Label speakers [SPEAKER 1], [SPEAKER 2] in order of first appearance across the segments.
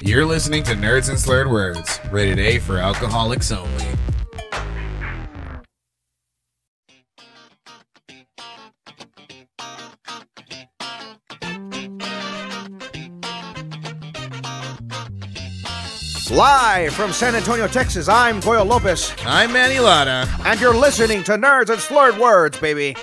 [SPEAKER 1] You're listening to Nerds and Slurred Words, rated A for alcoholics only.
[SPEAKER 2] Live from San Antonio, Texas, I'm Goyle Lopez,
[SPEAKER 1] I'm Manny Lotta.
[SPEAKER 2] and you're listening to Nerds and Slurred Words, baby.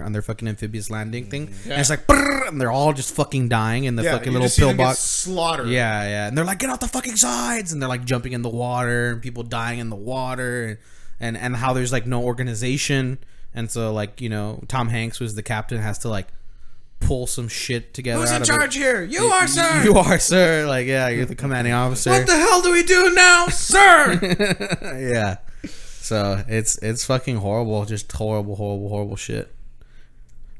[SPEAKER 3] on their fucking amphibious landing thing.
[SPEAKER 1] Mm-hmm. Yeah.
[SPEAKER 3] And it's like, "Brrr," and they're all just fucking dying in the fucking little pillbox.
[SPEAKER 1] Slaughter.
[SPEAKER 3] Yeah, yeah. And they're like, get off the fucking sides. And they're like jumping in the water and people dying in the water. And, and how there's like no organization. And so, like, you know, Tom Hanks, who's the captain, has to like pull some shit together.
[SPEAKER 1] Who's in
[SPEAKER 3] out of it.
[SPEAKER 1] charge here? You are, sir.
[SPEAKER 3] You are, sir. Like, yeah, you're the commanding officer.
[SPEAKER 1] What the hell do we do now, sir?
[SPEAKER 3] yeah. So it's it's fucking horrible, just horrible, horrible, horrible shit.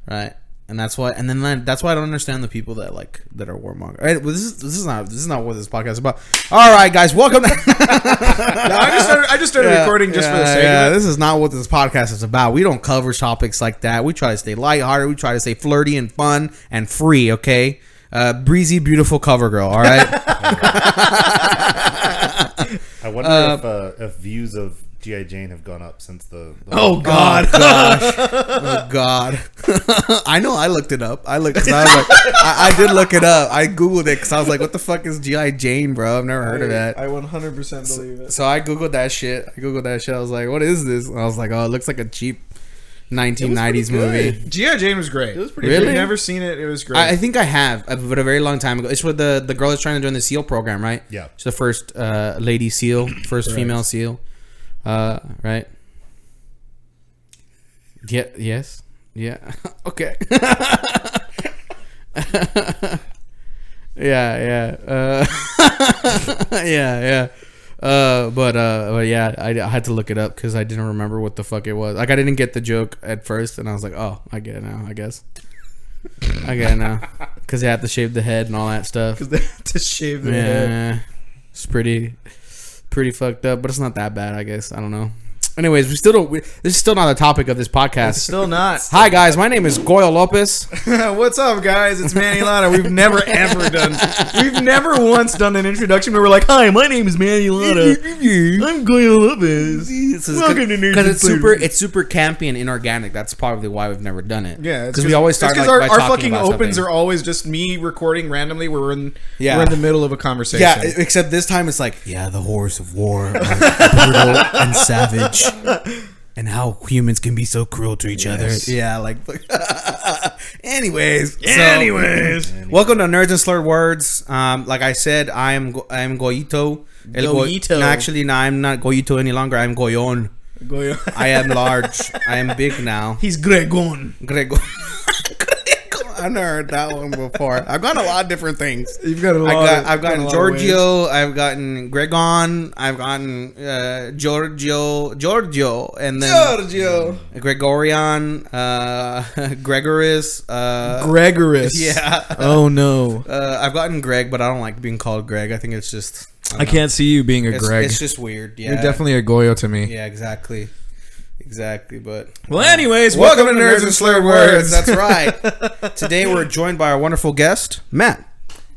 [SPEAKER 3] Right, and that's why, and then that- that's why I don't understand the people that like that are warmonger. All right, well, this is this is not this is not what this podcast is about. All right, guys, welcome.
[SPEAKER 1] I just started, I just started recording just for the sake
[SPEAKER 3] yeah,
[SPEAKER 1] of it.
[SPEAKER 3] this is not what this podcast is about. We don't cover topics like that. We try to stay lighthearted. We try to stay flirty and fun and free. Okay, uh, breezy, beautiful cover girl. All right,
[SPEAKER 4] I wonder if, uh, if views of GI Jane have gone up since the. the
[SPEAKER 3] Oh God! Oh God! I know. I looked it up. I looked. 'cause I, was like, I, I did look it up. I googled it because I was like, "What the fuck is GI Jane, bro? I've never heard of that."
[SPEAKER 5] I 100% believe it.
[SPEAKER 3] so I googled that shit. I googled that shit. I was like, "What is this?" And I was like, "Oh, it looks like a cheap 1990s movie."
[SPEAKER 1] G.I. Jane was great. It
[SPEAKER 4] was pretty
[SPEAKER 3] Really?
[SPEAKER 1] I've never seen it. It was great.
[SPEAKER 3] I, I think I have, uh, but a very long time ago. It's with the the girl that's trying to join the SEAL program, right?
[SPEAKER 4] Yeah.
[SPEAKER 3] She's the first uh, lady SEAL, first female SEAL, uh, right? Yeah. Yes. Yeah. okay. yeah. Yeah. Uh, yeah. Yeah. Uh, but uh, but yeah, I, I had to look it up because I didn't remember what the fuck it was. Like I didn't get the joke at first, and I was like, oh, I get it now, I guess. I get it now, because they have to shave the head and all that stuff.
[SPEAKER 5] Because they have to shave their head.
[SPEAKER 3] Yeah, it's pretty, pretty fucked up, but it's not that bad, I guess. I don't know. Anyways, we still don't. We, this is still not the topic of this podcast.
[SPEAKER 5] Still not.
[SPEAKER 3] Hi guys, my name is Goyle Lopez.
[SPEAKER 5] What's up, guys? It's Manny Lana. We've never, ever done. We've never once done an introduction where we're like, hi, my name is Manny Lana. I'm Goyle Lopez. Welcome to Nerds
[SPEAKER 3] Because
[SPEAKER 5] and
[SPEAKER 3] it's super,
[SPEAKER 5] Flavor.
[SPEAKER 3] it's super campy and inorganic. That's probably why we've never done it.
[SPEAKER 1] Yeah, it's
[SPEAKER 3] because we always start
[SPEAKER 1] it's 'cause
[SPEAKER 3] like, by
[SPEAKER 1] our, our
[SPEAKER 3] talking
[SPEAKER 1] fucking
[SPEAKER 3] about
[SPEAKER 1] opens
[SPEAKER 3] something.
[SPEAKER 1] are always just me recording randomly. Where we're in
[SPEAKER 3] Yeah.
[SPEAKER 1] we're in the middle of a conversation.
[SPEAKER 3] Yeah, except this time it's like, yeah, the horrors of war are brutal and savage. And how humans can be so cruel to each other. Yeah, like. anyways. anyways. welcome to Nerds and Slurred Words. Um, like I said, I am Go- I am Goyito. El Go-
[SPEAKER 5] Goyito.
[SPEAKER 3] no, actually, no, I'm not Goyito any longer. I'm Goyon.
[SPEAKER 5] Goyle.
[SPEAKER 3] I am large. I am big now.
[SPEAKER 5] He's Gregon.
[SPEAKER 3] Gregor. I never heard that one before. I've gotten a lot of different things.
[SPEAKER 5] You've got a lot.
[SPEAKER 3] I got,
[SPEAKER 5] of,
[SPEAKER 3] I've gotten
[SPEAKER 5] got a lot of ways.
[SPEAKER 3] Giorgio, I've gotten Gregon, I've gotten uh, Giorgio, Giorgio, and then
[SPEAKER 5] Giorgio.
[SPEAKER 3] Gregorian, uh, Gregoris. Uh,
[SPEAKER 5] Gregorous.
[SPEAKER 3] yeah,
[SPEAKER 5] Oh, no.
[SPEAKER 3] uh, I've gotten Greg, but I don't like being called Greg. I think it's just
[SPEAKER 1] I can't see you being a
[SPEAKER 3] it's, it's just weird. Yeah,
[SPEAKER 1] a Goyo to me.
[SPEAKER 3] yeah, exactly, exactly. But
[SPEAKER 1] Well, anyways,
[SPEAKER 3] welcome, to Nerds and Slurred Words. That's
[SPEAKER 1] That's
[SPEAKER 3] right. Today we're joined by our wonderful guest, Matt.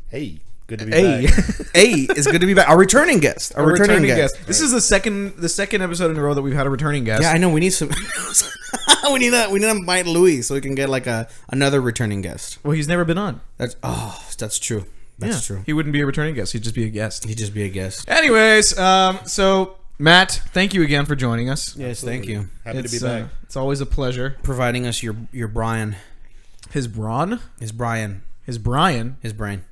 [SPEAKER 4] Hey, good to be
[SPEAKER 5] Hey.
[SPEAKER 4] back.
[SPEAKER 3] A is good to be back. Our returning guest. Our,
[SPEAKER 1] a
[SPEAKER 3] returning,
[SPEAKER 1] returning
[SPEAKER 3] guest.
[SPEAKER 1] guest. This is the second the second episode in a row that we've had a returning guest.
[SPEAKER 3] Yeah, I know. We need some. we need that. We need to invite Louis so we can get like a another returning guest.
[SPEAKER 1] well, he's never been on.
[SPEAKER 3] That's oh, that's true. That's
[SPEAKER 1] Yeah.
[SPEAKER 3] true.
[SPEAKER 1] He wouldn't be a returning guest. He'd just be a guest.
[SPEAKER 3] He'd just be a guest.
[SPEAKER 1] Anyways, um, so Matt, thank you again for joining us.
[SPEAKER 3] Yes, thank you.
[SPEAKER 4] Happy to be
[SPEAKER 1] It's,
[SPEAKER 4] back.
[SPEAKER 1] uh, it's always a pleasure.
[SPEAKER 3] Providing us your your Brian,
[SPEAKER 1] His brawn,
[SPEAKER 3] his Brian,
[SPEAKER 1] his Brian.
[SPEAKER 3] his brain.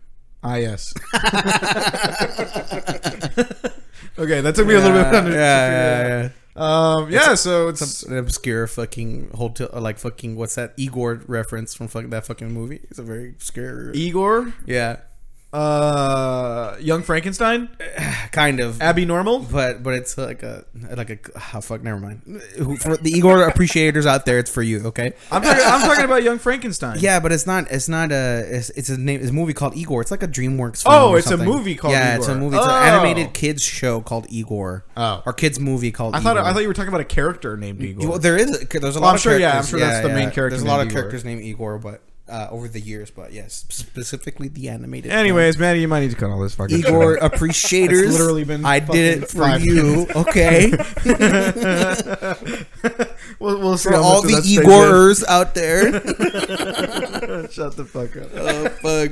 [SPEAKER 1] Ah, yes. okay, that took me a little bit. Under-
[SPEAKER 3] yeah,
[SPEAKER 1] Um, yeah. So it's
[SPEAKER 3] It's an obscure fucking hotel, like fucking what's that Igor reference from fuck that fucking movie? It's a very obscure.
[SPEAKER 1] E- Igor,
[SPEAKER 3] yeah,
[SPEAKER 1] uh, Young Frankenstein,
[SPEAKER 3] kind of.
[SPEAKER 1] Abby Normal.
[SPEAKER 3] but but it's like a like a oh, fuck. Never mind. Who- For the Igor appreciators out there, it's for you. Okay.
[SPEAKER 1] I'm talking, I'm talking about Young Frankenstein.
[SPEAKER 3] Yeah, but it's not. It's not a. It's, it's a name. It's a movie called Igor. It's like a DreamWorks. Film
[SPEAKER 1] Oh,
[SPEAKER 3] or
[SPEAKER 1] it's a
[SPEAKER 3] something.
[SPEAKER 1] movie called
[SPEAKER 3] Yeah, it's a
[SPEAKER 1] Igor.
[SPEAKER 3] movie. It's
[SPEAKER 1] Oh.
[SPEAKER 3] an animated kids show called Igor.
[SPEAKER 1] Oh.
[SPEAKER 3] or kids movie called.
[SPEAKER 1] I thought
[SPEAKER 3] Igor.
[SPEAKER 1] I thought you were talking about a character named Igor.
[SPEAKER 3] Well, there is. A, there's a
[SPEAKER 1] Oh,
[SPEAKER 3] lot.
[SPEAKER 1] I'm
[SPEAKER 3] of
[SPEAKER 1] sure, yeah, I'm
[SPEAKER 3] characters.
[SPEAKER 1] sure that's the main character
[SPEAKER 3] There's a lot
[SPEAKER 1] named
[SPEAKER 3] of
[SPEAKER 1] Igor.
[SPEAKER 3] characters named Igor, but
[SPEAKER 6] uh, over the years, but yes, specifically the animated. film.
[SPEAKER 5] Anyways, Maddie, you might need to cut all this fucking.
[SPEAKER 6] Igor appreciators.
[SPEAKER 5] It's literally been
[SPEAKER 6] I
[SPEAKER 5] fucking
[SPEAKER 6] did it for
[SPEAKER 5] five
[SPEAKER 6] you, okay?
[SPEAKER 5] uh, we'll, we'll see
[SPEAKER 6] for
[SPEAKER 5] how
[SPEAKER 6] all
[SPEAKER 5] much
[SPEAKER 6] the
[SPEAKER 5] of that stays
[SPEAKER 6] Igorers out there.
[SPEAKER 5] in. Shut the fuck up.
[SPEAKER 6] oh fuck!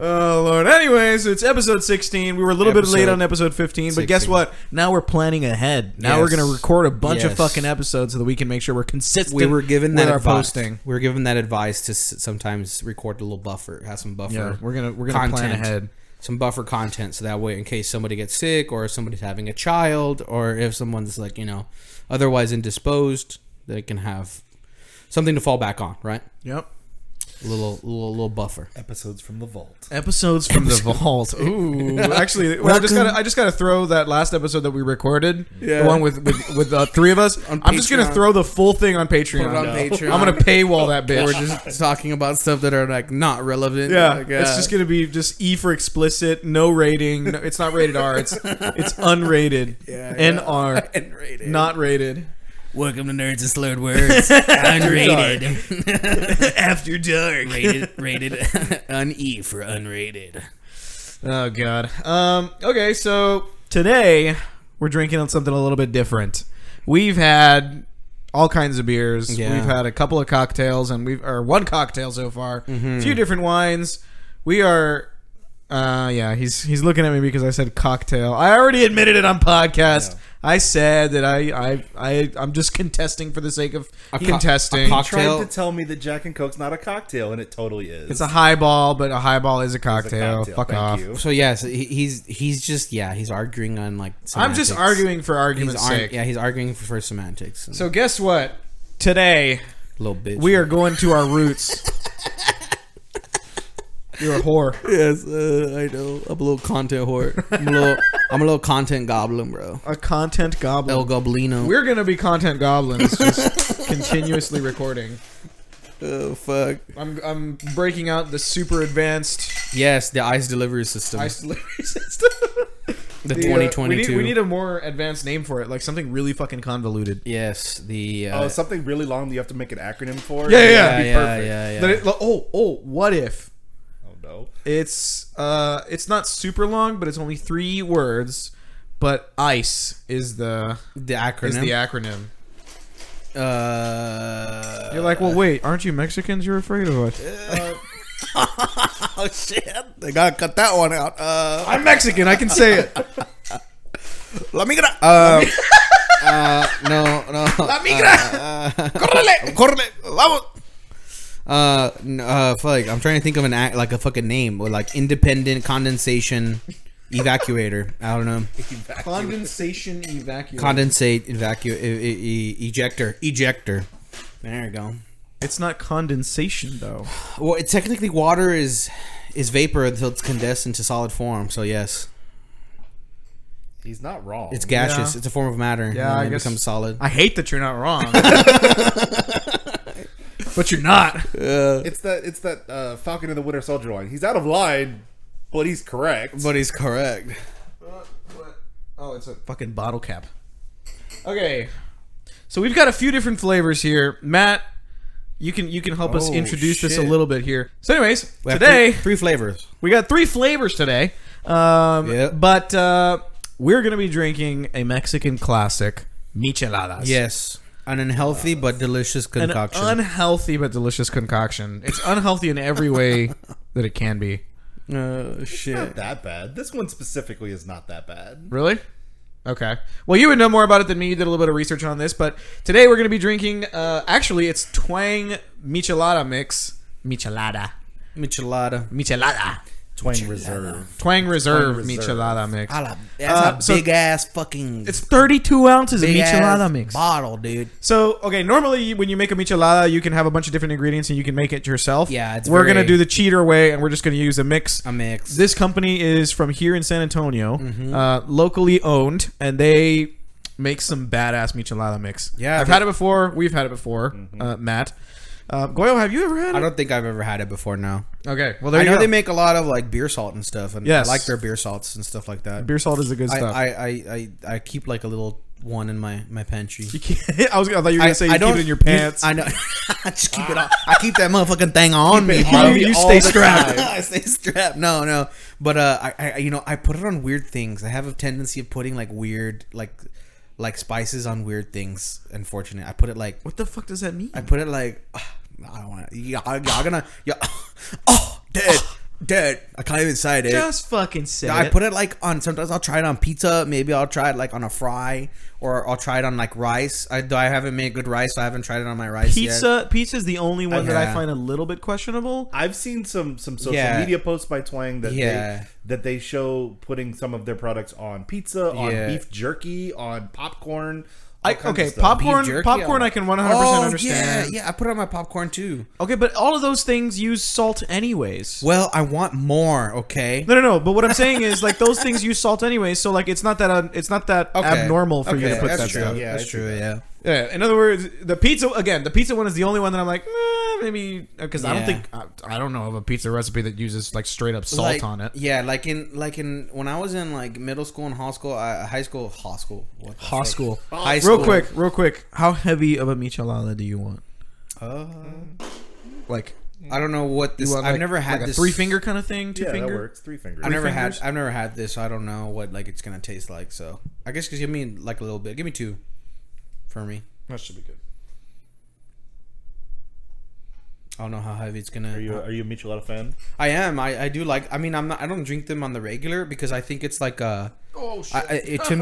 [SPEAKER 5] Oh lord. Anyways, it's episode 16. We were a little bit late
[SPEAKER 6] Episode
[SPEAKER 5] on episode 15, but guess
[SPEAKER 6] 16.
[SPEAKER 5] what? Now we're planning ahead. Now we're
[SPEAKER 6] Yes.
[SPEAKER 5] going to record a bunch of
[SPEAKER 6] Yes.
[SPEAKER 5] fucking episodes so that we can make sure we're consistent.
[SPEAKER 3] we were given
[SPEAKER 5] with
[SPEAKER 3] that
[SPEAKER 5] our
[SPEAKER 3] advice.
[SPEAKER 5] posting.
[SPEAKER 3] We were given that advice to s- sometimes record a little buffer, have some buffer.
[SPEAKER 5] Yeah, we're gonna- we're gonna plan ahead.
[SPEAKER 3] Some buffer content, so that way, in case somebody gets sick, or somebody's having a child, or if someone's like you know, otherwise indisposed, they can have something to fall back on. Right,
[SPEAKER 5] Yep.
[SPEAKER 3] a little little little buffer.
[SPEAKER 4] Episodes from the vault.
[SPEAKER 5] Episodes from the vault. Ooh, actually, well, I just gotta I just gotta throw that last episode that we recorded,
[SPEAKER 3] Yeah.
[SPEAKER 5] the one with with, with uh, three of us. I'm just gonna
[SPEAKER 3] Patreon.
[SPEAKER 5] throw the full thing on Patreon.
[SPEAKER 3] Put it on Patreon.
[SPEAKER 5] I'm gonna paywall that bitch.
[SPEAKER 3] We're just talking about stuff that are like not relevant.
[SPEAKER 5] Yeah,
[SPEAKER 3] Like,
[SPEAKER 5] it's
[SPEAKER 3] uh,
[SPEAKER 5] just gonna be just E for explicit, no rating. No, it's not rated R. It's it's unrated.
[SPEAKER 3] Yeah,
[SPEAKER 5] NR,
[SPEAKER 3] rated.
[SPEAKER 5] not rated.
[SPEAKER 3] Welcome to Nerds and Slurred Words. unrated.
[SPEAKER 5] After dark.
[SPEAKER 3] rated. Rated. Un E for unrated.
[SPEAKER 5] Oh god. Um. Okay, so today we're drinking on something a little bit different. We've had all kinds of beers.
[SPEAKER 3] Yeah.
[SPEAKER 5] We've had a couple of cocktails, and we've or one cocktail so far.
[SPEAKER 3] Mm-hmm.
[SPEAKER 5] A few different wines. We are. Uh yeah, he's he's looking at me because I said cocktail. I already admitted it on podcast. I said that I I I I'm just contesting for the sake of
[SPEAKER 3] co-
[SPEAKER 5] contesting.
[SPEAKER 3] a cocktail.
[SPEAKER 4] Tried to tell me that Jack and Coke's not a cocktail, and it totally is.
[SPEAKER 5] it's a highball, but a highball is a
[SPEAKER 4] It's
[SPEAKER 5] cocktail. Fuck
[SPEAKER 4] Thank
[SPEAKER 5] off.
[SPEAKER 4] you.
[SPEAKER 3] So yes, he, he's he's just yeah he's arguing on like.
[SPEAKER 5] I'm just
[SPEAKER 3] semantics.
[SPEAKER 5] arguing for
[SPEAKER 3] He's
[SPEAKER 5] argument's
[SPEAKER 3] ar-
[SPEAKER 5] sake.
[SPEAKER 3] yeah, he's arguing for, for semantics. So
[SPEAKER 5] So guess what? Today
[SPEAKER 3] little bitch.
[SPEAKER 5] we are going to our roots. You're a whore.
[SPEAKER 3] yes, uh, I know. I'm a little content whore. I'm a little, I'm a little content goblin, bro.
[SPEAKER 5] A content goblin.
[SPEAKER 3] El Goblino.
[SPEAKER 5] We're gonna be content goblins, just continuously recording.
[SPEAKER 3] oh fuck.
[SPEAKER 5] I'm I'm breaking out the super advanced
[SPEAKER 3] Yes, the ice delivery system.
[SPEAKER 5] ice delivery system. The,
[SPEAKER 3] the,
[SPEAKER 5] uh, we need-
[SPEAKER 3] 2022.
[SPEAKER 5] We need, a more advanced name for it, like something really fucking convoluted.
[SPEAKER 3] yes, the. Uh,
[SPEAKER 4] Oh, something really long that you have to make an acronym for.
[SPEAKER 5] Yeah, yeah, yeah.
[SPEAKER 3] yeah,
[SPEAKER 5] That'd be
[SPEAKER 3] yeah, yeah, yeah.
[SPEAKER 5] That it- oh, oh, what if
[SPEAKER 4] Oh no.
[SPEAKER 5] it's uh it's not super long, but it's only three words, but ice is the
[SPEAKER 3] the
[SPEAKER 5] is
[SPEAKER 3] acronym.
[SPEAKER 5] the acronym.
[SPEAKER 3] uh,
[SPEAKER 5] You're like, well, wait, aren't you Mexicans? You're afraid of what?
[SPEAKER 6] Oh shit! They gotta cut that one out. Uh,
[SPEAKER 5] I'm Mexican. I can say it.
[SPEAKER 6] let me get a
[SPEAKER 3] Um, uh, no, no.
[SPEAKER 6] let me get a. Correle, correle, vamos.
[SPEAKER 3] Uh, n- uh, fuck. I'm trying to think of an act, like a fucking name, or like independent condensation evacuator. I don't know.
[SPEAKER 5] Condensation evacuate.
[SPEAKER 3] Condensate evacuate e- e- ejector ejector. There you go.
[SPEAKER 5] it's not condensation though.
[SPEAKER 3] Well, it technically water is is vapor until it's condensed into solid form. So yes,
[SPEAKER 4] He's not wrong.
[SPEAKER 3] it's gaseous.
[SPEAKER 5] Yeah.
[SPEAKER 3] It's a form of matter.
[SPEAKER 5] Yeah,
[SPEAKER 3] and
[SPEAKER 5] I
[SPEAKER 3] it
[SPEAKER 5] guess-
[SPEAKER 3] becomes solid.
[SPEAKER 5] I hate that you're not wrong, but you're not.
[SPEAKER 4] It's that. It's that uh, Falcon and the Winter Soldier line. He's out of line, but he's correct.
[SPEAKER 3] But he's correct.
[SPEAKER 5] Oh, it's a fucking bottle cap. Okay, so we've got a few different flavors here, Matt. You can you can help us
[SPEAKER 4] Oh,
[SPEAKER 5] introduce this a
[SPEAKER 4] shit.
[SPEAKER 5] little bit here. So, anyways,
[SPEAKER 3] We have
[SPEAKER 5] today
[SPEAKER 3] three, three flavors.
[SPEAKER 5] We got three flavors today. Um,
[SPEAKER 3] Yep.
[SPEAKER 5] But uh, we're going to be drinking a Mexican classic, micheladas.
[SPEAKER 3] Yes, an unhealthy but delicious
[SPEAKER 5] An
[SPEAKER 3] concoction.
[SPEAKER 5] unhealthy but delicious concoction. It's unhealthy in every way that it can be.
[SPEAKER 3] Oh shit!
[SPEAKER 4] not that bad. This one specifically is not that bad.
[SPEAKER 5] Really? Okay. Well, you would know more about it than me. You did a little bit of research on this, but today we're going to be drinking. Uh, actually, it's Twang Michelada mix. Michelada.
[SPEAKER 3] Michelada.
[SPEAKER 5] Michelada.
[SPEAKER 4] Twang Reserve.
[SPEAKER 5] Twang Reserve,
[SPEAKER 4] Reserve.
[SPEAKER 5] Michelada mix.
[SPEAKER 3] That's
[SPEAKER 5] Uh,
[SPEAKER 3] a
[SPEAKER 5] so-
[SPEAKER 3] big ass fucking.
[SPEAKER 5] It's 32 ounces of
[SPEAKER 3] big ass
[SPEAKER 5] Michelada mix.
[SPEAKER 3] bottle, dude.
[SPEAKER 5] So okay, normally when you make a michelada, you can have a bunch of different ingredients and you can make it yourself.
[SPEAKER 3] Yeah, it's
[SPEAKER 5] we're
[SPEAKER 3] very-
[SPEAKER 5] gonna do the cheater way, and we're just gonna use a mix.
[SPEAKER 3] A mix. Mm-hmm.
[SPEAKER 5] This company is from here in San Antonio, uh, locally owned, and they make some badass michelada mix.
[SPEAKER 3] Yeah,
[SPEAKER 5] I've
[SPEAKER 3] they-
[SPEAKER 5] had it before. We've had it before, uh, Matt. Uh, Goyo, have you ever had it?
[SPEAKER 3] I don't think I've ever had it before. No,
[SPEAKER 5] okay, well Oh, there
[SPEAKER 3] I
[SPEAKER 5] you
[SPEAKER 3] know
[SPEAKER 5] go.
[SPEAKER 3] they make a lot of like beer salt and stuff, and
[SPEAKER 5] Yes.
[SPEAKER 3] I like their beer salts and stuff like that.
[SPEAKER 5] Beer salt is the good
[SPEAKER 3] I,
[SPEAKER 5] stuff.
[SPEAKER 3] I, I, I I keep like a little one in my my pantry.
[SPEAKER 5] You can't, I was. I thought you were gonna say you keep it in your pants.
[SPEAKER 3] I know. I just keep it on. I keep that motherfucking thing on me.
[SPEAKER 4] on
[SPEAKER 3] bro.
[SPEAKER 4] me
[SPEAKER 5] You
[SPEAKER 4] all
[SPEAKER 5] stay
[SPEAKER 4] the
[SPEAKER 5] strapped.
[SPEAKER 4] time.
[SPEAKER 3] I stay strapped. No, no. But uh, I, I, you know, I put it on weird things. I have a tendency of putting like weird, like, like spices on weird things. Unfortunately, I put it like
[SPEAKER 5] what the fuck does that mean?
[SPEAKER 3] I put it like I don't want to. Y'all, y'all gonna you oh dead dead. I can't even say it.
[SPEAKER 5] Just fucking say
[SPEAKER 3] I
[SPEAKER 5] it.
[SPEAKER 3] put it like on. Sometimes I'll try it on pizza. Maybe I'll try it like on a fry, or I'll try it on like rice. I do. I haven't made good rice, so I haven't tried it on my rice yet.
[SPEAKER 5] pizza. Pizza is the only one that I
[SPEAKER 3] Yeah.
[SPEAKER 5] find a little bit questionable.
[SPEAKER 4] I've seen some some social
[SPEAKER 3] Yeah.
[SPEAKER 4] media posts by Twang that
[SPEAKER 3] Yeah.
[SPEAKER 4] they, that they show putting some of their products on pizza, on
[SPEAKER 3] Yeah.
[SPEAKER 4] beef jerky, on popcorn. all
[SPEAKER 5] I,
[SPEAKER 4] kinds of
[SPEAKER 5] okay,
[SPEAKER 4] stuff.
[SPEAKER 5] popcorn.
[SPEAKER 3] Beef jerky,
[SPEAKER 5] popcorn.
[SPEAKER 3] I
[SPEAKER 5] I can one hundred percent
[SPEAKER 3] Oh yeah,
[SPEAKER 5] understand.
[SPEAKER 3] yeah. I put it on my popcorn too.
[SPEAKER 5] Okay, but all of those things use salt anyways.
[SPEAKER 3] Well, I want more. Okay.
[SPEAKER 5] No, no, no. But what I'm saying is, like, those things use salt anyways. So, like, it's not that un- it's not that
[SPEAKER 3] Okay.
[SPEAKER 5] abnormal for you
[SPEAKER 3] Okay,
[SPEAKER 5] to put
[SPEAKER 3] that's
[SPEAKER 5] that
[SPEAKER 3] true.
[SPEAKER 5] stuff.
[SPEAKER 4] Yeah,
[SPEAKER 3] that's
[SPEAKER 4] I see
[SPEAKER 3] true. Yeah.
[SPEAKER 5] Yeah. In other words, the pizza again. The pizza one is the only one that I'm like, eh, maybe because I don't
[SPEAKER 3] Yeah.
[SPEAKER 5] think I, I don't know of a pizza recipe that uses like straight up salt
[SPEAKER 3] like,
[SPEAKER 5] on it.
[SPEAKER 3] Yeah, like in like in when I was in like middle school and high school, I, high school, high school, what the
[SPEAKER 5] Hot
[SPEAKER 3] fuck?
[SPEAKER 5] school.
[SPEAKER 3] High
[SPEAKER 5] Real
[SPEAKER 3] school.
[SPEAKER 5] quick, real quick. How heavy of a michelada do you want?
[SPEAKER 3] Uh,
[SPEAKER 5] Like,
[SPEAKER 3] I don't know what
[SPEAKER 5] you
[SPEAKER 3] this.
[SPEAKER 5] want,
[SPEAKER 3] I've
[SPEAKER 5] like-
[SPEAKER 3] never had
[SPEAKER 5] like a
[SPEAKER 3] this
[SPEAKER 5] three finger kind of thing. Two
[SPEAKER 4] Yeah,
[SPEAKER 5] finger.
[SPEAKER 4] that works. Three fingers.
[SPEAKER 3] I've never
[SPEAKER 5] fingers?
[SPEAKER 3] had. I've never had this. So I don't know what like it's gonna taste like. So I guess because give me like a little bit. Give me two, for me.
[SPEAKER 5] That should be good.
[SPEAKER 3] I don't know how heavy it's gonna.
[SPEAKER 4] Are you are you a Michelada fan?
[SPEAKER 3] I am. I, I do like. I mean, I'm not. I don't drink them on the regular because I think it's like a. Oh shit! I, I- it, to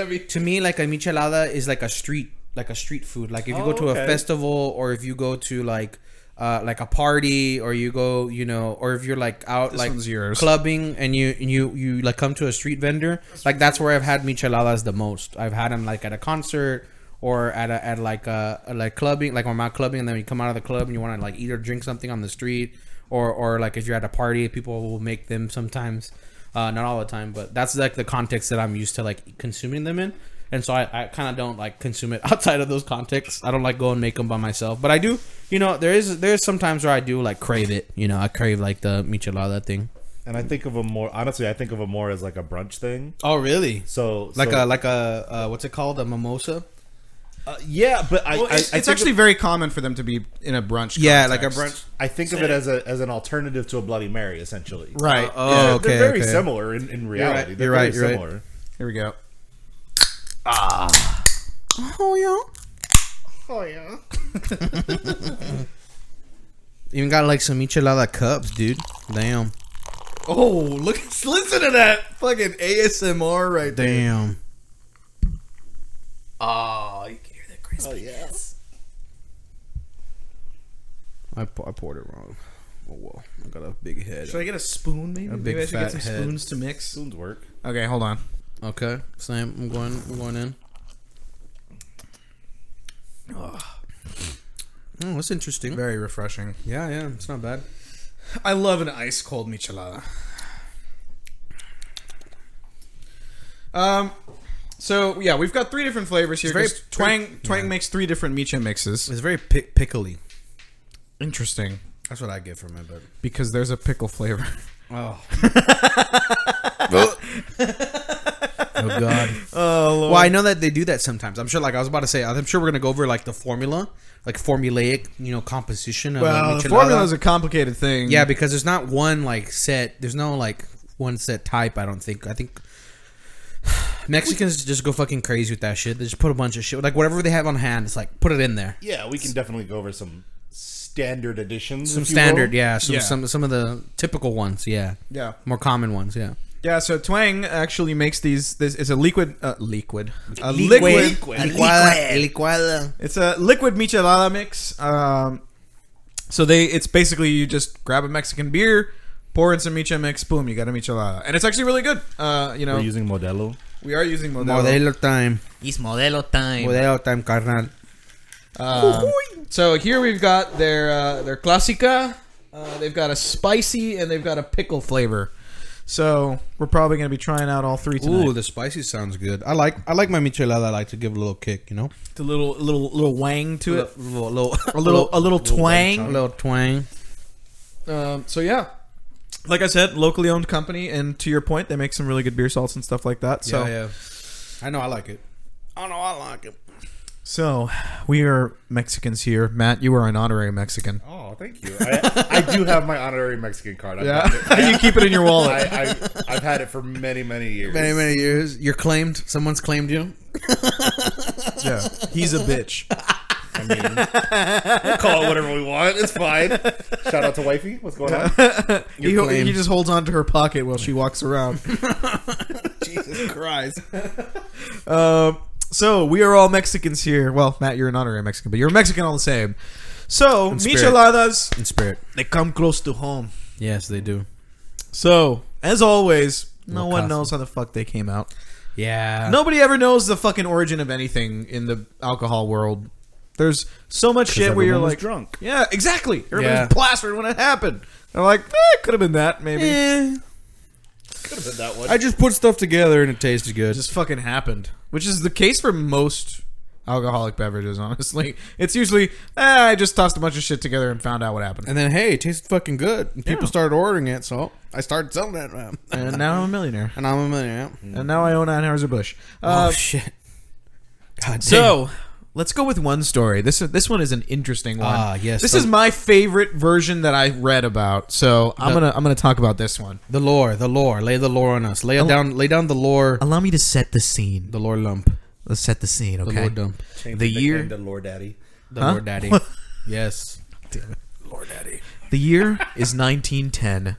[SPEAKER 3] me, to me, like a michelada is like a street, like a street food. Like if you go
[SPEAKER 4] Oh,
[SPEAKER 3] to
[SPEAKER 4] okay.
[SPEAKER 3] a festival or if you go to like. Uh, like a party, or you go, you know, or if you're like out, like
[SPEAKER 5] one's yours.
[SPEAKER 3] clubbing, and you and you you like come to a street vendor, like that's where I've had micheladas the most. I've had them like at a concert or at a, at like a, a like clubbing, like when I'm out clubbing, and then you come out of the club and you want to like eat or drink something on the street, or or like if you're at a party, people will make them sometimes, uh, not all the time, but that's like the context that I'm used to like consuming them in. And so I, I kind of don't like consume it outside of those contexts. I don't like go and make them by myself, but I do. You know, there is there is sometimes where I do like crave it. You know, I crave like the michelada thing.
[SPEAKER 4] And I think of a more honestly, I think of a more as like a brunch thing.
[SPEAKER 3] Oh, really?
[SPEAKER 4] So
[SPEAKER 3] Like a
[SPEAKER 4] so,
[SPEAKER 3] like a uh, what's it called? A mimosa?
[SPEAKER 4] uh, yeah, but I, I, I
[SPEAKER 5] it's
[SPEAKER 4] think of-
[SPEAKER 5] actually very common for them to be in a brunch.
[SPEAKER 3] Yeah, like a
[SPEAKER 5] context.
[SPEAKER 3] brunch.
[SPEAKER 4] I think of it as a as an alternative to a Bloody Mary, essentially.
[SPEAKER 5] Right.
[SPEAKER 3] Oh,
[SPEAKER 5] Yeah.
[SPEAKER 3] okay.
[SPEAKER 4] They're very
[SPEAKER 3] okay.
[SPEAKER 4] similar in, in reality.
[SPEAKER 3] You're right,
[SPEAKER 4] They're very
[SPEAKER 3] you're right.
[SPEAKER 4] similar.
[SPEAKER 5] Here we go.
[SPEAKER 3] Oh yeah.
[SPEAKER 4] Oh yeah.
[SPEAKER 3] Even got like some michelada cups, dude. Damn.
[SPEAKER 5] Oh, look! Listen to that fucking ASMR right there.
[SPEAKER 3] Damn.
[SPEAKER 4] Oh yeah.
[SPEAKER 3] I, pou- I poured it wrong. Oh well. I got a big head.
[SPEAKER 5] Should I get a spoon? Maybe,
[SPEAKER 3] big
[SPEAKER 5] maybe I should get
[SPEAKER 3] fat
[SPEAKER 5] some
[SPEAKER 3] head.
[SPEAKER 5] spoons to mix.
[SPEAKER 4] Spoons work.
[SPEAKER 5] Okay, hold on.
[SPEAKER 3] Okay. Same. I'm going. I'm going in. Oh, that's interesting.
[SPEAKER 5] Very refreshing.
[SPEAKER 3] Yeah, yeah, it's not bad.
[SPEAKER 5] I love an ice cold michelada. Um, so yeah, we've got three different flavors here.
[SPEAKER 3] It's very-
[SPEAKER 5] 'cause Twang Twang makes three different micha mixes.
[SPEAKER 3] It's very pi- pickly.
[SPEAKER 5] Interesting
[SPEAKER 3] That's what I get from it. But
[SPEAKER 5] because there's a pickle flavor.
[SPEAKER 3] oh, oh god.
[SPEAKER 5] Oh,
[SPEAKER 3] Well, I know that they do that sometimes. I'm sure. Like I was about to say, I'm sure we're gonna go over like the formula, like formulaic, you know, composition of
[SPEAKER 5] well,
[SPEAKER 3] a
[SPEAKER 5] the
[SPEAKER 3] michelada.
[SPEAKER 5] formula is a complicated thing.
[SPEAKER 3] yeah, because there's not one like set. There's no like one set type. I don't think. I think Mexicans just go fucking crazy with that shit. They just put a bunch of shit, like whatever they have on hand. It's like put it in there.
[SPEAKER 4] Yeah, we can definitely go over some standard editions.
[SPEAKER 3] Some
[SPEAKER 4] if you
[SPEAKER 3] standard,
[SPEAKER 4] will.
[SPEAKER 3] yeah. Some
[SPEAKER 5] Yeah.
[SPEAKER 3] some some of the typical ones, yeah.
[SPEAKER 5] yeah,
[SPEAKER 3] More common ones, yeah.
[SPEAKER 5] yeah. So Twang actually makes these. This it's a liquid, uh, liquid, a liquid.
[SPEAKER 3] Licuada, licuada.
[SPEAKER 5] It's a liquid michelada mix. Um, so they, it's basically you just grab a Mexican beer, pour in some micha mix, boom, you got a michelada, and it's actually really good. Uh, you know,
[SPEAKER 4] We're using Modelo.
[SPEAKER 5] we are using Modelo.
[SPEAKER 3] Modelo time.
[SPEAKER 6] It's modelo time.
[SPEAKER 3] Modelo time, carnal.
[SPEAKER 5] Um, so here we've got their uh, their classica. Uh, they've got a spicy and they've got a pickle flavor. So we're probably gonna be trying out all three tonight.
[SPEAKER 3] Ooh, the spicy sounds good. I like I like my michelada. I like to give a little kick, you know,
[SPEAKER 5] the little little little wang to it,
[SPEAKER 3] little little
[SPEAKER 5] a little a little
[SPEAKER 3] a
[SPEAKER 5] twang.
[SPEAKER 3] little twang.
[SPEAKER 5] Um, so yeah, like I said, locally owned company, and to your point, they make some really good beer salts and stuff like that. So
[SPEAKER 3] yeah. I know I like it.
[SPEAKER 6] I know I like him.
[SPEAKER 5] So we are Mexicans here. Matt, you are an honorary Mexican.
[SPEAKER 4] Oh, thank you. I, I do have my honorary Mexican card. I've got it.
[SPEAKER 5] you keep it in your wallet.
[SPEAKER 4] I, I, I've had it for many, many years.
[SPEAKER 3] Many, many years. You're claimed. Someone's claimed you.
[SPEAKER 5] Yeah. He's a bitch.
[SPEAKER 4] I mean, we'll call it whatever we want. It's fine. Shout out to wifey. What's going on?
[SPEAKER 5] He,
[SPEAKER 3] claimed.
[SPEAKER 5] he just holds on to her pocket while she walks around.
[SPEAKER 6] Jesus Christ.
[SPEAKER 5] Um, so we are all Mexicans here. Well, Matt, you're an honorary Mexican, but you're Mexican all the same. So
[SPEAKER 3] spirit.
[SPEAKER 5] micheladas,
[SPEAKER 3] In spirit.
[SPEAKER 5] they come close to home.
[SPEAKER 3] Yes, they do.
[SPEAKER 5] So as always, no
[SPEAKER 3] Little
[SPEAKER 5] one
[SPEAKER 3] costume.
[SPEAKER 5] knows how the fuck they came out.
[SPEAKER 3] Yeah.
[SPEAKER 5] Nobody ever knows the fucking origin of anything in the alcohol world. There's so much shit where you're
[SPEAKER 4] everyone was
[SPEAKER 5] like
[SPEAKER 4] drunk.
[SPEAKER 5] Yeah, exactly. Everybody's
[SPEAKER 3] Yeah.
[SPEAKER 5] plastered when it happened. They're like, eh, could have been that, maybe.
[SPEAKER 3] Eh,
[SPEAKER 4] Could have been that one.
[SPEAKER 3] I just put stuff together and it tasted good.
[SPEAKER 5] It just fucking happened, which is the case for most alcoholic beverages. Honestly, it's usually eh, I just tossed a bunch of shit together and found out what happened,
[SPEAKER 3] and then hey, it tasted fucking good. And people
[SPEAKER 5] Yeah.
[SPEAKER 3] started ordering it, so I started selling it.
[SPEAKER 5] and now I'm a millionaire,
[SPEAKER 3] and I'm a millionaire.
[SPEAKER 5] and now I own nine hours of Bush.
[SPEAKER 3] oh
[SPEAKER 5] Uh,
[SPEAKER 3] shit. God damn.
[SPEAKER 5] so let's go with one story. This this one is an interesting one.
[SPEAKER 3] Ah, yes.
[SPEAKER 5] This is my favorite version that I read about, so I'm gonna I'm gonna talk about this one.
[SPEAKER 3] the lore, the lore. Lay the lore on us. Lay it down lay down the lore
[SPEAKER 5] Allow me to set the scene.
[SPEAKER 3] the lore lump.
[SPEAKER 5] Let's set the scene,
[SPEAKER 3] The
[SPEAKER 5] okay?
[SPEAKER 3] lore dump.
[SPEAKER 4] Change
[SPEAKER 5] the year-
[SPEAKER 4] nickname to Lord Daddy.
[SPEAKER 3] The
[SPEAKER 5] Huh?
[SPEAKER 3] lore daddy. yes.
[SPEAKER 5] The year is 1910,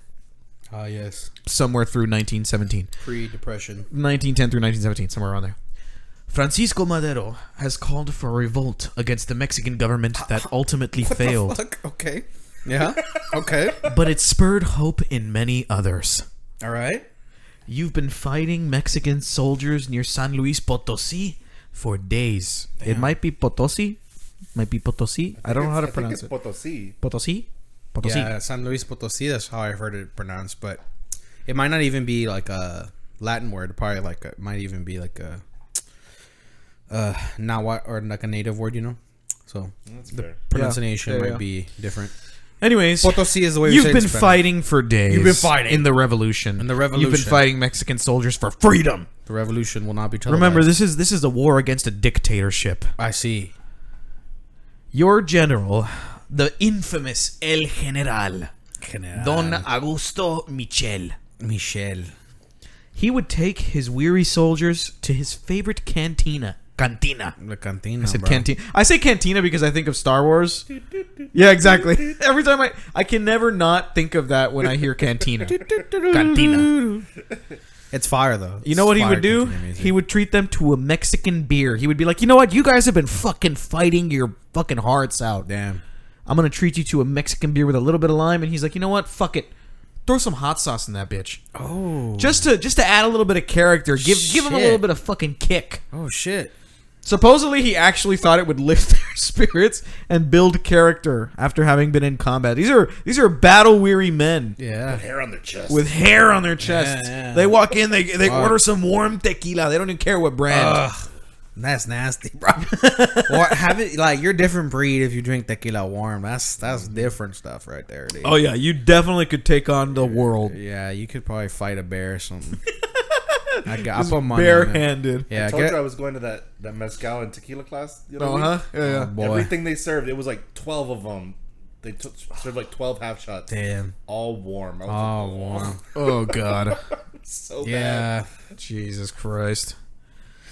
[SPEAKER 3] Ah yes.
[SPEAKER 5] somewhere through 1917.
[SPEAKER 3] Pre depression.
[SPEAKER 5] 1910 through 1917, somewhere around there. Francisco Madero has called for a revolt against the Mexican government that ultimately failed,
[SPEAKER 3] Okay. Yeah. Okay.
[SPEAKER 5] but it spurred hope in many others.
[SPEAKER 3] All right.
[SPEAKER 5] You've been fighting Mexican soldiers near San Luis Potosi for days. It might be Potosi, might be Potosi. I, don't know how to
[SPEAKER 4] I think
[SPEAKER 5] pronounce
[SPEAKER 4] it's
[SPEAKER 5] it.
[SPEAKER 4] Potosi.
[SPEAKER 5] Potosi, Potosi.
[SPEAKER 3] Yeah, San Luis Potosi. That's how I've heard it pronounced, but it might not even be like a Latin word. Probably like it might even be like a uh, Nahua or like a native word, you know. So
[SPEAKER 4] That's fair.
[SPEAKER 3] pronunciation
[SPEAKER 5] Yeah,
[SPEAKER 3] might
[SPEAKER 5] yeah.
[SPEAKER 3] be different.
[SPEAKER 5] Anyways,
[SPEAKER 3] Potosi is the way we
[SPEAKER 5] you've
[SPEAKER 3] say it in
[SPEAKER 5] been
[SPEAKER 3] Spanish.
[SPEAKER 5] fighting for days.
[SPEAKER 3] You've been fighting.
[SPEAKER 5] in the revolution.
[SPEAKER 3] In the
[SPEAKER 5] you've been
[SPEAKER 3] revolution.
[SPEAKER 5] fighting Mexican soldiers for freedom.
[SPEAKER 3] The revolution will not be. Televised.
[SPEAKER 5] Remember, this is this is a war against a dictatorship.
[SPEAKER 3] I see.
[SPEAKER 5] Your general, the infamous El General, Don Augusto Michel,
[SPEAKER 3] Michel.
[SPEAKER 5] he would take his weary soldiers to his favorite cantina. Cantina.
[SPEAKER 3] La cantina.
[SPEAKER 5] I said
[SPEAKER 3] bro.
[SPEAKER 5] cantina. I say cantina because I think of Star Wars. Yeah, exactly. Every time I, I can never not think of that when I hear cantina. cantina.
[SPEAKER 3] It's fire though.
[SPEAKER 5] You know what he would do? He would treat them to a Mexican beer. He would be like, you know what? You guys have been fucking fighting your fucking hearts out.
[SPEAKER 3] damn.
[SPEAKER 5] I'm gonna treat you to a Mexican beer with a little bit of lime. And he's like, you know what? Fuck it. Throw some hot sauce in that bitch.
[SPEAKER 3] Oh.
[SPEAKER 5] Just to just to add a little bit of character. Give give him a
[SPEAKER 3] Shit.
[SPEAKER 5] little bit of fucking kick.
[SPEAKER 3] Oh shit.
[SPEAKER 5] Supposedly he actually thought it would lift their spirits and build character after having been in combat. These are these are battle weary men.
[SPEAKER 3] Yeah.
[SPEAKER 4] Hair on their chest.
[SPEAKER 5] With hair on their chest,
[SPEAKER 3] yeah.
[SPEAKER 5] they walk in. They they order some warm tequila. They don't even care what brand.
[SPEAKER 3] Ugh. That's nasty, bro. or have it like you're a different breed if you drink tequila warm. That's that's different stuff right there, dude.
[SPEAKER 5] Oh yeah, you definitely could take on the world
[SPEAKER 3] Yeah, you could probably fight a bear or something. I got I put money. on it.
[SPEAKER 5] barehanded.
[SPEAKER 3] Yeah,
[SPEAKER 4] I
[SPEAKER 3] I
[SPEAKER 4] told you I
[SPEAKER 3] get,
[SPEAKER 4] was going to that, that mezcal and tequila class. The other
[SPEAKER 5] Uh huh. Yeah, yeah.
[SPEAKER 3] boy.
[SPEAKER 4] Everything they served, it was like 12 of them. They took served like 12 half shots.
[SPEAKER 3] Damn.
[SPEAKER 4] All warm. I was
[SPEAKER 3] Oh, warm.
[SPEAKER 5] Oh god.
[SPEAKER 4] like, so
[SPEAKER 3] Yeah.
[SPEAKER 5] Jesus Christ.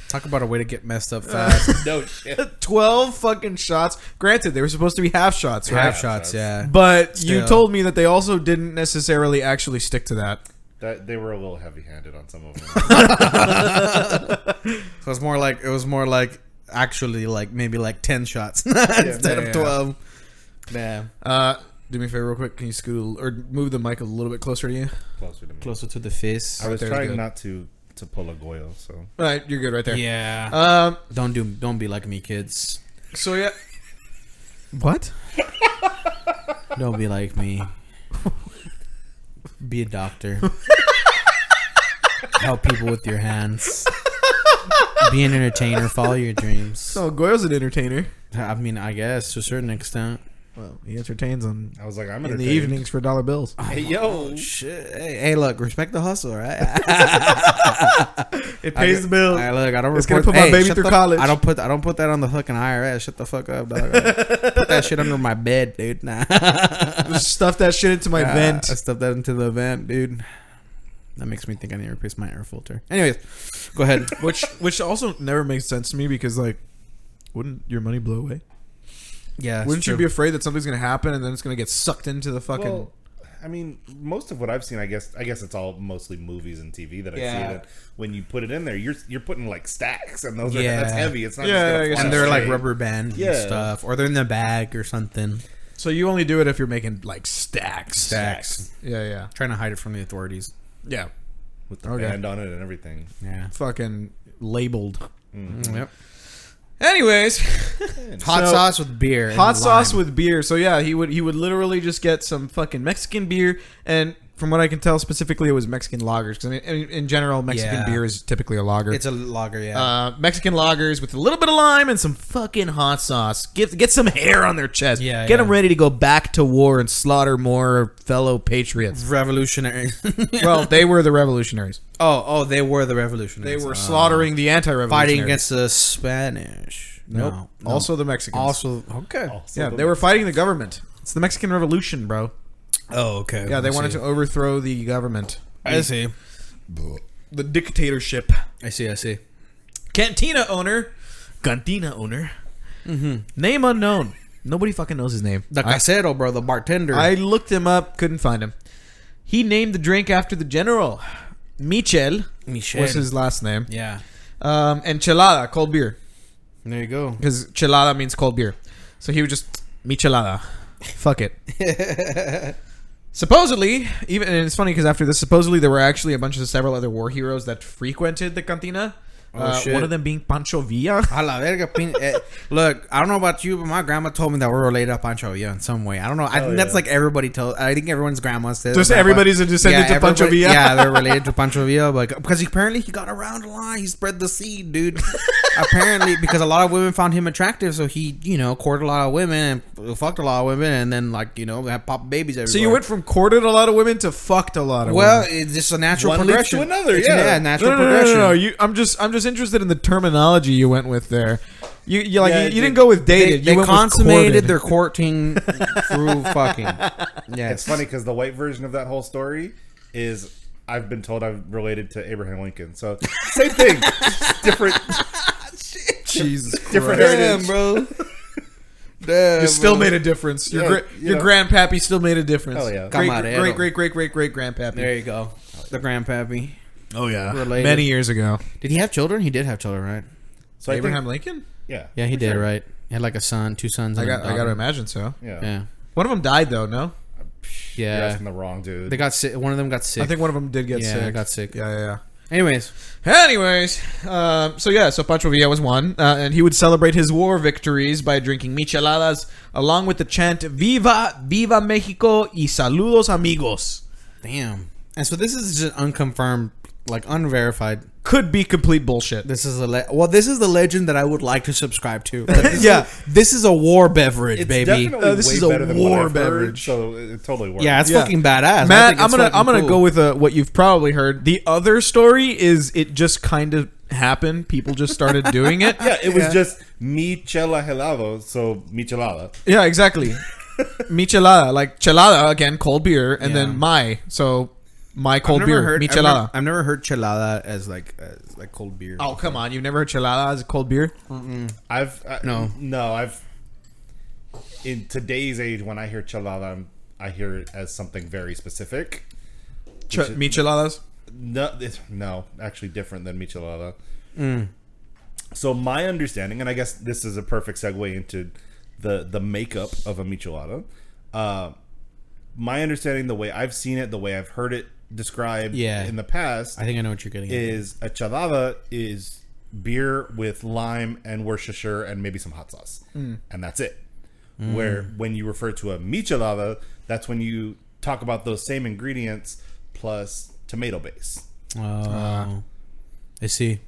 [SPEAKER 3] Talk about a way to get messed
[SPEAKER 4] Uh,
[SPEAKER 3] up fast.
[SPEAKER 4] bad. No shit.
[SPEAKER 5] Uh, Twelve fucking shots. Granted, they were supposed to be half shots, right?
[SPEAKER 3] Half shots, yeah.
[SPEAKER 5] But you
[SPEAKER 3] Still.
[SPEAKER 5] told me that they also didn't necessarily actually stick to that.
[SPEAKER 4] That, they were a little heavy handed on some of them.
[SPEAKER 3] So it's more like it was more like actually like maybe like ten shots instead
[SPEAKER 5] yeah.
[SPEAKER 3] of twelve. Damn.
[SPEAKER 5] Uh, do me a favor, real quick. Can you scoot a, or move the mic a little bit closer to you?
[SPEAKER 4] Closer to me.
[SPEAKER 3] Closer to the fist.
[SPEAKER 4] I was
[SPEAKER 5] there's
[SPEAKER 4] trying
[SPEAKER 5] good.
[SPEAKER 4] not to, to pull a Goyo, so.
[SPEAKER 5] All right, you're good right there.
[SPEAKER 3] Yeah.
[SPEAKER 5] Um.
[SPEAKER 3] don't do. Don't be like me, kids.
[SPEAKER 5] So yeah. What?
[SPEAKER 3] Don't be like me. Be a doctor. Help people with your hands. Be an entertainer. Follow your dreams.
[SPEAKER 5] Oh, Goyle's an entertainer.
[SPEAKER 3] I mean, I guess to a certain extent.
[SPEAKER 5] Well, he entertains on
[SPEAKER 4] I was like, I'm
[SPEAKER 5] in the
[SPEAKER 4] entertained.
[SPEAKER 5] evenings for dollar bills.
[SPEAKER 4] Hey, yo,
[SPEAKER 3] Shit. Hey, hey, look, respect the hustle, all right?
[SPEAKER 5] It pays the bill.
[SPEAKER 3] Hey, look, I don't
[SPEAKER 5] It's gonna
[SPEAKER 3] report-
[SPEAKER 5] put my baby
[SPEAKER 3] shut
[SPEAKER 5] through
[SPEAKER 3] the-
[SPEAKER 5] college.
[SPEAKER 3] I don't put I don't put that on the fucking IRS. Shut the fuck up, dog. put that shit under my bed, dude. Nah.
[SPEAKER 5] Just stuff that shit into my
[SPEAKER 3] Ah,
[SPEAKER 5] vent.
[SPEAKER 3] I stuffed that into the vent, dude. That makes me think I need to replace my air filter. Anyways, go ahead.
[SPEAKER 5] which which also never makes sense to me because like wouldn't your money blow away
[SPEAKER 3] Yeah. it's
[SPEAKER 5] wouldn't you
[SPEAKER 3] true.
[SPEAKER 5] be afraid that something's gonna happen and then it's gonna get sucked into the fucking
[SPEAKER 4] Well, I mean, most of what I've seen, I guess, I guess it's all mostly movies and TV that I
[SPEAKER 5] Yeah.
[SPEAKER 4] see. That when you put it in there, you're you're putting like stacks, and those
[SPEAKER 3] Yeah.
[SPEAKER 4] are that's heavy. It's not
[SPEAKER 5] Yeah, I
[SPEAKER 4] just
[SPEAKER 5] guess
[SPEAKER 4] gonna
[SPEAKER 3] and
[SPEAKER 4] fly
[SPEAKER 3] they're like
[SPEAKER 4] straight.
[SPEAKER 3] rubber band
[SPEAKER 4] Yeah.
[SPEAKER 3] and stuff, or they're in the bag or something.
[SPEAKER 5] so you only do it if you're making like stacks
[SPEAKER 3] Stacks.
[SPEAKER 5] yeah yeah
[SPEAKER 3] Trying to hide it from the authorities.
[SPEAKER 5] yeah
[SPEAKER 4] with the
[SPEAKER 5] Okay.
[SPEAKER 4] band on it and everything.
[SPEAKER 3] Yeah.
[SPEAKER 5] fucking labeled
[SPEAKER 3] Yep.
[SPEAKER 5] anyways
[SPEAKER 3] Hot
[SPEAKER 5] So-
[SPEAKER 3] sauce with beer. and
[SPEAKER 5] hot sauce
[SPEAKER 3] lime.
[SPEAKER 5] with beer so yeah he would he would literally just get some fucking mexican beer and from what i can tell specifically it was mexican lagers because I mean, in, in general mexican
[SPEAKER 3] Yeah.
[SPEAKER 5] beer is typically a lager
[SPEAKER 3] It's a lager, yeah.
[SPEAKER 5] uh, Mexican lagers with a little bit of lime and some fucking hot sauce. Get get some hair on their chest.
[SPEAKER 3] Yeah,
[SPEAKER 5] get
[SPEAKER 3] yeah.
[SPEAKER 5] them ready to go back to war and slaughter more fellow patriots.
[SPEAKER 3] revolutionary.
[SPEAKER 5] well, they were the revolutionaries.
[SPEAKER 3] oh, oh, they were the revolutionaries.
[SPEAKER 5] They were
[SPEAKER 3] Uh,
[SPEAKER 5] slaughtering the anti-revolutionaries.
[SPEAKER 3] fighting against the Spanish.
[SPEAKER 5] Nope.
[SPEAKER 3] No, no.
[SPEAKER 5] Also the Mexicans.
[SPEAKER 3] also okay.
[SPEAKER 4] Also,
[SPEAKER 5] yeah,
[SPEAKER 4] the-
[SPEAKER 5] they were fighting the government. It's the Mexican Revolution, bro.
[SPEAKER 3] Oh, okay.
[SPEAKER 5] Yeah, they wanted to overthrow the government,
[SPEAKER 3] I see.
[SPEAKER 5] the dictatorship.
[SPEAKER 3] I see. I see.
[SPEAKER 5] Cantina owner, cantina owner, name unknown. Nobody fucking knows his name.
[SPEAKER 3] The casero, bro, the bartender.
[SPEAKER 5] I looked him up, couldn't find him. He named the drink after the general. Michel
[SPEAKER 3] Michel.
[SPEAKER 5] was his last name.
[SPEAKER 3] yeah.
[SPEAKER 5] Um, and chelada, cold beer.
[SPEAKER 3] There you go.
[SPEAKER 5] Because chelada means cold beer. So he would just, michelada. Fuck it. supposedly, even, and it's funny because after this, supposedly there were actually a bunch of several other war heroes that frequented the cantina. uh,
[SPEAKER 3] Oh, shit.
[SPEAKER 5] One of them being Pancho Villa.
[SPEAKER 3] A la verga, pin- eh, Look, I don't know about you, but my grandma told me that we're related to Pancho Villa in some way. I don't know. I think that's
[SPEAKER 4] yeah.
[SPEAKER 3] like everybody tells. I think everyone's grandma says.
[SPEAKER 5] Just
[SPEAKER 3] that,
[SPEAKER 5] everybody's a descendant of Pancho
[SPEAKER 3] everybody-
[SPEAKER 5] Villa.
[SPEAKER 3] Yeah, they're related to Pancho Villa, but because he- apparently he got around a lot. He spread the seed, dude. apparently, because a lot of women found him attractive, so he, you know, courted a lot of women and fucked a lot of women, and then like you know, had pop babies everywhere.
[SPEAKER 5] So you went from courted a lot of women to fucked a lot of women.
[SPEAKER 3] Well, it's just a natural
[SPEAKER 4] One leads
[SPEAKER 3] progression
[SPEAKER 4] to another,
[SPEAKER 3] It's-
[SPEAKER 4] yeah.
[SPEAKER 3] natural
[SPEAKER 5] no, no, no, no,
[SPEAKER 3] progression.
[SPEAKER 5] no, no. You, I'm just, I'm just interested in the terminology you went with there. You, you like,
[SPEAKER 4] Yeah,
[SPEAKER 5] you, you
[SPEAKER 4] they-
[SPEAKER 5] didn't go with
[SPEAKER 3] They,
[SPEAKER 5] dated.
[SPEAKER 3] they
[SPEAKER 5] you went with
[SPEAKER 3] consummated
[SPEAKER 5] courted.
[SPEAKER 3] their courting through fucking. Yeah,
[SPEAKER 4] It's funny because the white version of that whole story is I've been told I'm related to Abraham Lincoln. So same thing, different
[SPEAKER 5] Jesus
[SPEAKER 4] different
[SPEAKER 5] Christ.
[SPEAKER 4] heritage.
[SPEAKER 3] bro. Damn,
[SPEAKER 5] You still made a difference. Your,
[SPEAKER 4] Yeah,
[SPEAKER 5] gra-
[SPEAKER 4] you
[SPEAKER 5] your
[SPEAKER 4] know.
[SPEAKER 5] grandpappy still made a difference.
[SPEAKER 4] Hell yeah.
[SPEAKER 5] Great,
[SPEAKER 3] Camarero.
[SPEAKER 5] great, great, great, great, great, grandpappy.
[SPEAKER 3] There you go. The grandpappy.
[SPEAKER 5] oh yeah,
[SPEAKER 3] Related.
[SPEAKER 5] many years ago.
[SPEAKER 3] Did he have children? He did have children, right?
[SPEAKER 4] So I think-
[SPEAKER 5] Abraham Lincoln.
[SPEAKER 4] yeah,
[SPEAKER 3] Yeah, he did, right? He had like a son, two sons.
[SPEAKER 5] I
[SPEAKER 3] And
[SPEAKER 5] got,
[SPEAKER 3] a
[SPEAKER 5] I got to
[SPEAKER 3] daughter.
[SPEAKER 5] imagine so.
[SPEAKER 4] yeah.
[SPEAKER 3] Yeah,
[SPEAKER 5] One of them died though. No,
[SPEAKER 4] You're
[SPEAKER 3] yeah.
[SPEAKER 4] asking the wrong dude.
[SPEAKER 3] They got sick. One of them got sick.
[SPEAKER 5] I think one of them did get
[SPEAKER 3] Yeah,
[SPEAKER 5] sick.
[SPEAKER 3] got sick.
[SPEAKER 5] Yeah, yeah, yeah.
[SPEAKER 3] Anyways,
[SPEAKER 5] Anyways, um, so yeah, so Pancho Villa was one, uh, and he would celebrate his war victories by drinking micheladas along with the chant "Viva, Viva Mexico y Saludos Amigos."
[SPEAKER 3] damn. And so this is just unconfirmed, like unverified.
[SPEAKER 5] Could be complete bullshit.
[SPEAKER 3] This is a le- well. This is the legend that I would like to subscribe to.
[SPEAKER 5] Yeah.
[SPEAKER 3] this is a war beverage,
[SPEAKER 4] It's
[SPEAKER 3] baby.
[SPEAKER 4] definitely
[SPEAKER 5] Uh, this
[SPEAKER 4] way
[SPEAKER 5] is a
[SPEAKER 4] better than
[SPEAKER 5] war
[SPEAKER 4] what I've heard,
[SPEAKER 5] beverage.
[SPEAKER 4] so it, it totally works.
[SPEAKER 3] Yeah, it's
[SPEAKER 5] Yeah.
[SPEAKER 3] fucking badass.
[SPEAKER 5] Matt, I'm gonna I'm gonna go with uh what you've probably heard. The other story is it just kind of happened. People just started doing it.
[SPEAKER 4] yeah, it was just Michela Helavo, so Michelada.
[SPEAKER 5] yeah, exactly. Michelada, like chelada again, cold beer, and
[SPEAKER 3] Yeah.
[SPEAKER 5] then my so my cold beer michelada.
[SPEAKER 3] I've never heard chelada as like as like cold beer.
[SPEAKER 5] Oh come on! You've never heard chelada as a cold beer?
[SPEAKER 4] I've I,
[SPEAKER 3] No.
[SPEAKER 4] no, I've in today's age when I hear chelada, I'm, I hear it as something very specific.
[SPEAKER 5] Ch- micheladas.
[SPEAKER 4] No, it's, no, actually different than michelada.
[SPEAKER 3] Mm.
[SPEAKER 4] So my understanding, and I guess this is a perfect segue into the the makeup of a michelada. Uh, my understanding, the way I've seen it, the way I've heard it described
[SPEAKER 3] Yeah.
[SPEAKER 4] in the past,
[SPEAKER 3] I think I know what you're getting. at.
[SPEAKER 4] is a chalada is beer with lime and Worcestershire and maybe some hot sauce,
[SPEAKER 3] Mm.
[SPEAKER 4] and that's it. Where when you refer to a michelada, that's when you talk about those same ingredients plus tomato base.
[SPEAKER 3] Oh, I see.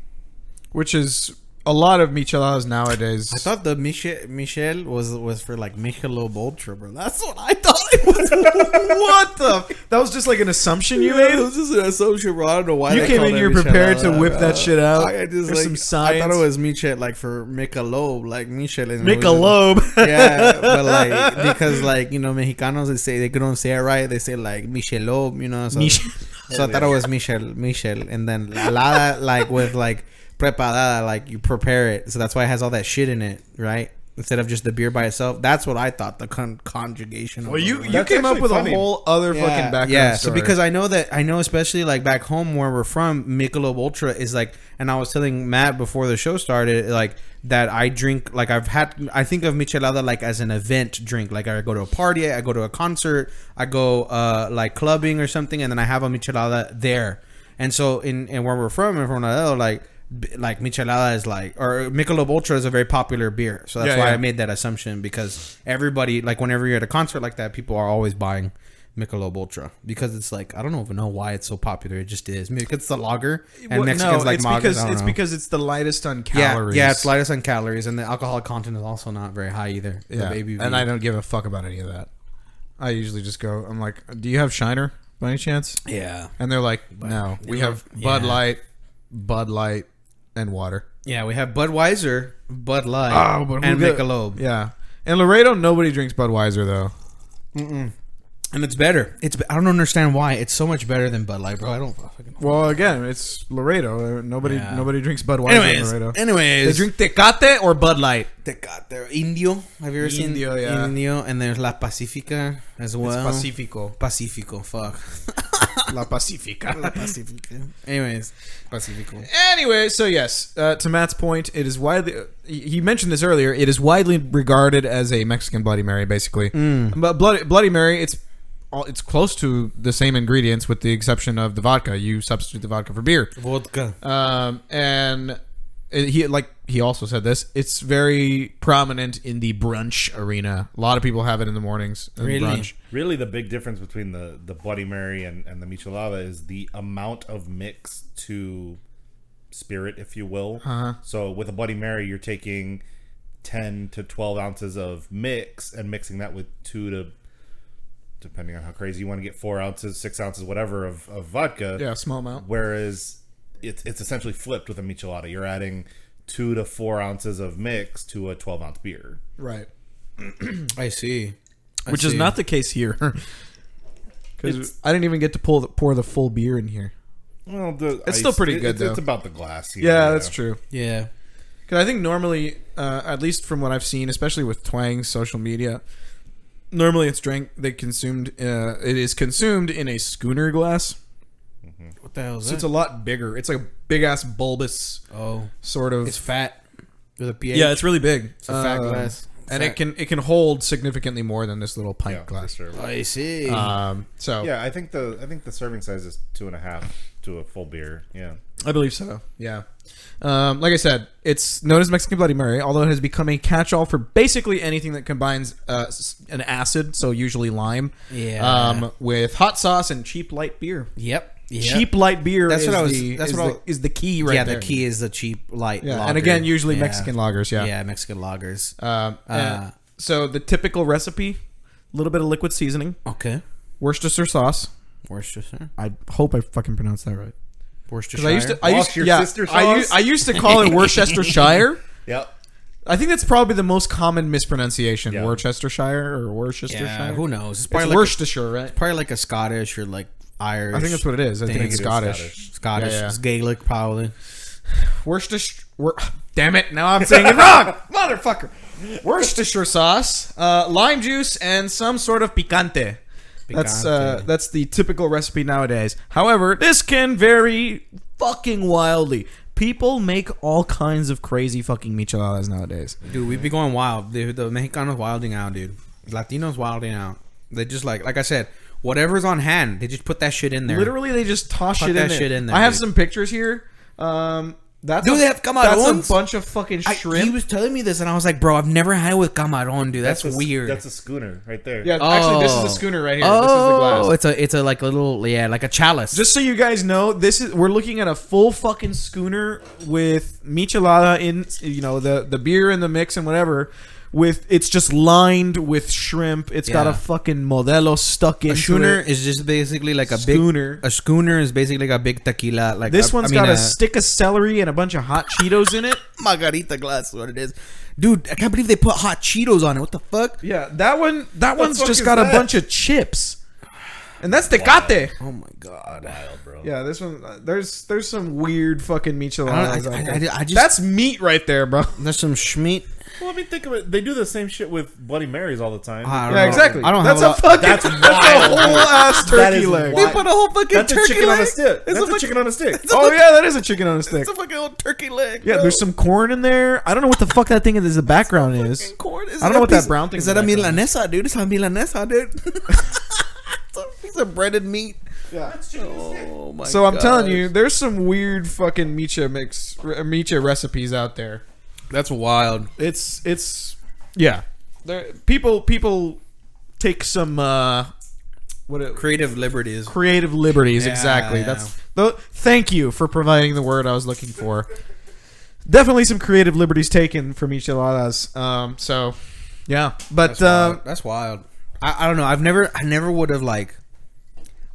[SPEAKER 5] which is a lot of micheladas nowadays.
[SPEAKER 3] I thought the Michel Michel was was for like Michelob Ultra, bro. That's what I thought it was.
[SPEAKER 5] what the? That was just like an assumption you made.
[SPEAKER 3] it was just an assumption, bro. I don't know why
[SPEAKER 5] You
[SPEAKER 3] they
[SPEAKER 5] came
[SPEAKER 3] called
[SPEAKER 5] in,
[SPEAKER 3] it
[SPEAKER 5] you were prepared to
[SPEAKER 3] Michelada,
[SPEAKER 5] whip that
[SPEAKER 3] bro.
[SPEAKER 5] shit out.
[SPEAKER 3] Uh, I, I just
[SPEAKER 5] There's
[SPEAKER 3] like
[SPEAKER 5] some
[SPEAKER 3] I thought
[SPEAKER 5] science.
[SPEAKER 3] it was Michel, like for Michelob, like Michel and
[SPEAKER 5] Michelob.
[SPEAKER 3] yeah, but like because like you know Mexicanos they say they couldn't say it right. They say like Michelob, you know. So,
[SPEAKER 5] Michel-
[SPEAKER 3] so I thought it was Michel, Michel, and then Lada like with like preparada, like you prepare it. So that's why it has all that shit in it, right? Instead of just the beer by itself. That's what I thought the con- conjugation. of
[SPEAKER 5] Well,
[SPEAKER 3] it
[SPEAKER 5] you
[SPEAKER 3] was.
[SPEAKER 5] you
[SPEAKER 4] That's
[SPEAKER 5] came up
[SPEAKER 4] actually
[SPEAKER 5] with
[SPEAKER 4] funny.
[SPEAKER 5] a whole other fucking background
[SPEAKER 3] yeah.
[SPEAKER 5] story.
[SPEAKER 3] So because I know that I know especially like back home where we're from, Michelob Ultra is like, and I was telling Matt before the show started, like that I drink like I've had I think of michelada like as an event drink. Like I go to a party, I go to a concert, I go uh like clubbing or something, and then I have a michelada there. And so in and where we're from, in Coronado, like b- like michelada is like or Michelob Ultra is a very popular beer. So that's
[SPEAKER 5] Yeah,
[SPEAKER 3] why
[SPEAKER 5] yeah.
[SPEAKER 3] I made that assumption because everybody like whenever you're at a concert like that, people are always buying Michelob Ultra because it's like I don't even know why it's so popular. It just is. Maybe because it's a lager and
[SPEAKER 5] Well,
[SPEAKER 3] Mexicans like
[SPEAKER 5] it's
[SPEAKER 3] magas. I
[SPEAKER 5] because
[SPEAKER 3] don't
[SPEAKER 5] it's
[SPEAKER 3] know.
[SPEAKER 5] because it's the lightest on
[SPEAKER 3] yeah,
[SPEAKER 5] calories.
[SPEAKER 3] yeah, it's lightest on calories and the alcohol content is also not very high either. The
[SPEAKER 5] Yeah,
[SPEAKER 3] ABV.
[SPEAKER 5] and I don't give a fuck about any of that. I usually just go. I'm like, "Do you have Shiner by any chance?"
[SPEAKER 3] yeah,
[SPEAKER 5] And they're like, "No, we have Bud Light, Bud Light, and water."
[SPEAKER 3] yeah, we have Budweiser, Bud Light,
[SPEAKER 5] Oh, but who
[SPEAKER 3] and
[SPEAKER 5] get-
[SPEAKER 3] Michelob,
[SPEAKER 5] Yeah, in Laredo, nobody drinks Budweiser though.
[SPEAKER 3] and it's better. It's be- I don't understand why it's so much better than Bud Light, bro. I don't fucking.
[SPEAKER 5] Well, again, it's Laredo. Uh, Nobody,
[SPEAKER 3] Yeah.
[SPEAKER 5] nobody drinks Budweiser
[SPEAKER 3] Anyways,
[SPEAKER 5] in Laredo.
[SPEAKER 3] anyways,
[SPEAKER 5] They drink Tecate or Bud Light.
[SPEAKER 3] Tecate, Indio. Have you ever seen
[SPEAKER 5] Indio, yeah.
[SPEAKER 3] Indio, and there's La Pacifica as well.
[SPEAKER 5] Pacifico,
[SPEAKER 3] Pacifico, fuck.
[SPEAKER 5] La Pacifica.
[SPEAKER 3] Pacifico. Anyways, Pacifico.
[SPEAKER 5] Anyway, so yes, uh, to Matt's point, it is widely. uh, He he mentioned this earlier. It is widely regarded as a Mexican Bloody Mary, basically. But Bloody, Bloody Mary, it's all, it's close to the same ingredients, with the exception of the vodka. You substitute the vodka for beer,
[SPEAKER 3] Vodka.
[SPEAKER 5] um, and it, he like he also said this. It's very prominent in the brunch arena. A lot of people have it in the mornings. in
[SPEAKER 3] Really?
[SPEAKER 5] brunch.
[SPEAKER 4] Really, the big difference between the, the Bloody Mary and, and the Michelada is the amount of mix to spirit, if you will. Uh-huh. So, with a Bloody Mary, you're taking 10 to 12 ounces of mix and mixing that with two to, depending on how crazy you want to get, four ounces, six ounces, whatever, of, of vodka.
[SPEAKER 5] Yeah, small amount.
[SPEAKER 4] Whereas it's it's essentially flipped with a michelada. You're adding two to four ounces of mix to a twelve ounce beer.
[SPEAKER 5] Right.
[SPEAKER 3] I see. I
[SPEAKER 5] Which is
[SPEAKER 3] see.
[SPEAKER 5] not the case here. Because I didn't even get to pull the, pour the full beer in here.
[SPEAKER 4] Well, the
[SPEAKER 5] It's still pretty good,
[SPEAKER 4] it's, It's
[SPEAKER 5] though.
[SPEAKER 4] about the glass. you
[SPEAKER 5] Yeah,
[SPEAKER 4] know.
[SPEAKER 5] that's true.
[SPEAKER 3] Yeah.
[SPEAKER 5] Because I think normally, uh, at least from what I've seen, especially with Twang's social media, normally it's drank. They consumed. Uh, it is consumed in a schooner glass,
[SPEAKER 3] What the hell is
[SPEAKER 5] so it's a lot bigger. It's like a big ass bulbous
[SPEAKER 3] oh,
[SPEAKER 5] sort of.
[SPEAKER 3] it's fat. With a pH.
[SPEAKER 5] yeah, it's really big. It's
[SPEAKER 3] a fat glass.
[SPEAKER 5] and
[SPEAKER 3] Fat.
[SPEAKER 5] it can it can hold significantly more than this little pint
[SPEAKER 4] Yeah, for
[SPEAKER 5] glass.
[SPEAKER 4] sure.
[SPEAKER 3] I see.
[SPEAKER 5] Um, so
[SPEAKER 4] Yeah, I think the I think the serving size is two and a half to a full beer. Yeah,
[SPEAKER 5] I believe so. Yeah. Um, like I said, it's known as Mexican Bloody Mary, although it has become a catch-all for basically anything that combines uh, s- an acid, so usually lime,
[SPEAKER 3] Yeah.
[SPEAKER 5] um, with hot sauce and cheap light beer.
[SPEAKER 3] yep. yep.
[SPEAKER 5] Cheap light beer.
[SPEAKER 3] That's
[SPEAKER 5] is
[SPEAKER 3] what I was-
[SPEAKER 5] The,
[SPEAKER 3] that's
[SPEAKER 5] is,
[SPEAKER 3] what I
[SPEAKER 5] the,
[SPEAKER 3] was-
[SPEAKER 5] is the key right
[SPEAKER 3] yeah,
[SPEAKER 5] there.
[SPEAKER 3] the key is the cheap light.
[SPEAKER 5] Yeah, and
[SPEAKER 3] lager.
[SPEAKER 5] again, usually
[SPEAKER 3] Yeah.
[SPEAKER 5] Mexican lagers. Yeah.
[SPEAKER 3] Yeah. Uh, Mexican lagers.
[SPEAKER 5] Um, and- so the typical recipe: a little bit of liquid seasoning,
[SPEAKER 3] okay.
[SPEAKER 5] Worcestershire sauce.
[SPEAKER 3] Worcestershire.
[SPEAKER 5] Uh, I hope I fucking pronounced that right.
[SPEAKER 3] Worcestershire.
[SPEAKER 5] Because I used to, I used,
[SPEAKER 4] Wash your
[SPEAKER 5] yeah,
[SPEAKER 4] sister
[SPEAKER 5] I, u-
[SPEAKER 4] sauce?
[SPEAKER 5] I used to call it Worcestershire.
[SPEAKER 4] yep.
[SPEAKER 5] I think that's probably the most common mispronunciation:
[SPEAKER 4] Yeah.
[SPEAKER 5] Worcestershire or Worcestershire.
[SPEAKER 3] yeah. Who knows? It's
[SPEAKER 5] It's
[SPEAKER 3] probably like
[SPEAKER 5] Worcestershire, right?
[SPEAKER 3] probably like a Scottish or like Irish.
[SPEAKER 5] I think that's what it is. I think
[SPEAKER 3] Think
[SPEAKER 5] it's
[SPEAKER 4] it is
[SPEAKER 5] Scottish.
[SPEAKER 4] Scottish.
[SPEAKER 3] Scottish.
[SPEAKER 5] Yeah, yeah.
[SPEAKER 3] It's Gaelic probably.
[SPEAKER 5] Worcestershire. Wor- Damn it! Now I'm saying it wrong, motherfucker. Worcestershire sauce, uh, lime juice, and some sort of picante. That's uh,
[SPEAKER 3] Picante.
[SPEAKER 5] that's the typical recipe nowadays. However, this can vary fucking wildly. People make all kinds of crazy fucking micheladas nowadays.
[SPEAKER 3] Dude, we be going wild. Dude, the Mexicanos wilding out, dude. Latinos wilding out. They just like, like I said, whatever's on hand, they just put that shit in there.
[SPEAKER 5] Literally, they just toss
[SPEAKER 3] Put
[SPEAKER 5] shit, in
[SPEAKER 3] that
[SPEAKER 5] there.
[SPEAKER 3] shit in there,
[SPEAKER 5] I have
[SPEAKER 3] dude.
[SPEAKER 5] some pictures here. Um, That's
[SPEAKER 3] Do
[SPEAKER 5] a,
[SPEAKER 3] they have
[SPEAKER 5] That's
[SPEAKER 3] camarones?
[SPEAKER 5] a bunch of fucking
[SPEAKER 3] I,
[SPEAKER 5] shrimp.
[SPEAKER 3] he was telling me this, and I was like, "Bro, I've never had it with camarón, dude. That's,
[SPEAKER 4] a,
[SPEAKER 3] weird."
[SPEAKER 4] That's a schooner right there.
[SPEAKER 5] yeah, actually, this is
[SPEAKER 3] Oh.
[SPEAKER 5] a schooner right here. this is the
[SPEAKER 3] oh,
[SPEAKER 5] glass.
[SPEAKER 3] it's a it's a like little yeah, like a chalice.
[SPEAKER 5] Just so you guys know, this is we're looking at a full fucking schooner with michelada in, you know, the the beer and the mix and whatever. With it's just lined with shrimp. It's got a
[SPEAKER 3] Yeah.
[SPEAKER 5] fucking modelo stuck in
[SPEAKER 3] a schooner is just basically like a
[SPEAKER 5] Schooner.
[SPEAKER 3] big a schooner is basically like a big tequila. Like
[SPEAKER 5] This
[SPEAKER 3] one's
[SPEAKER 5] one's got a, stick of celery and a bunch of hot Cheetos in it.
[SPEAKER 3] margarita glass. Is what it is, dude? I can't believe they put hot Cheetos on it. What the fuck?
[SPEAKER 5] Yeah, that one. That one's
[SPEAKER 4] fuck
[SPEAKER 5] just
[SPEAKER 4] is
[SPEAKER 5] got a
[SPEAKER 4] that?
[SPEAKER 5] bunch of chips, and that's Tecate.
[SPEAKER 3] Oh my god.
[SPEAKER 4] Wild, bro.
[SPEAKER 5] Yeah, this one. uh, There's there's some weird fucking micheladas. out
[SPEAKER 3] I- I-
[SPEAKER 5] there.
[SPEAKER 3] I- I just-
[SPEAKER 5] that's meat right there, bro.
[SPEAKER 3] There's some schmeat.
[SPEAKER 4] Well, I mean, think of it. They do the same shit with Bloody Marys all the time.
[SPEAKER 3] I don't
[SPEAKER 5] Yeah,
[SPEAKER 3] know.
[SPEAKER 5] exactly.
[SPEAKER 3] I don't
[SPEAKER 5] that's
[SPEAKER 3] have
[SPEAKER 5] a
[SPEAKER 3] a
[SPEAKER 5] fucking
[SPEAKER 4] That's
[SPEAKER 5] that's,
[SPEAKER 4] wild.
[SPEAKER 5] a whole ass
[SPEAKER 4] That
[SPEAKER 5] turkey
[SPEAKER 4] is
[SPEAKER 5] leg.
[SPEAKER 4] wild.
[SPEAKER 3] a whole fucking
[SPEAKER 4] That's a chicken on a stick. That's a
[SPEAKER 3] fucking-
[SPEAKER 4] chicken on a stick.
[SPEAKER 5] Oh yeah, that is a chicken on a stick.
[SPEAKER 3] It's a fucking old turkey leg.
[SPEAKER 5] Yeah,
[SPEAKER 3] bro.
[SPEAKER 5] there's some corn in there. I don't know what the fuck that thing is. The background is.
[SPEAKER 3] corn. Is
[SPEAKER 5] I don't
[SPEAKER 3] it
[SPEAKER 5] know
[SPEAKER 3] a
[SPEAKER 5] what that
[SPEAKER 3] piece-
[SPEAKER 5] brown thing
[SPEAKER 3] is.
[SPEAKER 5] in
[SPEAKER 3] That a
[SPEAKER 5] the background
[SPEAKER 3] milanesa, dude? It's a milanesa, dude. it's a piece of breaded meat. Oh my.
[SPEAKER 5] So I'm telling
[SPEAKER 3] gosh.
[SPEAKER 5] you, there's some weird fucking micha mix, re- micha recipes out there.
[SPEAKER 3] that's wild.
[SPEAKER 5] It's it's yeah. There people people take some uh what it,
[SPEAKER 3] Creative liberties.
[SPEAKER 5] creative liberties
[SPEAKER 3] Yeah,
[SPEAKER 5] exactly.
[SPEAKER 3] yeah.
[SPEAKER 5] That's the thank you for providing the word I was looking for. Definitely some creative liberties taken from micheladas. Um so yeah, but
[SPEAKER 3] That's
[SPEAKER 5] uh
[SPEAKER 3] wild. That's wild. I, I don't know. I've never, I never would have like,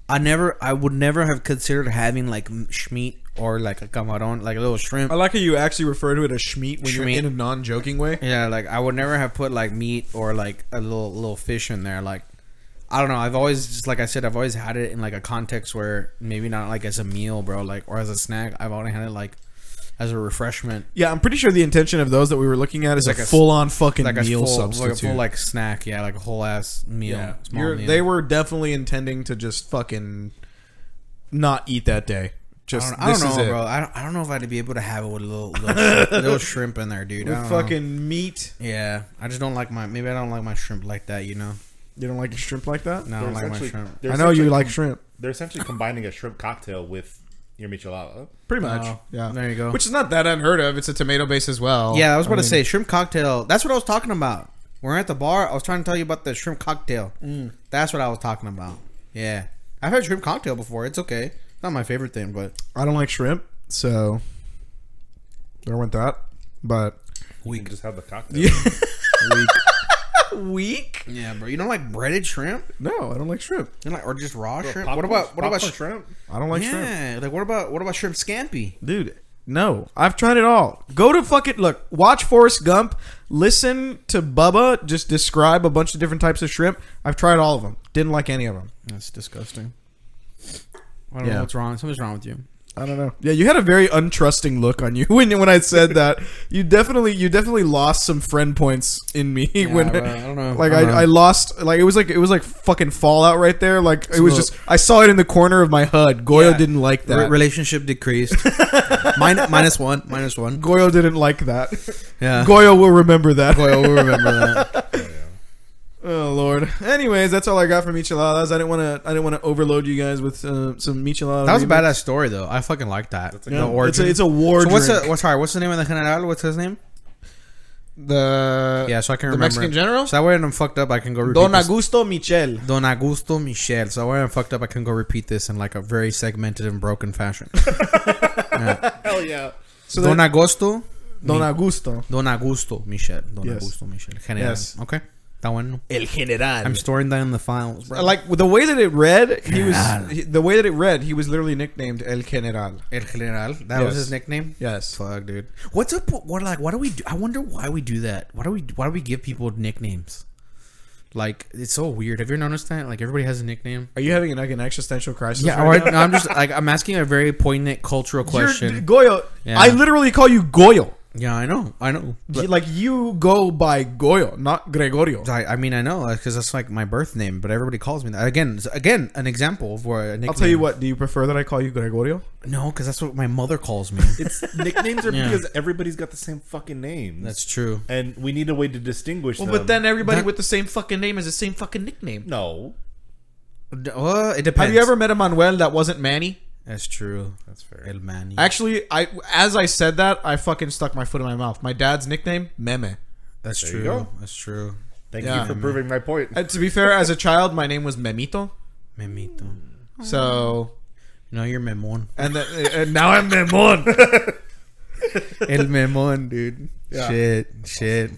[SPEAKER 3] I never, I would never have considered having like m- schmeat or like a camarón, like a little shrimp.
[SPEAKER 5] I like how you actually refer to it as schmeat when you're
[SPEAKER 3] Schmeat.
[SPEAKER 5] in a non-joking way.
[SPEAKER 3] Yeah, like I would never have put like meat or like a little little fish in there. Like I don't know. I've always just like I said, I've always had it in like a context where maybe not like as a meal, bro, like or as a snack. I've only had it like as a refreshment,
[SPEAKER 5] Yeah, I'm pretty sure the intention of those that we were looking at is
[SPEAKER 3] Like
[SPEAKER 5] a
[SPEAKER 3] a s-
[SPEAKER 5] full-on fucking
[SPEAKER 3] like
[SPEAKER 5] meal
[SPEAKER 3] a full,
[SPEAKER 5] substitute.
[SPEAKER 3] like a full like snack. Yeah, like a whole ass meal.
[SPEAKER 5] Yeah,
[SPEAKER 3] small
[SPEAKER 5] You're-
[SPEAKER 3] meal.
[SPEAKER 5] they were definitely intending to just fucking not eat that day.
[SPEAKER 3] I
[SPEAKER 5] Just
[SPEAKER 3] don't, I don't
[SPEAKER 5] this is
[SPEAKER 3] know,
[SPEAKER 5] it.
[SPEAKER 3] bro. I don't, I don't know if I'd be able to have it with a little little, shrimp, little shrimp in there, dude. I
[SPEAKER 5] With
[SPEAKER 3] don't know.
[SPEAKER 5] fucking meat.
[SPEAKER 3] yeah. I just don't like my maybe I don't like my shrimp like that. You know,
[SPEAKER 5] You don't like your shrimp like that?
[SPEAKER 3] no, I don't like
[SPEAKER 4] They're
[SPEAKER 3] my
[SPEAKER 4] essentially-
[SPEAKER 3] shrimp.
[SPEAKER 4] they're
[SPEAKER 5] I know you
[SPEAKER 4] essentially-
[SPEAKER 5] like shrimp.
[SPEAKER 4] They're essentially combining a shrimp cocktail with your michelada.
[SPEAKER 5] Pretty much.
[SPEAKER 3] Oh,
[SPEAKER 5] yeah.
[SPEAKER 3] there you go.
[SPEAKER 5] Which is not that unheard of. It's a tomato base as well.
[SPEAKER 3] Yeah, I was about to
[SPEAKER 5] Oh, mean,
[SPEAKER 3] say shrimp cocktail. That's what I was talking about. We're at the bar. I was trying to tell you about the shrimp cocktail. That's what I was talking about. Yeah, I've had shrimp cocktail before. It's okay. Not my favorite thing, but
[SPEAKER 5] I don't like shrimp, so there went that. But
[SPEAKER 4] We can just have the cocktail.
[SPEAKER 5] weak?
[SPEAKER 3] yeah, bro. You don't like breaded shrimp?
[SPEAKER 5] No, I don't like shrimp.
[SPEAKER 3] You don't like, or just raw shrimp?
[SPEAKER 4] Popcorn-
[SPEAKER 3] what about what about
[SPEAKER 4] popcorn
[SPEAKER 3] sh-
[SPEAKER 4] shrimp?
[SPEAKER 5] I don't like shrimp.
[SPEAKER 3] Yeah, like what about what about shrimp scampi?
[SPEAKER 5] Dude, no. I've tried it all. Go to fucking look, watch Forrest Gump, listen to Bubba just describe a bunch of different types of shrimp. I've tried all of them. Didn't like any of them.
[SPEAKER 3] That's disgusting. I don't
[SPEAKER 5] Yeah.
[SPEAKER 3] know what's wrong. Something's wrong with you.
[SPEAKER 5] I don't know. Yeah, you had a very untrusting look on you when when I said that. You definitely you definitely lost some friend points in me when
[SPEAKER 3] bro, I don't know.
[SPEAKER 5] Like
[SPEAKER 3] I
[SPEAKER 5] I,
[SPEAKER 3] don't know.
[SPEAKER 5] I lost like it was like it was like fucking fallout right there. Like it was
[SPEAKER 3] little-
[SPEAKER 5] just I saw it in the corner of my HUD. Goyle
[SPEAKER 3] Yeah.
[SPEAKER 5] didn't like that.
[SPEAKER 3] Re- relationship decreased. Min- minus one. Minus one.
[SPEAKER 5] Goyle didn't like that.
[SPEAKER 3] Yeah.
[SPEAKER 5] Goyle will remember that.
[SPEAKER 3] Boy, I Uh. will remember that.
[SPEAKER 5] Oh lord. Anyways, that's all I got from micheladas. I didn't want to. I didn't want to overload you guys with uh, some micheladas.
[SPEAKER 3] That was a badass story though. I fucking like that.
[SPEAKER 4] That's a
[SPEAKER 3] the
[SPEAKER 4] good-
[SPEAKER 3] origin.
[SPEAKER 5] It's a, it's a war.
[SPEAKER 3] So what's
[SPEAKER 5] drink.
[SPEAKER 3] the what's sorry, what's the name of the general? What's his name?
[SPEAKER 5] the
[SPEAKER 3] Yeah, so I can
[SPEAKER 5] the
[SPEAKER 3] remember.
[SPEAKER 5] Mexican general?
[SPEAKER 3] So that way I'm fucked up, I can go repeat
[SPEAKER 5] Don
[SPEAKER 3] this.
[SPEAKER 5] Augusto Michel.
[SPEAKER 3] Don Augusto Michel. So that way I'm fucked up, I can go repeat this in like a very segmented and broken fashion.
[SPEAKER 4] Hell yeah.
[SPEAKER 5] So
[SPEAKER 3] Don
[SPEAKER 5] Don,
[SPEAKER 3] Augusto.
[SPEAKER 5] Don Augusto.
[SPEAKER 3] Don Augusto Michel. Don
[SPEAKER 5] Yes.
[SPEAKER 3] Augusto Michel. General.
[SPEAKER 5] Yes.
[SPEAKER 3] Okay. That one.
[SPEAKER 6] El General.
[SPEAKER 3] I'm storing that in the files, bro.
[SPEAKER 5] Like the way that it read, he was
[SPEAKER 3] General.
[SPEAKER 5] he, the way that it read. He was literally nicknamed El General.
[SPEAKER 3] El General. That
[SPEAKER 5] Yes.
[SPEAKER 3] was his nickname.
[SPEAKER 5] Yes.
[SPEAKER 3] Fuck, dude. What's up? with- What like? Why do we? Do, I wonder why we do that. Why do we? Why do we give people nicknames? Like it's so weird. Have you noticed that? Like everybody has a nickname.
[SPEAKER 5] Are you having an, like an existential crisis?
[SPEAKER 3] Yeah,
[SPEAKER 5] right
[SPEAKER 3] all right.
[SPEAKER 5] now?
[SPEAKER 3] No, I'm just like I'm asking a very poignant cultural
[SPEAKER 5] You're-
[SPEAKER 3] question.
[SPEAKER 5] Goyle.
[SPEAKER 3] Yeah.
[SPEAKER 5] I literally call you Goyle.
[SPEAKER 3] yeah, I know, I know. But,
[SPEAKER 5] like you go by Goyle, not Gregorio.
[SPEAKER 3] I, I mean, I know because that's like my birth name, but everybody calls me that. Again, it's- again, an example of where a nickname.
[SPEAKER 5] I'll tell you what. Do you prefer that I call you Gregorio?
[SPEAKER 3] No, because that's what my mother calls me.
[SPEAKER 4] It's nicknames are
[SPEAKER 3] Yeah.
[SPEAKER 4] because everybody's got the same fucking names.
[SPEAKER 3] that's true.
[SPEAKER 4] and we need a way to distinguish
[SPEAKER 5] Well,
[SPEAKER 4] them.
[SPEAKER 5] but then everybody
[SPEAKER 3] Um, That-
[SPEAKER 5] with the same fucking name has the same fucking nickname.
[SPEAKER 4] no.
[SPEAKER 3] D- Well, it depends.
[SPEAKER 5] Have you ever met a Manuel that wasn't Manny?
[SPEAKER 3] That's true.
[SPEAKER 4] That's fair.
[SPEAKER 3] El Manny.
[SPEAKER 5] Actually, I as I said that, I fucking stuck my foot in my mouth. My dad's nickname, Meme.
[SPEAKER 3] That's
[SPEAKER 4] There you
[SPEAKER 3] true.
[SPEAKER 4] go.
[SPEAKER 3] That's true.
[SPEAKER 4] Thank
[SPEAKER 5] Yeah.
[SPEAKER 4] you for proving my point.
[SPEAKER 5] And to be fair, as a child, my name was Memito.
[SPEAKER 3] Memito.
[SPEAKER 5] So,
[SPEAKER 3] No, you're Memon.
[SPEAKER 5] and, then and now I'm Memon.
[SPEAKER 3] El Memon, dude. Shit, shit.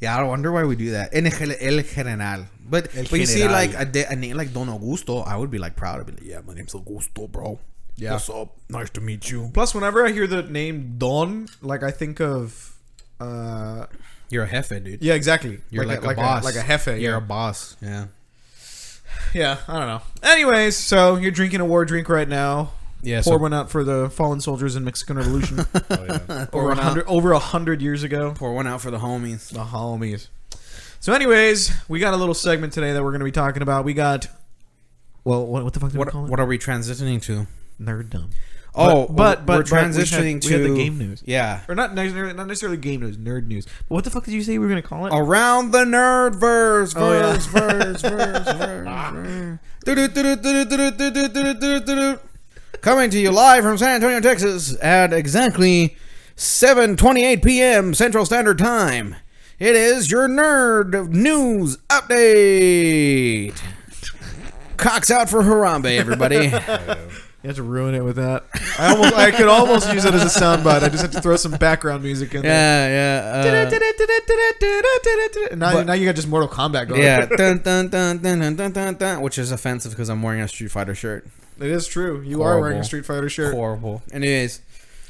[SPEAKER 3] Yeah, I wonder why we do that. El, Gel- El General. But, but you see,
[SPEAKER 6] General.
[SPEAKER 3] like a, de- a name like Don Augusto, I would be like proud of it. Like, yeah, my name's Augusto, bro. Yeah. What's up? Nice to meet you.
[SPEAKER 5] Plus, whenever I hear the name Don, like I think of, uh,
[SPEAKER 3] You're a jefe, dude.
[SPEAKER 5] yeah, exactly.
[SPEAKER 3] You're like, a, boss.
[SPEAKER 5] like a jefe.
[SPEAKER 3] You're
[SPEAKER 5] yeah.
[SPEAKER 3] a boss. Yeah.
[SPEAKER 5] Yeah, I don't know. Anyways, so you're drinking a war drink right now.
[SPEAKER 3] Yeah.
[SPEAKER 5] Pour
[SPEAKER 3] so-
[SPEAKER 5] one out for the fallen soldiers in Mexican Revolution
[SPEAKER 4] Oh, yeah.
[SPEAKER 5] over a hundred over a hundred years ago.
[SPEAKER 3] pour one out for the homies.
[SPEAKER 5] The homies. So, anyways, we got a little segment today that we're going to be talking about. We got, well, what, what the fuck did we
[SPEAKER 3] What
[SPEAKER 5] call it?
[SPEAKER 3] what are we transitioning to?
[SPEAKER 5] Nerd dumb.
[SPEAKER 3] Oh,
[SPEAKER 5] but-
[SPEAKER 3] we're
[SPEAKER 5] but- but we had-
[SPEAKER 3] transitioning
[SPEAKER 5] we had
[SPEAKER 3] to
[SPEAKER 5] the game news.
[SPEAKER 3] Yeah.
[SPEAKER 5] Or not necessarily, not necessarily game news, nerd news. Oh. But what the fuck did you say we were going to call it?
[SPEAKER 3] Around the nerd verse,
[SPEAKER 5] Oh, yeah.
[SPEAKER 3] verse, verse, verse, verse, verse. Coming to you live from San Antonio, Texas, at exactly 7:28 p.m. Central Standard Time. It is your nerd news update. Cocks out for Harambe, everybody.
[SPEAKER 5] You had to ruin it with that. I almost, I could almost use it as a soundbite. I just had to throw some background music in there.
[SPEAKER 3] yeah. uh,
[SPEAKER 5] now,
[SPEAKER 3] But-
[SPEAKER 5] now you got just Mortal Kombat going.
[SPEAKER 3] yeah, dun, dun, dun, dun, dun, dun, dun, dun, which is offensive because I'm wearing a Street Fighter shirt.
[SPEAKER 5] it is true. You are
[SPEAKER 3] Horrible.
[SPEAKER 5] wearing a Street Fighter shirt.
[SPEAKER 3] Horrible. Anyways,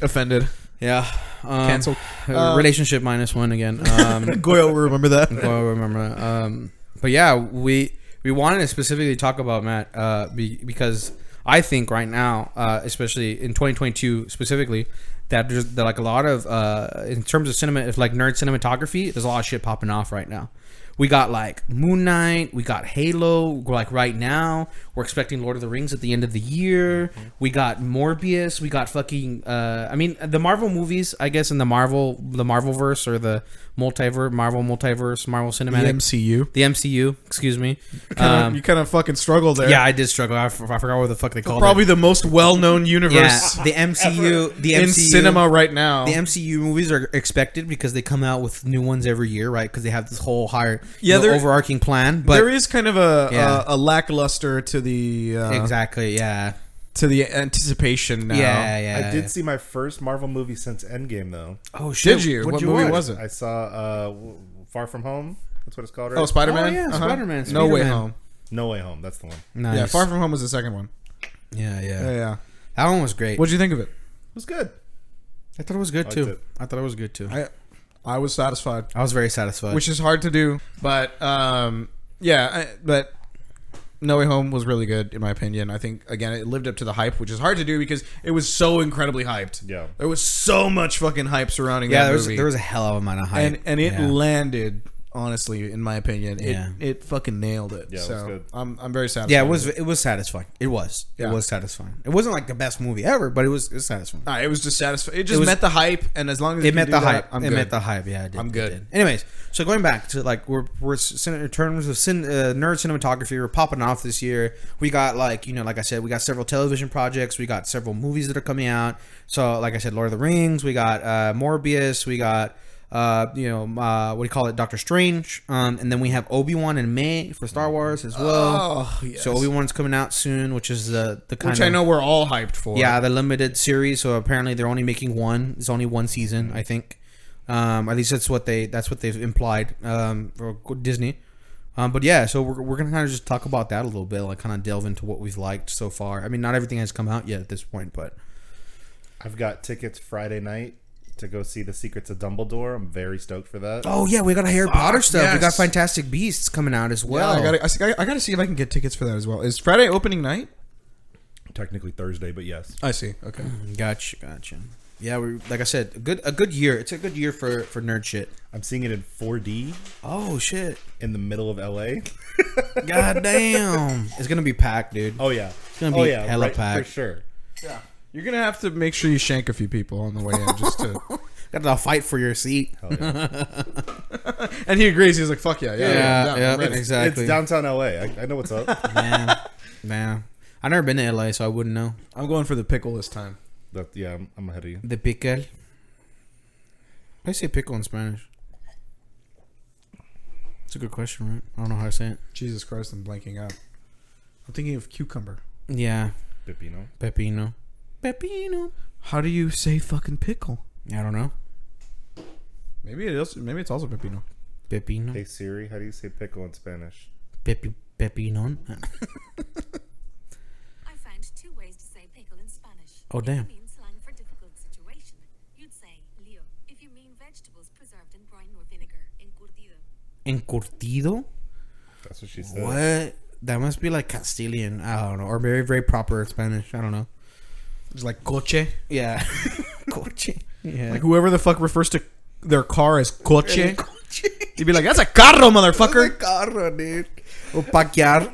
[SPEAKER 5] Offended.
[SPEAKER 3] yeah, um,
[SPEAKER 5] Cancelled.
[SPEAKER 3] uh, relationship minus one again. Um,
[SPEAKER 5] Goyo, remember that?
[SPEAKER 3] well, I remember. that. Um, but yeah, we we wanted to specifically talk about Matt uh, be, because I think right now, uh, especially in 2022 specifically, that there's that like a lot of uh, in terms of cinema, if like nerd cinematography, there's a lot of shit popping off right now. We got like Moon Knight, we got Halo. we're, Like right now, we're expecting Lord of the Rings at the end of the year.
[SPEAKER 5] Mm-hmm.
[SPEAKER 3] We got Morbius. We got fucking. Uh, I mean, the Marvel movies, I guess, in the Marvel, the Marvel verse or the multiverse, Marvel multiverse, Marvel cinematic,
[SPEAKER 5] MCU.
[SPEAKER 3] the MCU. Excuse me.
[SPEAKER 5] you
[SPEAKER 3] Um,
[SPEAKER 5] kind of fucking struggle there.
[SPEAKER 3] yeah, I did struggle. I, f- I forgot what the fuck they called
[SPEAKER 5] Probably
[SPEAKER 3] it.
[SPEAKER 5] the most well-known universe
[SPEAKER 3] yeah, the MCU, the MCU
[SPEAKER 5] in cinema right now.
[SPEAKER 3] the MCU movies are expected because they come out with new ones every year, right? Because they have this whole higher,
[SPEAKER 5] Yeah,
[SPEAKER 3] you know,
[SPEAKER 5] there-
[SPEAKER 3] overarching plan. But
[SPEAKER 5] there is kind of a
[SPEAKER 3] Yeah.
[SPEAKER 5] a, a lackluster to the uh,
[SPEAKER 3] exactly, yeah,
[SPEAKER 5] to the anticipation now.
[SPEAKER 3] yeah, yeah.
[SPEAKER 4] I did see my first Marvel movie since Endgame, though.
[SPEAKER 3] Oh shit!
[SPEAKER 5] Did you?
[SPEAKER 3] What'd
[SPEAKER 5] What
[SPEAKER 3] you
[SPEAKER 5] movie
[SPEAKER 3] watch?
[SPEAKER 5] was it?
[SPEAKER 4] I saw uh, W- Far From Home. That's what it's called, right?
[SPEAKER 5] Oh, Spider Man.
[SPEAKER 3] Oh, yeah, Spider-Man,
[SPEAKER 5] No way
[SPEAKER 3] Spider-Man.
[SPEAKER 5] home.
[SPEAKER 4] no Way Home. That's the one. It
[SPEAKER 3] Nice.
[SPEAKER 5] Yeah, Far From Home was the second one.
[SPEAKER 3] Yeah, yeah,
[SPEAKER 5] Yeah, yeah.
[SPEAKER 3] That one was great.
[SPEAKER 5] What'd you think of it?
[SPEAKER 4] was good.
[SPEAKER 3] I thought it was good
[SPEAKER 4] Liked
[SPEAKER 3] too.
[SPEAKER 4] it.
[SPEAKER 3] I thought it was good too. I,
[SPEAKER 5] I I was satisfied,
[SPEAKER 3] was very satisfied.
[SPEAKER 5] which is hard to do, but um, yeah, I, but. No Way Home was really good, in my opinion. I think again it lived up to the hype, which is hard to do because it was so incredibly hyped.
[SPEAKER 4] Yeah.
[SPEAKER 5] there was so much fucking hype surrounding
[SPEAKER 3] yeah,
[SPEAKER 5] that
[SPEAKER 3] there was
[SPEAKER 5] movie.
[SPEAKER 3] there was a hell of a amount of hype,
[SPEAKER 5] and and it
[SPEAKER 3] Yeah.
[SPEAKER 5] landed honestly in my opinion it
[SPEAKER 3] Yeah.
[SPEAKER 5] it fucking nailed it
[SPEAKER 4] Yeah, it was
[SPEAKER 5] so
[SPEAKER 4] good.
[SPEAKER 5] i'm i'm very satisfied
[SPEAKER 3] yeah, it
[SPEAKER 5] with
[SPEAKER 3] was it was satisfying. It was
[SPEAKER 5] Yeah.
[SPEAKER 3] it was satisfying. It wasn't like the best movie ever, but it was it was satisfying.
[SPEAKER 5] Nah, it was just satisfied it just
[SPEAKER 3] was-
[SPEAKER 5] met the hype and as long as you
[SPEAKER 3] It
[SPEAKER 5] can
[SPEAKER 3] met
[SPEAKER 5] do
[SPEAKER 3] the
[SPEAKER 5] that,
[SPEAKER 3] hype.
[SPEAKER 5] i'm
[SPEAKER 3] it
[SPEAKER 5] good.
[SPEAKER 3] met the hype. Yeah, I did.
[SPEAKER 5] I'm
[SPEAKER 3] It
[SPEAKER 5] good.
[SPEAKER 3] did. Anyways, so going back to like we're we're cin- in terms of cin- uh, nerd cinematography, we're popping off this year. We got like you know, like I said, we got several television projects. We got several movies that are coming out. So like I said, Lord of the Rings. We got uh, Morbius. We got. Uh, you know, uh, what do you call it, Doctor Strange? Um, and then we have Obi Wan in May for Star Wars as well.
[SPEAKER 5] oh yes.
[SPEAKER 3] So Obi Wan's coming out soon, which is the the kind
[SPEAKER 5] which
[SPEAKER 3] of
[SPEAKER 5] i know we're all hyped for
[SPEAKER 3] yeah, the limited series. So apparently they're only making one. It's only one season, I think. Um, at least that's what they that's what they've implied um, for Disney. Um, but yeah, so we're, we're gonna kind of just talk about that a little bit, like kind of delve into what we've liked so far. I mean, not everything has come out yet at this point, but
[SPEAKER 4] I've got tickets Friday night to go see The Secrets of Dumbledore. I'm very stoked for that.
[SPEAKER 3] oh yeah, we got a Harry Potter stuff. We got
[SPEAKER 5] yes.
[SPEAKER 3] Fantastic Beasts coming out as
[SPEAKER 5] Yeah,
[SPEAKER 3] well.
[SPEAKER 5] I gotta, I s- I, gotta see if I can get tickets for that as well. Is Friday opening night?
[SPEAKER 4] Technically Thursday, but yes.
[SPEAKER 5] I see. Okay.
[SPEAKER 3] gotcha, gotcha. Yeah, we like I said, a good a good year. It's a good year for for nerd shit.
[SPEAKER 4] I'm seeing it in 4D
[SPEAKER 3] Oh shit!
[SPEAKER 4] in the middle of LA.
[SPEAKER 3] God damn, it's gonna be packed, dude.
[SPEAKER 4] Oh yeah.
[SPEAKER 3] gonna
[SPEAKER 4] oh
[SPEAKER 3] be
[SPEAKER 4] yeah,
[SPEAKER 3] hella
[SPEAKER 4] right, for
[SPEAKER 3] packed.
[SPEAKER 4] sure.
[SPEAKER 5] You're gonna have to make sure you shank a few people on the way in, just to.
[SPEAKER 3] Got to fight for your seat.
[SPEAKER 4] Hell yeah.
[SPEAKER 5] and he agrees. He's like, "Fuck yeah, yeah,
[SPEAKER 3] Yeah,
[SPEAKER 5] I'm
[SPEAKER 3] yeah,
[SPEAKER 5] ready."
[SPEAKER 3] exactly.
[SPEAKER 4] It's downtown LA. I, I know what's up.
[SPEAKER 3] man, man. I've never been to LA, so I wouldn't know.
[SPEAKER 5] I'm going for the pickle this time.
[SPEAKER 4] That, yeah, I'm, I'm ahead of you.
[SPEAKER 3] The pickle. I say pickle in Spanish. It's a good question, right? I don't know how to say it.
[SPEAKER 5] Jesus Christ, I'm blanking out. I'm thinking of cucumber.
[SPEAKER 3] Yeah,
[SPEAKER 4] Pepino.
[SPEAKER 3] pepino. Pepino.
[SPEAKER 5] How do you say fucking pickle?
[SPEAKER 3] I don't know.
[SPEAKER 5] Maybe it is. Maybe it's also pepino.
[SPEAKER 3] Pepino.
[SPEAKER 4] Hey Siri, how do you say pickle in Spanish?
[SPEAKER 3] Pepi, pepino.
[SPEAKER 7] I found two ways to say pickle in Spanish.
[SPEAKER 3] Oh,
[SPEAKER 7] If
[SPEAKER 3] damn.
[SPEAKER 7] you mean slang for difficult situation, you'd say lío. If you mean vegetables preserved in brine or vinegar, encurtido.
[SPEAKER 3] Encurtido?
[SPEAKER 4] That's what she said.
[SPEAKER 3] What? That must be like Castilian. I don't know. Or very, very proper Spanish. I don't know.
[SPEAKER 5] It's like coche.
[SPEAKER 3] Yeah. Coche. Yeah.
[SPEAKER 5] Like whoever the fuck refers to their car as coche, you'd be like, "That's a carro, motherfucker."
[SPEAKER 3] carro, dude. O paquear.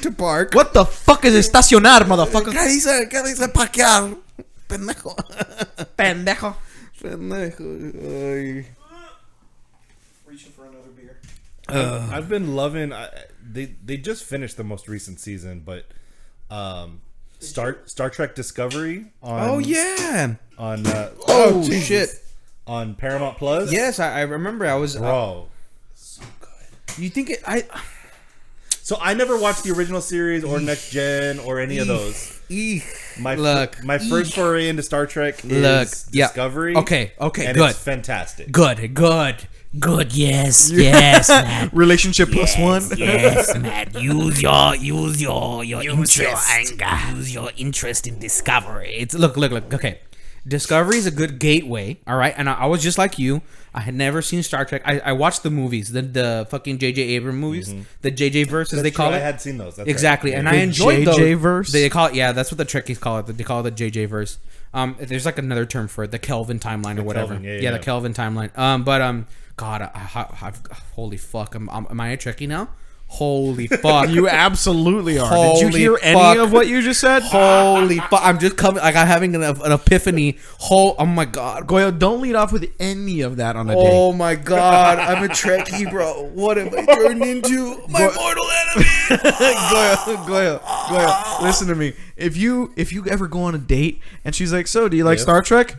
[SPEAKER 3] to park.
[SPEAKER 5] What the fuck is estacionar, motherfucker?
[SPEAKER 3] dice? ¿Qué dice paquear? Pendejo.
[SPEAKER 5] Pendejo.
[SPEAKER 3] Pendejo.
[SPEAKER 5] Reaching for another beer.
[SPEAKER 4] I've been loving. I, they they just finished the most recent season, but um, Star Star Trek Discovery on
[SPEAKER 3] Oh, yeah.
[SPEAKER 4] on uh,
[SPEAKER 3] Oh, shit.
[SPEAKER 4] on Paramount Plus.
[SPEAKER 3] Yes, I, I remember. I was.
[SPEAKER 4] bro.
[SPEAKER 3] you think it, I.
[SPEAKER 4] So I never watched the original series or Next Gen or any of those.
[SPEAKER 3] Eek.
[SPEAKER 4] My fir-
[SPEAKER 3] Look.
[SPEAKER 4] my first foray into Star Trek is
[SPEAKER 3] Look, yeah.
[SPEAKER 4] Discovery.
[SPEAKER 3] Okay, okay,
[SPEAKER 4] and
[SPEAKER 3] good.
[SPEAKER 4] It's fantastic.
[SPEAKER 3] Good, good, good. Yes,
[SPEAKER 5] yes, Relationship plus one.
[SPEAKER 8] Yes, man. Use your use your your use interest. your anger. Use your interest in discovery.
[SPEAKER 3] It's look, look, look. Okay, Discovery is a good gateway. All right, and I, I was just like you. I had never seen Star Trek. I, I watched the movies, the the fucking J.J. Abrams movies, the J.J. verse as they
[SPEAKER 4] Mm-hmm. That's
[SPEAKER 3] call
[SPEAKER 4] true,
[SPEAKER 3] it.
[SPEAKER 4] I had seen those. That's right.
[SPEAKER 3] Exactly, and I
[SPEAKER 5] The
[SPEAKER 3] enjoyed those.
[SPEAKER 5] JJ verse?
[SPEAKER 3] They call it, yeah, that's what the Trekkies call it. They call it the JJ verse. Um, there's like another term for it, the Kelvin timeline or whatever.
[SPEAKER 4] Kelvin, yeah,
[SPEAKER 3] yeah,
[SPEAKER 4] yeah,
[SPEAKER 3] the
[SPEAKER 4] yeah.
[SPEAKER 3] Kelvin timeline. Um, but um, God, I, I, I've, holy fuck, am, am, am I a Trekkie now? Holy fuck,
[SPEAKER 5] You absolutely are. Did
[SPEAKER 3] Holy
[SPEAKER 5] you hear
[SPEAKER 3] fuck.
[SPEAKER 5] any of what you just said?
[SPEAKER 3] holy fuck, I'm just coming, like I'm having an, an epiphany. Whole, oh my God,
[SPEAKER 5] Goyo, don't lead off with any of that on a
[SPEAKER 3] oh my God, I'm a Trekkie, bro. What have I turned into? My mortal enemy.
[SPEAKER 5] date. Goyo, Goyo, Goyo, listen to me. If you if you ever go on a date and she's like, "So, do you like Star Trek?"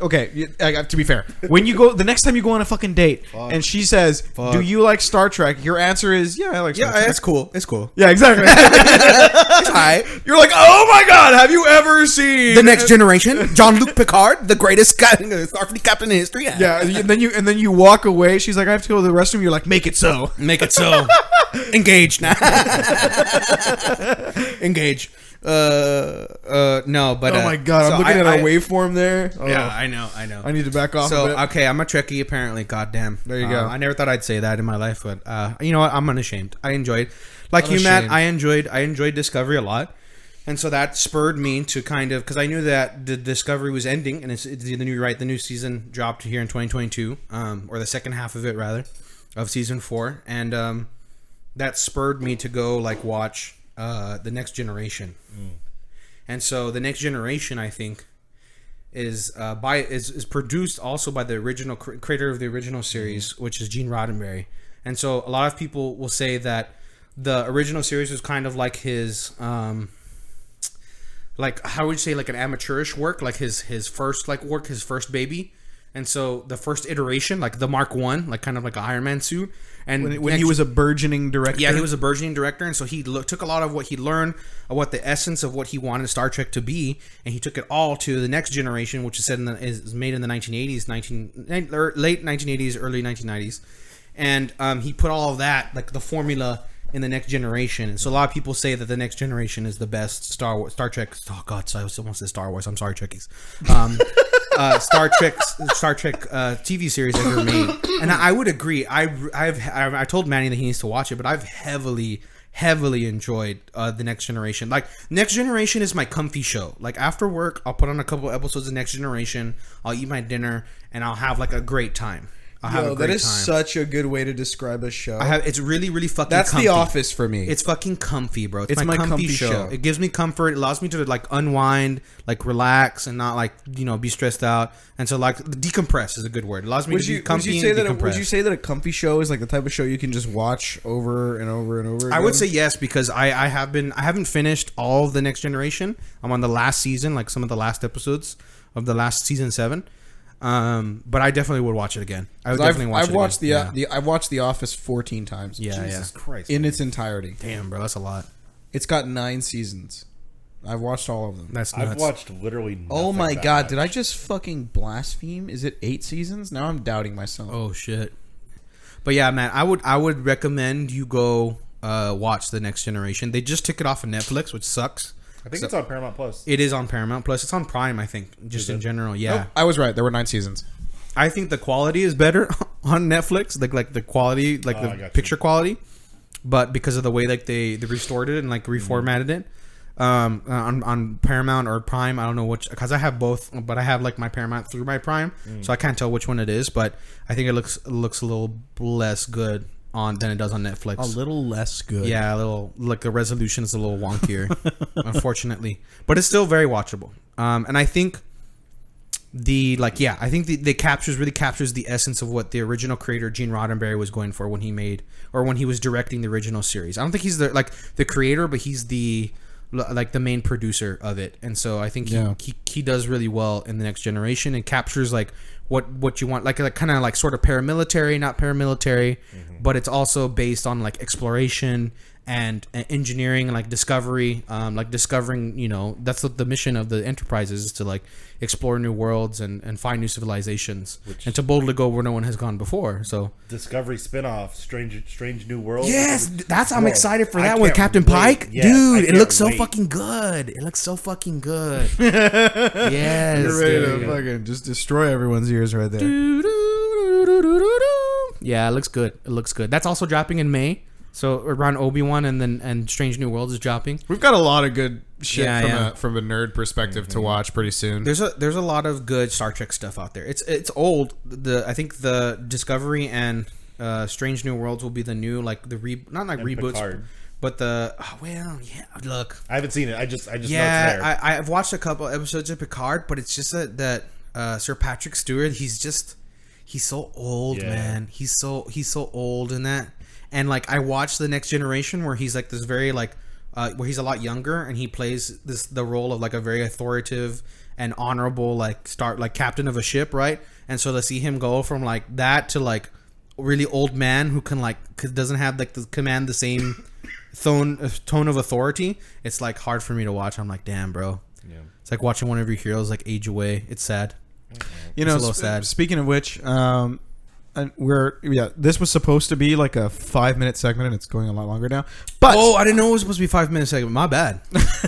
[SPEAKER 5] Okay, you- I got- to be fair, when you go the next time you go on a fucking date and she says, "Do you like Star Trek?" Your answer is, "Yeah, I like Star
[SPEAKER 2] Eh,
[SPEAKER 5] Trek."
[SPEAKER 3] cool. It's cool.
[SPEAKER 5] Yeah, exactly. You're like, oh my god, have you ever seen
[SPEAKER 3] The Next Generation, John Luke Picard, the greatest ca- Starfleet captain in history.
[SPEAKER 5] Yeah, and then you and then you walk away. She's like, I have to go to the restroom. You're like, make it so.
[SPEAKER 3] Make it so. Engage now. Engage. Uh, uh, no, but
[SPEAKER 5] Oh
[SPEAKER 3] uh,
[SPEAKER 5] my god,
[SPEAKER 3] so
[SPEAKER 5] I'm looking
[SPEAKER 3] I-
[SPEAKER 5] at our
[SPEAKER 3] I-
[SPEAKER 5] waveform there. Oh,
[SPEAKER 3] Yeah, I know, I know.
[SPEAKER 5] I need to back off. a
[SPEAKER 3] so
[SPEAKER 5] bit.
[SPEAKER 3] okay, I'm a Trekkie apparently. Goddamn, there
[SPEAKER 5] you go.
[SPEAKER 3] I never thought I'd say that in my life, but uh, you know what? I'm unashamed. I enjoyed, like you, Matt.
[SPEAKER 5] Unashamed.
[SPEAKER 3] I enjoyed. I enjoyed Discovery a lot, and so that spurred me to kind of because I knew that the Discovery was ending, and it's, it's the new right. The new season dropped here in 2022, um, or the second half of it rather, of season four, and um, that spurred me to go like watch uh, the Next Generation. And so the next generation, I think, is uh, by is, is produced also by the original cr- creator of the original
[SPEAKER 5] Mm-hmm.
[SPEAKER 3] series, which is Gene Roddenberry. And so a lot of people will say that the original series was kind of like his, um, like how would you say, like an amateurish work, like his his first like work, his first baby. And so the first iteration, like the Mark One, like kind of like an Iron Man suit, and
[SPEAKER 5] when, when
[SPEAKER 3] next-
[SPEAKER 5] he was a burgeoning director,
[SPEAKER 3] yeah, he was a burgeoning director, and so he lo- took a lot of what he learned, uh, what the essence of what he wanted Star Trek to be, and he took it all to the next generation, which is said in the, is made in the 1980s, 19 nin- or er, late 1980s, early 1990s, and um, he put all of that like the formula in the next generation. And so a lot of people say that the next generation is the best Star Wars, Star Trek. Oh God, so I was almost said Star Wars. I'm sorry, Trekkies. Um, uh, Star Trek Star Trek uh, TV series ever made, and I, I would agree. I I've I, I told Manny that he needs to watch it, but I've heavily heavily enjoyed uh, the Next Generation. Like Next Generation is my comfy show. Like after work, I'll put on a couple episodes of Next Generation. I'll eat my dinner, and I'll have like a great time.
[SPEAKER 5] I have
[SPEAKER 6] Yo,
[SPEAKER 5] a
[SPEAKER 6] that
[SPEAKER 5] great
[SPEAKER 6] is
[SPEAKER 5] time.
[SPEAKER 6] such a good way to describe a show.
[SPEAKER 3] I have. It's really, really fucking.
[SPEAKER 6] That's
[SPEAKER 3] comfy.
[SPEAKER 6] The Office for me.
[SPEAKER 3] It's fucking comfy, bro. It's,
[SPEAKER 5] It's
[SPEAKER 3] my, comfy, show. It gives me comfort. It allows me to like unwind, like relax, and not like you know be stressed out. And so like decompress is a good word. It allows me
[SPEAKER 6] would
[SPEAKER 3] to
[SPEAKER 6] you,
[SPEAKER 3] be
[SPEAKER 6] would
[SPEAKER 3] comfy
[SPEAKER 6] you say
[SPEAKER 3] and
[SPEAKER 6] that? A,
[SPEAKER 3] decompress.
[SPEAKER 6] would you say that a comfy show is like the type of show you can just watch over and over and over?
[SPEAKER 3] I would
[SPEAKER 6] again?
[SPEAKER 3] say yes because I, I have been I haven't finished all of the Next Generation. I'm on the last season, like some of the last episodes of the last season seven. Um, but I definitely would watch it again. I would
[SPEAKER 6] I've,
[SPEAKER 3] definitely watch.
[SPEAKER 6] I've
[SPEAKER 3] it
[SPEAKER 6] watched the,
[SPEAKER 3] again.
[SPEAKER 6] uh, the I've watched The Office fourteen times.
[SPEAKER 3] yeah, yeah, yeah.
[SPEAKER 4] Jesus Christ.
[SPEAKER 6] in its entirety.
[SPEAKER 3] Damn, bro, that's a lot.
[SPEAKER 6] It's got nine seasons. I've watched all of them.
[SPEAKER 3] That's nuts.
[SPEAKER 4] I've watched literally.
[SPEAKER 6] Oh
[SPEAKER 4] nothing
[SPEAKER 6] my
[SPEAKER 4] that
[SPEAKER 6] god!
[SPEAKER 4] much.
[SPEAKER 6] Did I just fucking blaspheme? Is it eight seasons? Now I'm doubting myself.
[SPEAKER 3] Oh shit. But yeah, man, I would I would recommend you go uh, watch the Next Generation. They just took it off of Netflix, which sucks.
[SPEAKER 4] I think it's on Paramount Plus.
[SPEAKER 3] It is on Paramount Plus. It's on Prime, I think. Just in general, yeah.
[SPEAKER 6] I was right. There were nine seasons.
[SPEAKER 3] I think the quality is better on Netflix, like like the quality, like
[SPEAKER 4] Oh, I got
[SPEAKER 3] the
[SPEAKER 4] you.
[SPEAKER 3] picture quality. But because of the way like they, they restored it and like
[SPEAKER 4] Mm-hmm.
[SPEAKER 3] reformatted it, um, uh, on, on Paramount or Prime, I don't know which because I have both, but I have like my Paramount through my Prime,
[SPEAKER 4] Mm.
[SPEAKER 3] so I can't tell which one it is. But I think it looks it looks a little less good on than it does on Netflix.
[SPEAKER 5] little less good.
[SPEAKER 3] yeah, a little like the resolution is a little wonkier, unfortunately, but it's still very watchable. Um, and I think the like yeah i think the, the captures really captures the essence of what the original creator gene roddenberry was going for when he made or when he was directing the original series i don't think he's the like the creator but he's the l- like the main producer of it and so i think he,
[SPEAKER 6] Yeah.
[SPEAKER 3] he, he does really well in the next generation and captures like what what you want like, like kind of like sort of paramilitary not paramilitary
[SPEAKER 4] Mm-hmm.
[SPEAKER 3] but it's also based on like exploration and uh, engineering and like discovery um, like discovering you know that's what the mission of the enterprise is, is to like explore new worlds and, and find new civilizations and to boldly go where no one has gone before so
[SPEAKER 4] Discovery spinoff, Strange Strange New World.
[SPEAKER 3] yes that's i'm
[SPEAKER 4] Bro,
[SPEAKER 3] excited for
[SPEAKER 4] I
[SPEAKER 3] that with
[SPEAKER 4] can't
[SPEAKER 3] captain
[SPEAKER 4] wait.
[SPEAKER 3] pike
[SPEAKER 4] Yes, I
[SPEAKER 3] dude it
[SPEAKER 4] can't
[SPEAKER 3] looks so
[SPEAKER 4] wait.
[SPEAKER 3] fucking good it looks so fucking good yes
[SPEAKER 5] You're ready
[SPEAKER 3] dude.
[SPEAKER 5] to fucking just destroy everyone's ears right there.
[SPEAKER 3] Yeah, it looks good. It looks good. That's also dropping in May. So around Obi Wan and then and Strange New Worlds is dropping.
[SPEAKER 5] We've got a lot of good shit
[SPEAKER 3] Yeah,
[SPEAKER 5] from
[SPEAKER 3] yeah.
[SPEAKER 5] a from a nerd perspective to watch pretty soon.
[SPEAKER 3] There's a there's a lot of good Star Trek stuff out there. It's it's old. The I think the Discovery and uh, Strange New Worlds will be the new like the re not like
[SPEAKER 4] And
[SPEAKER 3] reboots,
[SPEAKER 4] Picard.
[SPEAKER 3] but the oh, well yeah look
[SPEAKER 4] I haven't seen it. I just I just know it's there.
[SPEAKER 3] yeah I, uh, I've watched a couple episodes of Picard, but it's just that that uh, Sir Patrick Stewart he's just he's so old
[SPEAKER 4] Yeah.
[SPEAKER 3] man he's so he's so old in that and like I watched the Next Generation where he's like this very like uh, where he's a lot younger and he plays this the role of like a very authoritative and honorable like start like captain of a ship right and so to see him go from like that to like really old man who can like c- doesn't have like the command the same tone uh, tone of authority it's like hard for me to watch i'm like damn bro
[SPEAKER 4] Yeah.
[SPEAKER 3] it's like watching one of your heroes like age away it's sad
[SPEAKER 5] you know,
[SPEAKER 3] It's a little
[SPEAKER 5] sp-
[SPEAKER 3] sad.
[SPEAKER 5] speaking of which, um, and we're yeah, this was supposed to be like a five minute segment, and it's going a lot longer now. But
[SPEAKER 3] oh i didn't know it was supposed to be five minutes segment my bad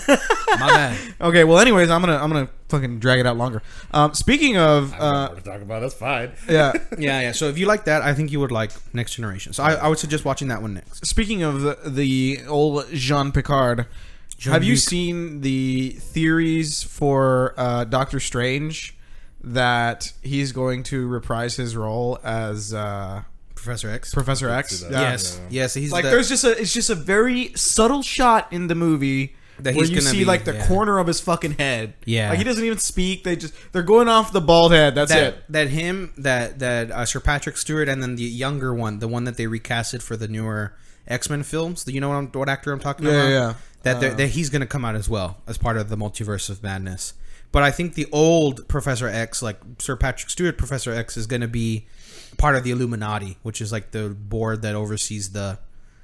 [SPEAKER 3] my bad
[SPEAKER 5] okay, well, anyways, I'm gonna I'm gonna fucking drag it out longer. Um, speaking of,
[SPEAKER 4] I
[SPEAKER 5] uh,
[SPEAKER 4] don't know what to talk about. That's fine.
[SPEAKER 5] yeah,
[SPEAKER 3] yeah yeah so if you like that i think you would like next generation so i, I would suggest watching that one next
[SPEAKER 5] speaking of the, the old Jean Picard, have you
[SPEAKER 3] Jean-Luc.
[SPEAKER 5] seen the theories for uh, Doctor Strange that he's going to reprise his role as uh,
[SPEAKER 3] professor x
[SPEAKER 5] Professor X?
[SPEAKER 4] that.
[SPEAKER 5] Yeah.
[SPEAKER 3] yes yes he's
[SPEAKER 5] Like
[SPEAKER 3] the-
[SPEAKER 5] there's just a it's just a very subtle shot in the movie
[SPEAKER 3] That
[SPEAKER 5] where
[SPEAKER 3] he's
[SPEAKER 5] you
[SPEAKER 3] gonna
[SPEAKER 5] see
[SPEAKER 3] be-
[SPEAKER 5] like the
[SPEAKER 3] yeah.
[SPEAKER 5] corner of his fucking head.
[SPEAKER 3] Yeah.
[SPEAKER 5] like he doesn't even speak. They just they're going off the bald head. That's
[SPEAKER 3] that,
[SPEAKER 5] it.
[SPEAKER 3] that him that that uh, Sir Patrick Stewart and then the younger one, the one that they recasted for the newer X Men films. Do you know what, I'm, what actor I'm talking
[SPEAKER 5] Yeah,
[SPEAKER 3] about?
[SPEAKER 5] yeah, Uh, yeah.
[SPEAKER 3] That they're- that he's going to come out as well as part of the multiverse of madness. But I think the old Professor X, like Sir Patrick Stewart, Professor X is going to be part of the Illuminati, which is like the board that oversees the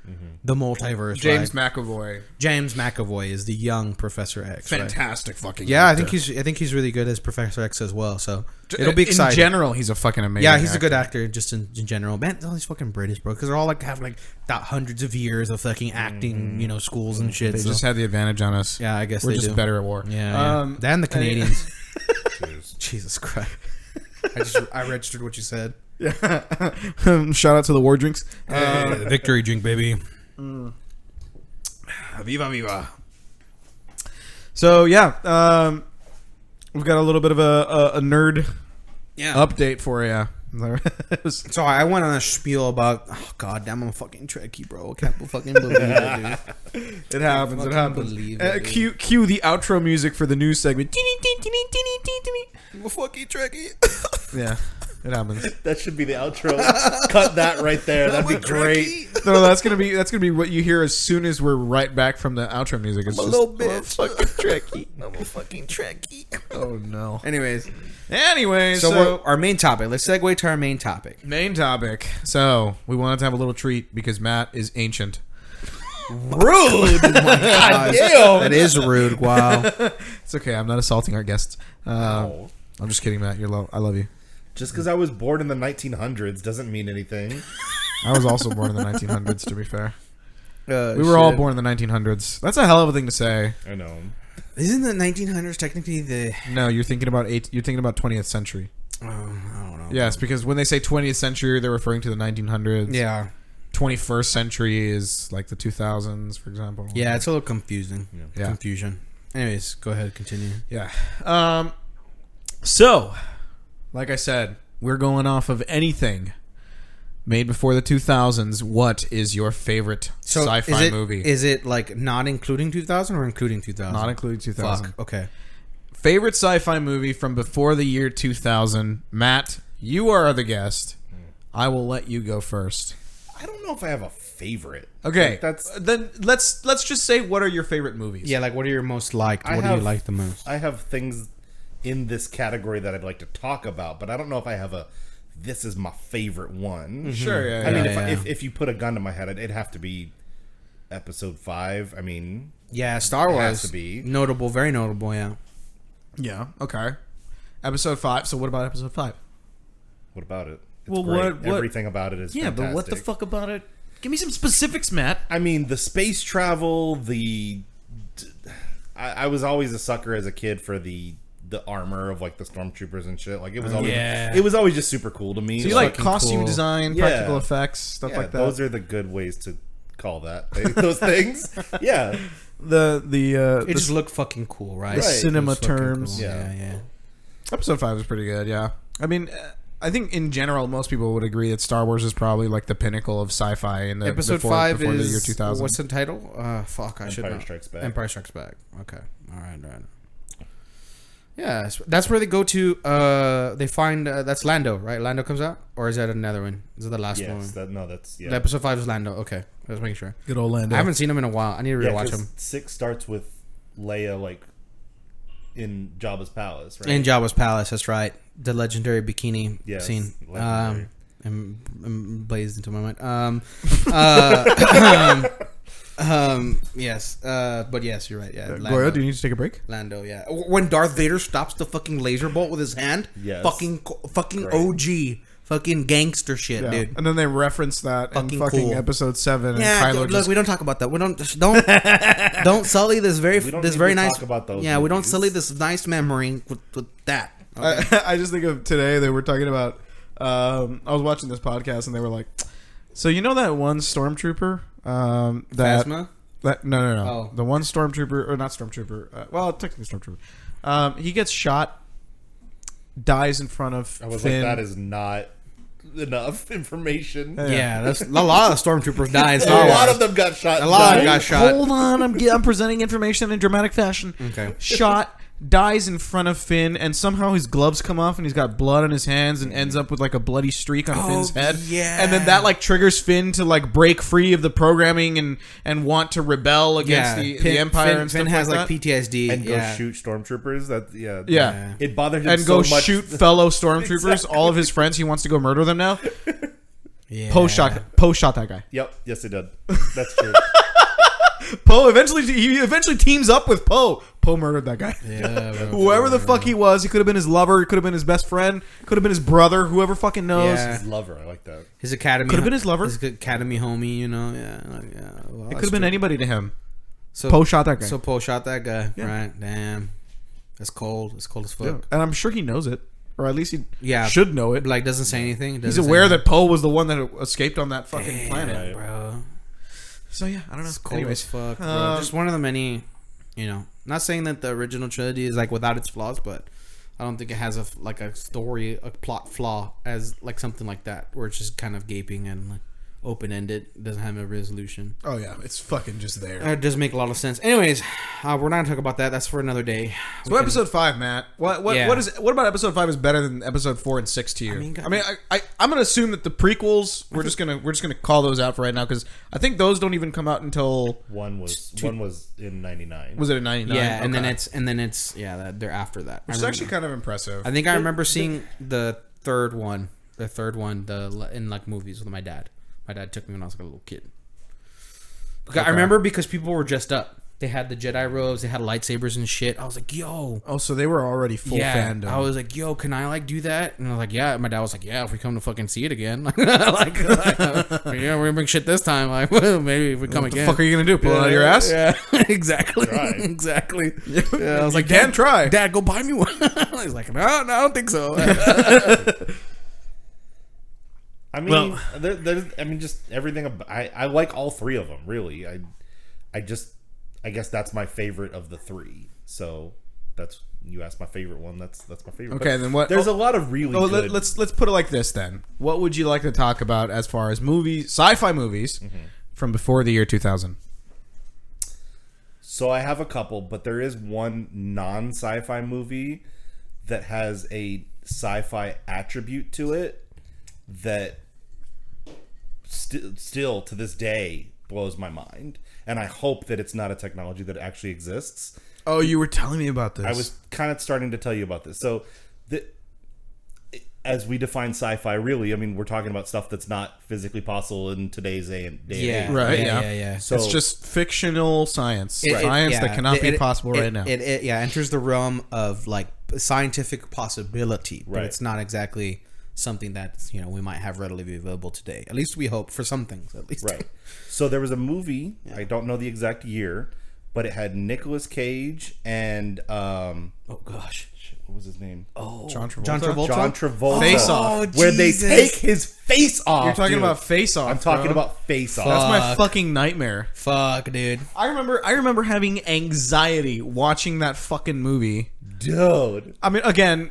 [SPEAKER 5] Mm-hmm.
[SPEAKER 3] the multiverse.
[SPEAKER 5] James
[SPEAKER 3] right?
[SPEAKER 5] McAvoy,
[SPEAKER 3] James McAvoy is the young Professor X. right?
[SPEAKER 6] Fantastic fucking.
[SPEAKER 3] Yeah, I think he's I think he's really good as Professor X as well. So it'll be
[SPEAKER 5] In
[SPEAKER 3] exciting.
[SPEAKER 5] general, he's a fucking amazing.
[SPEAKER 3] Yeah, he's a
[SPEAKER 5] actor.
[SPEAKER 3] good actor just in, in general. Man, all these fucking British, bro, because they're all like have like that hundreds of years of fucking acting, you know, schools and shit.
[SPEAKER 5] They
[SPEAKER 3] so-
[SPEAKER 5] just had the advantage on us.
[SPEAKER 3] yeah, I guess
[SPEAKER 5] we're
[SPEAKER 3] they
[SPEAKER 5] just
[SPEAKER 3] do.
[SPEAKER 5] better at war.
[SPEAKER 3] Yeah, yeah.
[SPEAKER 5] Um,
[SPEAKER 3] than the
[SPEAKER 5] I mean-
[SPEAKER 3] Canadians. Jesus Christ! I just I registered what you said.
[SPEAKER 5] Um, Shout out to the war drinks. Uh,
[SPEAKER 3] victory drink, baby. Mm.
[SPEAKER 5] viva viva. So yeah, um, we've got a little bit of a, a, a nerd
[SPEAKER 3] Yeah.
[SPEAKER 5] update for you. It was-
[SPEAKER 3] So I went on a spiel about, oh god damn, I'm a fucking trekkie, bro. I can't fucking believe it, dude.
[SPEAKER 5] it happens. It
[SPEAKER 3] fucking
[SPEAKER 5] happens.
[SPEAKER 3] believe
[SPEAKER 5] Uh,
[SPEAKER 3] it, dude.
[SPEAKER 5] cue, cue the outro music for the news segment.
[SPEAKER 3] I'm a fucking trekkie.
[SPEAKER 5] Yeah, it happens.
[SPEAKER 4] That should be the outro. Cut that right there. That'd be great.
[SPEAKER 5] No, that's gonna be that's gonna be what you hear as soon as we're right back from the outro music. It's just
[SPEAKER 3] little bitch.
[SPEAKER 5] "Oh, fucking tricky.
[SPEAKER 3] I'm a fucking trekkie.
[SPEAKER 5] oh no.
[SPEAKER 3] Anyways,
[SPEAKER 5] Anyway,
[SPEAKER 3] so,
[SPEAKER 5] so,
[SPEAKER 3] we're- our main topic. Let's segue to our main topic.
[SPEAKER 5] main topic. So we wanted to have a little treat because Matt is ancient.
[SPEAKER 3] Rude. that is rude. Wow.
[SPEAKER 5] It's okay. I'm not assaulting our guests. Uh, I'm just kidding, Matt. You're low. I love you.
[SPEAKER 4] Just because I was born in the 1900s doesn't mean anything.
[SPEAKER 5] I was also born in the 1900s. To be fair,
[SPEAKER 3] Uh,
[SPEAKER 5] we were all
[SPEAKER 3] shit.
[SPEAKER 5] born in the 1900s. That's a hell of a thing to say.
[SPEAKER 4] I know.
[SPEAKER 3] Isn't the 1900s technically the?
[SPEAKER 5] No, you're thinking about eight. You're thinking about 20th century.
[SPEAKER 3] Oh, I don't know.
[SPEAKER 5] Yes, because when they say 20th century, they're referring to the 1900s.
[SPEAKER 3] Yeah.
[SPEAKER 5] 21st century is like the 2000s, for example.
[SPEAKER 3] Yeah. It's a little confusing.
[SPEAKER 5] Yeah.
[SPEAKER 3] Confusion. Anyways, go ahead. Continue.
[SPEAKER 5] Yeah. Um, so, like I said, we're going off of anything made before the 2000s. What is your favorite
[SPEAKER 3] So
[SPEAKER 5] sci-fi
[SPEAKER 3] is it,
[SPEAKER 5] movie?
[SPEAKER 3] Is it like not including 2000 or including 2000?
[SPEAKER 5] Not including 2000.
[SPEAKER 3] Fuck. Okay.
[SPEAKER 5] Favorite sci-fi movie from before the year 2000. Matt, you are the guest. I will let you go first.
[SPEAKER 4] I don't know if I have a favorite.
[SPEAKER 5] Okay, uh,
[SPEAKER 4] Like, that's
[SPEAKER 5] then let's let's just say what are your favorite movies?
[SPEAKER 3] Yeah. Like, what are your most liked?
[SPEAKER 4] I
[SPEAKER 3] What do
[SPEAKER 4] have-
[SPEAKER 3] you like the most?
[SPEAKER 4] I have things in this category that I'd like to talk about, but I don't know if I have a. This is my favorite one.
[SPEAKER 5] Sure, yeah,
[SPEAKER 4] I mean,
[SPEAKER 3] yeah,
[SPEAKER 4] if, I,
[SPEAKER 3] yeah.
[SPEAKER 4] if if you put a gun to my head, it'd have to be episode five. I mean,
[SPEAKER 3] Yeah, Star Wars.
[SPEAKER 4] has to be.
[SPEAKER 3] notable. Very notable. Yeah.
[SPEAKER 5] Yeah. Okay. Episode five. So what about episode five?
[SPEAKER 4] what about it? It's
[SPEAKER 5] Well, what- what-
[SPEAKER 4] Everything about it is fantastic.
[SPEAKER 5] about it? Give me some specifics, Matt.
[SPEAKER 4] I mean, the space travel, the I, I was always a sucker as a kid for the the armor of like the stormtroopers and shit. Like it was always
[SPEAKER 5] Oh, Yeah.
[SPEAKER 4] it was always just super cool to me.
[SPEAKER 5] Do you like
[SPEAKER 4] Fucking-
[SPEAKER 5] costume
[SPEAKER 3] cool.
[SPEAKER 5] design,
[SPEAKER 4] Yeah.
[SPEAKER 5] practical effects, stuff
[SPEAKER 4] yeah,
[SPEAKER 5] like that?
[SPEAKER 4] Those are the good ways to call that those things. Yeah,
[SPEAKER 5] the the, uh,
[SPEAKER 3] It
[SPEAKER 5] the
[SPEAKER 3] just looked fucking cool, right?
[SPEAKER 5] the cinema
[SPEAKER 3] It was fucking
[SPEAKER 5] terms.
[SPEAKER 3] cool.
[SPEAKER 4] Yeah.
[SPEAKER 3] Yeah. Yeah.
[SPEAKER 5] episode five is pretty good. Yeah. I mean, uh, I think in general most people would agree that Star Wars is probably like the pinnacle of sci-fi in the
[SPEAKER 3] Episode
[SPEAKER 5] before,
[SPEAKER 3] five
[SPEAKER 5] before
[SPEAKER 3] is
[SPEAKER 5] the year two thousand.
[SPEAKER 3] what's the title? Uh, fuck, I should
[SPEAKER 4] Empire
[SPEAKER 3] know.
[SPEAKER 4] Strikes Back.
[SPEAKER 3] Empire Strikes Back. Okay, all right, all right. Yeah, that's, that's where they go to. Uh, they find uh, that's Lando, right? Lando comes out, or is that another one? Is that the last one?
[SPEAKER 4] yes. That, no, that's yeah.
[SPEAKER 3] Episode five is Lando. Okay, I was making sure.
[SPEAKER 5] Good old
[SPEAKER 3] I
[SPEAKER 5] Lando.
[SPEAKER 3] haven't seen him in a while. I need to
[SPEAKER 4] Yeah,
[SPEAKER 3] rewatch
[SPEAKER 4] 'cause
[SPEAKER 3] him.
[SPEAKER 4] Six starts with Leia like in Jabba's palace, right?
[SPEAKER 3] In Jabba's palace, that's right. The legendary bikini
[SPEAKER 4] Yes,
[SPEAKER 3] scene.
[SPEAKER 4] legendary.
[SPEAKER 3] Um, and, and blazed into my mind. Um, uh, um, um, yes, uh, but yes, you're right. Yeah,
[SPEAKER 5] Goya, do you need to take a break?
[SPEAKER 3] Lando, yeah. When Darth Vader stops the fucking laser bolt with his hand,
[SPEAKER 4] Yes.
[SPEAKER 3] fucking fucking
[SPEAKER 4] Great.
[SPEAKER 3] OG, fucking gangster shit,
[SPEAKER 5] Yeah.
[SPEAKER 3] dude.
[SPEAKER 5] And then they reference that in
[SPEAKER 3] Fucking
[SPEAKER 5] fucking
[SPEAKER 3] cool.
[SPEAKER 5] episode seven, and
[SPEAKER 3] Yeah,
[SPEAKER 5] Kylo
[SPEAKER 3] dude, look,
[SPEAKER 5] just
[SPEAKER 3] we don't talk about that. We don't just don't don't sully this very
[SPEAKER 4] We don't
[SPEAKER 3] this
[SPEAKER 4] need
[SPEAKER 3] very
[SPEAKER 4] to
[SPEAKER 3] nice.
[SPEAKER 4] talk about those
[SPEAKER 3] yeah, we don't
[SPEAKER 4] movies. Uh,
[SPEAKER 3] sully this nice memory with, with that. Okay.
[SPEAKER 5] I, I just think of today they were talking about. Um, I was watching this podcast and they were like, "So you know that one stormtrooper um, that,
[SPEAKER 3] Phasma?
[SPEAKER 5] that no no no
[SPEAKER 3] Oh.
[SPEAKER 5] the one stormtrooper or not stormtrooper uh, well technically stormtrooper um, he gets shot, dies in front of
[SPEAKER 4] I was
[SPEAKER 5] Finn.
[SPEAKER 4] like, that is not enough information.
[SPEAKER 3] yeah. that's a lot of stormtroopers die in Star
[SPEAKER 4] A lot
[SPEAKER 3] Wars.
[SPEAKER 4] of them got shot.
[SPEAKER 3] A lot
[SPEAKER 4] died.
[SPEAKER 3] got shot.
[SPEAKER 5] Hold on, I'm ge- I'm presenting information in dramatic fashion.
[SPEAKER 3] Okay.
[SPEAKER 5] Shot dies in front of Finn, and somehow his gloves come off, and he's got blood on his hands, and ends up with like a bloody streak on Finn's head.
[SPEAKER 3] Oh, yeah.
[SPEAKER 5] And then that like triggers Finn to like break free of the programming and and want to rebel against the,
[SPEAKER 3] Finn-
[SPEAKER 5] the Empire
[SPEAKER 3] Finn,
[SPEAKER 5] and stuff
[SPEAKER 3] Finn has
[SPEAKER 5] like,
[SPEAKER 3] like,
[SPEAKER 5] that.
[SPEAKER 3] PTSD
[SPEAKER 4] and go
[SPEAKER 3] yeah.
[SPEAKER 4] shoot stormtroopers. That yeah,
[SPEAKER 5] Yeah.
[SPEAKER 4] It bothered him
[SPEAKER 5] and
[SPEAKER 4] so
[SPEAKER 5] go
[SPEAKER 4] much.
[SPEAKER 5] shoot fellow stormtroopers, all of his friends. He wants to go murder them now.
[SPEAKER 3] Yeah.
[SPEAKER 5] Poe shot, Poe shot that guy.
[SPEAKER 4] Yep, yes, it did. That's true.
[SPEAKER 5] Poe eventually he eventually teams up with Poe. Poe murdered that guy.
[SPEAKER 3] Yeah, bro.
[SPEAKER 5] Whoever the fuck he was, he could have been his lover, could have been his best friend, could have been his brother, whoever fucking knows.
[SPEAKER 3] Yeah.
[SPEAKER 4] Lover, I like that.
[SPEAKER 3] His academy
[SPEAKER 5] Could've been his lover.
[SPEAKER 3] His academy homie, you know. Yeah, like, yeah. Well,
[SPEAKER 5] It could have been anybody to him.
[SPEAKER 3] So
[SPEAKER 5] Poe shot that guy.
[SPEAKER 3] So Poe shot that guy, right? Damn, that's cold. It's cold as
[SPEAKER 5] and
[SPEAKER 3] fuck.
[SPEAKER 5] I'm sure he knows it. Or at least he
[SPEAKER 3] Yeah.
[SPEAKER 5] should know it.
[SPEAKER 3] Like doesn't say anything.
[SPEAKER 5] He's aware that Poe was the one that escaped on that fucking planet.
[SPEAKER 3] bro.
[SPEAKER 5] So yeah, I don't know.
[SPEAKER 3] It's cold
[SPEAKER 5] Anyways,
[SPEAKER 3] as fuck. Bro.
[SPEAKER 5] um,
[SPEAKER 3] Just one of the many, you know. Not saying that the original trilogy is like without its flaws, but I don't think it has a f- like a story, a plot flaw as like something like that, where it's just kind of gaping and like, open ended. Doesn't have a resolution.
[SPEAKER 5] Oh yeah, it's fucking just there.
[SPEAKER 3] That does make a lot of sense. Anyways, uh, we're not gonna talk about that. That's for another day.
[SPEAKER 5] So episode five, Matt. What what
[SPEAKER 3] Yeah.
[SPEAKER 5] what is what about episode five is better than episode four and six to you? I mean,
[SPEAKER 3] mean,
[SPEAKER 5] I, I, I am gonna assume that the prequels we're just gonna we're just gonna call those out for right now because I think those don't even come out until
[SPEAKER 4] One was one was in '99.
[SPEAKER 5] was it a ninety nine?
[SPEAKER 3] yeah, and then it's and then it's yeah, that, they're after that. I
[SPEAKER 5] which is
[SPEAKER 3] remember-
[SPEAKER 5] actually kind of impressive.
[SPEAKER 3] I think I remember seeing the third one, the third one, the in like movies with my dad. My dad took me when I was like a little kid. Okay, I remember because people were dressed up. They had the Jedi robes, they had lightsabers and shit. I was like, yo,
[SPEAKER 5] oh, so they were already full
[SPEAKER 3] yeah.
[SPEAKER 5] fandom.
[SPEAKER 3] I was like, yo, can I like do that? And I was like, yeah. My dad was like, yeah, if we come to fucking see it again, like, like, yeah, we're gonna bring shit this time. Like, maybe if we come
[SPEAKER 5] what the
[SPEAKER 3] again.
[SPEAKER 5] fuck are you gonna do? Pull it out of your ass?
[SPEAKER 3] Yeah, exactly,
[SPEAKER 4] Try.
[SPEAKER 3] exactly. Yeah, I was like,
[SPEAKER 5] Damn,
[SPEAKER 3] damn,
[SPEAKER 5] try.
[SPEAKER 3] Dad, go buy me one. He's like, no, no, I don't think so.
[SPEAKER 4] I mean, there, there's, I mean, just everything. About, I I like all three of them. Really, I I just I guess that's my favorite of the three. So that's you asked my favorite one. That's that's my favorite.
[SPEAKER 5] Okay, then what-
[SPEAKER 4] There's
[SPEAKER 5] oh,
[SPEAKER 4] a lot of really.
[SPEAKER 5] Oh,
[SPEAKER 4] good,
[SPEAKER 5] let, let's let's put it like this then. What would you like to talk about as far as movies, sci-fi movies
[SPEAKER 3] Mm-hmm.
[SPEAKER 5] from before the year 2000?
[SPEAKER 4] So I have a couple, but there is one non sci-fi movie that has a sci-fi attribute to it that st- still to this day blows my mind. And I hope that it's not a technology that actually exists.
[SPEAKER 5] Oh, you were telling me about this.
[SPEAKER 4] I was kind of starting to tell you about this. So, the, as we define sci-fi, really, I mean, we're talking about stuff that's not physically possible in today's day and day. and age.
[SPEAKER 5] Right, yeah.
[SPEAKER 3] yeah, yeah.
[SPEAKER 4] So
[SPEAKER 5] it's just fictional science,
[SPEAKER 3] It- it-
[SPEAKER 5] science
[SPEAKER 3] yeah.
[SPEAKER 5] that cannot
[SPEAKER 3] It-
[SPEAKER 5] be
[SPEAKER 3] it-
[SPEAKER 5] possible
[SPEAKER 3] it-
[SPEAKER 5] right now.
[SPEAKER 3] It, it- yeah enters the realm of like scientific possibility, but
[SPEAKER 4] Right.
[SPEAKER 3] it's not exactly something that you know we might have readily available today. At least we hope for some things. At least,
[SPEAKER 4] Right. So there was a movie. I don't know the exact year, but it had Nicolas Cage and um,
[SPEAKER 3] Oh gosh,
[SPEAKER 4] shit, what was his name? Oh,
[SPEAKER 5] John Travolta.
[SPEAKER 3] John Travolta.
[SPEAKER 4] John Travolta.
[SPEAKER 5] Face Off.
[SPEAKER 4] where they take his face off.
[SPEAKER 5] You're talking
[SPEAKER 4] dude.
[SPEAKER 5] about Face Off.
[SPEAKER 4] I'm talking
[SPEAKER 5] bro.
[SPEAKER 4] about face off.
[SPEAKER 5] That's
[SPEAKER 3] Uh,
[SPEAKER 5] my fucking nightmare.
[SPEAKER 3] Fuck, dude.
[SPEAKER 5] I remember I remember having anxiety watching that fucking movie.
[SPEAKER 4] dude.
[SPEAKER 5] I mean, again,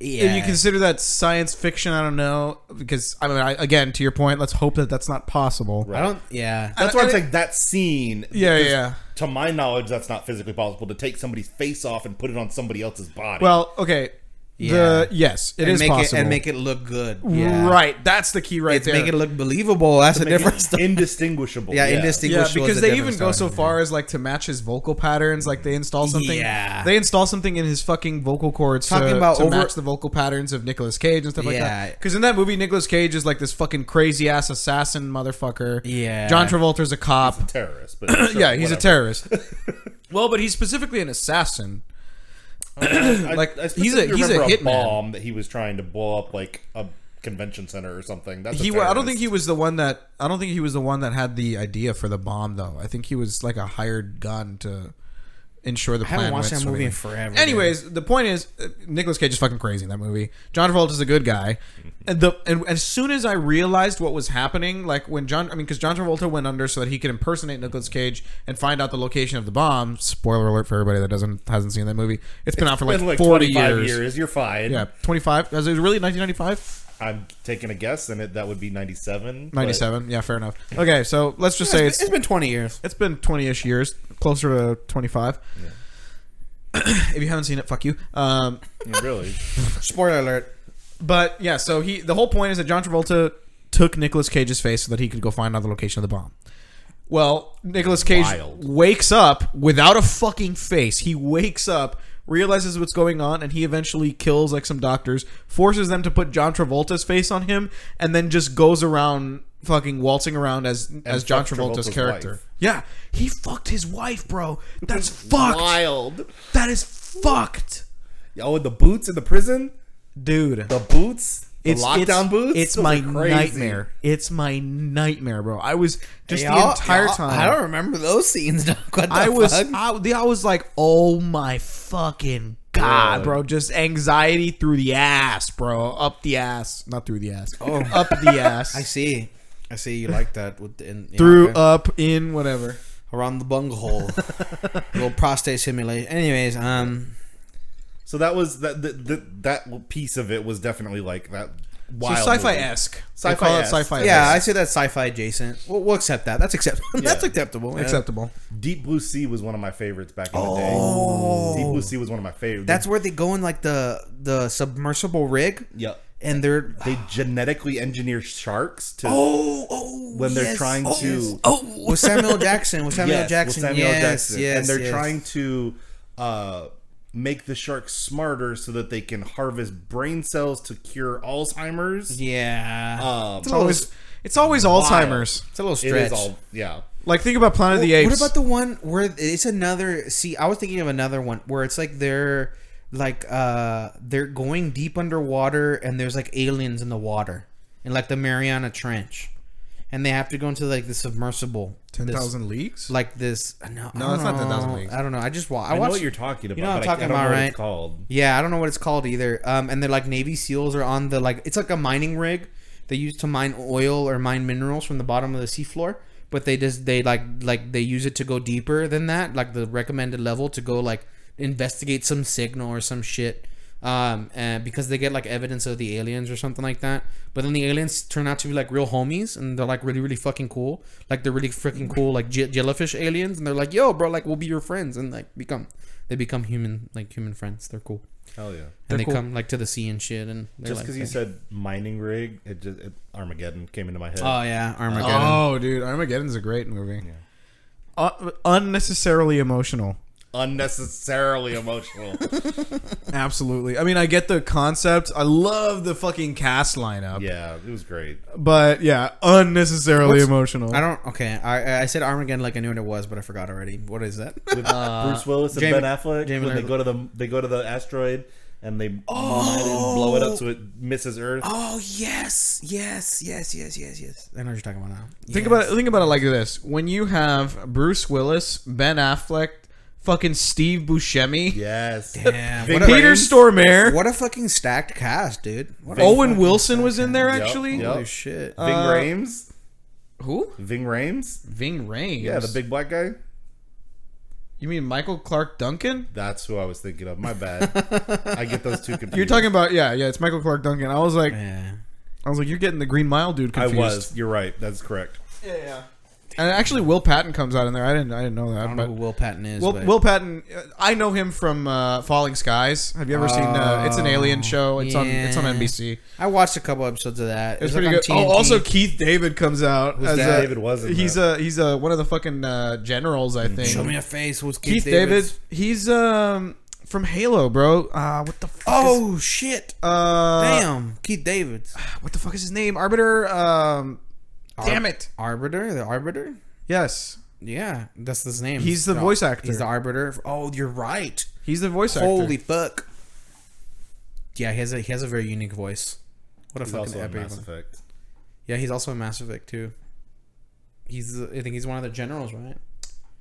[SPEAKER 3] Yeah.
[SPEAKER 5] if you consider that science fiction, I don't know because I mean, I, again, to your point, let's hope that that's not possible.
[SPEAKER 3] I don't. Yeah.
[SPEAKER 4] That's why I'm
[SPEAKER 5] and
[SPEAKER 4] saying that scene.
[SPEAKER 5] Yeah,
[SPEAKER 4] because
[SPEAKER 5] yeah.
[SPEAKER 4] To my knowledge, that's not physically possible to take somebody's face off and put it on somebody else's body.
[SPEAKER 5] Well, okay.
[SPEAKER 3] Yeah.
[SPEAKER 5] The yes, it is
[SPEAKER 3] and make
[SPEAKER 5] possible.
[SPEAKER 3] it and make it look good. Yeah.
[SPEAKER 5] Right, that's the key right
[SPEAKER 3] It's
[SPEAKER 5] there.
[SPEAKER 3] make it look believable. That's a
[SPEAKER 4] Make it
[SPEAKER 3] different stuff.
[SPEAKER 4] indistinguishable.
[SPEAKER 3] Yeah,
[SPEAKER 5] yeah,
[SPEAKER 3] indistinguishable. is
[SPEAKER 5] because
[SPEAKER 3] a
[SPEAKER 5] they
[SPEAKER 3] different
[SPEAKER 5] even go so
[SPEAKER 3] story.
[SPEAKER 5] far as like to match his vocal patterns. Like they install something.
[SPEAKER 3] Yeah.
[SPEAKER 5] They install something in his fucking vocal cords
[SPEAKER 3] Talking
[SPEAKER 5] to,
[SPEAKER 3] about
[SPEAKER 5] to
[SPEAKER 3] over-
[SPEAKER 5] match the vocal patterns of Nicolas Cage and stuff like
[SPEAKER 3] Yeah.
[SPEAKER 5] that. Because in that movie, Nicolas Cage is like this fucking crazy ass assassin motherfucker.
[SPEAKER 3] Yeah.
[SPEAKER 5] John Travolta's a cop.
[SPEAKER 4] Terrorist, but
[SPEAKER 5] yeah, he's a
[SPEAKER 4] terrorist.
[SPEAKER 5] terrorist. well, but he's specifically an assassin.
[SPEAKER 4] I-
[SPEAKER 5] Like,
[SPEAKER 4] I
[SPEAKER 5] he's a-
[SPEAKER 4] specifically
[SPEAKER 5] he's a
[SPEAKER 4] remember
[SPEAKER 5] hitman.
[SPEAKER 4] bomb that he was trying to blow up like a convention center or something. That's a
[SPEAKER 5] He, wa- I don't think
[SPEAKER 4] terrorist.
[SPEAKER 5] he was the one that. I don't think he was the one that had the idea for the bomb, though. I think he was like a hired gun to ensure the
[SPEAKER 3] I
[SPEAKER 5] plan.
[SPEAKER 3] haven't watched
[SPEAKER 5] went
[SPEAKER 3] that movie in
[SPEAKER 5] swimmingly.
[SPEAKER 3] forever. dude.
[SPEAKER 5] Anyways, the point is, uh, Nicolas Cage is fucking crazy in that movie. John Travolta's a good guy. And the and as soon as I realized what was happening, like when John, I mean, because John Travolta went under so that he could impersonate Nicolas Cage and find out the location of the bomb. Spoiler alert for everybody that doesn't hasn't seen that movie. It's been out for like,
[SPEAKER 4] Been, like
[SPEAKER 5] forty
[SPEAKER 4] 25
[SPEAKER 5] years.
[SPEAKER 4] years. You're fine.
[SPEAKER 5] Yeah, twenty five. Was it really nineteen ninety five?
[SPEAKER 4] I'm taking a guess, and it, that would be 97. but-
[SPEAKER 5] Ninety seven. Yeah, fair enough. Okay, so let's just say it's
[SPEAKER 3] it's been twenty years.
[SPEAKER 5] it's been 20-ish years closer to 25 if you haven't seen it fuck you um,
[SPEAKER 4] Yeah, really?
[SPEAKER 3] Spoiler alert.
[SPEAKER 5] but yeah so he the whole point is that john travolta took Nicolas cage's face so that he could go find out the location of the bomb well Nicolas cage
[SPEAKER 4] Wild.
[SPEAKER 5] wakes up without a fucking face he wakes up realizes what's going on and he eventually kills like some doctors forces them to put john travolta's face on him and then just goes around fucking waltzing around as as john
[SPEAKER 4] fucks
[SPEAKER 5] travolta's,
[SPEAKER 4] Travolta's
[SPEAKER 5] character
[SPEAKER 4] wife.
[SPEAKER 5] yeah he fucked his wife bro that's fucked
[SPEAKER 4] Wild.
[SPEAKER 5] that is fucked,
[SPEAKER 4] Oh, and the boots in the prison?
[SPEAKER 5] dude.
[SPEAKER 4] The boots? The lockdown boots?
[SPEAKER 5] It's
[SPEAKER 4] Those
[SPEAKER 5] my
[SPEAKER 4] are crazy.
[SPEAKER 5] nightmare. It's my nightmare, bro. I was just the
[SPEAKER 3] Y'all-
[SPEAKER 5] entire
[SPEAKER 3] y'all-
[SPEAKER 5] time.
[SPEAKER 3] I don't remember those scenes. dog. What the
[SPEAKER 5] I was.
[SPEAKER 3] fuck?
[SPEAKER 5] I, the- I was like, oh my fucking god, bro. Just anxiety through the ass, bro. Up the ass, not through the ass. Oh, up the ass.
[SPEAKER 3] I see. I see you like that with the, in, yeah,
[SPEAKER 5] Through, uh,
[SPEAKER 3] okay.
[SPEAKER 5] up, in, whatever.
[SPEAKER 3] around the bunghole. Little prostate simulation. Anyways, um,
[SPEAKER 4] So that was that that that, that piece of it was definitely like that.
[SPEAKER 5] So
[SPEAKER 4] Wild
[SPEAKER 5] sci-fi
[SPEAKER 4] movie.
[SPEAKER 5] esque.
[SPEAKER 4] Sci-fi esque.
[SPEAKER 5] sci-fi.
[SPEAKER 3] Yeah, I say that's sci-fi adjacent. We'll, we'll accept that. That's acceptable. that's
[SPEAKER 4] Yeah.
[SPEAKER 3] acceptable. yeah.
[SPEAKER 5] acceptable.
[SPEAKER 4] Deep Blue Sea was one of my favorites back in the day. Deep Blue Sea was one of my favorites.
[SPEAKER 3] Oh. That's where they go in like the the submersible rig.
[SPEAKER 4] yeah.
[SPEAKER 3] And they're
[SPEAKER 4] They genetically engineer sharks to
[SPEAKER 3] oh oh
[SPEAKER 4] when they're trying to
[SPEAKER 3] oh with Samuel Jackson with Samuel
[SPEAKER 4] Yes, with
[SPEAKER 3] Jackson
[SPEAKER 4] Samuel
[SPEAKER 3] yes
[SPEAKER 4] Jackson.
[SPEAKER 3] yes
[SPEAKER 4] and they're
[SPEAKER 3] yes.
[SPEAKER 4] trying to uh, make the sharks smarter so that they can harvest brain cells to cure Alzheimer's.
[SPEAKER 3] yeah
[SPEAKER 4] Um,
[SPEAKER 5] It's always it's always Alzheimer's.
[SPEAKER 3] it's a little
[SPEAKER 4] it
[SPEAKER 3] stretch.
[SPEAKER 4] is all yeah.
[SPEAKER 5] Like think about Planet of the
[SPEAKER 3] Well,
[SPEAKER 5] Apes.
[SPEAKER 3] What about the one where it's another? See, I was thinking of another one where it's like they're like uh they're going deep underwater and there's like aliens in the water in like the Mariana Trench, and they have to go into like the submersible.
[SPEAKER 5] Ten
[SPEAKER 3] this-
[SPEAKER 5] Thousand Leagues?
[SPEAKER 3] Like this. No, no,
[SPEAKER 5] it's not
[SPEAKER 3] it's not
[SPEAKER 5] 10,000
[SPEAKER 3] ten thousand.
[SPEAKER 5] leagues.
[SPEAKER 3] I don't know. I just wa- I,
[SPEAKER 4] I, know
[SPEAKER 3] watched.
[SPEAKER 4] what you're talking about.
[SPEAKER 3] You know what I'm
[SPEAKER 4] but I-
[SPEAKER 3] talking
[SPEAKER 4] I, don't
[SPEAKER 3] about,
[SPEAKER 4] know what
[SPEAKER 3] right?
[SPEAKER 4] it's called.
[SPEAKER 3] Yeah, I don't know what it's called either. Um, and they're like Navy SEALs are on the like it's like a mining rig they use to mine oil or mine minerals from the bottom of the seafloor. But they just they like like they use it to go deeper than that, like the recommended level to go like investigate some signal or some shit. Um, and because they get like evidence of the aliens or something like that. But then the aliens turn out to be like real homies, and they're like really really fucking cool. Like they're really freaking cool, like je- jellyfish aliens, and they're like, "Yo, bro, like we'll be your friends," and like become they become human like human friends. They're cool
[SPEAKER 4] Hell yeah.
[SPEAKER 3] and they come like to the sea and shit, and they're
[SPEAKER 4] Just
[SPEAKER 3] like,
[SPEAKER 4] because you said mining rig, it just it, Armageddon came into my head.
[SPEAKER 3] "Oh yeah, Armageddon."
[SPEAKER 5] Oh, dude, Armageddon's a great movie. Uh, unnecessarily emotional.
[SPEAKER 4] Unnecessarily emotional.
[SPEAKER 5] Absolutely. I mean, I get the concept. I love the fucking cast lineup.
[SPEAKER 4] yeah, it was great.
[SPEAKER 5] But yeah, unnecessarily emotional.
[SPEAKER 3] I don't. Okay, I I said Armageddon like I knew what it was, but I forgot already. What is that?
[SPEAKER 4] With Bruce Willis and
[SPEAKER 3] Uh, Jamie-
[SPEAKER 4] Ben Affleck
[SPEAKER 3] Jamie
[SPEAKER 4] when they
[SPEAKER 3] Lurd-
[SPEAKER 4] go to the they go to the asteroid and they mine and blow it up so it misses Earth.
[SPEAKER 3] oh yes, yes, yes, yes, yes, yes. I know what you're talking about now.
[SPEAKER 5] Think about it, think about it like this: when you have Bruce Willis, Ben Affleck, fucking Steve Buscemi,
[SPEAKER 4] Yes.
[SPEAKER 3] Yeah,
[SPEAKER 4] Big
[SPEAKER 3] what, a,
[SPEAKER 5] Peter Stormare,
[SPEAKER 3] what a fucking stacked cast, dude. What a
[SPEAKER 5] Owen Wilson was in there actually.
[SPEAKER 4] Yep.
[SPEAKER 3] holy shit.
[SPEAKER 5] Oh.
[SPEAKER 4] Ving Rhames.
[SPEAKER 5] Who?
[SPEAKER 4] Ving Rhames.
[SPEAKER 5] Ving Rhames.
[SPEAKER 4] Yeah, the big black guy.
[SPEAKER 5] You mean Michael Clark Duncan?
[SPEAKER 4] That's who I was thinking of. My bad. I get those two confused.
[SPEAKER 5] You're talking about yeah, yeah. It's Michael Clark Duncan. I was like,
[SPEAKER 3] yeah.
[SPEAKER 5] I was like, you're getting the Green Mile dude
[SPEAKER 4] I
[SPEAKER 5] confused.
[SPEAKER 4] was. You're right. That's correct.
[SPEAKER 5] Yeah, yeah. And actually, Will Patton comes out in there. I didn't, I didn't know that.
[SPEAKER 3] I don't
[SPEAKER 5] but
[SPEAKER 3] know who Will Patton is.
[SPEAKER 5] Will,
[SPEAKER 3] but
[SPEAKER 5] Will Patton, uh, I know him from uh, Falling Skies. Have you ever seen? Uh, it's an alien show. It's on. It's on
[SPEAKER 3] Oh, yeah.
[SPEAKER 5] NBC.
[SPEAKER 3] I watched a couple episodes of that.
[SPEAKER 5] It's
[SPEAKER 3] It was,
[SPEAKER 5] pretty
[SPEAKER 3] like,
[SPEAKER 5] good.
[SPEAKER 3] on
[SPEAKER 5] Oh,
[SPEAKER 3] TNT.
[SPEAKER 5] also Keith David comes out. Who's
[SPEAKER 4] that? David was in
[SPEAKER 5] He's
[SPEAKER 4] that.
[SPEAKER 5] a he's a one of the fucking uh, generals, I think.
[SPEAKER 3] Mm. show me a face. Was
[SPEAKER 5] Keith, David. He's um from Halo, bro. Uh, what the fuck? is-
[SPEAKER 3] Oh shit!
[SPEAKER 5] uh,
[SPEAKER 3] Damn, Keith Davids.
[SPEAKER 5] What the fuck is his name? Arbiter. Um, damn it.
[SPEAKER 3] Arbiter, the Arbiter.
[SPEAKER 5] Yes,
[SPEAKER 3] Yeah, that's his name.
[SPEAKER 5] He's the voice actor.
[SPEAKER 3] He's the arbiter. Oh, you're right.
[SPEAKER 5] he's the voice actor.
[SPEAKER 3] Holy fuck. Yeah, he has a he has a very unique voice. What a
[SPEAKER 4] He's
[SPEAKER 3] fucking
[SPEAKER 4] also a
[SPEAKER 3] epic
[SPEAKER 4] Mass
[SPEAKER 3] one.
[SPEAKER 4] Effect.
[SPEAKER 3] Yeah, he's also a Mass Effect too. He's the- I think he's one of the generals, right?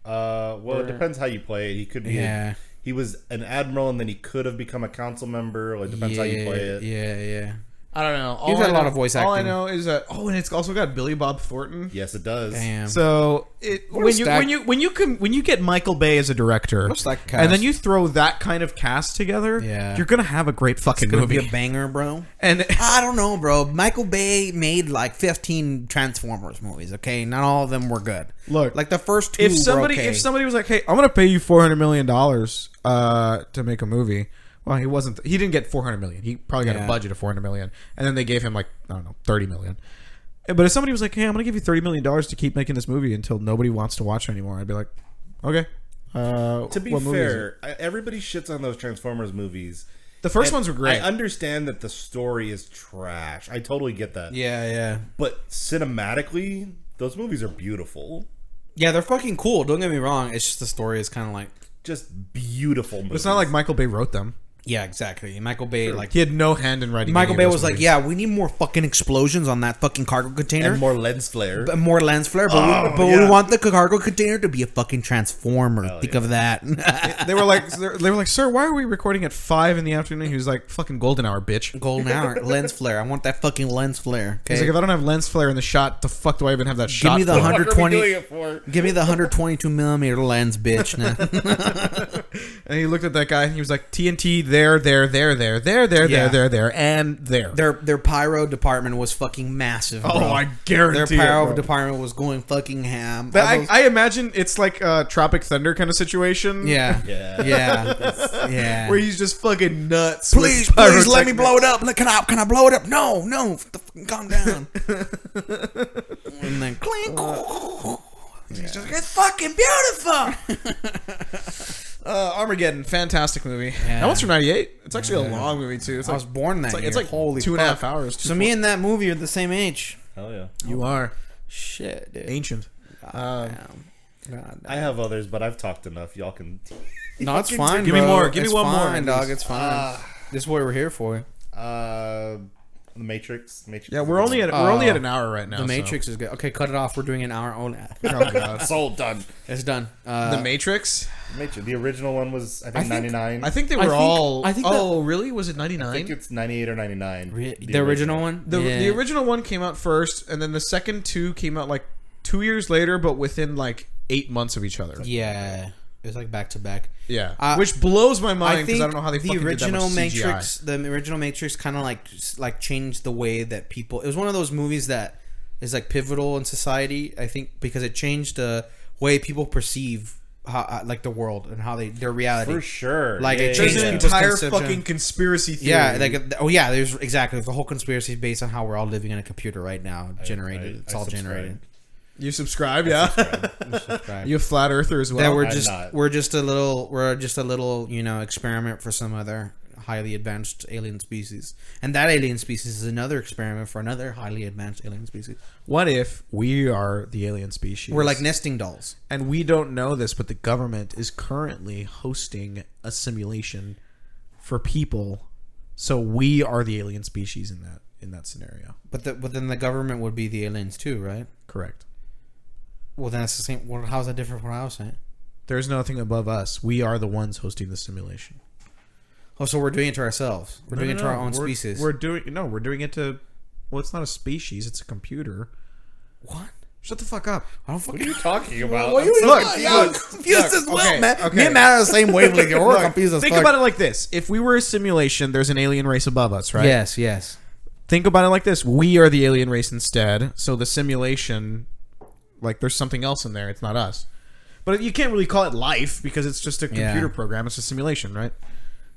[SPEAKER 4] Uh, well, it depends how you play it. He could be.
[SPEAKER 3] Yeah.
[SPEAKER 4] he was an admiral, and then he could have become a council member. Like depends
[SPEAKER 3] yeah,
[SPEAKER 4] how you play it.
[SPEAKER 3] yeah, yeah.
[SPEAKER 5] I don't know. All
[SPEAKER 3] He's got
[SPEAKER 5] I
[SPEAKER 3] a lot
[SPEAKER 5] know-
[SPEAKER 3] of voice
[SPEAKER 5] All I
[SPEAKER 3] acting.
[SPEAKER 5] know is that. Oh, and it's also got Billy Bob Thornton.
[SPEAKER 4] Yes, it does.
[SPEAKER 3] Damn.
[SPEAKER 5] So it, when
[SPEAKER 3] a
[SPEAKER 5] you
[SPEAKER 3] stack-
[SPEAKER 5] when you when you can when you get Michael Bay as a director,
[SPEAKER 3] a stack cast.
[SPEAKER 5] and then you throw that kind of cast together,
[SPEAKER 3] Yeah.
[SPEAKER 5] you're gonna have a great fucking
[SPEAKER 3] Gonna
[SPEAKER 5] movie.
[SPEAKER 3] be a banger, bro.
[SPEAKER 5] and
[SPEAKER 3] I don't know, bro. Michael Bay made like 15 Transformers movies. Okay, not all of them were good.
[SPEAKER 5] Look,
[SPEAKER 3] like the first two.
[SPEAKER 5] if somebody
[SPEAKER 3] were okay.
[SPEAKER 5] if somebody was like, "Hey, I'm gonna pay you 400 million dollars uh, to make a movie," well, he wasn't. He didn't get 400 million. He probably got
[SPEAKER 3] Yeah.
[SPEAKER 5] a budget of 400 million, and then they gave him like I don't know 30 million. Eh, But if somebody was like, "Hey, I'm gonna give you 30 million dollars to keep making this movie until nobody wants to watch it anymore," I'd be like, "Okay." Uh,
[SPEAKER 4] To be
[SPEAKER 5] what movie is it?"
[SPEAKER 4] fair, I- everybody shits on those Transformers movies.
[SPEAKER 5] the first
[SPEAKER 4] And
[SPEAKER 5] ones were great.
[SPEAKER 4] I understand that the story is trash. I totally get that.
[SPEAKER 3] yeah, yeah.
[SPEAKER 4] But cinematically, those movies are beautiful.
[SPEAKER 3] Yeah, they're fucking cool. Don't get me wrong. It's just the story is kind of like
[SPEAKER 4] Just beautiful movies.
[SPEAKER 5] It's not like Michael Bay wrote them.
[SPEAKER 3] yeah, exactly. And Michael Bay like
[SPEAKER 5] He had no hand in writing.
[SPEAKER 3] Michael
[SPEAKER 5] any
[SPEAKER 3] Bay
[SPEAKER 5] of those
[SPEAKER 3] was like,
[SPEAKER 5] movies.
[SPEAKER 3] yeah, we need more fucking explosions on that fucking cargo container.
[SPEAKER 4] and
[SPEAKER 3] And more-
[SPEAKER 4] more lens flare.
[SPEAKER 3] lens flare, but,
[SPEAKER 5] Oh,
[SPEAKER 3] we, but we want the cargo container to be a fucking transformer. Think of that.
[SPEAKER 5] They were like, they were like, sir, why are we recording at five in the afternoon? He was like, fucking golden hour, bitch.
[SPEAKER 3] Golden hour lens flare. I want that fucking lens flare.
[SPEAKER 5] He's
[SPEAKER 3] Okay,
[SPEAKER 5] like, if I don't have lens flare in the shot, the fuck do I even have that shot?
[SPEAKER 3] me the
[SPEAKER 5] for?"
[SPEAKER 3] hun-
[SPEAKER 4] What the fuck are we
[SPEAKER 3] 120
[SPEAKER 4] doing it for?
[SPEAKER 3] give me the 122 millimeter lens, bitch. Now.
[SPEAKER 5] and he looked at that guy and he was like, TNT there, there, there, there, there, there, there,
[SPEAKER 3] Yeah.
[SPEAKER 5] there, there, and there.
[SPEAKER 3] Their their pyro department was fucking massive. Bro.
[SPEAKER 5] Oh, guarantee
[SPEAKER 3] their
[SPEAKER 5] it,
[SPEAKER 3] pyro
[SPEAKER 5] bro.
[SPEAKER 3] department was going fucking ham.
[SPEAKER 5] But
[SPEAKER 3] All
[SPEAKER 5] I,
[SPEAKER 3] those-
[SPEAKER 5] I imagine it's like a Tropic Thunder kind of situation.
[SPEAKER 3] yeah,
[SPEAKER 4] Yeah.
[SPEAKER 3] yeah, yeah.
[SPEAKER 5] Where he's just fucking nuts. with
[SPEAKER 6] Please, please let me
[SPEAKER 5] pyrotechnics.
[SPEAKER 6] blow it up. Look, Can I, can I blow it up? No, no. The fucking calm down.
[SPEAKER 3] and then clink. Uh,
[SPEAKER 6] It's just- it's fucking beautiful.
[SPEAKER 5] Uh, Armageddon, fantastic movie. That one's from '98. It's actually a long movie too. It's
[SPEAKER 3] I
[SPEAKER 5] like,
[SPEAKER 3] was born that
[SPEAKER 5] it's like,
[SPEAKER 3] year.
[SPEAKER 5] it's like
[SPEAKER 3] holy
[SPEAKER 5] two and a half hours.
[SPEAKER 3] So me and that movie are the same age.
[SPEAKER 4] Hell yeah.
[SPEAKER 5] you are
[SPEAKER 3] Shit, dude.
[SPEAKER 5] ancient. Uh,
[SPEAKER 4] I have others, but I've talked enough. Y'all can.
[SPEAKER 3] No, it's fine.
[SPEAKER 5] Give me
[SPEAKER 3] bro.
[SPEAKER 5] more. Give me
[SPEAKER 3] It's
[SPEAKER 5] one more, Ah.
[SPEAKER 3] fine,
[SPEAKER 5] at
[SPEAKER 3] dog.
[SPEAKER 5] least.
[SPEAKER 3] It's fine. this is what we're here for.
[SPEAKER 4] Uh, the Matrix. Matrix.
[SPEAKER 5] yeah,
[SPEAKER 4] is
[SPEAKER 5] we're only
[SPEAKER 4] amazing.
[SPEAKER 5] at we're only
[SPEAKER 3] Uh,
[SPEAKER 5] at an hour right now.
[SPEAKER 3] The Matrix is good. Okay, cut it off. We're doing an hour only.
[SPEAKER 5] So. Oh, God.
[SPEAKER 4] Sold done.
[SPEAKER 3] It's Uh, done. Uh,
[SPEAKER 5] the Matrix.
[SPEAKER 4] Matrix. The original one was I think,
[SPEAKER 3] think-
[SPEAKER 4] 99.
[SPEAKER 5] I think they were
[SPEAKER 3] I think-
[SPEAKER 5] all.
[SPEAKER 3] I think that-
[SPEAKER 5] oh, really? Was it
[SPEAKER 4] I think
[SPEAKER 5] '99?
[SPEAKER 4] it's 98 or 99.
[SPEAKER 3] re- the, original one.
[SPEAKER 5] The,
[SPEAKER 3] yeah.
[SPEAKER 5] the original one came out first, and then the second two came out like two years later, but within like eight months of each other.
[SPEAKER 3] Yeah, it was like back to back.
[SPEAKER 5] Yeah,
[SPEAKER 3] Uh,
[SPEAKER 5] which blows my
[SPEAKER 3] I
[SPEAKER 5] mind
[SPEAKER 3] think
[SPEAKER 5] because I, don't know how they
[SPEAKER 3] the
[SPEAKER 5] fucking
[SPEAKER 3] original
[SPEAKER 5] did that much CGI.
[SPEAKER 3] Matrix, the original Matrix, kind of like s- like changed the way that people. It was one of those movies that is like pivotal in society. I think because it changed the way people perceive how uh, like the world and how they their reality.
[SPEAKER 4] For sure.
[SPEAKER 3] Like, it
[SPEAKER 5] There's
[SPEAKER 3] changed
[SPEAKER 5] an
[SPEAKER 3] Yeah.
[SPEAKER 5] entire
[SPEAKER 3] People's conception.
[SPEAKER 5] fucking conspiracy theory.
[SPEAKER 3] Yeah, like uh, oh yeah, there's exactly the whole conspiracy is based on how we're all living in a computer right now, generated.
[SPEAKER 4] I-
[SPEAKER 3] it's
[SPEAKER 4] I
[SPEAKER 3] all
[SPEAKER 4] subscribe.
[SPEAKER 3] generated.
[SPEAKER 5] you subscribe, yeah. you a flat earther as well.
[SPEAKER 3] That we're
[SPEAKER 4] I'm
[SPEAKER 3] just
[SPEAKER 4] not.
[SPEAKER 3] we're just a little we're just a little you know experiment for some other highly advanced alien species, and that alien species is another experiment for another highly advanced alien species.
[SPEAKER 5] what if we are the alien species?
[SPEAKER 3] We're like nesting dolls.
[SPEAKER 5] and we don't know this, but the government is currently hosting a simulation for people, so we are the alien species in that in that scenario.
[SPEAKER 3] But the, but then the government would be the aliens too, right?
[SPEAKER 5] Correct.
[SPEAKER 3] Well, then that's the same. Well, how's that different from what I was saying?
[SPEAKER 5] There's nothing above us. We are the ones hosting the simulation.
[SPEAKER 3] Oh, so we're doing it to ourselves. We're doing it to our own
[SPEAKER 5] we're,
[SPEAKER 3] species.
[SPEAKER 5] We're doing no, we're doing it to. Well, it's not a species; it's a computer.
[SPEAKER 3] what?
[SPEAKER 5] Shut the fuck up.
[SPEAKER 3] I don't fucking.
[SPEAKER 4] talking about.
[SPEAKER 5] Look,
[SPEAKER 3] I'm confused as well,
[SPEAKER 5] okay,
[SPEAKER 3] man.
[SPEAKER 5] okay.
[SPEAKER 3] Me and Matt are the same wavelength. We're confused as
[SPEAKER 5] Think
[SPEAKER 3] fuck.
[SPEAKER 5] about it like this: If we were a simulation, there's an alien race above us, right?
[SPEAKER 3] Yes, yes.
[SPEAKER 5] Think about it like this: We are the alien race instead. So the simulation, like, there's something else in there. It's not us. But you can't really call it life because it's just a
[SPEAKER 3] Yeah.
[SPEAKER 5] computer program. It's a simulation, right?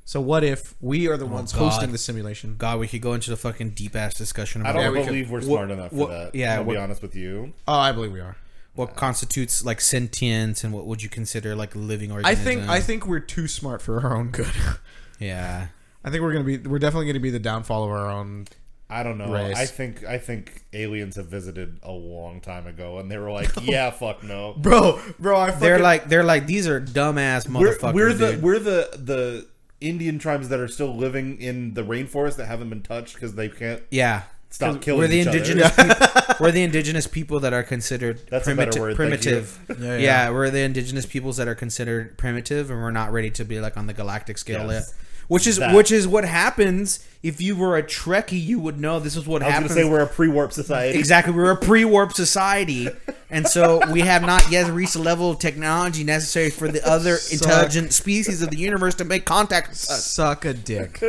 [SPEAKER 5] So what if we are the ones
[SPEAKER 3] Oh, God.
[SPEAKER 5] hosting the simulation?
[SPEAKER 3] God, we could go into the fucking deep ass discussion
[SPEAKER 4] I
[SPEAKER 3] about
[SPEAKER 4] don't
[SPEAKER 5] we could-
[SPEAKER 4] believe we're
[SPEAKER 3] what-
[SPEAKER 4] smart enough
[SPEAKER 3] what-
[SPEAKER 4] for that.
[SPEAKER 3] yeah,
[SPEAKER 4] I'll
[SPEAKER 3] what-
[SPEAKER 4] be honest with you.
[SPEAKER 5] Oh, I believe we are.
[SPEAKER 3] what constitutes like sentience and what would you consider like living
[SPEAKER 5] I
[SPEAKER 3] organism.
[SPEAKER 5] think I think we're too smart for our own good.
[SPEAKER 3] yeah.
[SPEAKER 5] I think we're gonna be we're definitely gonna be the downfall of our own.
[SPEAKER 4] I don't know.
[SPEAKER 5] Race.
[SPEAKER 4] I think I think aliens have visited a long time ago, and they were like, "Yeah, fuck no."
[SPEAKER 5] Bro, bro, I
[SPEAKER 3] They're like they're like these are dumbass
[SPEAKER 4] we're,
[SPEAKER 3] motherfuckers.
[SPEAKER 4] we're the
[SPEAKER 3] dude.
[SPEAKER 4] we're the the Indian tribes that are still living in the rainforest that haven't been touched because they can't
[SPEAKER 3] yeah.
[SPEAKER 4] stop killing.
[SPEAKER 3] We're the
[SPEAKER 4] each other.
[SPEAKER 3] indigenous people, we're the indigenous people that are considered
[SPEAKER 4] That's a better
[SPEAKER 3] primitive
[SPEAKER 4] word, thank you.
[SPEAKER 3] primitive. Yeah, we're the indigenous peoples that are considered primitive and we're not ready to be like on the galactic scale
[SPEAKER 4] Yes.
[SPEAKER 3] yet. Which is
[SPEAKER 4] That.
[SPEAKER 3] which is what happens if you were a Trekkie, you would know this is what
[SPEAKER 4] I was
[SPEAKER 3] happens.
[SPEAKER 4] gonna say we're a pre-warp society.
[SPEAKER 3] Exactly. We're a pre warp society. And so we have not yet reached the level of technology necessary for the other
[SPEAKER 5] Suck.
[SPEAKER 3] intelligent species of the universe to make contact with us.
[SPEAKER 5] suck a dick.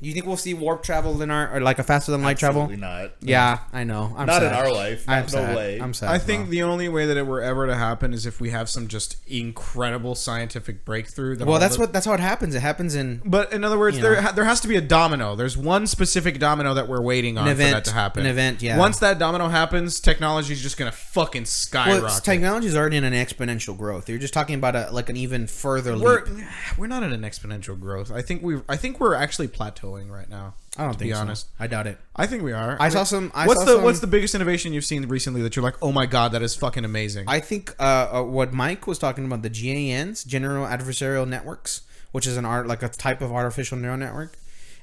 [SPEAKER 3] You think we'll see warp travel in our, or like a faster than light travel?
[SPEAKER 4] Absolutely not.
[SPEAKER 3] Yeah, I know. I'm
[SPEAKER 4] Not in
[SPEAKER 3] sad.
[SPEAKER 4] our life.
[SPEAKER 3] I'm
[SPEAKER 4] No
[SPEAKER 3] sad.
[SPEAKER 4] way.
[SPEAKER 3] I'm sad.
[SPEAKER 5] I think the only way that it were ever to happen is if we have some just incredible scientific breakthrough. That
[SPEAKER 3] Well,
[SPEAKER 5] all
[SPEAKER 3] that's
[SPEAKER 5] the-
[SPEAKER 3] what that's how it happens. It happens in
[SPEAKER 5] But in other words,
[SPEAKER 3] You
[SPEAKER 5] there
[SPEAKER 3] know.
[SPEAKER 5] ha- there has to be a domino. There's one specific domino that we're waiting on
[SPEAKER 3] An
[SPEAKER 5] for
[SPEAKER 3] event.
[SPEAKER 5] that to happen.
[SPEAKER 3] An event, yeah.
[SPEAKER 5] Once that domino happens, technology's just gonna fucking
[SPEAKER 3] well,
[SPEAKER 5] skyrocket.
[SPEAKER 3] it's- technology is already in an exponential growth. You're just talking about a like an even further leap.
[SPEAKER 5] we're we're not in an exponential growth. I think we I think we're actually plateauing right now.
[SPEAKER 3] I don't
[SPEAKER 5] to
[SPEAKER 3] think
[SPEAKER 5] be
[SPEAKER 3] so.
[SPEAKER 5] honest.
[SPEAKER 3] I doubt it.
[SPEAKER 5] I think we are.
[SPEAKER 3] I saw some- I
[SPEAKER 5] what's
[SPEAKER 3] saw
[SPEAKER 5] the
[SPEAKER 3] some-
[SPEAKER 5] What's the biggest innovation you've seen recently that you're like, oh my god, that is fucking amazing?
[SPEAKER 3] I think uh, uh, what Mike was talking about the GANs, general adversarial networks, which is an art like a type of artificial neural network.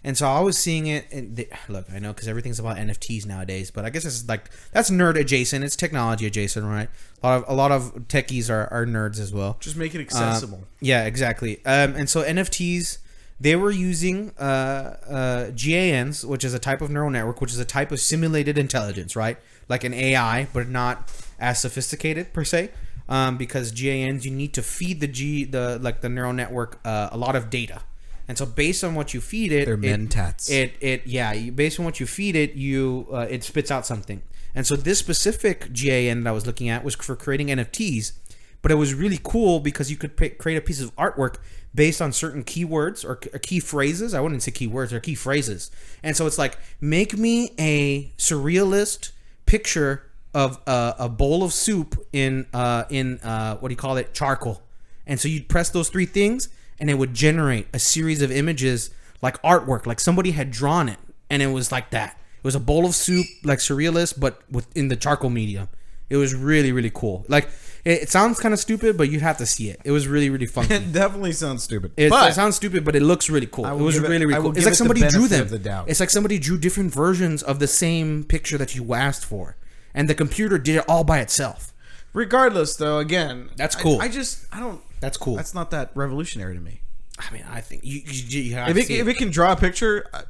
[SPEAKER 3] And so I was seeing it. And the, look, I know because everything's about NFTs nowadays, but I guess it's like that's nerd adjacent. It's technology adjacent, right? A lot of a lot of techies are, are nerds as well.
[SPEAKER 5] Just make it
[SPEAKER 3] Uh,
[SPEAKER 5] accessible.
[SPEAKER 3] yeah, exactly. Um, and so NFTs, they were using uh, uh, GANs, which is a type of neural network, which is a type of simulated intelligence, right? Like an AI, but not as sophisticated per se. um, because GANs you need to feed the G the like the neural network uh, a lot of data, and so based on what you feed it,
[SPEAKER 5] They're
[SPEAKER 3] it-
[SPEAKER 5] mentats.
[SPEAKER 3] It it yeah, you, based on what you feed it, you uh, it spits out something. And so this specific GAN that I was looking at was for creating NFTs, but it was really cool because you could pick, create a piece of artwork based on certain keywords or, or key phrases. I wouldn't say keywords or key phrases. And so it's like make me a surrealist picture of a, a bowl of soup in uh, in uh, what do you call it charcoal. And so you'd press those three things, and it would generate a series of images like artwork, like somebody had drawn it, and it was like that. It was a bowl of soup, like surrealist, but within the charcoal medium. It was really, really cool. Like it, it sounds kind of stupid, but you have to see it. It was really, really funky.
[SPEAKER 5] It definitely sounds stupid.
[SPEAKER 3] It,
[SPEAKER 5] but
[SPEAKER 3] it sounds stupid, but it looks really cool.
[SPEAKER 5] I
[SPEAKER 3] It
[SPEAKER 5] will
[SPEAKER 3] was
[SPEAKER 5] give it-
[SPEAKER 3] really,
[SPEAKER 5] I
[SPEAKER 3] really
[SPEAKER 5] will
[SPEAKER 3] cool.
[SPEAKER 5] give
[SPEAKER 3] It's like
[SPEAKER 5] it the
[SPEAKER 3] somebody drew
[SPEAKER 5] benefit
[SPEAKER 3] them.
[SPEAKER 5] of the doubt.
[SPEAKER 3] It's like somebody drew different versions of the same picture that you asked for, and the computer did it all by itself.
[SPEAKER 5] regardless, though, again,
[SPEAKER 3] That's
[SPEAKER 5] I-
[SPEAKER 3] cool.
[SPEAKER 5] I, just I don't.
[SPEAKER 3] That's cool.
[SPEAKER 5] That's not that revolutionary to me.
[SPEAKER 3] I mean, I think you, you, you have
[SPEAKER 5] If
[SPEAKER 3] to
[SPEAKER 5] it,
[SPEAKER 3] see
[SPEAKER 5] if
[SPEAKER 3] it.
[SPEAKER 5] it can draw a picture, uh,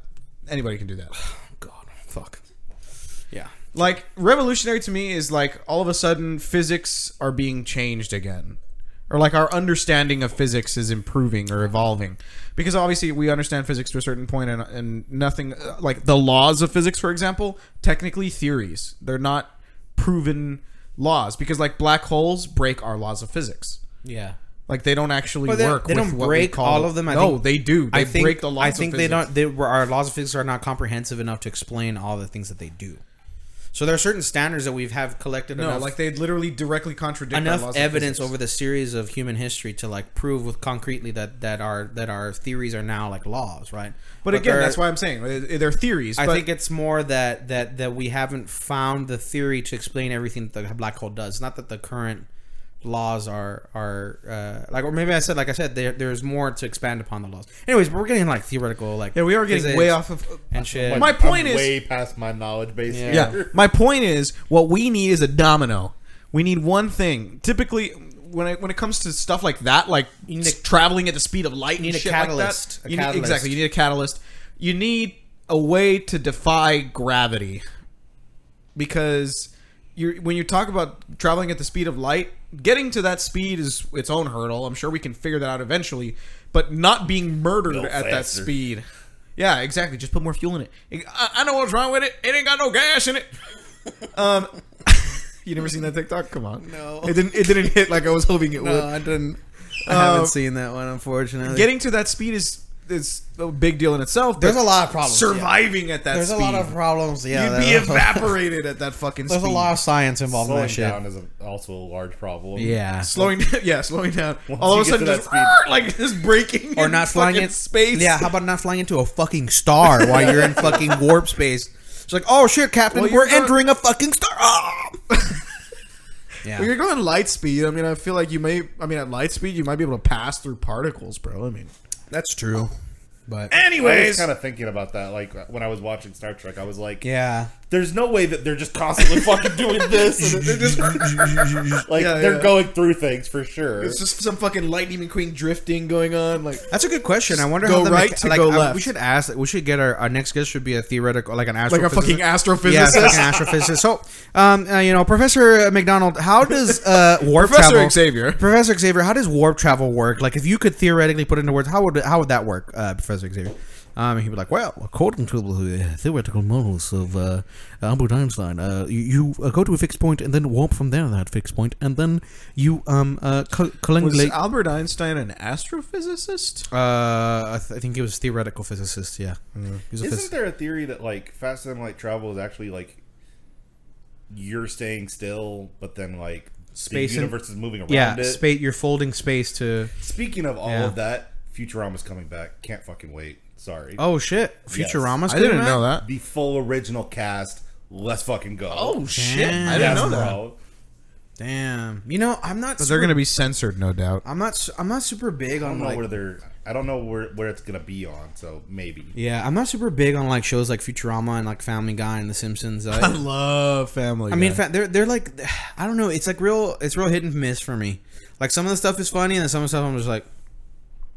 [SPEAKER 5] anybody can do that.
[SPEAKER 3] God, fuck. Yeah.
[SPEAKER 5] Like revolutionary to me is like all of a sudden physics are being changed again. Or like our understanding of physics is improving or evolving, because obviously we understand physics to a certain point, and, and nothing uh, like the laws of physics, for example, technically theories. They're not proven laws because like black holes break our laws of physics.
[SPEAKER 3] Yeah.
[SPEAKER 5] Like they don't actually
[SPEAKER 3] But they,
[SPEAKER 5] work.
[SPEAKER 3] they
[SPEAKER 5] with
[SPEAKER 3] don't
[SPEAKER 5] what we
[SPEAKER 3] break
[SPEAKER 5] call-
[SPEAKER 3] all of them. I
[SPEAKER 5] no,
[SPEAKER 3] think,
[SPEAKER 5] they do. They
[SPEAKER 3] I think,
[SPEAKER 5] break the laws.
[SPEAKER 3] I think
[SPEAKER 5] of
[SPEAKER 3] they
[SPEAKER 5] physics.
[SPEAKER 3] don't. They, were- our laws of physics are not comprehensive enough to explain all the things that they do. So there are certain standards that we've have collected.
[SPEAKER 5] No,
[SPEAKER 3] enough,
[SPEAKER 5] like they literally directly contradict our
[SPEAKER 3] enough
[SPEAKER 5] laws of
[SPEAKER 3] evidence
[SPEAKER 5] physics.
[SPEAKER 3] over the series of human history to like prove with concretely that that our that our theories are now like laws, right?
[SPEAKER 5] But again,
[SPEAKER 3] there-
[SPEAKER 5] that's why I'm saying uh, they're theories.
[SPEAKER 3] I
[SPEAKER 5] but
[SPEAKER 3] think it's more that that that we haven't found the theory to explain everything that the black hole does. Not that the current laws are are uh, like, or maybe I said like I said there, there's more to expand upon the laws. Anyways, but we're getting like theoretical like
[SPEAKER 5] yeah, we are getting
[SPEAKER 3] physics
[SPEAKER 5] way off of.
[SPEAKER 3] and shit.
[SPEAKER 5] My point
[SPEAKER 4] I'm
[SPEAKER 5] is,
[SPEAKER 4] way past my knowledge base.
[SPEAKER 3] Yeah.
[SPEAKER 5] yeah, my point is, what we need is a domino. We need one thing. Typically, when it, when it comes to stuff like that, like
[SPEAKER 3] need a-
[SPEAKER 5] s- traveling at the speed of light, and
[SPEAKER 3] You need a
[SPEAKER 5] shit
[SPEAKER 3] catalyst. A
[SPEAKER 5] Like that, you
[SPEAKER 3] catalyst.
[SPEAKER 5] Need, exactly, you need a catalyst. You need a way to defy gravity, because you when you talk about traveling at the speed of light, getting to that speed is its own hurdle. I'm sure we can figure that out eventually, but not being murdered
[SPEAKER 4] Go
[SPEAKER 5] at that
[SPEAKER 4] faster.
[SPEAKER 5] speed. Yeah, exactly. Just put more fuel in it. I, I know what's wrong with it. It ain't got no gas in it. um, you never seen that TikTok? Come on. No. It didn't. It didn't hit like I was hoping it would.
[SPEAKER 6] I didn't. I
[SPEAKER 5] Um,
[SPEAKER 6] haven't seen that one, unfortunately.
[SPEAKER 5] uh, Getting to that speed is is a big deal in itself.
[SPEAKER 6] there's
[SPEAKER 5] but
[SPEAKER 6] a lot of problems. yeah.
[SPEAKER 5] surviving at that.
[SPEAKER 6] There's
[SPEAKER 5] speed.
[SPEAKER 6] a lot of problems. Yeah,
[SPEAKER 5] You'd be
[SPEAKER 6] there-
[SPEAKER 5] evaporated at that fucking
[SPEAKER 6] There's
[SPEAKER 5] speed.
[SPEAKER 6] a lot of science involved in
[SPEAKER 4] Slowing
[SPEAKER 6] that shit.
[SPEAKER 4] down is a, also a large problem.
[SPEAKER 6] Yeah.
[SPEAKER 5] Slowing down, yeah, slowing down.
[SPEAKER 4] Once
[SPEAKER 5] All
[SPEAKER 4] you
[SPEAKER 5] of a
[SPEAKER 4] get to
[SPEAKER 5] sudden,
[SPEAKER 4] that
[SPEAKER 5] just
[SPEAKER 4] speed.
[SPEAKER 5] "Arr!" like just breaking
[SPEAKER 6] or
[SPEAKER 5] in
[SPEAKER 6] not flying
[SPEAKER 5] fucking
[SPEAKER 6] in
[SPEAKER 5] space.
[SPEAKER 6] Yeah, how about not flying into a fucking star while you're in fucking warp space? It's like, oh shit, Captain,
[SPEAKER 5] Well, you're
[SPEAKER 6] we're
[SPEAKER 5] going-
[SPEAKER 6] entering a fucking star. Ah! yeah,
[SPEAKER 5] Well, you're going light speed. I mean, I feel like you may. I mean, at light speed, you might be able to pass through particles, bro. I mean,
[SPEAKER 6] that's true. But
[SPEAKER 4] I was
[SPEAKER 5] anyways,
[SPEAKER 4] kind of thinking about that, like when I was watching Star Trek, I was like,
[SPEAKER 6] yeah,
[SPEAKER 4] "There's no way that they're just constantly fucking doing this. and they're just like
[SPEAKER 5] Yeah,
[SPEAKER 4] they're
[SPEAKER 5] yeah.
[SPEAKER 4] going through things for sure."
[SPEAKER 5] it's just some fucking lightning McQueen drifting going on. Like,
[SPEAKER 3] That's a good question. I wonder
[SPEAKER 5] Go
[SPEAKER 3] how the
[SPEAKER 5] right
[SPEAKER 3] mecha-
[SPEAKER 5] to
[SPEAKER 3] like,
[SPEAKER 5] go
[SPEAKER 3] I-
[SPEAKER 5] left.
[SPEAKER 3] we should ask. We should get our, our next guest should be a theoretical like an astrophysicist.
[SPEAKER 5] like a fucking astrophysicist.
[SPEAKER 3] Yeah, fucking astrophysicist. So, um, uh, you know, Professor McDonald, how does uh, warp
[SPEAKER 5] Professor
[SPEAKER 3] travel?
[SPEAKER 5] Xavier.
[SPEAKER 3] Professor Xavier, how does warp travel work? Like, if you could theoretically put into words, how would how would that work, uh, Professor Xavier? Um, he'd be like, well,
[SPEAKER 9] According to the
[SPEAKER 3] uh,
[SPEAKER 9] theoretical models of uh, Albert Einstein, uh, you, you uh, go to a fixed point and then warp from there to that fixed point, and then you um uh, co-
[SPEAKER 5] Was
[SPEAKER 9] collingulate.
[SPEAKER 5] Albert Einstein an astrophysicist?
[SPEAKER 3] uh, I, th- I think he was a theoretical physicist. Yeah,
[SPEAKER 5] Mm.
[SPEAKER 3] he was a
[SPEAKER 4] Isn't
[SPEAKER 3] phys-
[SPEAKER 4] there a theory that like faster than light travel is actually like you're staying still, but then like
[SPEAKER 3] Space
[SPEAKER 4] the
[SPEAKER 3] and-
[SPEAKER 4] universe is moving around
[SPEAKER 3] yeah,
[SPEAKER 4] it?
[SPEAKER 3] space. You're folding space to.
[SPEAKER 4] Speaking of all
[SPEAKER 3] Yeah.
[SPEAKER 4] of that, Futurama's coming back. Can't fucking wait. Sorry.
[SPEAKER 3] Oh shit!
[SPEAKER 4] Yes.
[SPEAKER 3] Futurama's.
[SPEAKER 5] I didn't
[SPEAKER 3] coming
[SPEAKER 5] know
[SPEAKER 3] back?
[SPEAKER 5] that.
[SPEAKER 4] The full original cast. Let's fucking go.
[SPEAKER 5] Oh, shit! I
[SPEAKER 4] Yes,
[SPEAKER 5] didn't know that.
[SPEAKER 4] bro.
[SPEAKER 3] Damn. You know, I'm not.
[SPEAKER 5] But
[SPEAKER 3] super,
[SPEAKER 5] they're gonna be censored, no doubt.
[SPEAKER 3] I'm not. su- I'm not super big
[SPEAKER 4] I
[SPEAKER 3] on
[SPEAKER 4] don't know
[SPEAKER 3] like
[SPEAKER 4] where they're. I don't know where, where it's gonna be on. So maybe.
[SPEAKER 3] Yeah, I'm not super big on like shows like Futurama and like Family Guy and The Simpsons. I,
[SPEAKER 5] love Family.
[SPEAKER 3] I mean, fa- they're they're like, I don't know. It's like real. It's real hit and miss for me. Like some of the stuff is funny, and then some of the stuff I'm just like,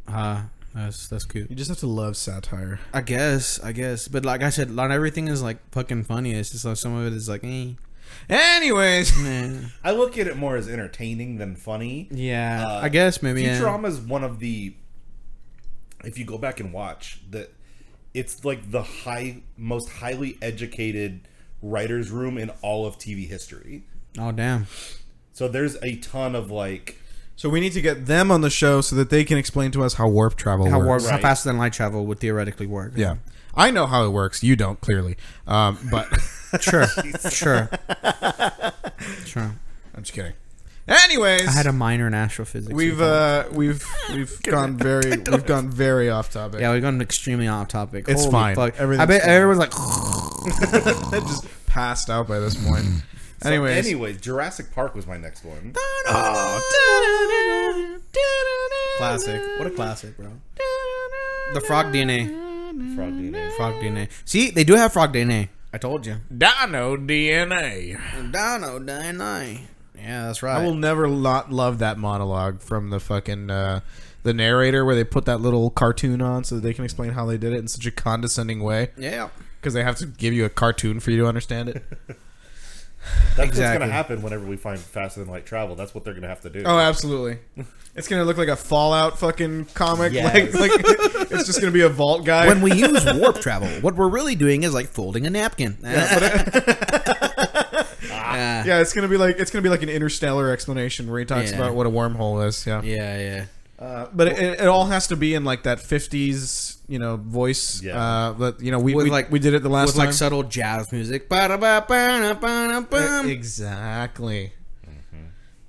[SPEAKER 3] ah, that's that's
[SPEAKER 5] you
[SPEAKER 3] cute.
[SPEAKER 5] just have to love satire.
[SPEAKER 3] I guess, I guess. But like I said, not everything is like fucking funny. It's just like some of it is like, eh.
[SPEAKER 5] Anyways,
[SPEAKER 4] I look at it more as entertaining than funny.
[SPEAKER 3] Yeah,
[SPEAKER 4] Uh,
[SPEAKER 3] I guess maybe. eh. yeah.
[SPEAKER 4] Futurama is one of the. If you go back and watch that, it's like the high, most highly educated writers' room in all of TV history.
[SPEAKER 3] Oh damn.
[SPEAKER 4] So there's a ton of like
[SPEAKER 5] so we need to get them on the show so that they can explain to us how warp travel
[SPEAKER 3] How
[SPEAKER 5] works.
[SPEAKER 3] warp, how
[SPEAKER 4] Right.
[SPEAKER 3] faster than light travel would theoretically work.
[SPEAKER 5] Yeah, I know how it works. You don't clearly, um, but
[SPEAKER 3] Sure. sure. Sure.
[SPEAKER 5] I'm just kidding. Anyways,
[SPEAKER 3] I had a minor in astrophysics.
[SPEAKER 5] we've uh, we've we've gone very we've gone very off topic.
[SPEAKER 3] yeah, we've gone extremely off topic.
[SPEAKER 5] It's
[SPEAKER 3] Holy
[SPEAKER 5] fine.
[SPEAKER 3] Fuck. I
[SPEAKER 5] Everything's
[SPEAKER 3] bet
[SPEAKER 5] fine. Oh.
[SPEAKER 3] everyone's like,
[SPEAKER 5] That just passed out by this
[SPEAKER 3] Mm.
[SPEAKER 5] point. Anyways,
[SPEAKER 4] Anyways, Jurassic Park was my next one.
[SPEAKER 3] classic. What a classic, bro. The frog DNA.
[SPEAKER 4] Frog DNA.
[SPEAKER 3] Frog DNA. See, they do have frog DNA. I told you.
[SPEAKER 5] Dino DNA.
[SPEAKER 3] Dino DNA. Yeah, that's
[SPEAKER 5] I
[SPEAKER 3] right.
[SPEAKER 5] will never not love that monologue from the fucking uh, the narrator where they put that little cartoon on so that they can explain how they did it in such a condescending way
[SPEAKER 3] yeah.
[SPEAKER 5] because they have to give you a cartoon for you to understand it.
[SPEAKER 4] That's what's
[SPEAKER 5] Exactly.
[SPEAKER 4] gonna happen whenever we find faster than light travel. That's what they're gonna have to do.
[SPEAKER 5] Oh, absolutely. It's gonna look like a Fallout fucking comic.
[SPEAKER 4] Yes.
[SPEAKER 5] Like, like it's just gonna be a vault guy.
[SPEAKER 6] when we use warp travel, what we're really doing is like folding a napkin.
[SPEAKER 5] yeah, it's gonna be like it's gonna be like an interstellar explanation where he talks
[SPEAKER 3] Yeah.
[SPEAKER 5] about what a wormhole is. Yeah,
[SPEAKER 3] Yeah, yeah.
[SPEAKER 5] but it, it, it all has to be in like that '50s, you know, voice.
[SPEAKER 4] Yeah.
[SPEAKER 5] Uh, but you know, we
[SPEAKER 3] With,
[SPEAKER 5] we,
[SPEAKER 3] like-
[SPEAKER 5] we did it the last
[SPEAKER 3] With
[SPEAKER 5] time. E,
[SPEAKER 3] like subtle jazz music. Ba-da-ba-ba-da-ba-da-bum.
[SPEAKER 5] exactly.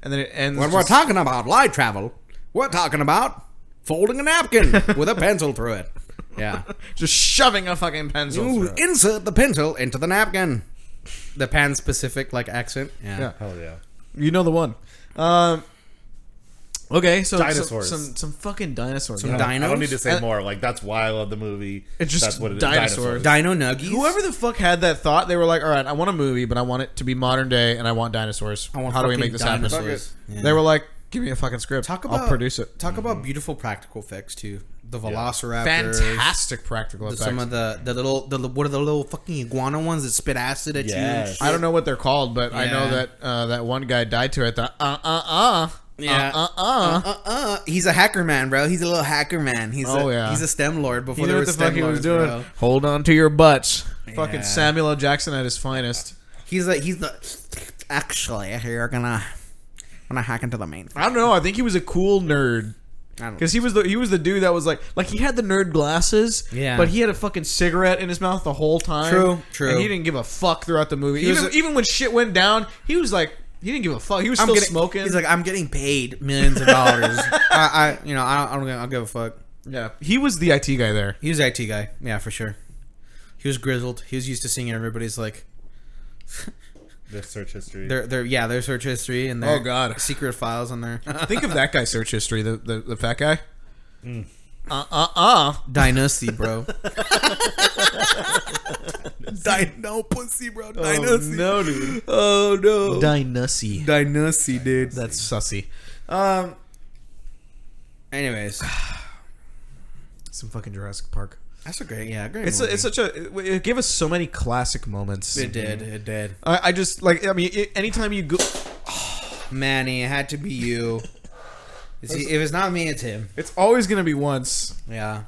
[SPEAKER 5] And then it ends.
[SPEAKER 3] When we're
[SPEAKER 5] just-
[SPEAKER 3] talking about light travel, we're talking about folding a napkin with a pencil through it. Yeah.
[SPEAKER 5] just shoving a fucking pencil.
[SPEAKER 3] You
[SPEAKER 5] through it.
[SPEAKER 3] insert the pencil into the napkin. The pan specific like accent. Yeah.
[SPEAKER 5] Yeah.
[SPEAKER 4] Hell yeah.
[SPEAKER 5] You know the one. Um, okay, so
[SPEAKER 4] Dinosaurs.
[SPEAKER 5] Some, some some fucking dinosaurs.
[SPEAKER 3] Some
[SPEAKER 5] Yeah.
[SPEAKER 4] I don't need to say
[SPEAKER 5] Uh,
[SPEAKER 4] more. Like that's why I love the movie.
[SPEAKER 5] It's just
[SPEAKER 4] that's is.
[SPEAKER 5] dinosaurs.
[SPEAKER 3] Dino nuggies.
[SPEAKER 5] Whoever the fuck had that thought, they were like, "All right, I want a movie, but I want it to be modern day, and I want dinosaurs.
[SPEAKER 3] I want
[SPEAKER 5] How do we
[SPEAKER 3] fucking
[SPEAKER 5] make this happen?"
[SPEAKER 3] dinosaurs. Yeah.
[SPEAKER 5] They were like, "Give me a fucking script.
[SPEAKER 3] Talk
[SPEAKER 5] I'll
[SPEAKER 3] about-
[SPEAKER 5] produce it."
[SPEAKER 3] Talk about beautiful practical effects too. The Velociraptor.
[SPEAKER 5] Mm-hmm. Fantastic practical effects.
[SPEAKER 3] Some of the, the little the what are the little fucking iguana ones that spit acid at
[SPEAKER 4] Yes.
[SPEAKER 3] you?
[SPEAKER 5] I don't know what they're called, but I know
[SPEAKER 3] Yeah.
[SPEAKER 5] that uh, that one guy died to it. The uh uh uh.
[SPEAKER 3] Yeah.
[SPEAKER 5] Uh uh uh.
[SPEAKER 3] Uh, uh, he's a hacker man, bro. He's a little hacker man. He's
[SPEAKER 5] Oh,
[SPEAKER 3] a,
[SPEAKER 5] yeah.
[SPEAKER 3] he's a stem lord before
[SPEAKER 5] He knew
[SPEAKER 3] there
[SPEAKER 5] what
[SPEAKER 3] was
[SPEAKER 5] the
[SPEAKER 3] stem
[SPEAKER 5] fuck he was doing.
[SPEAKER 3] lords, bro.
[SPEAKER 5] Hold on to your butts. Fucking
[SPEAKER 3] Yeah.
[SPEAKER 5] Samuel L. Jackson at his finest.
[SPEAKER 3] He's like he's the actually you're gonna gonna hack into the main.
[SPEAKER 5] I don't know. I think he was a cool nerd.
[SPEAKER 3] I don't
[SPEAKER 5] Because he was the he was the dude that was like like he had the nerd glasses,
[SPEAKER 3] Yeah.
[SPEAKER 5] But he had a fucking cigarette in his mouth the whole time.
[SPEAKER 3] True, true.
[SPEAKER 5] And he didn't give a fuck throughout the movie.
[SPEAKER 3] was
[SPEAKER 5] Even
[SPEAKER 3] a-
[SPEAKER 5] even when shit went down, he was like he didn't give a fuck. He was
[SPEAKER 3] I'm
[SPEAKER 5] still
[SPEAKER 3] getting,
[SPEAKER 5] smoking.
[SPEAKER 3] He's like I'm getting paid millions of dollars. I, I you know I don't, I don't give- I don't give a fuck.
[SPEAKER 5] yeah, he was the IT guy there.
[SPEAKER 3] He was an IT guy, yeah for sure. He was grizzled. He was used to seeing everybody's like
[SPEAKER 4] Their search history.
[SPEAKER 3] their their yeah their search history and their
[SPEAKER 5] Oh, God.
[SPEAKER 3] secret files on there.
[SPEAKER 5] Think of that guy's search history. The the, the fat guy.
[SPEAKER 3] Mm.
[SPEAKER 5] Uh uh uh.
[SPEAKER 3] Dynasty, bro.
[SPEAKER 6] Dino pussy, bro.
[SPEAKER 5] Oh, no, dude.
[SPEAKER 3] oh no,
[SPEAKER 5] Dinossy.
[SPEAKER 3] Dynasty, dude.
[SPEAKER 5] That's sussy.
[SPEAKER 3] Anyways,
[SPEAKER 5] Some fucking Jurassic Park.
[SPEAKER 3] that's a great yeah great.
[SPEAKER 5] It's
[SPEAKER 3] movie.
[SPEAKER 5] a, it's such a it, it gave us so many classic moments.
[SPEAKER 3] it did it did.
[SPEAKER 5] I, I just like I mean it, anytime you go
[SPEAKER 3] Manny, it had to be you. Is he- if it's not me, it's him.
[SPEAKER 5] it's always gonna be once
[SPEAKER 3] Yeah.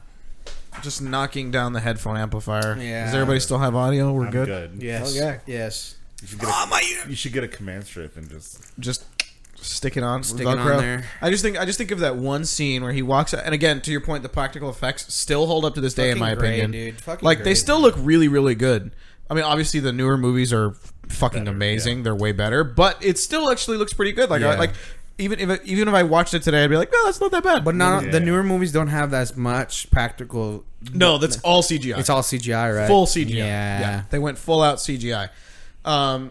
[SPEAKER 5] just knocking down the headphone amplifier.
[SPEAKER 3] Yeah.
[SPEAKER 5] Does everybody still have audio? We're
[SPEAKER 4] I'm
[SPEAKER 5] good?
[SPEAKER 4] good.
[SPEAKER 3] Yes.
[SPEAKER 5] Okay.
[SPEAKER 3] Yes.
[SPEAKER 4] You should get
[SPEAKER 3] Oh,
[SPEAKER 4] a, you should get a command strip and just
[SPEAKER 5] Just stick it on.
[SPEAKER 3] Stick it on
[SPEAKER 5] Velcro.
[SPEAKER 3] there.
[SPEAKER 5] I just think I just think of that one scene where he walks out, and again to your point, the practical effects still hold up to this day, in my
[SPEAKER 3] Fucking great,
[SPEAKER 5] opinion.
[SPEAKER 3] dude. Fucking
[SPEAKER 5] like they
[SPEAKER 3] great.
[SPEAKER 5] still look really, really good. I mean, obviously the newer movies are fucking amazing. They're way better, but it still actually looks pretty good. Like I,
[SPEAKER 4] Yeah.
[SPEAKER 5] like. Even if it- even if I watched it today, I'd be like, no, that's not that bad.
[SPEAKER 3] But not
[SPEAKER 4] Yeah.
[SPEAKER 3] the newer movies don't have as much practical.
[SPEAKER 5] no, that's all CGI.
[SPEAKER 3] It's all CGI, right?
[SPEAKER 5] full CGI.
[SPEAKER 3] Yeah.
[SPEAKER 5] they went full out CGI. Um,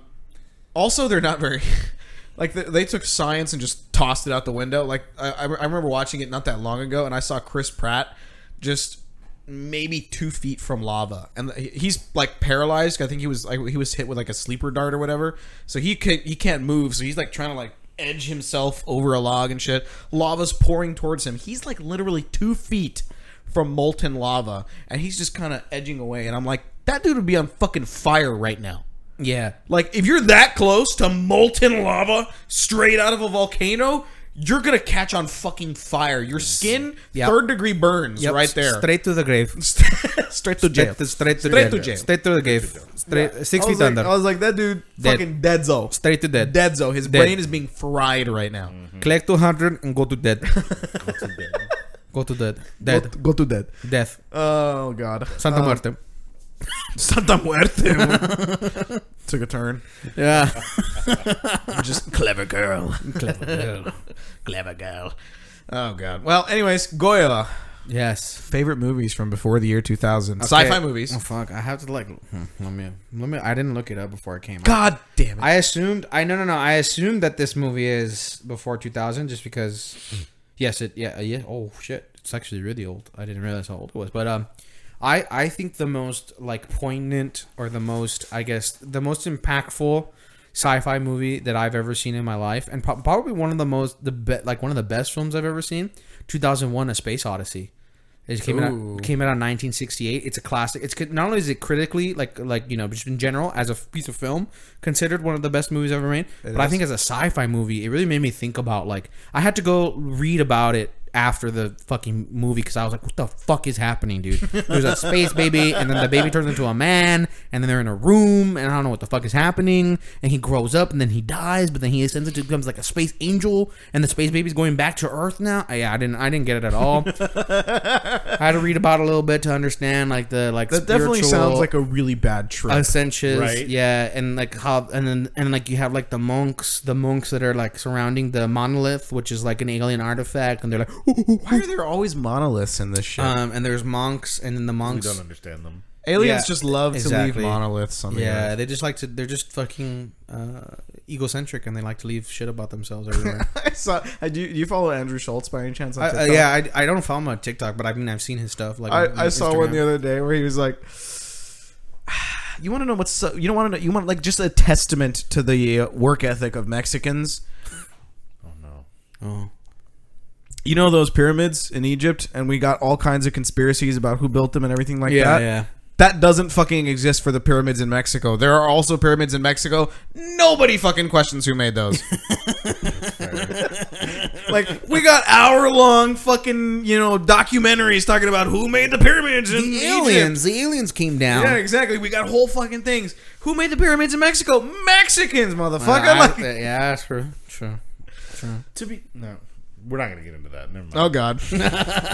[SPEAKER 5] also, they're not very like they, they took science and just tossed it out the window. Like I, I I remember watching it not that long ago, and I saw Chris Pratt just maybe two feet from lava, and he- he's like paralyzed. I think he was like he was hit with like a sleeper dart or whatever, so he could he can't move. So he's like trying to like edge himself over a log and shit. Lava's pouring towards him. He's like literally two feet from molten lava, and he's just kind of edging away. And I'm like, that dude would be on fucking fire right now. Yeah. Like if you're that close to molten lava straight out of a volcano, you're gonna catch on fucking fire. Your skin,
[SPEAKER 6] Yep.
[SPEAKER 5] third degree burns
[SPEAKER 6] Yep,
[SPEAKER 5] right there.
[SPEAKER 6] Straight to the grave.
[SPEAKER 5] Straight to jail.
[SPEAKER 6] Straight to, straight to
[SPEAKER 5] Straight
[SPEAKER 6] jail.
[SPEAKER 5] to jail.
[SPEAKER 6] Straight to the grave. Straight, Six
[SPEAKER 5] I was
[SPEAKER 6] feet
[SPEAKER 5] like,
[SPEAKER 6] under.
[SPEAKER 5] I was like, that dude
[SPEAKER 6] Dead.
[SPEAKER 5] fucking deadzo.
[SPEAKER 6] straight to dead.
[SPEAKER 5] Deadzo. His
[SPEAKER 6] Dead.
[SPEAKER 5] brain is being fried right now.
[SPEAKER 6] Collect 200 and go to dead. go to dead. Dead.
[SPEAKER 5] Go, go to dead.
[SPEAKER 6] Death.
[SPEAKER 5] Oh god.
[SPEAKER 6] Santa
[SPEAKER 5] Um,
[SPEAKER 6] Muerte.
[SPEAKER 5] Santa Muerte. Took a turn.
[SPEAKER 3] Yeah.
[SPEAKER 5] Just clever girl. Clever girl. clever girl. Oh god. Well, anyways, Goya.
[SPEAKER 3] yes.
[SPEAKER 5] Favorite movies from before the year 2000. Sci-fi movies.
[SPEAKER 3] Oh fuck! I have to like. hmm, Let me. Let me. I didn't look it up before I came. out.
[SPEAKER 5] God damn it.
[SPEAKER 3] I assumed. I no no no. I assumed that this movie is before 2000, just because. Yes. It. Yeah. Yeah. Oh shit! It's actually really old. I didn't realize how old it was. But um, I I think the most like poignant or the most I guess the most impactful sci-fi movie that I've ever seen in my life, and pro- probably one of the most the be- like one of the best films I've ever seen. 2001: A Space Odyssey. It came
[SPEAKER 5] Ooh.
[SPEAKER 3] out came out in 1968. It's a classic. It's con- not only is it critically like like you know just in general as a f- piece of film considered one of the best movies ever made, but I think as a sci-fi movie, it really made me think about like I had to go read about it after the fucking movie because I was like, what the fuck is happening, dude? There's a space baby, and then the baby turns into a man, and then they're in a room, and I don't know what the fuck is happening. And he grows up, and then he dies, but then he ascends into becomes like a space angel, and the space baby's going back to Earth now. Yeah, I didn't, I didn't get it at all. I had to read about it a little bit to understand like the like
[SPEAKER 5] That definitely
[SPEAKER 3] spiritual
[SPEAKER 5] sounds like a really bad trip.
[SPEAKER 3] ascensions,
[SPEAKER 4] Right.
[SPEAKER 3] yeah, and like how and then and like you have like the monks, the monks that are like surrounding the monolith, which is like an alien artifact, and they're like,
[SPEAKER 5] Why are there always monoliths in this shit?
[SPEAKER 3] um, and there's monks, and then the
[SPEAKER 4] We
[SPEAKER 3] monks,
[SPEAKER 4] don't understand them.
[SPEAKER 5] Aliens
[SPEAKER 3] yeah,
[SPEAKER 5] just love to
[SPEAKER 3] exactly.
[SPEAKER 5] leave monoliths on the
[SPEAKER 3] yeah,
[SPEAKER 5] earth.
[SPEAKER 3] they just like to, they're just fucking uh, egocentric, and they like to leave shit about themselves everywhere.
[SPEAKER 5] I saw. I do. Do you follow Andrew Schultz by any chance on
[SPEAKER 3] I,
[SPEAKER 5] TikTok?
[SPEAKER 3] uh, yeah, I, I don't follow him on TikTok, but I mean I've seen his stuff. Like on
[SPEAKER 5] I, I saw one
[SPEAKER 3] Instagram.
[SPEAKER 5] the other day where he was like, "You want to know what's so, you don't want to know you want like just a testament to the uh, work ethic of Mexicans.
[SPEAKER 4] Oh no.
[SPEAKER 5] You know those pyramids in Egypt, and we got all kinds of conspiracies about who built them and everything like
[SPEAKER 3] Yeah,
[SPEAKER 5] that.
[SPEAKER 3] yeah.
[SPEAKER 5] That doesn't fucking exist for the pyramids in Mexico. There are also pyramids in Mexico. Nobody fucking questions who made those. like we got hour long fucking you know documentaries talking about who made the pyramids in
[SPEAKER 3] The
[SPEAKER 5] Egypt.
[SPEAKER 3] aliens, the aliens came down.
[SPEAKER 5] Yeah, exactly. We got whole fucking things. Who made the pyramids in Mexico? Mexicans, motherfucker.
[SPEAKER 3] I-
[SPEAKER 5] Like-
[SPEAKER 3] yeah, true, true.
[SPEAKER 4] To be no, we're not gonna get into that. Never mind.
[SPEAKER 5] oh god.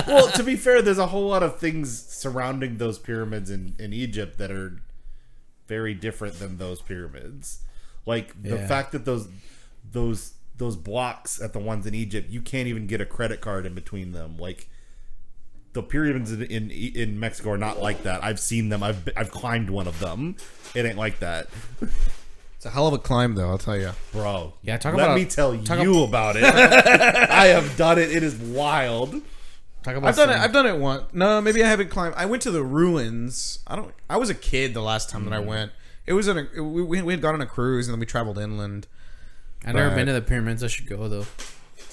[SPEAKER 4] well, to be fair, there's a whole lot of things surrounding those pyramids in, in Egypt that are very different than those pyramids. Like the
[SPEAKER 3] Yeah.
[SPEAKER 4] fact that those those those blocks at the ones in Egypt, you can't even get a credit card in between them. Like the pyramids in in, in Mexico are not like that. I've seen them. I've I've climbed one of them. It ain't like that,
[SPEAKER 5] It's a hell of a climb though, I'll tell you.
[SPEAKER 4] bro.
[SPEAKER 3] Yeah, talk
[SPEAKER 4] Let
[SPEAKER 3] about-
[SPEAKER 4] me tell
[SPEAKER 3] talk
[SPEAKER 4] you about it. I have done it. It is wild.
[SPEAKER 3] Talk about
[SPEAKER 5] I've done it
[SPEAKER 3] some-
[SPEAKER 5] I've done it once. No, maybe I haven't climbed. I went to the ruins. I don't I was a kid the last time that
[SPEAKER 3] Hmm.
[SPEAKER 5] I went. It was in a we, we we had gone on a cruise and then we traveled inland.
[SPEAKER 3] I've never
[SPEAKER 5] but-
[SPEAKER 3] been to the pyramids. I should go though.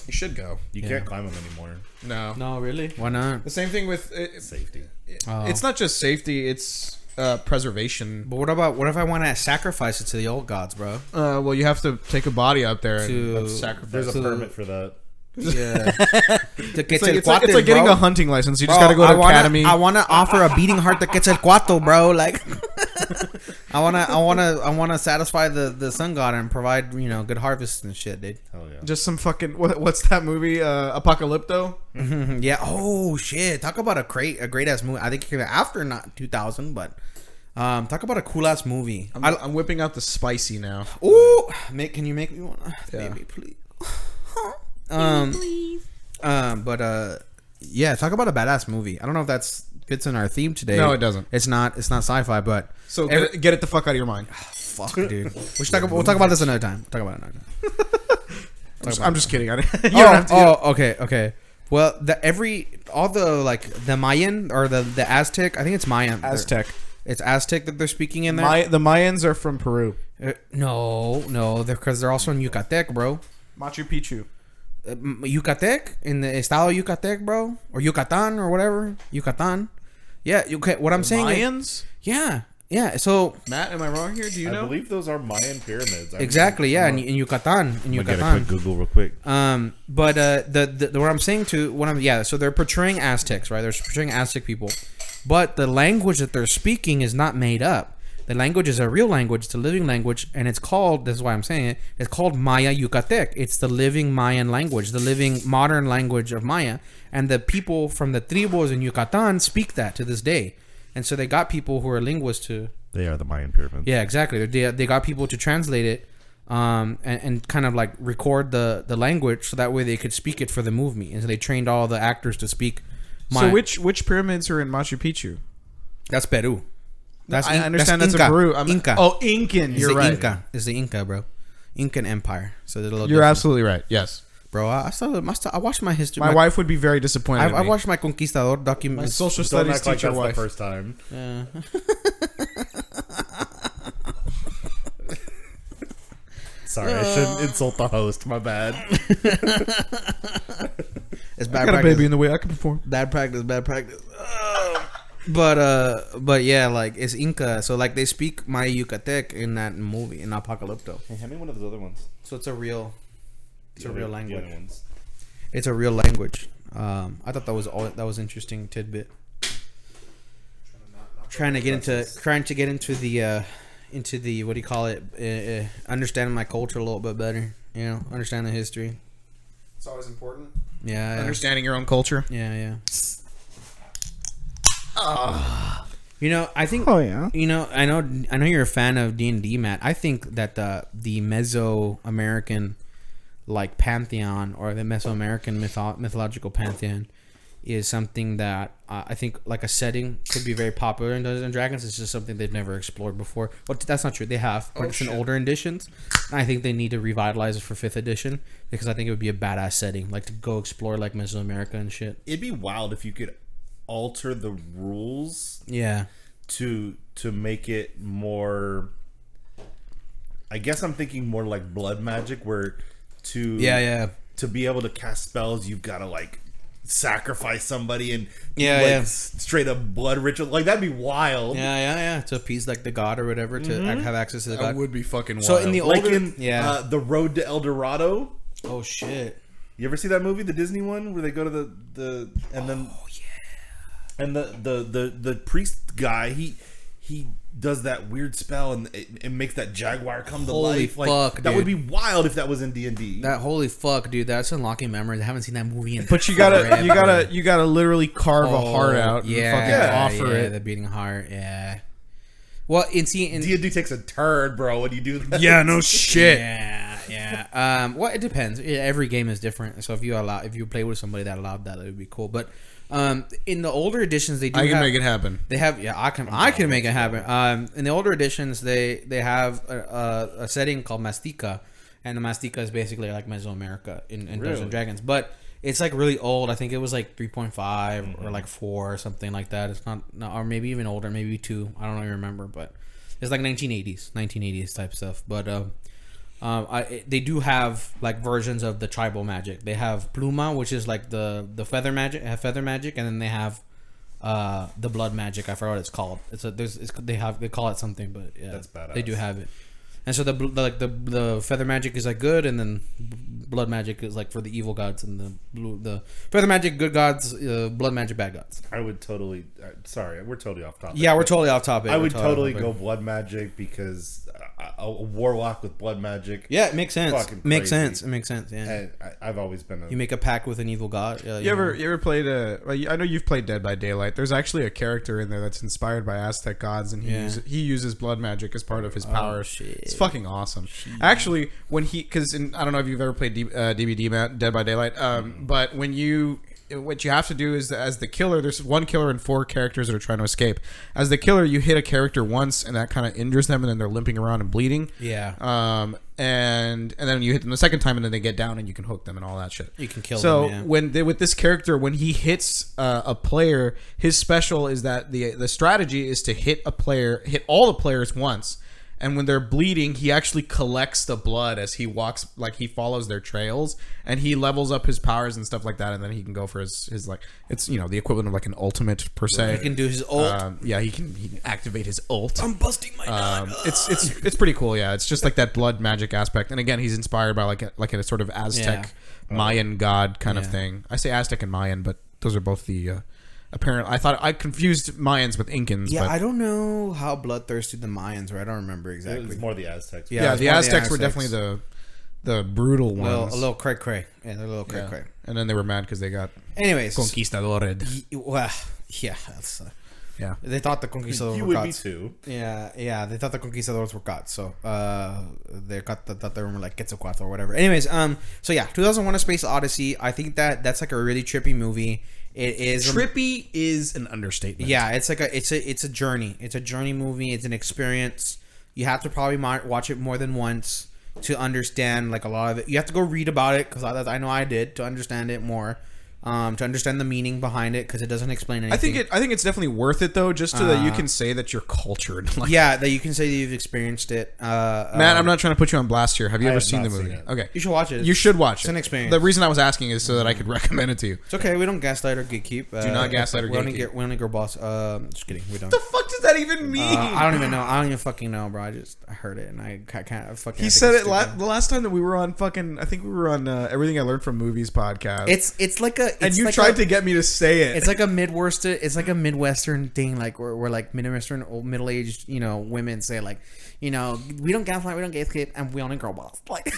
[SPEAKER 5] You should go.
[SPEAKER 4] You can't climb them anymore.
[SPEAKER 5] No.
[SPEAKER 3] No, really? Oh. Why not?
[SPEAKER 5] The same thing with it,
[SPEAKER 4] Safety.
[SPEAKER 5] it's not just safety, it's uh, preservation.
[SPEAKER 3] But what about what if I want to sacrifice it to the old gods, bro?
[SPEAKER 5] Uh, well, you have to take a body out there and
[SPEAKER 3] To-
[SPEAKER 5] sacrifice.
[SPEAKER 4] There's a
[SPEAKER 3] So-
[SPEAKER 4] permit for that.
[SPEAKER 3] Yeah. the
[SPEAKER 5] It's like, it's like, it's like getting a hunting license. You just got to go to
[SPEAKER 3] I wanna,
[SPEAKER 5] academy.
[SPEAKER 3] I want to offer a beating heart to Quetzalcoatl, bro. Like, I want to, I want to, I want to satisfy the the sun god and provide you know good harvests and shit, dude.
[SPEAKER 4] Hell yeah.
[SPEAKER 5] Just some fucking what, what's that movie? Uh, Apocalypto. Mm-hmm.
[SPEAKER 3] Yeah. Oh shit! Talk about a great, a great ass movie. I think it came out after not 2000, but um, talk about a cool ass movie.
[SPEAKER 5] I'm, I, am whipping out the spicy now.
[SPEAKER 3] Ooh, make, can you make me one,
[SPEAKER 5] Yeah.
[SPEAKER 3] baby? Please. um, um, but uh, yeah, talk about a badass movie. I don't know if that's fits in our theme today.
[SPEAKER 5] No, it doesn't.
[SPEAKER 3] It's not. It's not sci-fi, but
[SPEAKER 5] So
[SPEAKER 3] every-
[SPEAKER 5] get, it, get it the fuck out of your mind.
[SPEAKER 3] fuck, dude. We should talk. About, we'll talk about this another time. Talk about it another time.
[SPEAKER 5] I'm just, I'm just kidding. I don't- you
[SPEAKER 3] oh,
[SPEAKER 5] don't have to. you
[SPEAKER 3] oh, okay, okay. Well, the every all the like the Mayan or the the Aztec. I think it's Mayan.
[SPEAKER 5] don't- Aztec.
[SPEAKER 3] It's Aztec that they're speaking in there.
[SPEAKER 5] My, the Mayans are from Peru.
[SPEAKER 3] Uh, no, no, they're because they're also in Yucatec, bro.
[SPEAKER 5] Machu Picchu.
[SPEAKER 3] M- Yucatec in the estado of Yucatec, bro, or Yucatan or whatever, Yucatan. Yeah, okay. What I'm saying, is-
[SPEAKER 5] Mayans?
[SPEAKER 3] yeah, yeah, so
[SPEAKER 5] Matt, am I wrong here? Do you
[SPEAKER 4] I
[SPEAKER 5] know?
[SPEAKER 4] believe those are Mayan pyramids. I
[SPEAKER 3] exactly, yeah, in,
[SPEAKER 4] I'm
[SPEAKER 3] in Yucatan, in
[SPEAKER 4] gonna get a
[SPEAKER 3] Yucatan.
[SPEAKER 4] quick Google real quick.
[SPEAKER 3] Um, but uh, the, the, the what I'm saying to what I'm yeah, so they're portraying Aztecs, right? They're portraying Aztec people, but the language that they're speaking is not made up. The language is a real language. It's a living language, and it's called. This is why I'm saying it. It's called Maya Yucatec. It's the living Mayan language, the living modern language of Maya, and the people from the tribus in Yucatan speak that to this day. And so they got people who are linguists to
[SPEAKER 4] They are the Mayan pyramids.
[SPEAKER 3] yeah, exactly. They, they got people to translate it um, and, and kind of like record the, the language so that way they could speak it for the movie. And so they trained all the actors to speak.
[SPEAKER 5] so
[SPEAKER 3] Maya.
[SPEAKER 5] which which pyramids are in Machu Picchu?
[SPEAKER 3] That's Peru. That's
[SPEAKER 5] I
[SPEAKER 3] In-
[SPEAKER 5] understand that's,
[SPEAKER 3] Inca.
[SPEAKER 5] a brew. I'm,
[SPEAKER 3] Inca.
[SPEAKER 5] Oh, Incan.
[SPEAKER 3] It's
[SPEAKER 5] You're
[SPEAKER 3] the
[SPEAKER 5] right.
[SPEAKER 3] Inca. It's the Inca, bro. Incan Empire. So they're a little
[SPEAKER 5] You're
[SPEAKER 3] different.
[SPEAKER 5] absolutely right. Yes.
[SPEAKER 3] bro. I, I saw. I, saw, I watched my history.
[SPEAKER 5] My, wife would be very disappointed.
[SPEAKER 3] I, I
[SPEAKER 5] at me.
[SPEAKER 3] watched my Conquistador document.
[SPEAKER 5] my social
[SPEAKER 4] Don't
[SPEAKER 5] studies
[SPEAKER 4] act like
[SPEAKER 5] teacher
[SPEAKER 4] that's
[SPEAKER 5] wife.
[SPEAKER 4] the first time. Sorry, I shouldn't insult the host. My bad.
[SPEAKER 3] It's
[SPEAKER 5] I
[SPEAKER 3] bad
[SPEAKER 5] got a
[SPEAKER 3] practice.
[SPEAKER 5] baby in the way. I can perform.
[SPEAKER 3] bad practice, bad practice. Um, but uh, but yeah, like it's Inca, so like they speak Maya Yucatec in that movie in Apocalypto.
[SPEAKER 4] Hey, hand me one of those other ones.
[SPEAKER 3] So it's a real, it's a real language.
[SPEAKER 4] ones.
[SPEAKER 3] It's a real language. Um, I thought that was all. That was interesting tidbit. Trying to get into trying to get into the uh, into the what do you call it? Uh, uh, understanding my culture a little bit better. You know, understand the history.
[SPEAKER 5] It's always important.
[SPEAKER 3] Yeah, yeah.
[SPEAKER 5] Understanding your own culture.
[SPEAKER 3] Yeah, yeah. You know, I think.
[SPEAKER 5] Oh, yeah.
[SPEAKER 3] You know, I know. I know you're a fan of D and D, Matt. I think that the the Mesoamerican, like pantheon or the Mesoamerican mytho- mythological pantheon, is something that uh, I think like a setting could be very popular in Dungeons and Dragons. It's just something they've never explored before. Well, that's not true. They have, but it's in older editions. And I think they need to revitalize it for fifth edition because I think it would be a badass setting, like to go explore like Mesoamerica and shit.
[SPEAKER 4] It'd be wild if you could alter the rules
[SPEAKER 3] Yeah.
[SPEAKER 4] to to make it more. I guess I'm thinking more like blood magic, where to
[SPEAKER 3] Yeah, yeah.
[SPEAKER 4] to be able to cast spells, you've got to like sacrifice somebody and
[SPEAKER 3] Yeah,
[SPEAKER 4] like,
[SPEAKER 3] yeah.
[SPEAKER 4] s- straight up blood ritual. Like that'd be wild.
[SPEAKER 3] Yeah, yeah, yeah. To appease like the god or whatever to
[SPEAKER 5] Mm-hmm.
[SPEAKER 3] ac- have access to the god.
[SPEAKER 6] That would be fucking wild.
[SPEAKER 3] so in the older,
[SPEAKER 4] Like in
[SPEAKER 3] yeah.
[SPEAKER 4] uh, the Road to El Dorado.
[SPEAKER 3] oh shit.
[SPEAKER 4] You ever see that movie, the Disney one, where they go to the the and then oh yeah, and the the the the priest guy he he does that weird spell and it, it makes that jaguar come to
[SPEAKER 3] Holy
[SPEAKER 4] life. Like
[SPEAKER 3] fuck,
[SPEAKER 4] that would be
[SPEAKER 3] dude.
[SPEAKER 4] wild if that was in D and D.
[SPEAKER 3] That holy fuck, dude. That's unlocking memories. I haven't seen that movie in.
[SPEAKER 5] But you gotta, you
[SPEAKER 3] forever.
[SPEAKER 5] gotta, you gotta literally carve a heart
[SPEAKER 3] Oh,
[SPEAKER 5] out and
[SPEAKER 3] Yeah,
[SPEAKER 5] fucking offer
[SPEAKER 3] yeah,
[SPEAKER 5] it.
[SPEAKER 3] The beating heart. Yeah. Well, and see, and
[SPEAKER 4] D and D takes a turn, bro. When you do that,
[SPEAKER 5] Yeah, no shit.
[SPEAKER 3] yeah, yeah. Um, well, it depends. Yeah, every game is different. So if you allow, if you play with somebody that allowed that, it would be cool. But um, in the older editions, they do.
[SPEAKER 5] I can
[SPEAKER 3] have-
[SPEAKER 5] make it happen.
[SPEAKER 3] They have yeah, I can I can make it happen. Um, in the older editions, they they have a, a, a setting called Mastica, and the Mastica is basically like Mesoamerica in, in Dungeons and Dragons, but it's like really old. I think it was like 3.5 or like four or something like that. It's not, no, or maybe even older, maybe two. I don't even remember, but it's like 1980s, 1980s type stuff. But um, um, I, it- they do have like versions of the tribal magic. They have pluma, which is like the the feather magic, have feather magic, and then they have uh, the blood magic. I forgot what it's called. It's a there's it's, they have they call it something, but yeah,
[SPEAKER 4] That's badass.
[SPEAKER 3] They do have it, and so the bl- the- like the the feather magic is like good, and then b- blood magic is like for the evil gods, and the blue the feather magic good gods, uh, blood magic bad gods.
[SPEAKER 4] I would totally. Uh, sorry, we're totally off topic.
[SPEAKER 3] Yeah, we're totally off topic.
[SPEAKER 4] I
[SPEAKER 3] We're
[SPEAKER 4] would totally
[SPEAKER 3] off
[SPEAKER 4] go
[SPEAKER 3] topic.
[SPEAKER 4] blood magic because uh, a, a warlock with blood magic.
[SPEAKER 3] Yeah, it makes sense.
[SPEAKER 4] Fucking
[SPEAKER 3] Makes
[SPEAKER 4] crazy.
[SPEAKER 3] sense. It makes sense. Yeah,
[SPEAKER 4] and I, I've always been a
[SPEAKER 3] you make a pact with an evil god. Yeah,
[SPEAKER 5] You ever, you ever played a? well, you- I know you've played Dead by Daylight. There's actually a character in there that's inspired by Aztec gods, and he
[SPEAKER 3] Yeah. Oh,
[SPEAKER 5] uses, he uses blood magic as part of his power.
[SPEAKER 3] shit.
[SPEAKER 5] It's fucking awesome. Actually, when he, because I don't know if you've ever played D, uh, DBD Ma- Dead by Daylight,
[SPEAKER 3] Hmm.
[SPEAKER 5] um, but when you what you have to do is as the killer there's one killer and four characters that are trying to escape as the killer you hit a character once and that kind of injures them and then they're limping around and bleeding
[SPEAKER 3] Yeah.
[SPEAKER 5] um and and then you hit them the second time and then they get down and you can hook them and all that shit
[SPEAKER 3] You can kill
[SPEAKER 5] so
[SPEAKER 3] them, yeah.
[SPEAKER 5] when they, with this character when he hits uh, a player his special is that the the strategy is to hit a player hit all the players once And when they're bleeding, he actually collects the blood as he walks, like he follows their trails, and he levels up his powers and stuff like that. And then he can go for his, his like it's you know the equivalent of like an ultimate per se.
[SPEAKER 3] He can do his ult.
[SPEAKER 5] Um, yeah, he can he can activate his ult.
[SPEAKER 3] I'm busting my
[SPEAKER 5] Um, it's it's it's pretty cool. Yeah, it's just like that blood magic aspect. And again, he's inspired by like a, like a sort of Aztec, Mayan god kind of thing. I say Aztec and Mayan, but those are both the uh, apparent. I thought I confused Mayans with Incans.
[SPEAKER 3] Yeah,
[SPEAKER 5] but,
[SPEAKER 3] I don't know how bloodthirsty the Mayans were. I don't remember
[SPEAKER 4] It was
[SPEAKER 3] exactly.
[SPEAKER 4] more the Aztecs.
[SPEAKER 5] yeah,
[SPEAKER 3] it's
[SPEAKER 5] the
[SPEAKER 3] more the
[SPEAKER 5] Aztecs, were definitely the the brutal
[SPEAKER 3] a little,
[SPEAKER 5] ones.
[SPEAKER 3] a little cray cray. Yeah, they're a little cray
[SPEAKER 5] Yeah.
[SPEAKER 3] cray.
[SPEAKER 5] And then they were mad because they got
[SPEAKER 3] Anyways,
[SPEAKER 5] conquistadores.
[SPEAKER 3] y- well, yeah, that's, uh,
[SPEAKER 5] Yeah,
[SPEAKER 3] they thought the conquistadors
[SPEAKER 4] You
[SPEAKER 3] were
[SPEAKER 4] would be
[SPEAKER 3] gods.
[SPEAKER 4] too.
[SPEAKER 3] Yeah, yeah, they thought the conquistadors were gods, so uh, they got the, thought they were more like Quetzalcoatl or whatever. Anyways, um, so yeah, 2001: A Space Odyssey. I think that that's like a really trippy movie. It is
[SPEAKER 5] trippy is an understatement.
[SPEAKER 3] Yeah, it's like a it's a it's a journey. It's a journey movie. It's an experience. You have to probably mo- watch it more than once to understand like a lot of it. You have to go read about it because I, I know I did to understand it more, um, to understand the meaning behind it because it doesn't explain anything.
[SPEAKER 5] I think it. I think it's definitely worth it though, just so that you can say that you're cultured. Like,
[SPEAKER 3] Uh. Yeah, that you can say that you've experienced it. Uh,
[SPEAKER 5] Matt,
[SPEAKER 3] um,
[SPEAKER 5] I'm not trying to put you on blast here. Have you ever
[SPEAKER 4] have
[SPEAKER 5] seen the
[SPEAKER 4] not
[SPEAKER 5] movie?
[SPEAKER 4] seen it.
[SPEAKER 5] okay,
[SPEAKER 3] You should watch it.
[SPEAKER 5] You should watch
[SPEAKER 3] It's
[SPEAKER 5] it.
[SPEAKER 3] an experience.
[SPEAKER 5] The reason I was asking is so that I could recommend it to you.
[SPEAKER 3] It's okay. We don't gaslight or gatekeep. Uh,
[SPEAKER 5] not gaslight or
[SPEAKER 3] we Only
[SPEAKER 5] gatekeep.
[SPEAKER 3] get, we only girl boss. Um, just kidding. We don't.
[SPEAKER 5] What the fuck does that even mean?
[SPEAKER 3] Uh, I don't even know. I don't even fucking know, bro. I just I heard it and I kind of fucking. I
[SPEAKER 5] he
[SPEAKER 3] think
[SPEAKER 5] said
[SPEAKER 3] it's
[SPEAKER 5] it la-
[SPEAKER 3] stupid.
[SPEAKER 5] the last time that we were on fucking. I think we were on uh, everything I learned from movies podcast.
[SPEAKER 3] It's it's like a. It's
[SPEAKER 5] and you
[SPEAKER 3] like
[SPEAKER 5] tried
[SPEAKER 3] a-
[SPEAKER 5] to get me to say it.
[SPEAKER 3] It's like a midwestern. It's like a midwestern thing. Like where, where like midwestern old middle aged you know women say like, you know, we don't gaslight, we don't gatekeep, and we only girl boss. Like,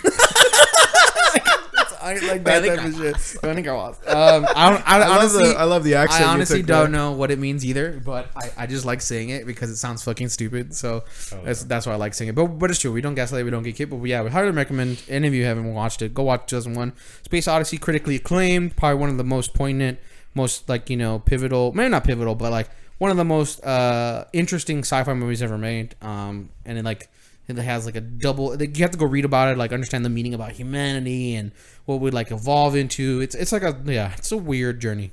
[SPEAKER 3] It's I like that type of shit. We only girl boss. Um, I don't. I,
[SPEAKER 5] I love
[SPEAKER 3] honestly,
[SPEAKER 5] the I love the accent.
[SPEAKER 3] I
[SPEAKER 5] you
[SPEAKER 3] honestly
[SPEAKER 5] took
[SPEAKER 3] don't
[SPEAKER 5] there.
[SPEAKER 3] know what it means either, but I, I just like saying it because it sounds fucking stupid. So that's that's why I like saying it. But but it's true. We don't gaslight. We don't get kicked. But yeah, we highly recommend any of you haven't watched it. Go watch 2001 Space Odyssey. Critically acclaimed. Probably one of the most poignant, most like you know pivotal. Maybe not pivotal, but like one of the most uh interesting sci-fi movies ever made. Um, and it like. It has like a double. Like you have to go read about it, like understand the meaning about humanity and what we like evolve into. It's it's like a yeah, it's a weird journey,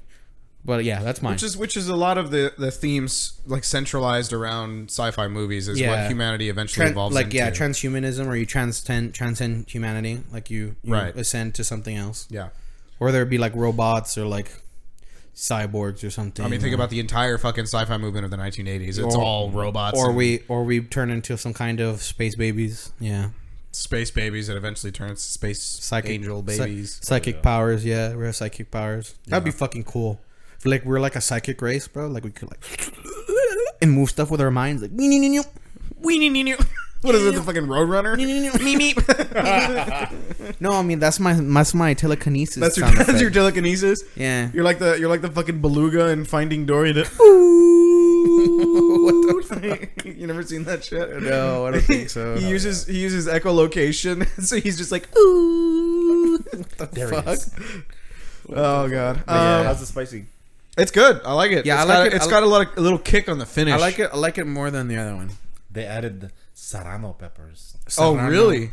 [SPEAKER 3] but yeah, that's mine.
[SPEAKER 5] Which is which is a lot of the the themes like centralized around sci-fi movies is
[SPEAKER 3] Yeah.
[SPEAKER 5] what humanity eventually
[SPEAKER 3] Tran-
[SPEAKER 5] evolves
[SPEAKER 3] like
[SPEAKER 5] into.
[SPEAKER 3] yeah transhumanism or you transcend transcend humanity like you, you
[SPEAKER 5] Right.
[SPEAKER 3] ascend to something else
[SPEAKER 5] yeah.
[SPEAKER 3] or there would be like robots or like cyborgs or something
[SPEAKER 5] I mean, think about the entire fucking sci-fi movement of the 1980s. It's all robots,
[SPEAKER 3] or
[SPEAKER 5] and
[SPEAKER 3] we or we turn into some kind of space babies yeah
[SPEAKER 5] space babies that eventually turns to space
[SPEAKER 3] psychic
[SPEAKER 5] angel
[SPEAKER 3] psy-
[SPEAKER 5] babies.
[SPEAKER 3] psychic powers yeah we have psychic powers that'd be fucking cool If, like we're like a psychic race bro like we could like and move stuff with our minds like
[SPEAKER 5] what is it? The fucking Roadrunner?
[SPEAKER 3] no I mean that's my that's my telekinesis
[SPEAKER 5] That's your
[SPEAKER 3] sound
[SPEAKER 5] that's your
[SPEAKER 3] effect.
[SPEAKER 5] telekinesis.
[SPEAKER 3] yeah
[SPEAKER 5] You're like the you're like the fucking beluga in Finding Dory. That
[SPEAKER 3] what
[SPEAKER 5] you never seen that shit?
[SPEAKER 3] No, I don't think so.
[SPEAKER 5] he
[SPEAKER 3] No,
[SPEAKER 5] uses he uses echolocation, so he's just like ooh. What the fuck? Oh god,
[SPEAKER 3] Uh,
[SPEAKER 5] um,
[SPEAKER 4] How's the spicy?
[SPEAKER 5] it's good. I like it.
[SPEAKER 3] Yeah,
[SPEAKER 5] It's
[SPEAKER 3] I like
[SPEAKER 5] got-
[SPEAKER 3] it.
[SPEAKER 5] It's
[SPEAKER 3] I
[SPEAKER 5] got a lot of a little kick on the finish.
[SPEAKER 3] I like it. I like it more than the other one.
[SPEAKER 4] They added the serrano peppers.
[SPEAKER 5] Oh
[SPEAKER 3] Serrano.
[SPEAKER 5] really?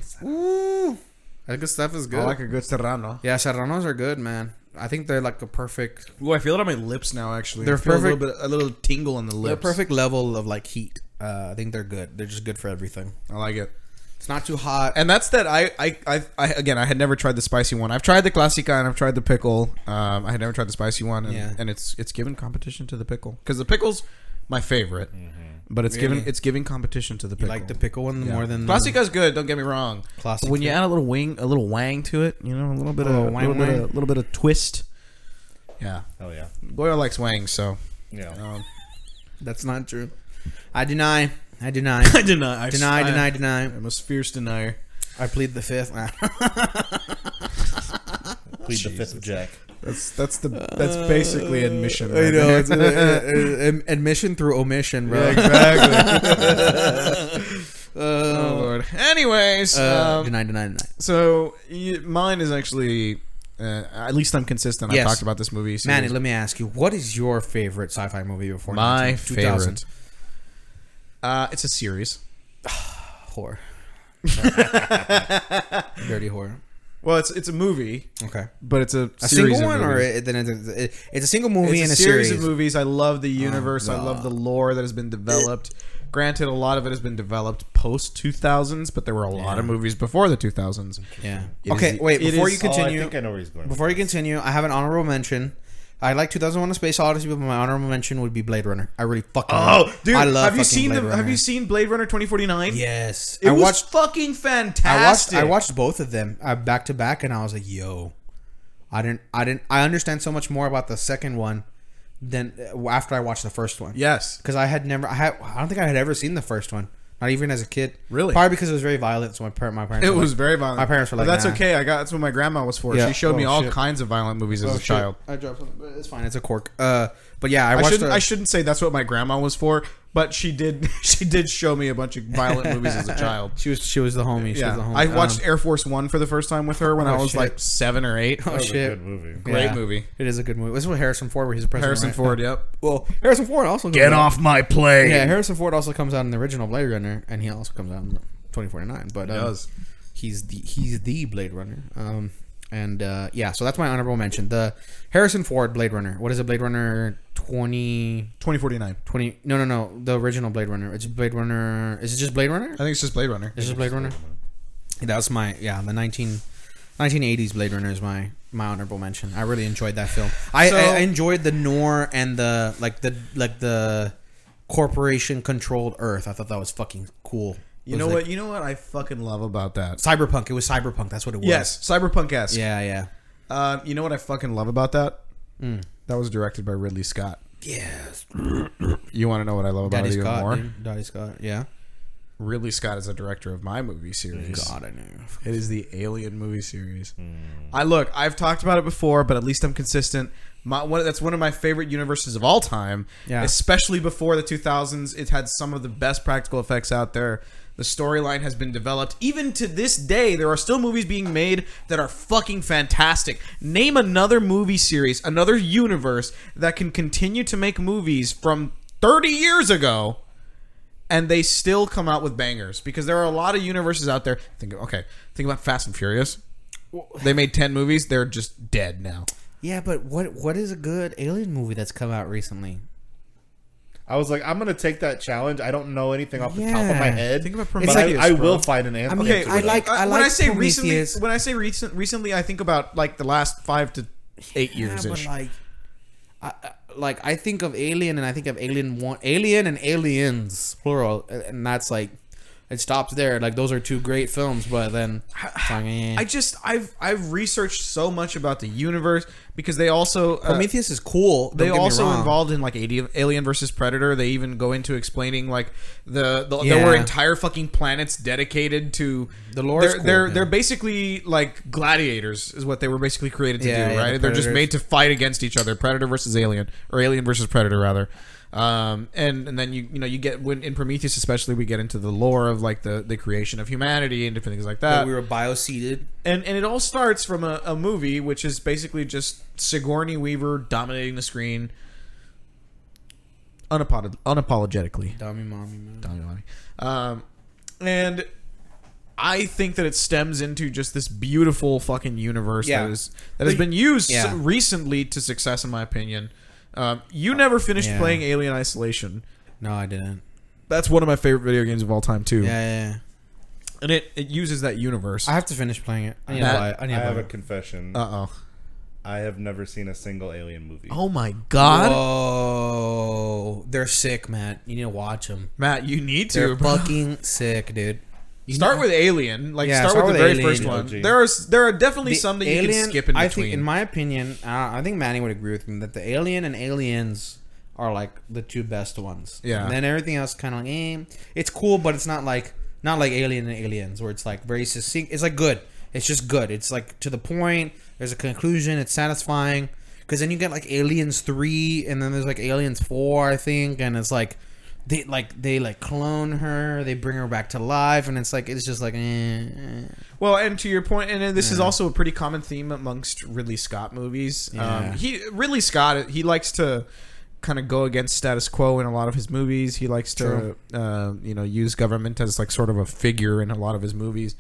[SPEAKER 3] That good stuff is good.
[SPEAKER 5] I like a good serrano.
[SPEAKER 3] yeah, serranos are good, man. I think they're like a perfect.
[SPEAKER 5] Ooh, I feel it on my lips now. Actually,
[SPEAKER 3] They're
[SPEAKER 5] I feel A
[SPEAKER 3] perfect-
[SPEAKER 5] little, bit, a little tingle on the lips.
[SPEAKER 3] They're perfect level of like heat. Uh, I think they're good. They're just good for everything.
[SPEAKER 5] I like it.
[SPEAKER 3] It's not too hot.
[SPEAKER 5] And that's that. I, I, I, I again, I had never tried the spicy one. I've tried the classica and I've tried the pickle. Um, I had never tried the spicy one, and,
[SPEAKER 3] Yeah.
[SPEAKER 5] and it's it's given competition to the pickle because the pickle's my favorite, but it's giving it's giving competition to the pickle.
[SPEAKER 3] Mm-hmm. like the pickle one more than
[SPEAKER 5] classica is good. Don't get me wrong.
[SPEAKER 3] Classic
[SPEAKER 5] But when you
[SPEAKER 3] is-
[SPEAKER 5] add a little wing, a little wang to it, you know, a little bit of
[SPEAKER 3] little
[SPEAKER 5] a
[SPEAKER 3] wang
[SPEAKER 5] little bit
[SPEAKER 3] wang.
[SPEAKER 5] of, a little bit of twist. Yeah,
[SPEAKER 4] Oh yeah,
[SPEAKER 5] Goyle likes wang, so um,
[SPEAKER 4] yeah.
[SPEAKER 3] The, that's not true. I deny. I deny.
[SPEAKER 5] I deny, I
[SPEAKER 3] deny.
[SPEAKER 5] I,
[SPEAKER 3] Deny. Deny.
[SPEAKER 5] I'm a fierce denier.
[SPEAKER 3] I plead the fifth. Oh,
[SPEAKER 4] Plead the fifth of Jack. Oh,
[SPEAKER 5] That's that's the that's basically admission. right there.
[SPEAKER 3] it's, uh, admission through omission, bro.
[SPEAKER 5] exactly.
[SPEAKER 3] Uh,
[SPEAKER 5] oh lord. Anyways, um,
[SPEAKER 3] deny. Deny. Deny.
[SPEAKER 5] So y mine is actually, uh, at least I'm consistent.
[SPEAKER 3] Yes.
[SPEAKER 5] I talked about this movie. series.
[SPEAKER 3] Manny, let me ask you, what is your favorite sci-fi movie before
[SPEAKER 5] my
[SPEAKER 3] 19- 2000?
[SPEAKER 5] favorite. Uh, it's a series.
[SPEAKER 3] Whore. Dirty whore.
[SPEAKER 5] Well, it's it's a movie,
[SPEAKER 3] Okay.
[SPEAKER 5] but it's a,
[SPEAKER 3] A
[SPEAKER 5] series
[SPEAKER 3] single
[SPEAKER 5] of
[SPEAKER 3] one, or
[SPEAKER 5] movies.
[SPEAKER 3] it, then it's, a, it- it's a single movie
[SPEAKER 5] it's
[SPEAKER 3] and
[SPEAKER 5] a,
[SPEAKER 3] a
[SPEAKER 5] series,
[SPEAKER 3] series. Oh,
[SPEAKER 5] of movies. I love the universe. I love the lore that has been developed. Granted, a lot of it has been developed post 2000s, but there were a lot of movies before the 2000s.
[SPEAKER 10] Yeah.
[SPEAKER 5] It
[SPEAKER 3] Okay,
[SPEAKER 5] is-
[SPEAKER 3] wait.
[SPEAKER 5] it
[SPEAKER 3] Before
[SPEAKER 5] is-
[SPEAKER 3] you
[SPEAKER 4] Oh, I
[SPEAKER 3] continue,
[SPEAKER 4] think I know where he's going.
[SPEAKER 3] before you continue, I have an honorable mention. I like 2001: A Space Odyssey, but my honorable mention would be Blade Runner. I really fucking
[SPEAKER 5] Oh, dude,
[SPEAKER 3] I love
[SPEAKER 5] have you
[SPEAKER 3] fucking
[SPEAKER 5] seen
[SPEAKER 3] Blade
[SPEAKER 5] the Have
[SPEAKER 3] Runner.
[SPEAKER 5] you seen Blade Runner 2049?
[SPEAKER 3] Yes,
[SPEAKER 5] It
[SPEAKER 3] I
[SPEAKER 5] was
[SPEAKER 3] watched.
[SPEAKER 5] fucking
[SPEAKER 3] I watched.
[SPEAKER 5] fantastic.
[SPEAKER 3] I watched both of them uh, back to back, and I was like, "Yo, I didn't. I didn't. I understand so much more about the second one than uh, after I watched the first one.
[SPEAKER 5] Yes.
[SPEAKER 3] because I had never. I had. I don't think I had ever seen the first one. Not even as a kid.
[SPEAKER 5] Really?
[SPEAKER 3] Probably because it was very violent. So my parent. My parents.
[SPEAKER 5] It
[SPEAKER 3] were
[SPEAKER 5] was
[SPEAKER 3] like-
[SPEAKER 5] very violent.
[SPEAKER 3] My parents were
[SPEAKER 5] But
[SPEAKER 3] like,
[SPEAKER 5] "That's
[SPEAKER 3] "Nah."
[SPEAKER 5] okay. I got that's what my grandma was for.
[SPEAKER 3] Yeah.
[SPEAKER 5] She showed me
[SPEAKER 3] Oh,
[SPEAKER 5] all
[SPEAKER 3] shit.
[SPEAKER 5] kinds of violent movies as a
[SPEAKER 3] Shit.
[SPEAKER 5] child.
[SPEAKER 3] I dropped something, but it's fine. It's a cork. Uh, but yeah,
[SPEAKER 5] Oh,
[SPEAKER 3] I
[SPEAKER 5] I
[SPEAKER 3] watched.
[SPEAKER 5] shouldn't,
[SPEAKER 3] the-
[SPEAKER 5] I shouldn't say that's what my grandma was for, but she did. She did show me a bunch of violent movies as a child.
[SPEAKER 3] She was. She was the homie. She
[SPEAKER 5] Yeah,
[SPEAKER 3] was the homie.
[SPEAKER 5] I watched
[SPEAKER 3] Um,
[SPEAKER 5] Air Force One for the first time with her when I
[SPEAKER 3] Oh,
[SPEAKER 5] was
[SPEAKER 3] shit.
[SPEAKER 5] like seven or eight.
[SPEAKER 3] oh shit.
[SPEAKER 4] Good movie.
[SPEAKER 5] Great
[SPEAKER 3] Yeah.
[SPEAKER 5] movie.
[SPEAKER 3] It is a good movie. This is with Harrison Ford, where he's a president.
[SPEAKER 5] Harrison
[SPEAKER 3] right?
[SPEAKER 5] Ford. Yep.
[SPEAKER 3] Well, Harrison Ford also comes
[SPEAKER 4] Get
[SPEAKER 3] out-
[SPEAKER 4] off my plane.
[SPEAKER 3] Yeah, Harrison Ford also comes out in the original Blade Runner, and he also comes out in 2049. But um,
[SPEAKER 5] does.
[SPEAKER 3] he's the he's the Blade Runner. Um, and uh, yeah, so that's my honorable mention. The Harrison Ford Blade Runner. What is it? Blade Runner 20,
[SPEAKER 5] Twenty forty nine.
[SPEAKER 3] 20 No, no, no. The original Blade Runner. It's Blade Runner. Is it just Blade Runner?
[SPEAKER 5] I think it's just Blade Runner.
[SPEAKER 3] Is it Blade Runner? That's my yeah. The 19, 1980s Blade Runner is my my honorable mention. I really enjoyed that film. I,
[SPEAKER 5] So-
[SPEAKER 3] I, I enjoyed the Nor and the like the like the corporation controlled Earth. I thought that was fucking cool. It
[SPEAKER 5] You
[SPEAKER 3] was
[SPEAKER 5] know
[SPEAKER 3] like-
[SPEAKER 5] what? You know what I fucking love about that.
[SPEAKER 3] Cyberpunk. It was cyberpunk. That's what it was.
[SPEAKER 5] Yes, cyberpunk esque.
[SPEAKER 3] Yeah. Yeah.
[SPEAKER 5] Um, you know what I fucking love about that?
[SPEAKER 3] Hmm.
[SPEAKER 5] That was directed by Ridley Scott.
[SPEAKER 3] Yes.
[SPEAKER 5] You want to know what I love about
[SPEAKER 3] Daddy
[SPEAKER 5] it even
[SPEAKER 3] Scott.
[SPEAKER 5] more?
[SPEAKER 3] dude. Daddy Scott. Yeah.
[SPEAKER 5] Ridley Scott is a director of my movie series.
[SPEAKER 3] God, I knew.
[SPEAKER 5] It is the Alien movie series.
[SPEAKER 3] Hmm.
[SPEAKER 5] I look, I've talked about it before, but at least I'm consistent. My, one, that's one of my favorite universes of all time.
[SPEAKER 3] Yeah.
[SPEAKER 5] Especially before the 2000s, it had some of the best practical effects out there. The storyline has been developed. Even to this day, there are still movies being made that are fucking fantastic. Name another movie series, another universe that can continue to make movies from 30 years ago and they still come out with bangers because there are a lot of universes out there. Think okay, think about Fast and Furious. They made ten movies. They're just dead now.
[SPEAKER 3] Yeah, but what what is a good alien movie that's come out recently?
[SPEAKER 4] I was like, I'm gonna take that challenge. I don't know anything off the top of my
[SPEAKER 3] Yeah.
[SPEAKER 4] head.
[SPEAKER 5] Think about
[SPEAKER 4] but I,
[SPEAKER 5] Prometheus,
[SPEAKER 4] I
[SPEAKER 5] bro.
[SPEAKER 4] will find an answer.
[SPEAKER 3] mean,
[SPEAKER 4] Okay,
[SPEAKER 3] I like-
[SPEAKER 5] Uh, when
[SPEAKER 3] like
[SPEAKER 5] I say
[SPEAKER 3] Prometheus.
[SPEAKER 5] recently, when I say recent, recently, I think about like the last five to eight years
[SPEAKER 3] Yeah, but
[SPEAKER 5] ish.
[SPEAKER 3] like, I, I- like I think of Alien and I think of Alien One, Alien and Aliens plural, and- and that's like it stops there. Like those are two great films, but then it's like, eh.
[SPEAKER 5] I just I've I've researched so much about the universe because they also uh,
[SPEAKER 3] Prometheus is cool.
[SPEAKER 5] they
[SPEAKER 3] don't get me
[SPEAKER 5] also
[SPEAKER 3] wrong.
[SPEAKER 5] involved in like Ali- Alien versus Predator. They even go into explaining like the, the there
[SPEAKER 3] Yeah.
[SPEAKER 5] were entire fucking planets dedicated to
[SPEAKER 3] The lore is
[SPEAKER 5] They're
[SPEAKER 3] cool,
[SPEAKER 5] they're,
[SPEAKER 3] yeah.
[SPEAKER 5] they're basically like gladiators is what they were basically created to
[SPEAKER 3] Yeah,
[SPEAKER 5] do,
[SPEAKER 3] yeah,
[SPEAKER 5] right?
[SPEAKER 3] the
[SPEAKER 5] they're just
[SPEAKER 3] predators.
[SPEAKER 5] made to fight against each other, Predator versus Alien or Alien versus Predator rather. Um, and and then you you know you get when in Prometheus especially we get into the lore of like the the creation of humanity and different things like that
[SPEAKER 3] we were bioseeded.
[SPEAKER 5] and and it all starts from a, a movie which is basically just Sigourney Weaver dominating the screen unapod- unapologetically.
[SPEAKER 3] Dummy mommy man.
[SPEAKER 5] Donnie Donnie. Um, and I think that it stems into just this beautiful fucking universe
[SPEAKER 3] Yeah.
[SPEAKER 5] that is that has been used
[SPEAKER 3] Yeah.
[SPEAKER 5] so- recently to success, in my opinion. Um, you never finished
[SPEAKER 3] Yeah.
[SPEAKER 5] playing Alien Isolation.
[SPEAKER 3] No, I didn't.
[SPEAKER 5] That's one of my favorite video games of all time too,
[SPEAKER 3] Yeah, yeah, yeah.
[SPEAKER 5] and it, it uses that universe.
[SPEAKER 3] I
[SPEAKER 5] Uh
[SPEAKER 3] have to finish playing it. I need
[SPEAKER 5] Matt,
[SPEAKER 3] to buy it. I
[SPEAKER 4] I
[SPEAKER 3] need to Uh,
[SPEAKER 4] have
[SPEAKER 3] buy
[SPEAKER 4] a
[SPEAKER 3] it.
[SPEAKER 4] confession.
[SPEAKER 5] oh!
[SPEAKER 4] I have never seen a single Alien movie.
[SPEAKER 5] Oh my God,
[SPEAKER 3] Whoa, they're sick, man. You need to watch them.
[SPEAKER 5] Matt, you need to
[SPEAKER 3] They're
[SPEAKER 5] bro.
[SPEAKER 3] fucking sick, dude.
[SPEAKER 5] Start with Alien. Like
[SPEAKER 3] Yeah,
[SPEAKER 5] start,
[SPEAKER 3] start
[SPEAKER 5] with the
[SPEAKER 3] with
[SPEAKER 5] very
[SPEAKER 3] Alien.
[SPEAKER 5] first one.
[SPEAKER 4] OG.
[SPEAKER 5] There are s- there are definitely some that you
[SPEAKER 3] Alien-
[SPEAKER 5] can skip in between.
[SPEAKER 3] I think, in my opinion, uh, I think Manny would agree with me that the Alien and Aliens are like the two best ones.
[SPEAKER 5] Yeah.
[SPEAKER 3] And then everything else kind of like, eh. it's cool, but it's not like not like Alien and Aliens where it's like very succinct. It's like good. It's just good. It's like to the point. There's a conclusion. It's satisfying. Because then you get like Aliens three, and then there's like Aliens four, I think, and it's like. They like they like clone her. They bring her back to life, and it's like it's just like eh, eh.
[SPEAKER 5] well, and to your point, and then this is also a pretty common theme amongst Ridley Scott movies. Um,
[SPEAKER 3] Yeah.
[SPEAKER 5] he Ridley Scott he likes to kind of go against status quo in a lot of his movies. He likes to uh, you know use government as like sort of a figure in a lot of his movies.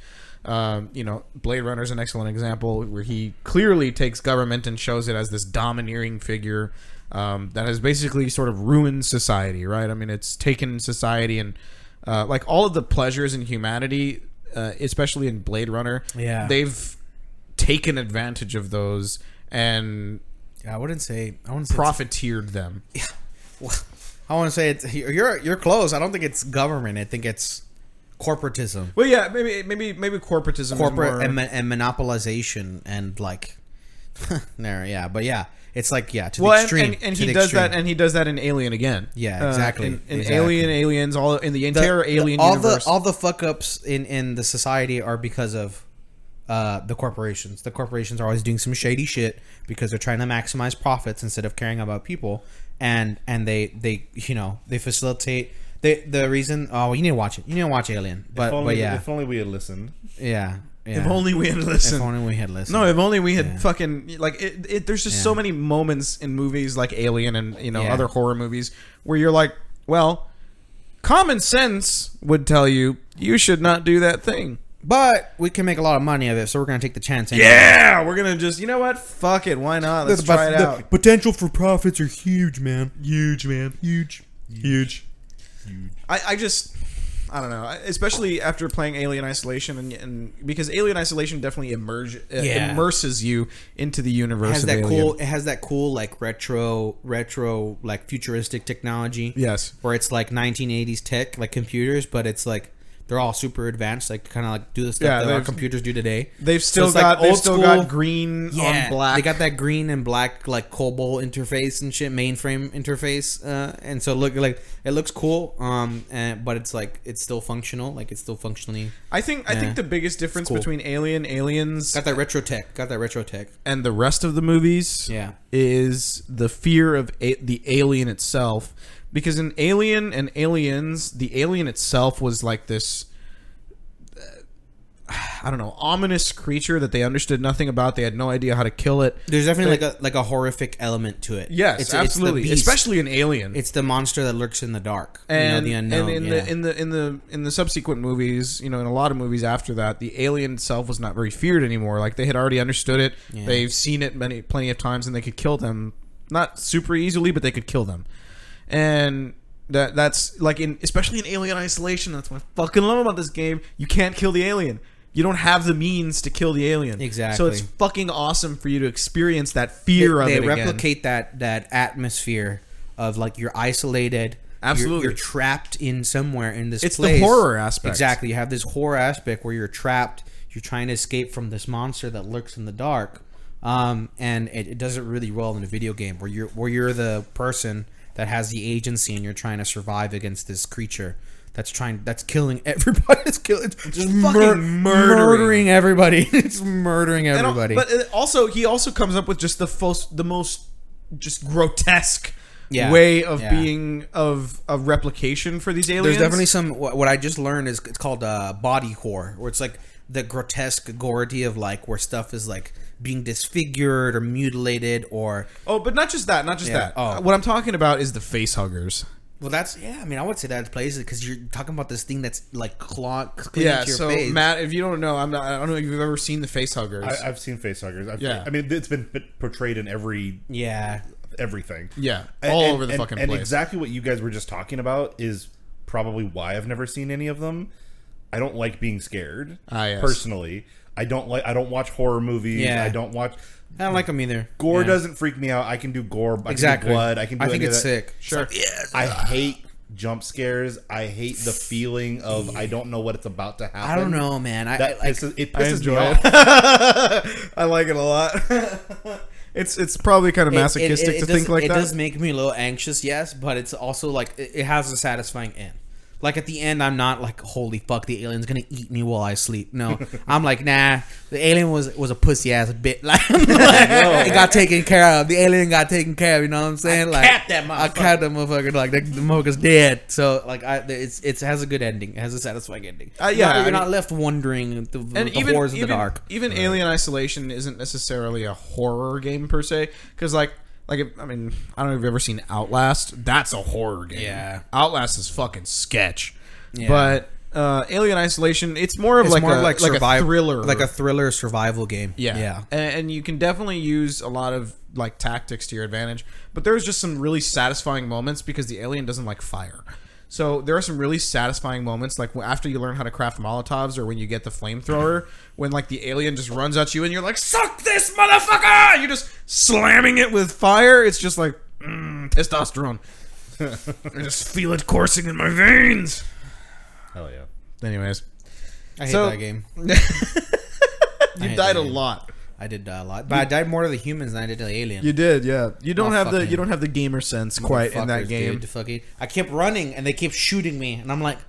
[SPEAKER 5] Um, you know, Blade Runner is an excellent example where he clearly takes government and shows it as this domineering figure. um, that has basically sort of ruined society, right? I mean, it's taken society and uh, like all of the pleasures in humanity, uh, especially in Blade Runner.
[SPEAKER 3] Yeah.
[SPEAKER 5] they've taken advantage of those and
[SPEAKER 3] Yeah, I wouldn't say. I wouldn't say.
[SPEAKER 5] profiteered them.
[SPEAKER 3] I want to say it's you're you're close. I don't think it's government. I think it's corporatism,
[SPEAKER 5] Well, yeah, maybe maybe maybe corporatism. is
[SPEAKER 3] corporate
[SPEAKER 5] more,
[SPEAKER 3] and, mon- and monopolization, and like, no, yeah, but yeah, it's like yeah to
[SPEAKER 5] well,
[SPEAKER 3] the
[SPEAKER 5] and-
[SPEAKER 3] extreme.
[SPEAKER 5] and, and,
[SPEAKER 3] to
[SPEAKER 5] he
[SPEAKER 3] the
[SPEAKER 5] does
[SPEAKER 3] extreme.
[SPEAKER 5] that, and he does that in Alien again.
[SPEAKER 3] Yeah,
[SPEAKER 5] Uh,
[SPEAKER 3] exactly,
[SPEAKER 5] in, in
[SPEAKER 3] exactly.
[SPEAKER 5] Alien, Aliens, all in the entire Alien
[SPEAKER 3] all
[SPEAKER 5] universe.
[SPEAKER 3] the all the fuck ups in in the society are because of uh, the corporations. The corporations are always doing some shady shit because they're trying to maximize profits instead of caring about people. And and they they you know they facilitate they the reason. Oh, you need to watch it. You need to watch Alien. But
[SPEAKER 4] If only,
[SPEAKER 3] but yeah
[SPEAKER 4] if only we had listened.
[SPEAKER 3] yeah yeah.
[SPEAKER 5] if only we had
[SPEAKER 3] if
[SPEAKER 5] listened.
[SPEAKER 3] only we had listened.
[SPEAKER 5] No, if only we had fucking like it, it. There's just so many moments in movies like Alien and you know
[SPEAKER 3] Yeah.
[SPEAKER 5] other horror movies where you're like, well, common sense would tell you you should not do that thing.
[SPEAKER 3] but we can make a lot of money of it, so we're gonna take the chance. Anyway.
[SPEAKER 5] Yeah, we're gonna just you know what? Fuck it, why not? Let's try it out.
[SPEAKER 9] potential for profits are huge, man. Huge, man. Huge. Huge.
[SPEAKER 5] I, I just I don't know, I- especially after playing Alien Isolation and, and because Alien Isolation definitely emerge uh,
[SPEAKER 3] Yeah.
[SPEAKER 5] immerses you into the universe.
[SPEAKER 3] has
[SPEAKER 5] of
[SPEAKER 3] that
[SPEAKER 5] Alien.
[SPEAKER 3] cool it has that cool like retro retro like futuristic technology
[SPEAKER 5] Yes.
[SPEAKER 3] where it's like 1980s tech like computers but it's like they're all super advanced like kind of like do the stuff
[SPEAKER 5] Yeah,
[SPEAKER 3] that our
[SPEAKER 5] they've-
[SPEAKER 3] computers do today
[SPEAKER 5] They've
[SPEAKER 3] So
[SPEAKER 5] still
[SPEAKER 3] it's, like,
[SPEAKER 5] got they've
[SPEAKER 3] old
[SPEAKER 5] still
[SPEAKER 3] school-
[SPEAKER 5] got green on black.
[SPEAKER 3] they got that green and black like cobalt interface and shit mainframe interface uh, and so look like it looks cool um and, but it's like it's still functional like it's still functionally
[SPEAKER 5] I think I
[SPEAKER 3] Yeah.
[SPEAKER 5] think the biggest difference
[SPEAKER 3] cool.
[SPEAKER 5] between Alien, Aliens,
[SPEAKER 3] got that retro tech got that retro tech
[SPEAKER 5] and the rest of the movies
[SPEAKER 3] Yeah.
[SPEAKER 5] is the fear of a- the alien itself because in alien and aliens the alien itself was like this uh, i don't know ominous creature that they understood nothing about they had no idea how to kill it
[SPEAKER 3] there's definitely like a like a horrific element to it
[SPEAKER 5] yes
[SPEAKER 3] It's- it's the
[SPEAKER 5] absolutely
[SPEAKER 3] beast.
[SPEAKER 5] especially in alien
[SPEAKER 3] It's the monster that lurks in the dark.
[SPEAKER 5] and,
[SPEAKER 3] you know, the unknown.
[SPEAKER 5] and in
[SPEAKER 3] yeah.
[SPEAKER 5] the in the in the in the subsequent movies, you know, in a lot of movies after that, the alien itself was not very feared anymore. Like they had already understood it, they've seen it many plenty of times, and they could kill them, not super easily, but they could kill them. And that that's like in especially in Alien Isolation, that's what I fucking love about this game. You can't kill the alien. You don't have the means to kill the alien. So
[SPEAKER 3] Exactly.
[SPEAKER 5] it's fucking awesome for you to experience that fear of
[SPEAKER 3] they
[SPEAKER 5] it. again.
[SPEAKER 3] replicate that that atmosphere of like you're isolated. you're-
[SPEAKER 5] Absolutely.
[SPEAKER 3] you're, trapped in somewhere in this.
[SPEAKER 5] It's the
[SPEAKER 3] place.
[SPEAKER 5] horror aspect.
[SPEAKER 3] Exactly, you have this horror aspect where you're trapped. You're trying to escape from this monster that lurks in the dark, um, and it, it doesn't really roll in a video game where you're where you're the person that has the agency and you're trying to survive against this creature that's trying that's killing everybody. It's killing, it's just
[SPEAKER 5] mur-
[SPEAKER 3] fucking
[SPEAKER 5] murdering.
[SPEAKER 3] murdering everybody. It's murdering
[SPEAKER 5] And al-
[SPEAKER 3] everybody.
[SPEAKER 5] But it also, he also comes up with just the most, the most just grotesque
[SPEAKER 3] Yeah.
[SPEAKER 5] way of
[SPEAKER 3] Yeah.
[SPEAKER 5] being of of replication for these aliens.
[SPEAKER 3] There's definitely some. What what I just learned is it's called uh, body horror, where it's like the grotesque gority of like where stuff is like being disfigured or mutilated or
[SPEAKER 5] Oh, but not just that, not just
[SPEAKER 3] Yeah.
[SPEAKER 5] that.
[SPEAKER 3] Oh.
[SPEAKER 5] What I'm talking about is the face huggers.
[SPEAKER 3] well that's yeah i mean i would say that plays because you're talking about this thing that's like claw clinging
[SPEAKER 5] Yeah.
[SPEAKER 3] to your
[SPEAKER 5] So
[SPEAKER 3] face
[SPEAKER 5] Matt, if you don't know, I'm not. I don't know if you've ever seen the face huggers.
[SPEAKER 4] I, I've seen facehuggers. I've,
[SPEAKER 5] Yeah.
[SPEAKER 4] I mean, it's been portrayed in every
[SPEAKER 3] yeah
[SPEAKER 4] everything.
[SPEAKER 5] yeah,
[SPEAKER 4] And-
[SPEAKER 5] all
[SPEAKER 4] and-
[SPEAKER 5] over the
[SPEAKER 4] and-
[SPEAKER 5] fucking
[SPEAKER 4] and
[SPEAKER 5] place.
[SPEAKER 4] exactly what you guys were just talking about is probably why I've never seen any of them. I don't like being scared
[SPEAKER 5] Ah, yes.
[SPEAKER 4] personally. I don't like. I don't watch horror movies.
[SPEAKER 3] Yeah.
[SPEAKER 4] I don't watch.
[SPEAKER 3] i don't like them either
[SPEAKER 4] Gore
[SPEAKER 3] Yeah.
[SPEAKER 4] doesn't freak me out. I can do gore. I
[SPEAKER 3] exactly
[SPEAKER 4] Can do blood. I can. Do
[SPEAKER 3] i think
[SPEAKER 4] any of
[SPEAKER 3] it's
[SPEAKER 4] that.
[SPEAKER 3] sick
[SPEAKER 5] Sure.
[SPEAKER 4] I hate jump scares. I hate the feeling of I don't know what it's about to happen.
[SPEAKER 3] i don't know man i
[SPEAKER 4] That
[SPEAKER 3] I- like
[SPEAKER 4] pisses, it
[SPEAKER 5] I
[SPEAKER 4] pisses me
[SPEAKER 5] enjoy
[SPEAKER 4] off.
[SPEAKER 5] it. I like it a lot. it's it's probably kind of
[SPEAKER 3] it- it-
[SPEAKER 5] masochistic
[SPEAKER 3] it
[SPEAKER 5] to
[SPEAKER 3] does-
[SPEAKER 5] think like
[SPEAKER 3] it
[SPEAKER 5] that.
[SPEAKER 3] does make me a little anxious, yes, but it's also like it, it has a satisfying end. Like at the end, I'm not like, holy fuck, the alien's gonna eat me while I sleep. No, I'm like, nah, the alien was was a pussy ass bit. Like, it got taken care of. The alien got taken care of. You know what I'm saying? like,
[SPEAKER 8] capped that
[SPEAKER 3] I cat that motherfucker. Like, that, the motherfucker's dead. So like, I it's it's it has a good ending. It has a satisfying ending.
[SPEAKER 5] Uh, yeah,
[SPEAKER 3] you're, not, you're
[SPEAKER 5] I mean-
[SPEAKER 3] not left wondering the, the, the horrors of the dark.
[SPEAKER 5] Even Alien Isolation isn't necessarily a horror game per se, because like like if- I mean I don't know if you've ever seen Outlast. That's a horror game.
[SPEAKER 3] Yeah.
[SPEAKER 5] Outlast is fucking sketch. But uh, Alien Isolation, it's more of
[SPEAKER 3] It's
[SPEAKER 5] like
[SPEAKER 3] more
[SPEAKER 5] a
[SPEAKER 3] like,
[SPEAKER 5] like
[SPEAKER 3] surviv-
[SPEAKER 5] a thriller,
[SPEAKER 3] like a thriller survival game.
[SPEAKER 5] Yeah.
[SPEAKER 3] yeah.
[SPEAKER 5] A- And, you can definitely use a lot of like tactics to your advantage, but there's just some really satisfying moments because the alien doesn't like fire. So there are some really satisfying moments, like wh- after you learn how to craft molotovs, or when you get the flamethrower, when like the alien just runs at you and you're like, "Suck this, motherfucker!" You're just slamming it with fire. It's just like mm, testosterone. I just feel it coursing in my veins.
[SPEAKER 4] Hell yeah.
[SPEAKER 5] Anyways,
[SPEAKER 3] I hate
[SPEAKER 5] So-
[SPEAKER 3] that game.
[SPEAKER 5] you
[SPEAKER 3] hate
[SPEAKER 5] died
[SPEAKER 3] that
[SPEAKER 5] a
[SPEAKER 3] game.
[SPEAKER 5] lot.
[SPEAKER 3] I did die a lot, but I died more to the humans than I did to the aliens.
[SPEAKER 5] You did, yeah. You don't
[SPEAKER 3] Oh,
[SPEAKER 5] have the
[SPEAKER 3] fucking
[SPEAKER 5] you don't have the gamer sense quite in that
[SPEAKER 3] Motherfuckers,
[SPEAKER 5] game.
[SPEAKER 3] dude, fucking- I kept running and they kept shooting me, and I'm like,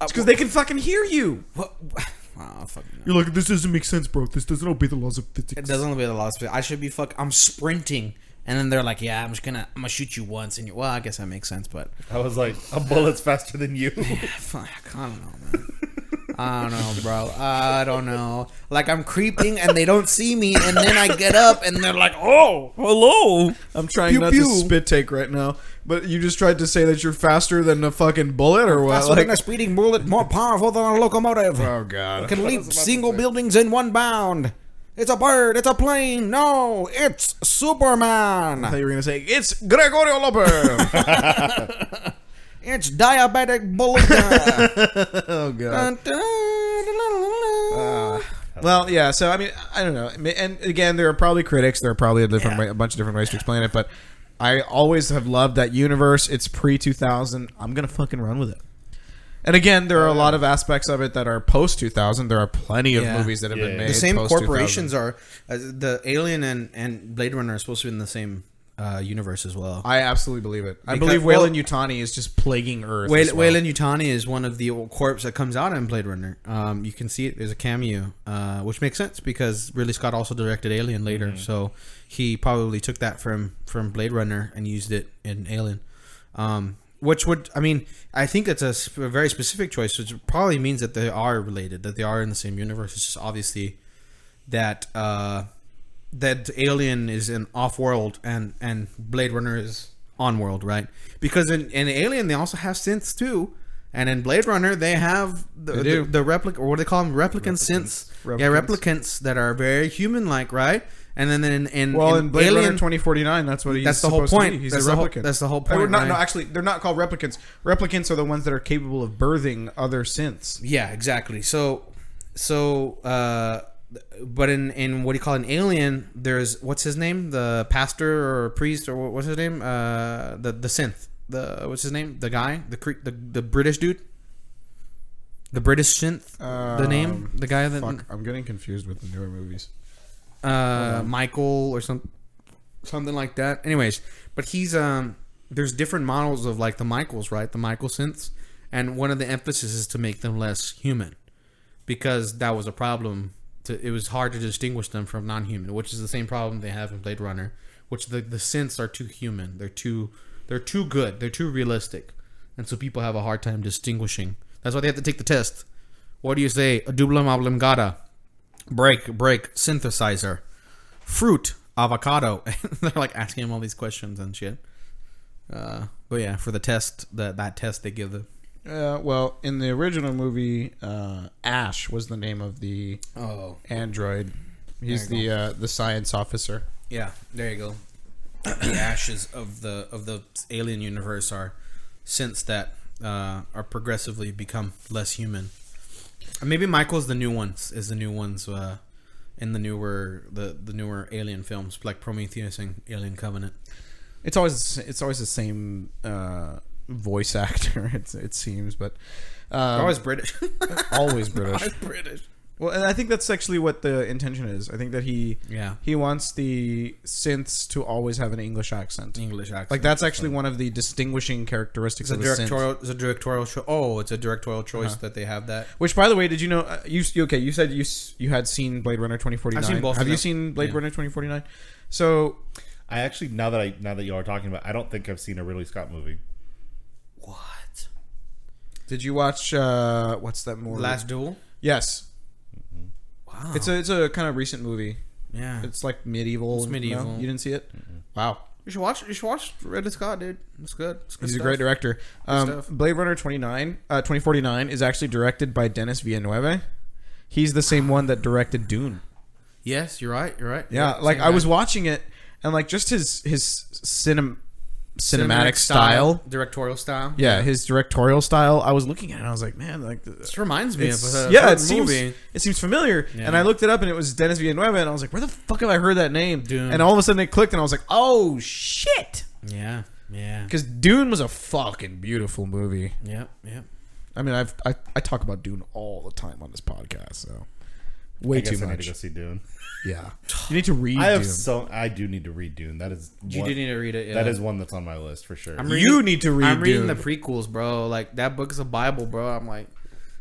[SPEAKER 3] uh,
[SPEAKER 5] because they can fucking hear you.
[SPEAKER 3] what? Oh, fucking no.
[SPEAKER 9] You're like, this doesn't make sense, bro. This doesn't obey the laws of physics.
[SPEAKER 3] It doesn't look like the lost. I should be fuck. I'm sprinting, and then they're like, yeah, I'm just gonna, I'm gonna shoot you once, and you. Well, I guess that makes sense, but
[SPEAKER 4] I was like, a bullet's faster than you.
[SPEAKER 3] fuck, I don't know, man. I don't know, bro. I don't know. Like I'm creeping and they don't see me, and then I get up and they're like, "Oh, hello."
[SPEAKER 5] I'm trying
[SPEAKER 3] Pew,
[SPEAKER 5] not to
[SPEAKER 3] pew.
[SPEAKER 5] spit take right now, but you just tried to say that you're faster than a fucking bullet or what?
[SPEAKER 3] Faster
[SPEAKER 5] Like,
[SPEAKER 3] than a speeding bullet, more powerful than a locomotive.
[SPEAKER 11] Oh god.
[SPEAKER 3] Can leap single buildings in one bound. It's a bird. It's a plane. No, it's
[SPEAKER 5] I thought
[SPEAKER 3] Superman.
[SPEAKER 5] you were gonna say it's Gregorio Loper.
[SPEAKER 3] It's diabetic bullet.
[SPEAKER 5] oh god. Uh,
[SPEAKER 3] Dun, dun, dun, dun, dun.
[SPEAKER 5] Well, yeah. So I mean, I don't know. I mean, And again, there are probably critics. There are probably a different way, a bunch of different ways to explain it, but I always have loved that universe. It's pre 2000. I'm gonna fucking run with it. And again, there are a lot of aspects of it that are post 2000. There are plenty of
[SPEAKER 3] Yeah.
[SPEAKER 5] movies that have been
[SPEAKER 4] Yeah.
[SPEAKER 5] made.
[SPEAKER 4] The
[SPEAKER 3] the same
[SPEAKER 5] post-2000.
[SPEAKER 3] corporations are uh, the Alien and, and Blade Runner are supposed to be in the same uh, universe as well.
[SPEAKER 5] I absolutely believe it. I
[SPEAKER 3] Because-
[SPEAKER 5] believe
[SPEAKER 3] well-
[SPEAKER 5] Wayland Utani is just plaguing Earth.
[SPEAKER 3] Wayl-
[SPEAKER 5] as well.
[SPEAKER 3] Wayland Utani is one of the old corpse that comes out in Blade Runner. Um, you can see it. There's a cameo, uh, which makes sense because Ridley Scott also directed Alien later,
[SPEAKER 5] Mm-hmm.
[SPEAKER 3] so he probably took that from from Blade Runner and used it in Alien. Um, which would, I mean, I think that's a, sp- a very specific choice, which probably means that they are related, that they are in the same universe. It's just obviously that uh, that Alien is an off-world and and Blade Runner is on-world, right? Because in, in Alien they also have synths too, and in Blade Runner they have the the, the replic or what do they call them replicant synths, yeah, replicants that are very human-like, right? And then in in,
[SPEAKER 5] Well,
[SPEAKER 3] in
[SPEAKER 5] in Blade Runner 2049, that's what he's
[SPEAKER 3] That's the whole
[SPEAKER 5] supposed to
[SPEAKER 3] point.
[SPEAKER 5] be. He's
[SPEAKER 3] That's
[SPEAKER 5] a
[SPEAKER 3] the
[SPEAKER 5] replicant.
[SPEAKER 3] whole- that's the whole
[SPEAKER 5] Or
[SPEAKER 3] point,
[SPEAKER 5] not- No,
[SPEAKER 3] right?
[SPEAKER 5] actually, they're not called replicants. Replicants are the ones that are capable of birthing other synths.
[SPEAKER 3] Yeah, exactly. So, so, uh, but in in what do you call it, an alien? There's what's his name, the pastor or priest or what- what's his name? Uh, the the synth, the what's his name, the guy, the Cre- the the British dude, the British synth, the name,
[SPEAKER 5] Um,
[SPEAKER 3] the guy that
[SPEAKER 5] Fuck, I'm getting confused with the newer movies.
[SPEAKER 3] uh, Michael or some something like that. Anyways, but he's um there's different models of like the Michaels, right? The Michael synths, and one of the emphasis is to make them less human because that was a problem. To, it was hard to distinguish them from non-human, which is the same problem they have in Blade Runner, which the the synths are too human. They're too they're too good. They're too realistic, and so people have a hard time distinguishing. That's why they have to take the test. What do you say? Dublum oblongata. Break, break, synthesizer fruit, avocado. They're like asking him all these questions and shit. Uh, but yeah, for the test, that that test they give the
[SPEAKER 5] Uh, well, in the original movie, uh, Ash was the name of the
[SPEAKER 3] oh
[SPEAKER 5] android. He's the uh, the science officer.
[SPEAKER 3] yeah, there you go. the ashes of the of the alien universe are since that uh, are progressively become less human. Uh, Maybe Michael's the new ones is the new ones uh, in the newer the the newer alien films like Prometheus and Alien Covenant.
[SPEAKER 5] It's always it's always the same uh, voice actor. It's, it seems, but um,
[SPEAKER 3] They're always British.
[SPEAKER 5] always British.
[SPEAKER 3] British.
[SPEAKER 5] Well, and I think that's actually what the intention is. I think that he
[SPEAKER 3] Yeah.
[SPEAKER 5] he wants the synths to always have an English accent.
[SPEAKER 3] English accent.
[SPEAKER 5] Like that's actually one of the distinguishing characteristics
[SPEAKER 3] It's a
[SPEAKER 5] of Uh-huh. the synth.
[SPEAKER 3] directorial. It's a directorial. Cho- oh, it's a directorial choice that they have that.
[SPEAKER 5] Which, by the way, did you know? Uh, you you- okay? You said you s- you had seen Blade Runner twenty forty nine.
[SPEAKER 3] I've seen both
[SPEAKER 5] Have
[SPEAKER 3] of
[SPEAKER 5] you
[SPEAKER 3] them.
[SPEAKER 5] seen Blade
[SPEAKER 3] Yeah.
[SPEAKER 5] Runner twenty forty nine? So
[SPEAKER 4] I actually now that I now that you are talking about, I don't think I've seen a Ridley Scott movie.
[SPEAKER 3] What?
[SPEAKER 5] did you watch uh what's that movie?
[SPEAKER 3] Last Duel.
[SPEAKER 5] yes,
[SPEAKER 3] Wow.
[SPEAKER 5] it's a it's a kind of recent movie.
[SPEAKER 3] yeah.
[SPEAKER 5] It's like medieval.
[SPEAKER 3] It's
[SPEAKER 5] no?
[SPEAKER 3] medieval.
[SPEAKER 5] You didn't see it? Wow.
[SPEAKER 3] You should watch. You should watch Ridley Scott, dude. It's good. It's good
[SPEAKER 5] He's
[SPEAKER 3] stuff.
[SPEAKER 5] a great director. Um,
[SPEAKER 3] stuff.
[SPEAKER 5] Blade Runner 29, uh, 2049 is actually directed by Dennis Villeneuve. He's the same one that directed Dune.
[SPEAKER 3] Yes, you're right. You're right.
[SPEAKER 5] Yeah,
[SPEAKER 3] Yep,
[SPEAKER 5] like
[SPEAKER 3] same
[SPEAKER 5] I
[SPEAKER 3] guy.
[SPEAKER 5] was watching it and like just his his cinem- cinematic
[SPEAKER 3] Cinematic
[SPEAKER 5] style.
[SPEAKER 3] directorial style.
[SPEAKER 5] Yeah, his directorial style. I was looking at it and I was like, man, like the-
[SPEAKER 3] This reminds me of
[SPEAKER 5] it's,
[SPEAKER 3] a
[SPEAKER 5] yeah,
[SPEAKER 3] certain
[SPEAKER 5] it seems
[SPEAKER 3] movie.
[SPEAKER 5] it seems familiar. And I looked it up and it was Dennis Villeneuve and I was like, where the fuck have I heard that name?
[SPEAKER 3] Dune.
[SPEAKER 5] And all of a sudden it clicked and I was like, oh shit.
[SPEAKER 3] Yeah, yeah,
[SPEAKER 5] Because Dune was a fucking beautiful movie.
[SPEAKER 3] yeah, yeah.
[SPEAKER 5] I mean, I've I, I talk about Dune all the time on this podcast, so way
[SPEAKER 4] I guess
[SPEAKER 5] too
[SPEAKER 4] I need to
[SPEAKER 5] much.
[SPEAKER 4] go see Dune.
[SPEAKER 5] Yeah, you need to read.
[SPEAKER 4] I have
[SPEAKER 5] Dune.
[SPEAKER 4] so I do need to read Dune. That is
[SPEAKER 3] You
[SPEAKER 4] one-
[SPEAKER 3] do need to read it. Yeah.
[SPEAKER 4] that is one that's on my list for sure.
[SPEAKER 3] I'm
[SPEAKER 5] you need to read.
[SPEAKER 3] I'm reading
[SPEAKER 5] Dune.
[SPEAKER 3] the prequels, bro. Like that book is a bible, bro. I'm like,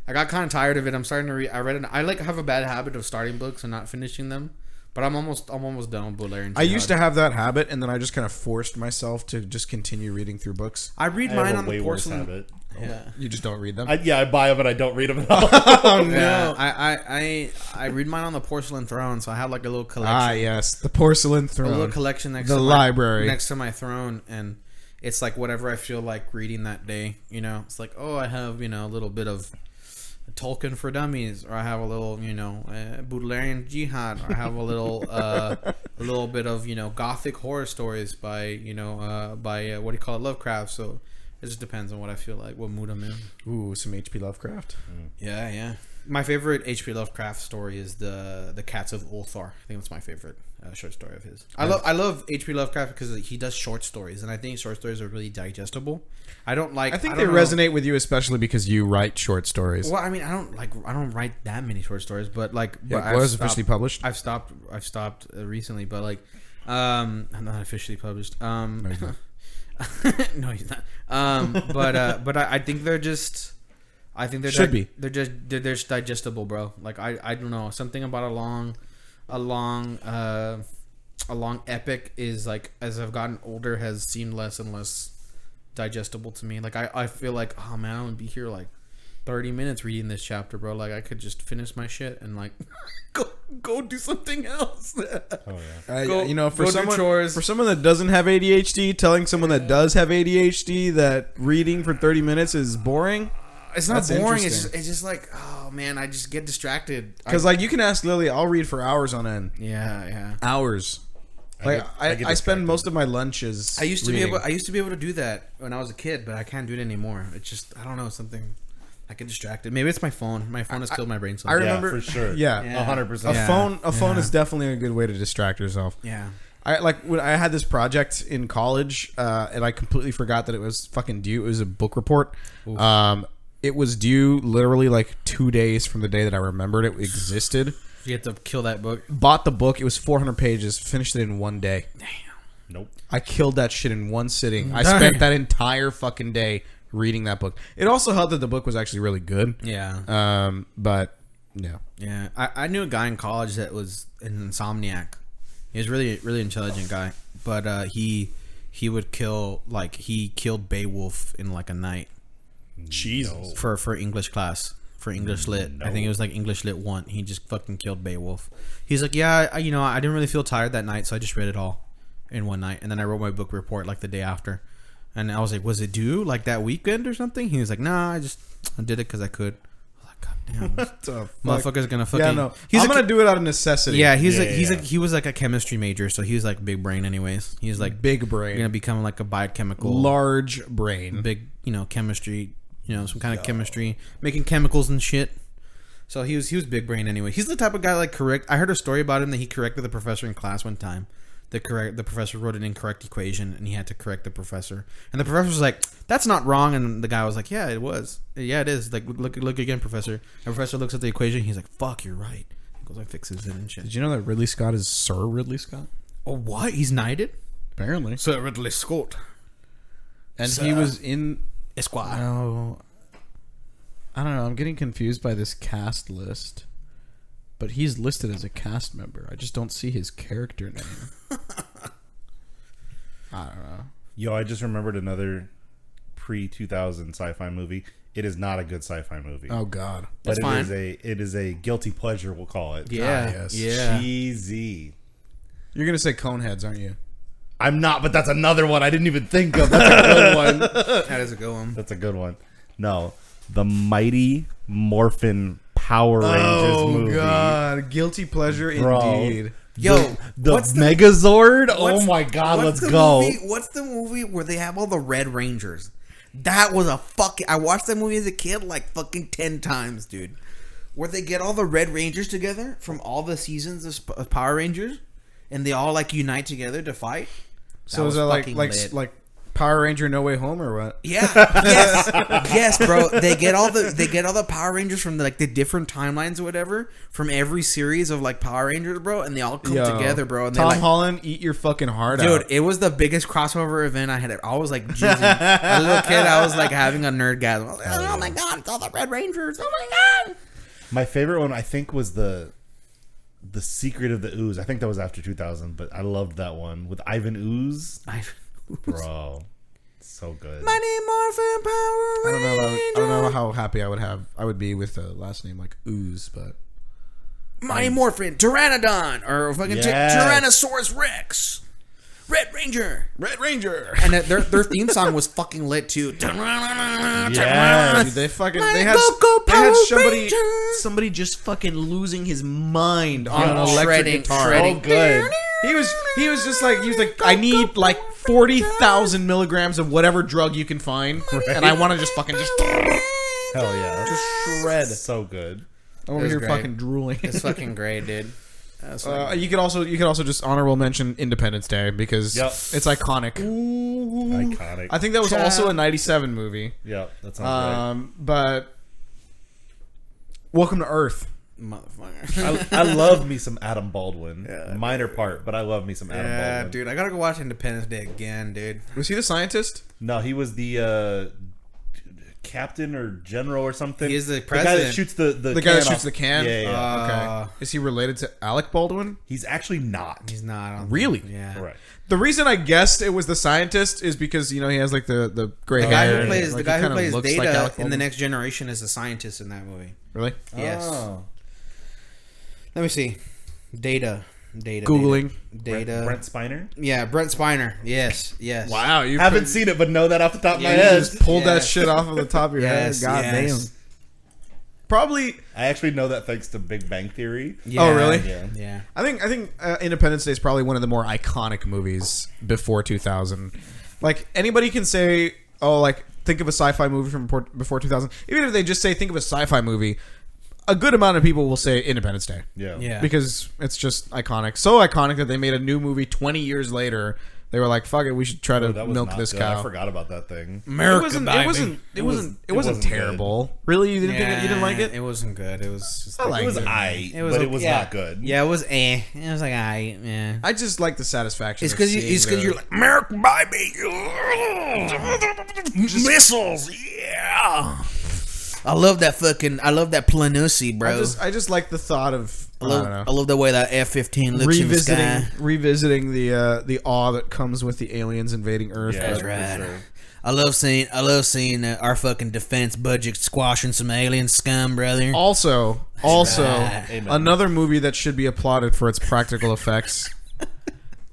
[SPEAKER 3] I got kind of tired of it. I'm starting to read. I read it. I like have a bad habit of starting books and not finishing them. But I'm almost, I'm almost done with Baudelaire. And
[SPEAKER 5] I used to have that habit, and then I just kind of forced myself to just continue reading through books.
[SPEAKER 3] I read
[SPEAKER 4] I
[SPEAKER 3] mine
[SPEAKER 4] have a
[SPEAKER 3] on
[SPEAKER 4] way
[SPEAKER 3] the
[SPEAKER 4] worse
[SPEAKER 3] porcelain.
[SPEAKER 4] habit.
[SPEAKER 3] Yeah.
[SPEAKER 5] You just don't read them.
[SPEAKER 4] I, yeah, I buy them and I don't read them at all.
[SPEAKER 3] Yeah, I, I, I, I read mine on the porcelain throne, so I have like a little collection,
[SPEAKER 5] ah, yes, the porcelain
[SPEAKER 3] a little
[SPEAKER 5] throne.
[SPEAKER 3] collection next
[SPEAKER 5] The
[SPEAKER 3] to
[SPEAKER 5] library.
[SPEAKER 3] my, next to my throne, and it's like whatever I feel like reading that day. You know, it's like oh, I have you know a little bit of Tolkien for Dummies, or I have a little you know uh, Boudelairean Jihad, or I have a little uh, a little bit of you know Gothic horror stories by you know uh, by uh, what do you call it Lovecraft. So it just depends on what I feel like, what mood I'm in.
[SPEAKER 5] Ooh, some H.P. Lovecraft.
[SPEAKER 3] Yeah, yeah. My favorite H.P. Lovecraft story is the the Cats of Ulthar. I think that's my favorite uh, short story of his. I love I love H.P. Lovecraft because he does short stories, and I think short stories are really digestible. I don't like.
[SPEAKER 5] I think they
[SPEAKER 3] don't know-
[SPEAKER 5] resonate with you, especially because you write short stories.
[SPEAKER 3] Well, I mean, I don't like. I don't write that many short stories, but like,
[SPEAKER 5] Yeah,
[SPEAKER 3] but I've
[SPEAKER 5] it was
[SPEAKER 3] stopped-
[SPEAKER 5] officially published.
[SPEAKER 3] I've stopped. I've stopped uh, recently, but like, um, I'm not officially published. Um, no, he's not. Um, but uh, but I, I think they're just. I think they're
[SPEAKER 5] Should
[SPEAKER 3] dig-
[SPEAKER 5] be.
[SPEAKER 3] They're just they're, they're just digestible, bro. Like I I don't know something about a long, a long uh, a long epic is like as I've gotten older has seemed less and less digestible to me. Like I I feel like oh man I would be here like 30 minutes reading this chapter, bro. Like I could just finish my shit and like go go do something else.
[SPEAKER 5] Oh, I-
[SPEAKER 3] Go-
[SPEAKER 5] Uh, you know, for
[SPEAKER 3] go do
[SPEAKER 5] someone
[SPEAKER 3] chores.
[SPEAKER 5] for someone that doesn't have ADHD, telling someone that does have ADHD that reading for thirty minutes is boring.
[SPEAKER 3] it's not
[SPEAKER 5] That's
[SPEAKER 3] boring. It's
[SPEAKER 5] interesting.
[SPEAKER 3] just, it's just like oh man, I just get distracted. I-
[SPEAKER 5] Because like you can ask Lily, I'll read for hours on end.
[SPEAKER 3] yeah, yeah.
[SPEAKER 5] Hours. Like
[SPEAKER 4] get-
[SPEAKER 5] I, I,
[SPEAKER 4] I get
[SPEAKER 5] spend
[SPEAKER 4] distracted.
[SPEAKER 5] most of my lunches.
[SPEAKER 3] I used to
[SPEAKER 5] reading.
[SPEAKER 3] be able I used to be able to do that when I was a kid, but I can't do it anymore. It's just I don't know something I get distracted. Maybe it's my phone. My phone has killed my brain. So
[SPEAKER 5] I
[SPEAKER 4] yeah,
[SPEAKER 5] remember-
[SPEAKER 4] for sure.
[SPEAKER 5] Yeah.
[SPEAKER 4] a hundred
[SPEAKER 5] A
[SPEAKER 4] percent.
[SPEAKER 5] phone. A phone is definitely a good way to distract yourself.
[SPEAKER 3] yeah.
[SPEAKER 5] I like when I had this project in college, uh, and I completely forgot that it was fucking due. It was a book report. Um, it was due literally like two days from the day that I remembered it existed.
[SPEAKER 3] You have to kill that book.
[SPEAKER 5] Bought the book. It was 400 pages. Finished it in one day.
[SPEAKER 4] Nope.
[SPEAKER 5] I killed that shit in one sitting. I spent that entire fucking day reading that book. It also helped that the book was actually really good.
[SPEAKER 3] Yeah.
[SPEAKER 5] Um, but no.
[SPEAKER 3] Yeah, I, I knew a guy in college that was an insomniac. He was really really intelligent guy, but uh, he he would kill like he killed Beowulf in like a night
[SPEAKER 4] Jesus.
[SPEAKER 3] for for English class for English lit. I think it was like English lit one. He just fucking killed Beowulf. He's like, yeah, I, you know, I didn't really feel tired that night, so I just read it all in one night, and then I wrote my book report like the day after. And I was like, was it due like that weekend or something? He was like, nah, I just I did it because I could. I was like, God damn, motherfucker's gonna fucking.
[SPEAKER 5] Yeah, no.
[SPEAKER 3] He's
[SPEAKER 5] I'm
[SPEAKER 3] a-
[SPEAKER 5] gonna do it out of necessity.
[SPEAKER 3] yeah, he's like
[SPEAKER 4] yeah,
[SPEAKER 3] he's
[SPEAKER 4] yeah.
[SPEAKER 3] like he was like a chemistry major, so he was like big brain anyways. He was like
[SPEAKER 5] Big
[SPEAKER 3] You're gonna
[SPEAKER 5] brain,
[SPEAKER 3] become like a biochemical
[SPEAKER 5] large brain.
[SPEAKER 3] big, you know, chemistry, you know, some kind of chemistry, making chemicals and shit. So he was he was big brain anyway. He's the type of guy like correct. I heard a story about him that he corrected the professor in class one time. The correct the professor wrote an incorrect equation and he had to correct the professor. And the professor was like, "That's not wrong." And the guy was like, "Yeah, it was. Yeah, it is. Like look look again, professor." And professor looks at the equation. He's like, "Fuck, you're right." He goes and fixes it and shit.
[SPEAKER 5] Did you know that Ridley Scott is Sir Ridley Scott?
[SPEAKER 3] Oh, what? He's knighted.
[SPEAKER 5] Apparently,
[SPEAKER 3] Sir Ridley Scott.
[SPEAKER 5] and he was in.
[SPEAKER 3] Esquire.
[SPEAKER 5] Oh, I don't know. I'm getting confused by this cast list, but he's listed as a cast member. I just don't see his character name.
[SPEAKER 4] Yo, I just remembered another pre two thousand sci fi movie. It is not a good sci fi movie.
[SPEAKER 5] Oh God,
[SPEAKER 4] but it is
[SPEAKER 3] fine.
[SPEAKER 4] a it is a guilty pleasure, we'll call it.
[SPEAKER 3] Yeah.
[SPEAKER 5] Ah, yes.
[SPEAKER 3] Yeah.
[SPEAKER 4] Cheesy.
[SPEAKER 5] you're gonna say Coneheads, aren't you?
[SPEAKER 4] I'm not, but that's another one I didn't even think of. That's a good one.
[SPEAKER 3] That is a good one.
[SPEAKER 4] That's a good one. No, the Mighty Morphin Power Rangers movie.
[SPEAKER 5] God, Uh, guilty pleasure
[SPEAKER 4] Bro.
[SPEAKER 5] indeed.
[SPEAKER 3] Yo,
[SPEAKER 4] The
[SPEAKER 3] what's the-
[SPEAKER 4] Megazord? oh
[SPEAKER 3] what's-
[SPEAKER 4] my god,
[SPEAKER 3] what's
[SPEAKER 4] let's
[SPEAKER 3] the
[SPEAKER 4] go.
[SPEAKER 3] movie- what's the movie where they have all the Red Rangers? That was a fucking. I watched that movie as a kid like fucking 10 times, dude. Where they get all the Red Rangers together from all the seasons of, Sp- of Power Rangers and they all like unite together to fight.
[SPEAKER 5] So
[SPEAKER 3] That
[SPEAKER 5] is
[SPEAKER 3] was
[SPEAKER 5] that like
[SPEAKER 3] fucking
[SPEAKER 5] like
[SPEAKER 3] lit.
[SPEAKER 5] like Power Ranger No Way Home or what?
[SPEAKER 3] Yeah. Yes. yes, bro. They get all the they get all the Power Rangers from like the different timelines or whatever from every series of like Power Rangers, bro, and they all come
[SPEAKER 5] Yo,
[SPEAKER 3] together, bro. And they
[SPEAKER 5] Tom
[SPEAKER 3] like,
[SPEAKER 5] Holland, eat your fucking heart
[SPEAKER 3] Dude,
[SPEAKER 5] out.
[SPEAKER 3] it was the biggest crossover event I had. ever- I was like, Jesus. a little kid, I was like having a nerd gasm. I was like, oh, my god, it's all the Red Rangers. Oh my god.
[SPEAKER 4] My favorite one, I think, was the the Secret of the Ooze. I think that was after 2000, but I loved that one with Ivan Ooze. Bro, so good.
[SPEAKER 3] Mighty Morphin Power
[SPEAKER 5] I don't know. About, I don't
[SPEAKER 3] Rangers.
[SPEAKER 5] know how happy I would have. I would be with a last name like Ooze, but
[SPEAKER 3] Mighty Morphin, Pteranodon, or fucking Ty-
[SPEAKER 4] Yes.
[SPEAKER 3] Tyrannosaurus Rex. Red Ranger.
[SPEAKER 5] Red Ranger.
[SPEAKER 3] And that- their, their theme song was fucking lit too. Yeah.
[SPEAKER 4] Yes.
[SPEAKER 5] Dude, they fucking
[SPEAKER 3] Mighty
[SPEAKER 5] they had,
[SPEAKER 3] Go-Go
[SPEAKER 5] they had
[SPEAKER 3] Power
[SPEAKER 5] somebody
[SPEAKER 3] Ranger.
[SPEAKER 5] somebody just fucking losing his mind on an
[SPEAKER 3] Oh,
[SPEAKER 5] electric
[SPEAKER 3] shredding,
[SPEAKER 5] guitar.
[SPEAKER 3] shredding.
[SPEAKER 4] So good.
[SPEAKER 5] He was he was just like he was like I need like forty thousand milligrams of whatever drug you can find, and I want to just fucking just
[SPEAKER 4] Hell yeah.
[SPEAKER 5] Just shred.
[SPEAKER 4] So good.
[SPEAKER 5] over
[SPEAKER 3] was
[SPEAKER 5] here
[SPEAKER 3] great.
[SPEAKER 5] fucking drooling.
[SPEAKER 3] It's fucking great, dude. That's fucking-
[SPEAKER 5] Uh, you could also you could also just honorable mention Independence Day because
[SPEAKER 4] Yep.
[SPEAKER 5] it's iconic.
[SPEAKER 4] Iconic.
[SPEAKER 5] I think that was also a '97 movie,
[SPEAKER 4] yeah, that sounds right.
[SPEAKER 5] um, but Welcome to Earth.
[SPEAKER 3] motherfucker.
[SPEAKER 4] I, I love me some Adam Baldwin. Minor part, but I love me some Adam
[SPEAKER 3] Yeah,
[SPEAKER 4] Baldwin.
[SPEAKER 3] dude, I gotta go watch Independence Day again, dude.
[SPEAKER 5] Was he the scientist?
[SPEAKER 4] No, he was the uh, captain or general or something.
[SPEAKER 3] He is the
[SPEAKER 4] guy that
[SPEAKER 3] president.
[SPEAKER 4] shoots the the,
[SPEAKER 5] The guy that
[SPEAKER 4] can
[SPEAKER 5] shoots
[SPEAKER 4] off-
[SPEAKER 5] the can?
[SPEAKER 4] Yeah, yeah, yeah.
[SPEAKER 3] Uh,
[SPEAKER 5] okay. Is he related to Alec Baldwin?
[SPEAKER 4] he's actually not.
[SPEAKER 3] He's not on.
[SPEAKER 5] Really?
[SPEAKER 3] Yeah.
[SPEAKER 4] Right.
[SPEAKER 5] The reason I guessed it was the scientist is because you know he has like the the gray
[SPEAKER 3] The guy
[SPEAKER 5] hair.
[SPEAKER 3] who
[SPEAKER 5] and,
[SPEAKER 3] plays
[SPEAKER 5] like, he
[SPEAKER 3] the guy who
[SPEAKER 5] kinda
[SPEAKER 3] plays
[SPEAKER 5] looks
[SPEAKER 3] Data
[SPEAKER 5] like Alec
[SPEAKER 3] in the
[SPEAKER 5] Baldwin.
[SPEAKER 3] Next Generation is a scientist in that movie.
[SPEAKER 5] Really?
[SPEAKER 3] Yes.
[SPEAKER 4] Oh.
[SPEAKER 3] Let me see. Data. Data.
[SPEAKER 5] Googling.
[SPEAKER 3] Data. Data.
[SPEAKER 4] Brent Spiner.
[SPEAKER 3] Yeah, Brent Spiner. Yes. Yes.
[SPEAKER 5] Wow, you
[SPEAKER 4] Haven't seen it, but know that off the top of my
[SPEAKER 3] Yeah,
[SPEAKER 4] head.
[SPEAKER 3] he's-
[SPEAKER 5] pulled that
[SPEAKER 3] Yes.
[SPEAKER 5] shit off of the top of your
[SPEAKER 3] Yes.
[SPEAKER 5] head. God
[SPEAKER 3] yes.
[SPEAKER 5] damn. Oh, Probably.
[SPEAKER 4] I actually know that thanks to Big Bang Theory.
[SPEAKER 3] Yeah,
[SPEAKER 5] Oh, really?
[SPEAKER 4] Yeah.
[SPEAKER 3] Yeah.
[SPEAKER 5] I think I think uh, Independence Day is probably one of the more iconic movies before 2000. Like anybody can say, oh, like think of a sci-fi movie from por- before 2000. Even if they just say think of a sci-fi movie, a good amount of people will say Independence Day.
[SPEAKER 4] Yeah.
[SPEAKER 3] Yeah.
[SPEAKER 5] because it's just iconic. So iconic that they made a new movie 20 years later. They were like, fuck it, we should try to
[SPEAKER 4] Oh, That was
[SPEAKER 5] milk
[SPEAKER 4] not
[SPEAKER 5] this
[SPEAKER 4] good.
[SPEAKER 5] cow.
[SPEAKER 4] I forgot about that thing.
[SPEAKER 5] It wasn't. It wasn't. It wasn't. It wasn't
[SPEAKER 4] wasn't good.
[SPEAKER 5] terrible. Really, you didn't think it, you didn't like it?
[SPEAKER 3] It wasn't good. It was just.
[SPEAKER 5] I
[SPEAKER 4] It
[SPEAKER 5] liked
[SPEAKER 4] was
[SPEAKER 5] it.
[SPEAKER 4] I,
[SPEAKER 3] It was
[SPEAKER 4] but
[SPEAKER 3] okay.
[SPEAKER 4] it was
[SPEAKER 3] Yeah.
[SPEAKER 4] not good.
[SPEAKER 3] Yeah, it was eh. It was like I yeah.
[SPEAKER 5] I just like the satisfaction.
[SPEAKER 3] It's
[SPEAKER 5] of
[SPEAKER 3] because you.
[SPEAKER 5] seeing
[SPEAKER 3] It's because
[SPEAKER 5] the-
[SPEAKER 3] you're like.
[SPEAKER 12] Merc by me. Missiles, yeah.
[SPEAKER 3] I love that fucking. I love that Planusi, bro.
[SPEAKER 5] I just. I just like the thought of. I
[SPEAKER 3] I love,
[SPEAKER 5] don't know.
[SPEAKER 3] I love the way that F fifteen looks in the
[SPEAKER 5] revisiting
[SPEAKER 3] sky.
[SPEAKER 5] revisiting the uh, the awe that comes with the aliens invading Earth.
[SPEAKER 4] Yeah.
[SPEAKER 3] That's
[SPEAKER 4] for
[SPEAKER 3] right.
[SPEAKER 4] sure.
[SPEAKER 3] I love seeing I love seeing uh, our fucking defense budget squashing some alien scum, brother.
[SPEAKER 5] Also, also
[SPEAKER 4] Amen.
[SPEAKER 5] another movie that should be applauded for its practical effects.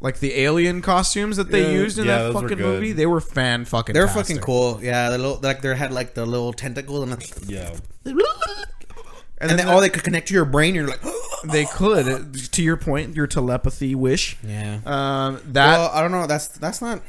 [SPEAKER 5] Like the alien costumes that they used in
[SPEAKER 4] Yeah,
[SPEAKER 5] that
[SPEAKER 4] those were
[SPEAKER 5] fucking
[SPEAKER 4] good.
[SPEAKER 5] movie, they were fan fucking.
[SPEAKER 3] They're fucking cool. Yeah, the little, like they had like the little tentacles and like,
[SPEAKER 4] Yeah.
[SPEAKER 5] and,
[SPEAKER 3] and
[SPEAKER 5] then,
[SPEAKER 3] then all they could connect to your brain. You're like,
[SPEAKER 5] they could, uh, to your point, your telepathy wish.
[SPEAKER 3] yeah.
[SPEAKER 5] Um, that
[SPEAKER 3] well, I don't know. That's that's not.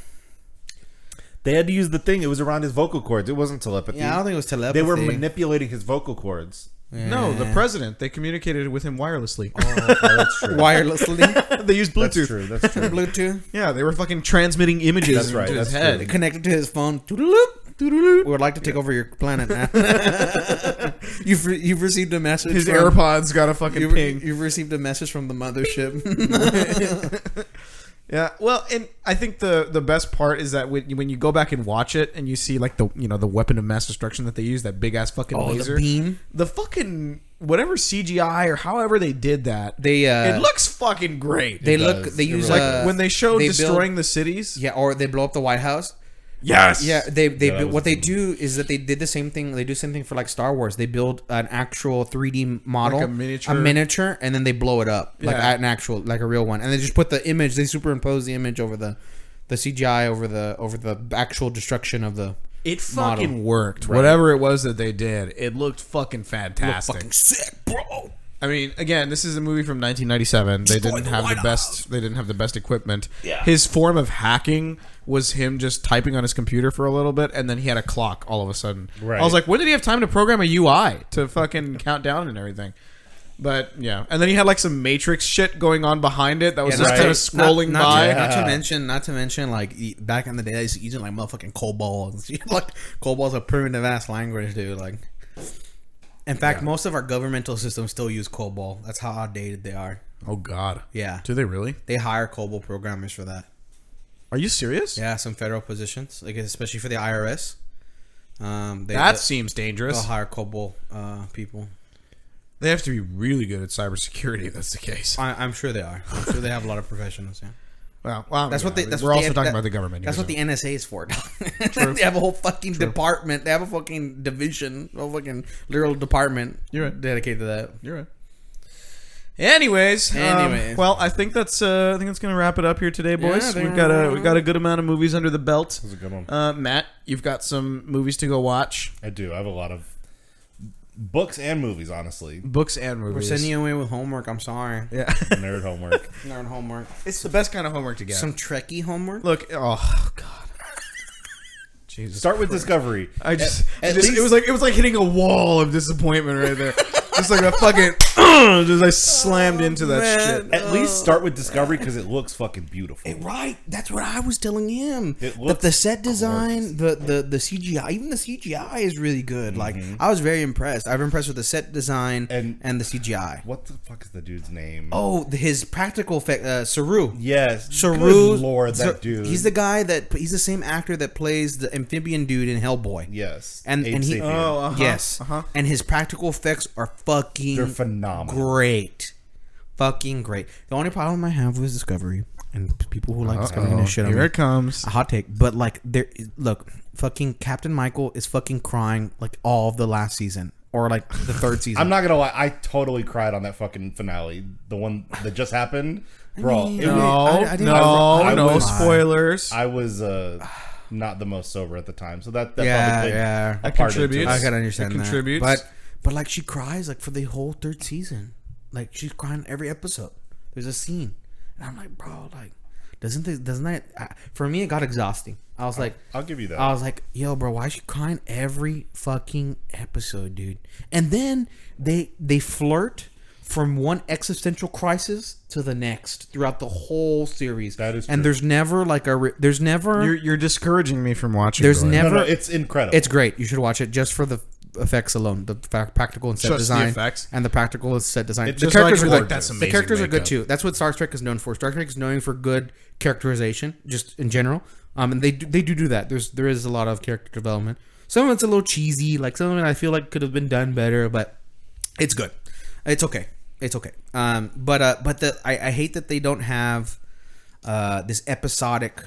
[SPEAKER 4] They had to use the thing. It was around his vocal cords. It wasn't telepathy.
[SPEAKER 3] Yeah, I don't think it was telepathy.
[SPEAKER 4] they were manipulating his vocal cords.
[SPEAKER 5] no, the president. They communicated with him wirelessly.
[SPEAKER 4] Oh, that's true.
[SPEAKER 3] wirelessly,
[SPEAKER 5] they used Bluetooth.
[SPEAKER 4] That's true. That's true.
[SPEAKER 3] Bluetooth
[SPEAKER 5] Yeah, they were fucking transmitting images
[SPEAKER 4] That's
[SPEAKER 5] into
[SPEAKER 4] right,
[SPEAKER 5] his
[SPEAKER 4] that's
[SPEAKER 5] head.
[SPEAKER 4] true.
[SPEAKER 3] connected to his phone. Toodaloop, toodaloop. We would like to take over your planet now. you've re- you've received a message.
[SPEAKER 5] His
[SPEAKER 3] from-
[SPEAKER 5] AirPods got a fucking
[SPEAKER 3] You've,
[SPEAKER 5] ping.
[SPEAKER 3] you've received a message from the mothership.
[SPEAKER 5] Yeah, well, and I think the the best part is that when you, when you go back and watch it and you see like the you know the weapon of mass destruction that they use that big ass fucking
[SPEAKER 3] Oh, the
[SPEAKER 5] laser
[SPEAKER 3] beam.
[SPEAKER 5] the fucking whatever CGI or however they did that
[SPEAKER 3] They, uh,
[SPEAKER 5] it looks fucking great.
[SPEAKER 3] They
[SPEAKER 4] It
[SPEAKER 3] look.
[SPEAKER 4] does.
[SPEAKER 3] They
[SPEAKER 4] It
[SPEAKER 3] use
[SPEAKER 4] really
[SPEAKER 3] uh,
[SPEAKER 5] when they show
[SPEAKER 3] they build-
[SPEAKER 5] destroying the cities,
[SPEAKER 3] yeah, or they blow up the White House.
[SPEAKER 5] yes,
[SPEAKER 3] Yeah, they they
[SPEAKER 4] that
[SPEAKER 3] bu-
[SPEAKER 4] was
[SPEAKER 3] what they
[SPEAKER 4] cool.
[SPEAKER 3] do is that they did the same thing. They do the same thing for like Star Wars. They build an actual 3D model,
[SPEAKER 5] Like a miniature-
[SPEAKER 3] miniature, and then they blow it up like
[SPEAKER 5] Yeah.
[SPEAKER 3] an actual, like a real one, and they just put the image. They superimpose the image over the
[SPEAKER 6] the CGI over the over the actual destruction of the
[SPEAKER 5] It
[SPEAKER 6] model.
[SPEAKER 5] fucking worked. Whatever it was that they did, it looked fucking fantastic.
[SPEAKER 9] sick, bro.
[SPEAKER 5] I mean, again, this is a movie from 1997. They didn't have the best. They didn't have the best equipment.
[SPEAKER 9] Yeah.
[SPEAKER 5] His form of hacking was him just typing on his computer for a little bit, and then he had a clock all of a sudden.
[SPEAKER 4] Right.
[SPEAKER 5] I was like, when did he have time to program a UI to fucking count down and everything? But yeah, and then he had like some Matrix shit going on behind it that was just
[SPEAKER 4] not-
[SPEAKER 5] kind of scrolling
[SPEAKER 3] not,
[SPEAKER 5] by.
[SPEAKER 3] Not, to, not to mention, not to mention, like e- back in the day, I used to use it like motherfucking COBOL. and shit. like COBOL's a primitive ass language, dude. Like, in fact, most of our governmental systems still use COBOL. That's how outdated they are.
[SPEAKER 5] Oh God.
[SPEAKER 3] Yeah,
[SPEAKER 5] Do they really?
[SPEAKER 3] they hire COBOL programmers for that.
[SPEAKER 5] Are you serious?
[SPEAKER 3] Yeah, some federal positions, like especially for the IRS. Um, they,
[SPEAKER 5] That
[SPEAKER 3] they-
[SPEAKER 5] seems dangerous.
[SPEAKER 3] they'll hire COBOL uh, people.
[SPEAKER 5] They have to be really good at cybersecurity. If that's the case.
[SPEAKER 3] I, I'm sure they are. I'm sure they have a lot of professionals. Yeah.
[SPEAKER 5] Well, well
[SPEAKER 3] That's what they.
[SPEAKER 5] yeah,
[SPEAKER 3] That's
[SPEAKER 5] we're
[SPEAKER 3] what
[SPEAKER 5] also
[SPEAKER 3] the-
[SPEAKER 5] talking
[SPEAKER 3] that-
[SPEAKER 5] about the government.
[SPEAKER 3] That's
[SPEAKER 5] here,
[SPEAKER 3] what the NSA is for. dog. they have a whole fucking department. They have a fucking division, a fucking literal department.
[SPEAKER 5] You're right.
[SPEAKER 3] dedicated to that.
[SPEAKER 5] You're right. Anyways, um,
[SPEAKER 3] Anyways.
[SPEAKER 5] well, I think that's uh, I think that's gonna wrap it up here today,
[SPEAKER 3] I
[SPEAKER 5] boys.
[SPEAKER 3] think
[SPEAKER 5] we've got a we got a good amount of movies under the belt.
[SPEAKER 4] was a good one.
[SPEAKER 5] Uh, Matt, you've got some movies to go watch,
[SPEAKER 4] I do. I have a lot of books and movies, honestly.
[SPEAKER 5] books and
[SPEAKER 3] We're
[SPEAKER 5] movies.
[SPEAKER 3] sending you away with homework. I'm sorry.
[SPEAKER 5] yeah,
[SPEAKER 4] Nerd homework.
[SPEAKER 3] Learn homework.
[SPEAKER 5] it's the best kind of homework to get.
[SPEAKER 3] Some Trekkie homework.
[SPEAKER 5] Look, oh god, Jesus.
[SPEAKER 4] Start with Discovery.
[SPEAKER 5] I just, I just- it was like it was like hitting a wall of disappointment right there. just like a fucking, just I slammed into that shit.
[SPEAKER 4] At least start with Discovery because it looks fucking beautiful.
[SPEAKER 3] Right, that's what I was telling him.
[SPEAKER 4] It
[SPEAKER 3] The,
[SPEAKER 4] looks
[SPEAKER 3] the set design, the, the the CGI, even the CGI is really good. Like I was very impressed. I've impressed with the set design and,
[SPEAKER 4] And-
[SPEAKER 3] and the CGI.
[SPEAKER 4] What the fuck is the dude's name?
[SPEAKER 3] Oh, the- his practical effect, uh, Saru.
[SPEAKER 4] yes.
[SPEAKER 3] Saru,
[SPEAKER 4] Good lord, that
[SPEAKER 3] Sar-
[SPEAKER 4] dude.
[SPEAKER 3] He's the guy that he's the same actor that plays the amphibian dude in Hellboy.
[SPEAKER 4] yes.
[SPEAKER 3] and-
[SPEAKER 4] Ape
[SPEAKER 3] and he- um,
[SPEAKER 4] Sapien.
[SPEAKER 5] Oh, uh-huh,
[SPEAKER 3] yes,
[SPEAKER 5] uh-huh.
[SPEAKER 3] and his practical effects are fucking
[SPEAKER 4] they're phenomenal.
[SPEAKER 3] great, fucking great. The only problem I have with Discovery and people who like Discovery and shit. on
[SPEAKER 5] Here
[SPEAKER 3] me,
[SPEAKER 5] it comes.
[SPEAKER 3] a hot take, but like there, look, fucking Captain Michael is fucking crying like all of the last season or like the third season.
[SPEAKER 4] I'm not gonna lie. I totally cried on that fucking finale, the one that just happened, bro. it was-
[SPEAKER 5] No,
[SPEAKER 3] I- I didn't-
[SPEAKER 5] no,
[SPEAKER 4] I- I
[SPEAKER 5] no
[SPEAKER 4] was-
[SPEAKER 5] spoilers.
[SPEAKER 4] I was uh, not the most sober at the time, so that, that
[SPEAKER 3] Yeah,
[SPEAKER 4] probably played
[SPEAKER 3] yeah.
[SPEAKER 4] a
[SPEAKER 5] That
[SPEAKER 4] part into
[SPEAKER 5] contributes.
[SPEAKER 4] it.
[SPEAKER 3] I can understand
[SPEAKER 5] It
[SPEAKER 3] that.
[SPEAKER 5] contributes.
[SPEAKER 3] but but like she cries like for the whole third season, like she's crying every episode. There's a scene, and I'm like, bro, like, doesn't this doesn't that I, for me it got exhausting. I was like,
[SPEAKER 4] I'll give you that.
[SPEAKER 3] I was like, yo, bro, why is she crying every fucking episode, dude? And then they they flirt from one existential crisis to the next throughout the whole series.
[SPEAKER 4] That is
[SPEAKER 3] and
[SPEAKER 4] true.
[SPEAKER 3] there's never like a re- there's never
[SPEAKER 5] You're, you're discouraging me from watching.
[SPEAKER 3] there's
[SPEAKER 5] Roy.
[SPEAKER 3] never
[SPEAKER 4] no, no, it's incredible.
[SPEAKER 3] it's great. You should watch it just for the effects alone, the fa- practical and set
[SPEAKER 5] Just the
[SPEAKER 3] design,
[SPEAKER 5] effects?
[SPEAKER 3] and the practical set design.
[SPEAKER 4] It's
[SPEAKER 3] the
[SPEAKER 4] just
[SPEAKER 3] characters are
[SPEAKER 4] like
[SPEAKER 3] good.
[SPEAKER 4] gorgeous. That's
[SPEAKER 3] the
[SPEAKER 5] amazing
[SPEAKER 3] characters are good
[SPEAKER 5] makeup.
[SPEAKER 3] too. That's what Star Trek is known for. Star Trek is known for good characterization, just in general. Um, and they do, they do do that. There's there is a lot of character development. Some of it's a little cheesy, like some of it I feel like could have been done better, but it's good. It's okay. It's okay. Um, but uh, but the I, I hate that they don't have uh this episodic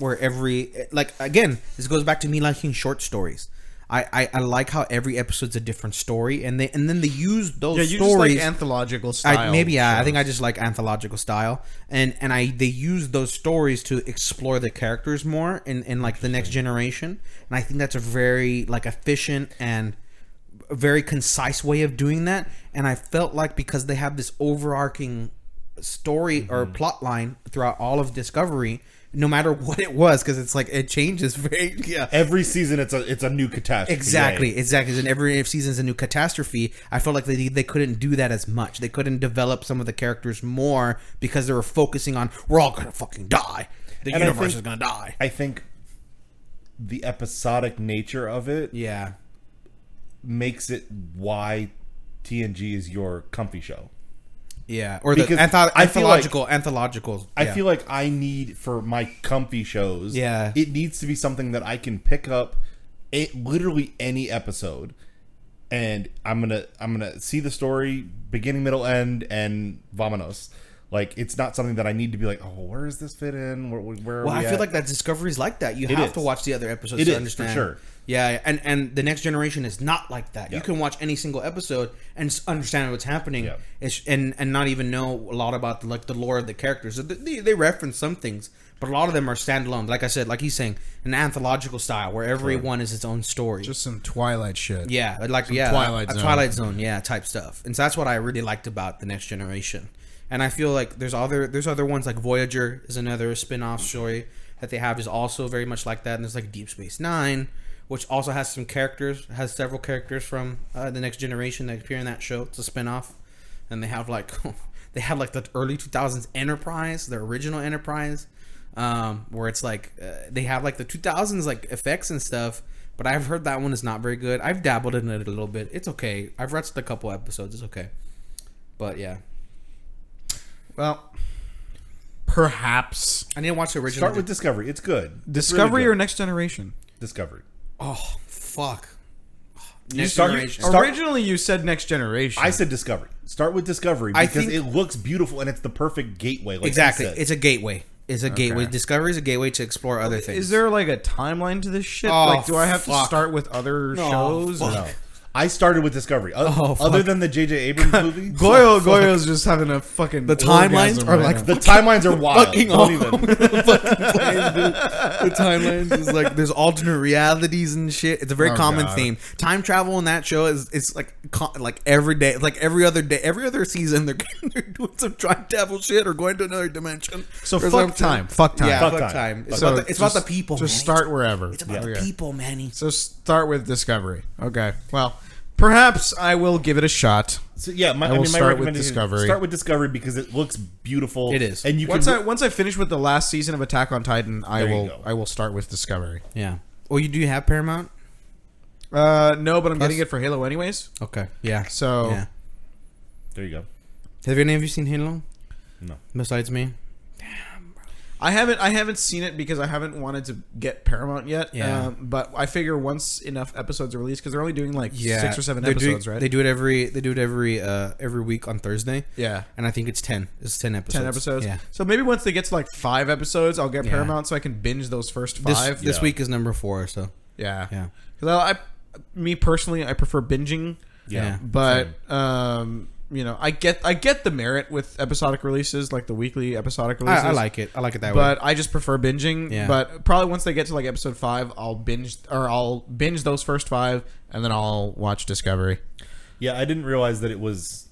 [SPEAKER 3] where every like again this goes back to me liking short stories I, I, I like how every episode's a different story and they and then they use those
[SPEAKER 5] Yeah, you
[SPEAKER 3] stories
[SPEAKER 5] just like anthological style.
[SPEAKER 3] I, maybe yeah, I think I just like anthological style, and and I they use those stories to explore the characters more in in like the next generation, and I think that's a very like efficient and very concise way of doing that. And I felt like because they have this overarching story or plot line throughout all of Discovery, no matter what it was, because it's like it changes very yeah
[SPEAKER 4] Every season, it's a it's a new catastrophe.
[SPEAKER 3] Exactly, exactly. And every season is a new catastrophe. I felt like they they couldn't do that as much. They couldn't develop some of the characters more because they were focusing on we're all gonna fucking die. The
[SPEAKER 4] And I
[SPEAKER 3] universe
[SPEAKER 4] think-
[SPEAKER 3] is gonna die.
[SPEAKER 4] I think the episodic nature of it
[SPEAKER 3] Yeah,
[SPEAKER 4] makes it why TNG is your comfy show.
[SPEAKER 3] yeah. Or the
[SPEAKER 4] Because
[SPEAKER 3] antho-
[SPEAKER 4] I feel like-
[SPEAKER 3] anthological, anthological.
[SPEAKER 4] I
[SPEAKER 3] yeah.
[SPEAKER 4] feel like I need for my comfy shows.
[SPEAKER 3] Yeah.
[SPEAKER 4] it needs to be something that I can pick up, it literally any episode, and I'm gonna I'm gonna see the story beginning, middle, end, and vamonos. Like it's not something that I need to be like, oh, where does this fit in? Where, where are
[SPEAKER 3] Well,
[SPEAKER 4] we
[SPEAKER 3] I feel
[SPEAKER 4] at?"
[SPEAKER 3] like that Discovery is like that. You
[SPEAKER 4] It
[SPEAKER 3] have
[SPEAKER 4] is.
[SPEAKER 3] to watch the other episodes
[SPEAKER 4] It
[SPEAKER 3] to
[SPEAKER 4] is, for
[SPEAKER 3] understand.
[SPEAKER 4] sure.
[SPEAKER 3] Yeah, and and the next generation is not like that. You
[SPEAKER 4] Yeah.
[SPEAKER 3] can watch any single episode and s- understand what's happening,
[SPEAKER 4] Yeah.
[SPEAKER 3] It's- and and not even know a lot about like the lore of the characters. So They, they reference some things, But a lot of them are standalone. Like I said, like he's saying, an anthological style where every one is its own story.
[SPEAKER 5] Just some Twilight shit.
[SPEAKER 3] Yeah, I'd like yeah,
[SPEAKER 5] Twilight
[SPEAKER 3] a- a
[SPEAKER 5] Zone.
[SPEAKER 3] Twilight Zone, yeah, type stuff. And so that's what I really liked about the Next Generation. And I feel like there's other there's other ones like Voyager is another spin-off story that they have is also very much like that. And there's like Deep Space Nine, which also has some characters, has several characters from uh, the Next Generation that appear in that show. It's a spin-off, and they have like they have like the early 2000s Enterprise, the original Enterprise. Um, where it's like uh, they have like the 2000s like effects and stuff, but I've heard that one is not very good. I've dabbled in it a little bit. It's okay. I've watched a couple episodes. It's okay. But yeah,
[SPEAKER 5] Well, perhaps
[SPEAKER 3] I need to watch the original.
[SPEAKER 4] Start with Discovery. It's good.
[SPEAKER 5] Discovery
[SPEAKER 4] good.
[SPEAKER 5] or Next Generation.
[SPEAKER 4] Discovery.
[SPEAKER 3] oh fuck. Next
[SPEAKER 4] start-
[SPEAKER 3] generation.
[SPEAKER 4] Start-
[SPEAKER 5] Originally, you said Next Generation.
[SPEAKER 4] I said Discovery. Start with Discovery
[SPEAKER 3] I
[SPEAKER 4] because
[SPEAKER 3] think-
[SPEAKER 4] it looks beautiful and it's the perfect gateway. Like
[SPEAKER 3] exactly.
[SPEAKER 4] I said.
[SPEAKER 3] It's a gateway. It's a gateway. Discovery is a gateway to explore other things.
[SPEAKER 5] Is there like a timeline to this shit?
[SPEAKER 3] Oh,
[SPEAKER 5] like, do I have to
[SPEAKER 3] fuck.
[SPEAKER 5] start with other shows?
[SPEAKER 4] no. I started with Discovery. O- other than the J.J. Abrams movie,
[SPEAKER 5] Goyo Goyo's just having a fucking. The
[SPEAKER 13] timelines are like
[SPEAKER 4] the timelines are wild.
[SPEAKER 13] fucking
[SPEAKER 4] Don't even.
[SPEAKER 13] the timelines is like there's alternate realities and shit. It's a very common
[SPEAKER 5] Oh, God.
[SPEAKER 13] theme. Time travel on that show is it's like co- like every day, like every other day, every other season they're, they're doing some time travel shit or going to another dimension.
[SPEAKER 5] So
[SPEAKER 13] Or
[SPEAKER 5] fuck
[SPEAKER 13] something.
[SPEAKER 5] time. Fuck time.
[SPEAKER 3] yeah,
[SPEAKER 4] Fuck
[SPEAKER 3] fuck
[SPEAKER 4] time.
[SPEAKER 3] time. It's,
[SPEAKER 5] So
[SPEAKER 3] about, the, it's
[SPEAKER 5] just-
[SPEAKER 3] about the people.
[SPEAKER 5] Just
[SPEAKER 3] man.
[SPEAKER 5] start wherever.
[SPEAKER 3] It's about
[SPEAKER 5] Okay.
[SPEAKER 3] the people, Manny.
[SPEAKER 5] So start with Discovery. Okay. Well, perhaps I will give it a shot.
[SPEAKER 4] So, yeah, my, I,
[SPEAKER 5] will
[SPEAKER 4] mean, my
[SPEAKER 5] start with
[SPEAKER 4] recommendation is
[SPEAKER 5] Discovery.
[SPEAKER 4] Start with Discovery because it looks beautiful.
[SPEAKER 3] It is.
[SPEAKER 4] and you
[SPEAKER 5] Once
[SPEAKER 4] can.
[SPEAKER 5] I once I finish with the last season of Attack on Titan, I
[SPEAKER 4] There you
[SPEAKER 5] will
[SPEAKER 4] go.
[SPEAKER 5] I will start with Discovery.
[SPEAKER 3] Yeah. Well, you do have Paramount.
[SPEAKER 5] Uh, no, but I'm getting it for Halo anyways.
[SPEAKER 3] Okay. Yeah.
[SPEAKER 5] So
[SPEAKER 3] Yeah.
[SPEAKER 4] there you go.
[SPEAKER 3] Have any of you seen Halo?
[SPEAKER 4] No.
[SPEAKER 3] Besides me.
[SPEAKER 5] I haven't I haven't seen it because I haven't wanted to get Paramount yet.
[SPEAKER 3] Yeah.
[SPEAKER 5] Um, but I figure once enough episodes are released because they're only doing like six or seven
[SPEAKER 3] They're
[SPEAKER 5] episodes,
[SPEAKER 3] doing-
[SPEAKER 5] right?
[SPEAKER 3] They do it every they do it every uh every week on Thursday.
[SPEAKER 5] yeah.
[SPEAKER 3] And I think it's ten. It's ten episodes.
[SPEAKER 5] Ten episodes.
[SPEAKER 3] Yeah.
[SPEAKER 5] So maybe once they get to like five episodes, I'll get
[SPEAKER 3] Yeah.
[SPEAKER 5] Paramount so I can binge those first
[SPEAKER 3] This
[SPEAKER 5] five.
[SPEAKER 3] this
[SPEAKER 4] Yeah.
[SPEAKER 3] week is number four, so
[SPEAKER 5] yeah.
[SPEAKER 3] yeah.
[SPEAKER 5] Because I, I, me personally, I prefer binging.
[SPEAKER 3] Yeah.
[SPEAKER 5] But um, you know, I get I get the merit with episodic releases, like the weekly episodic releases.
[SPEAKER 3] I, I like it. I like it that way.
[SPEAKER 5] But I just prefer binging.
[SPEAKER 3] Yeah.
[SPEAKER 5] But probably once they get to like episode five, I'll binge or I'll binge those first five, and then I'll watch Discovery.
[SPEAKER 4] Yeah, I didn't realize that it was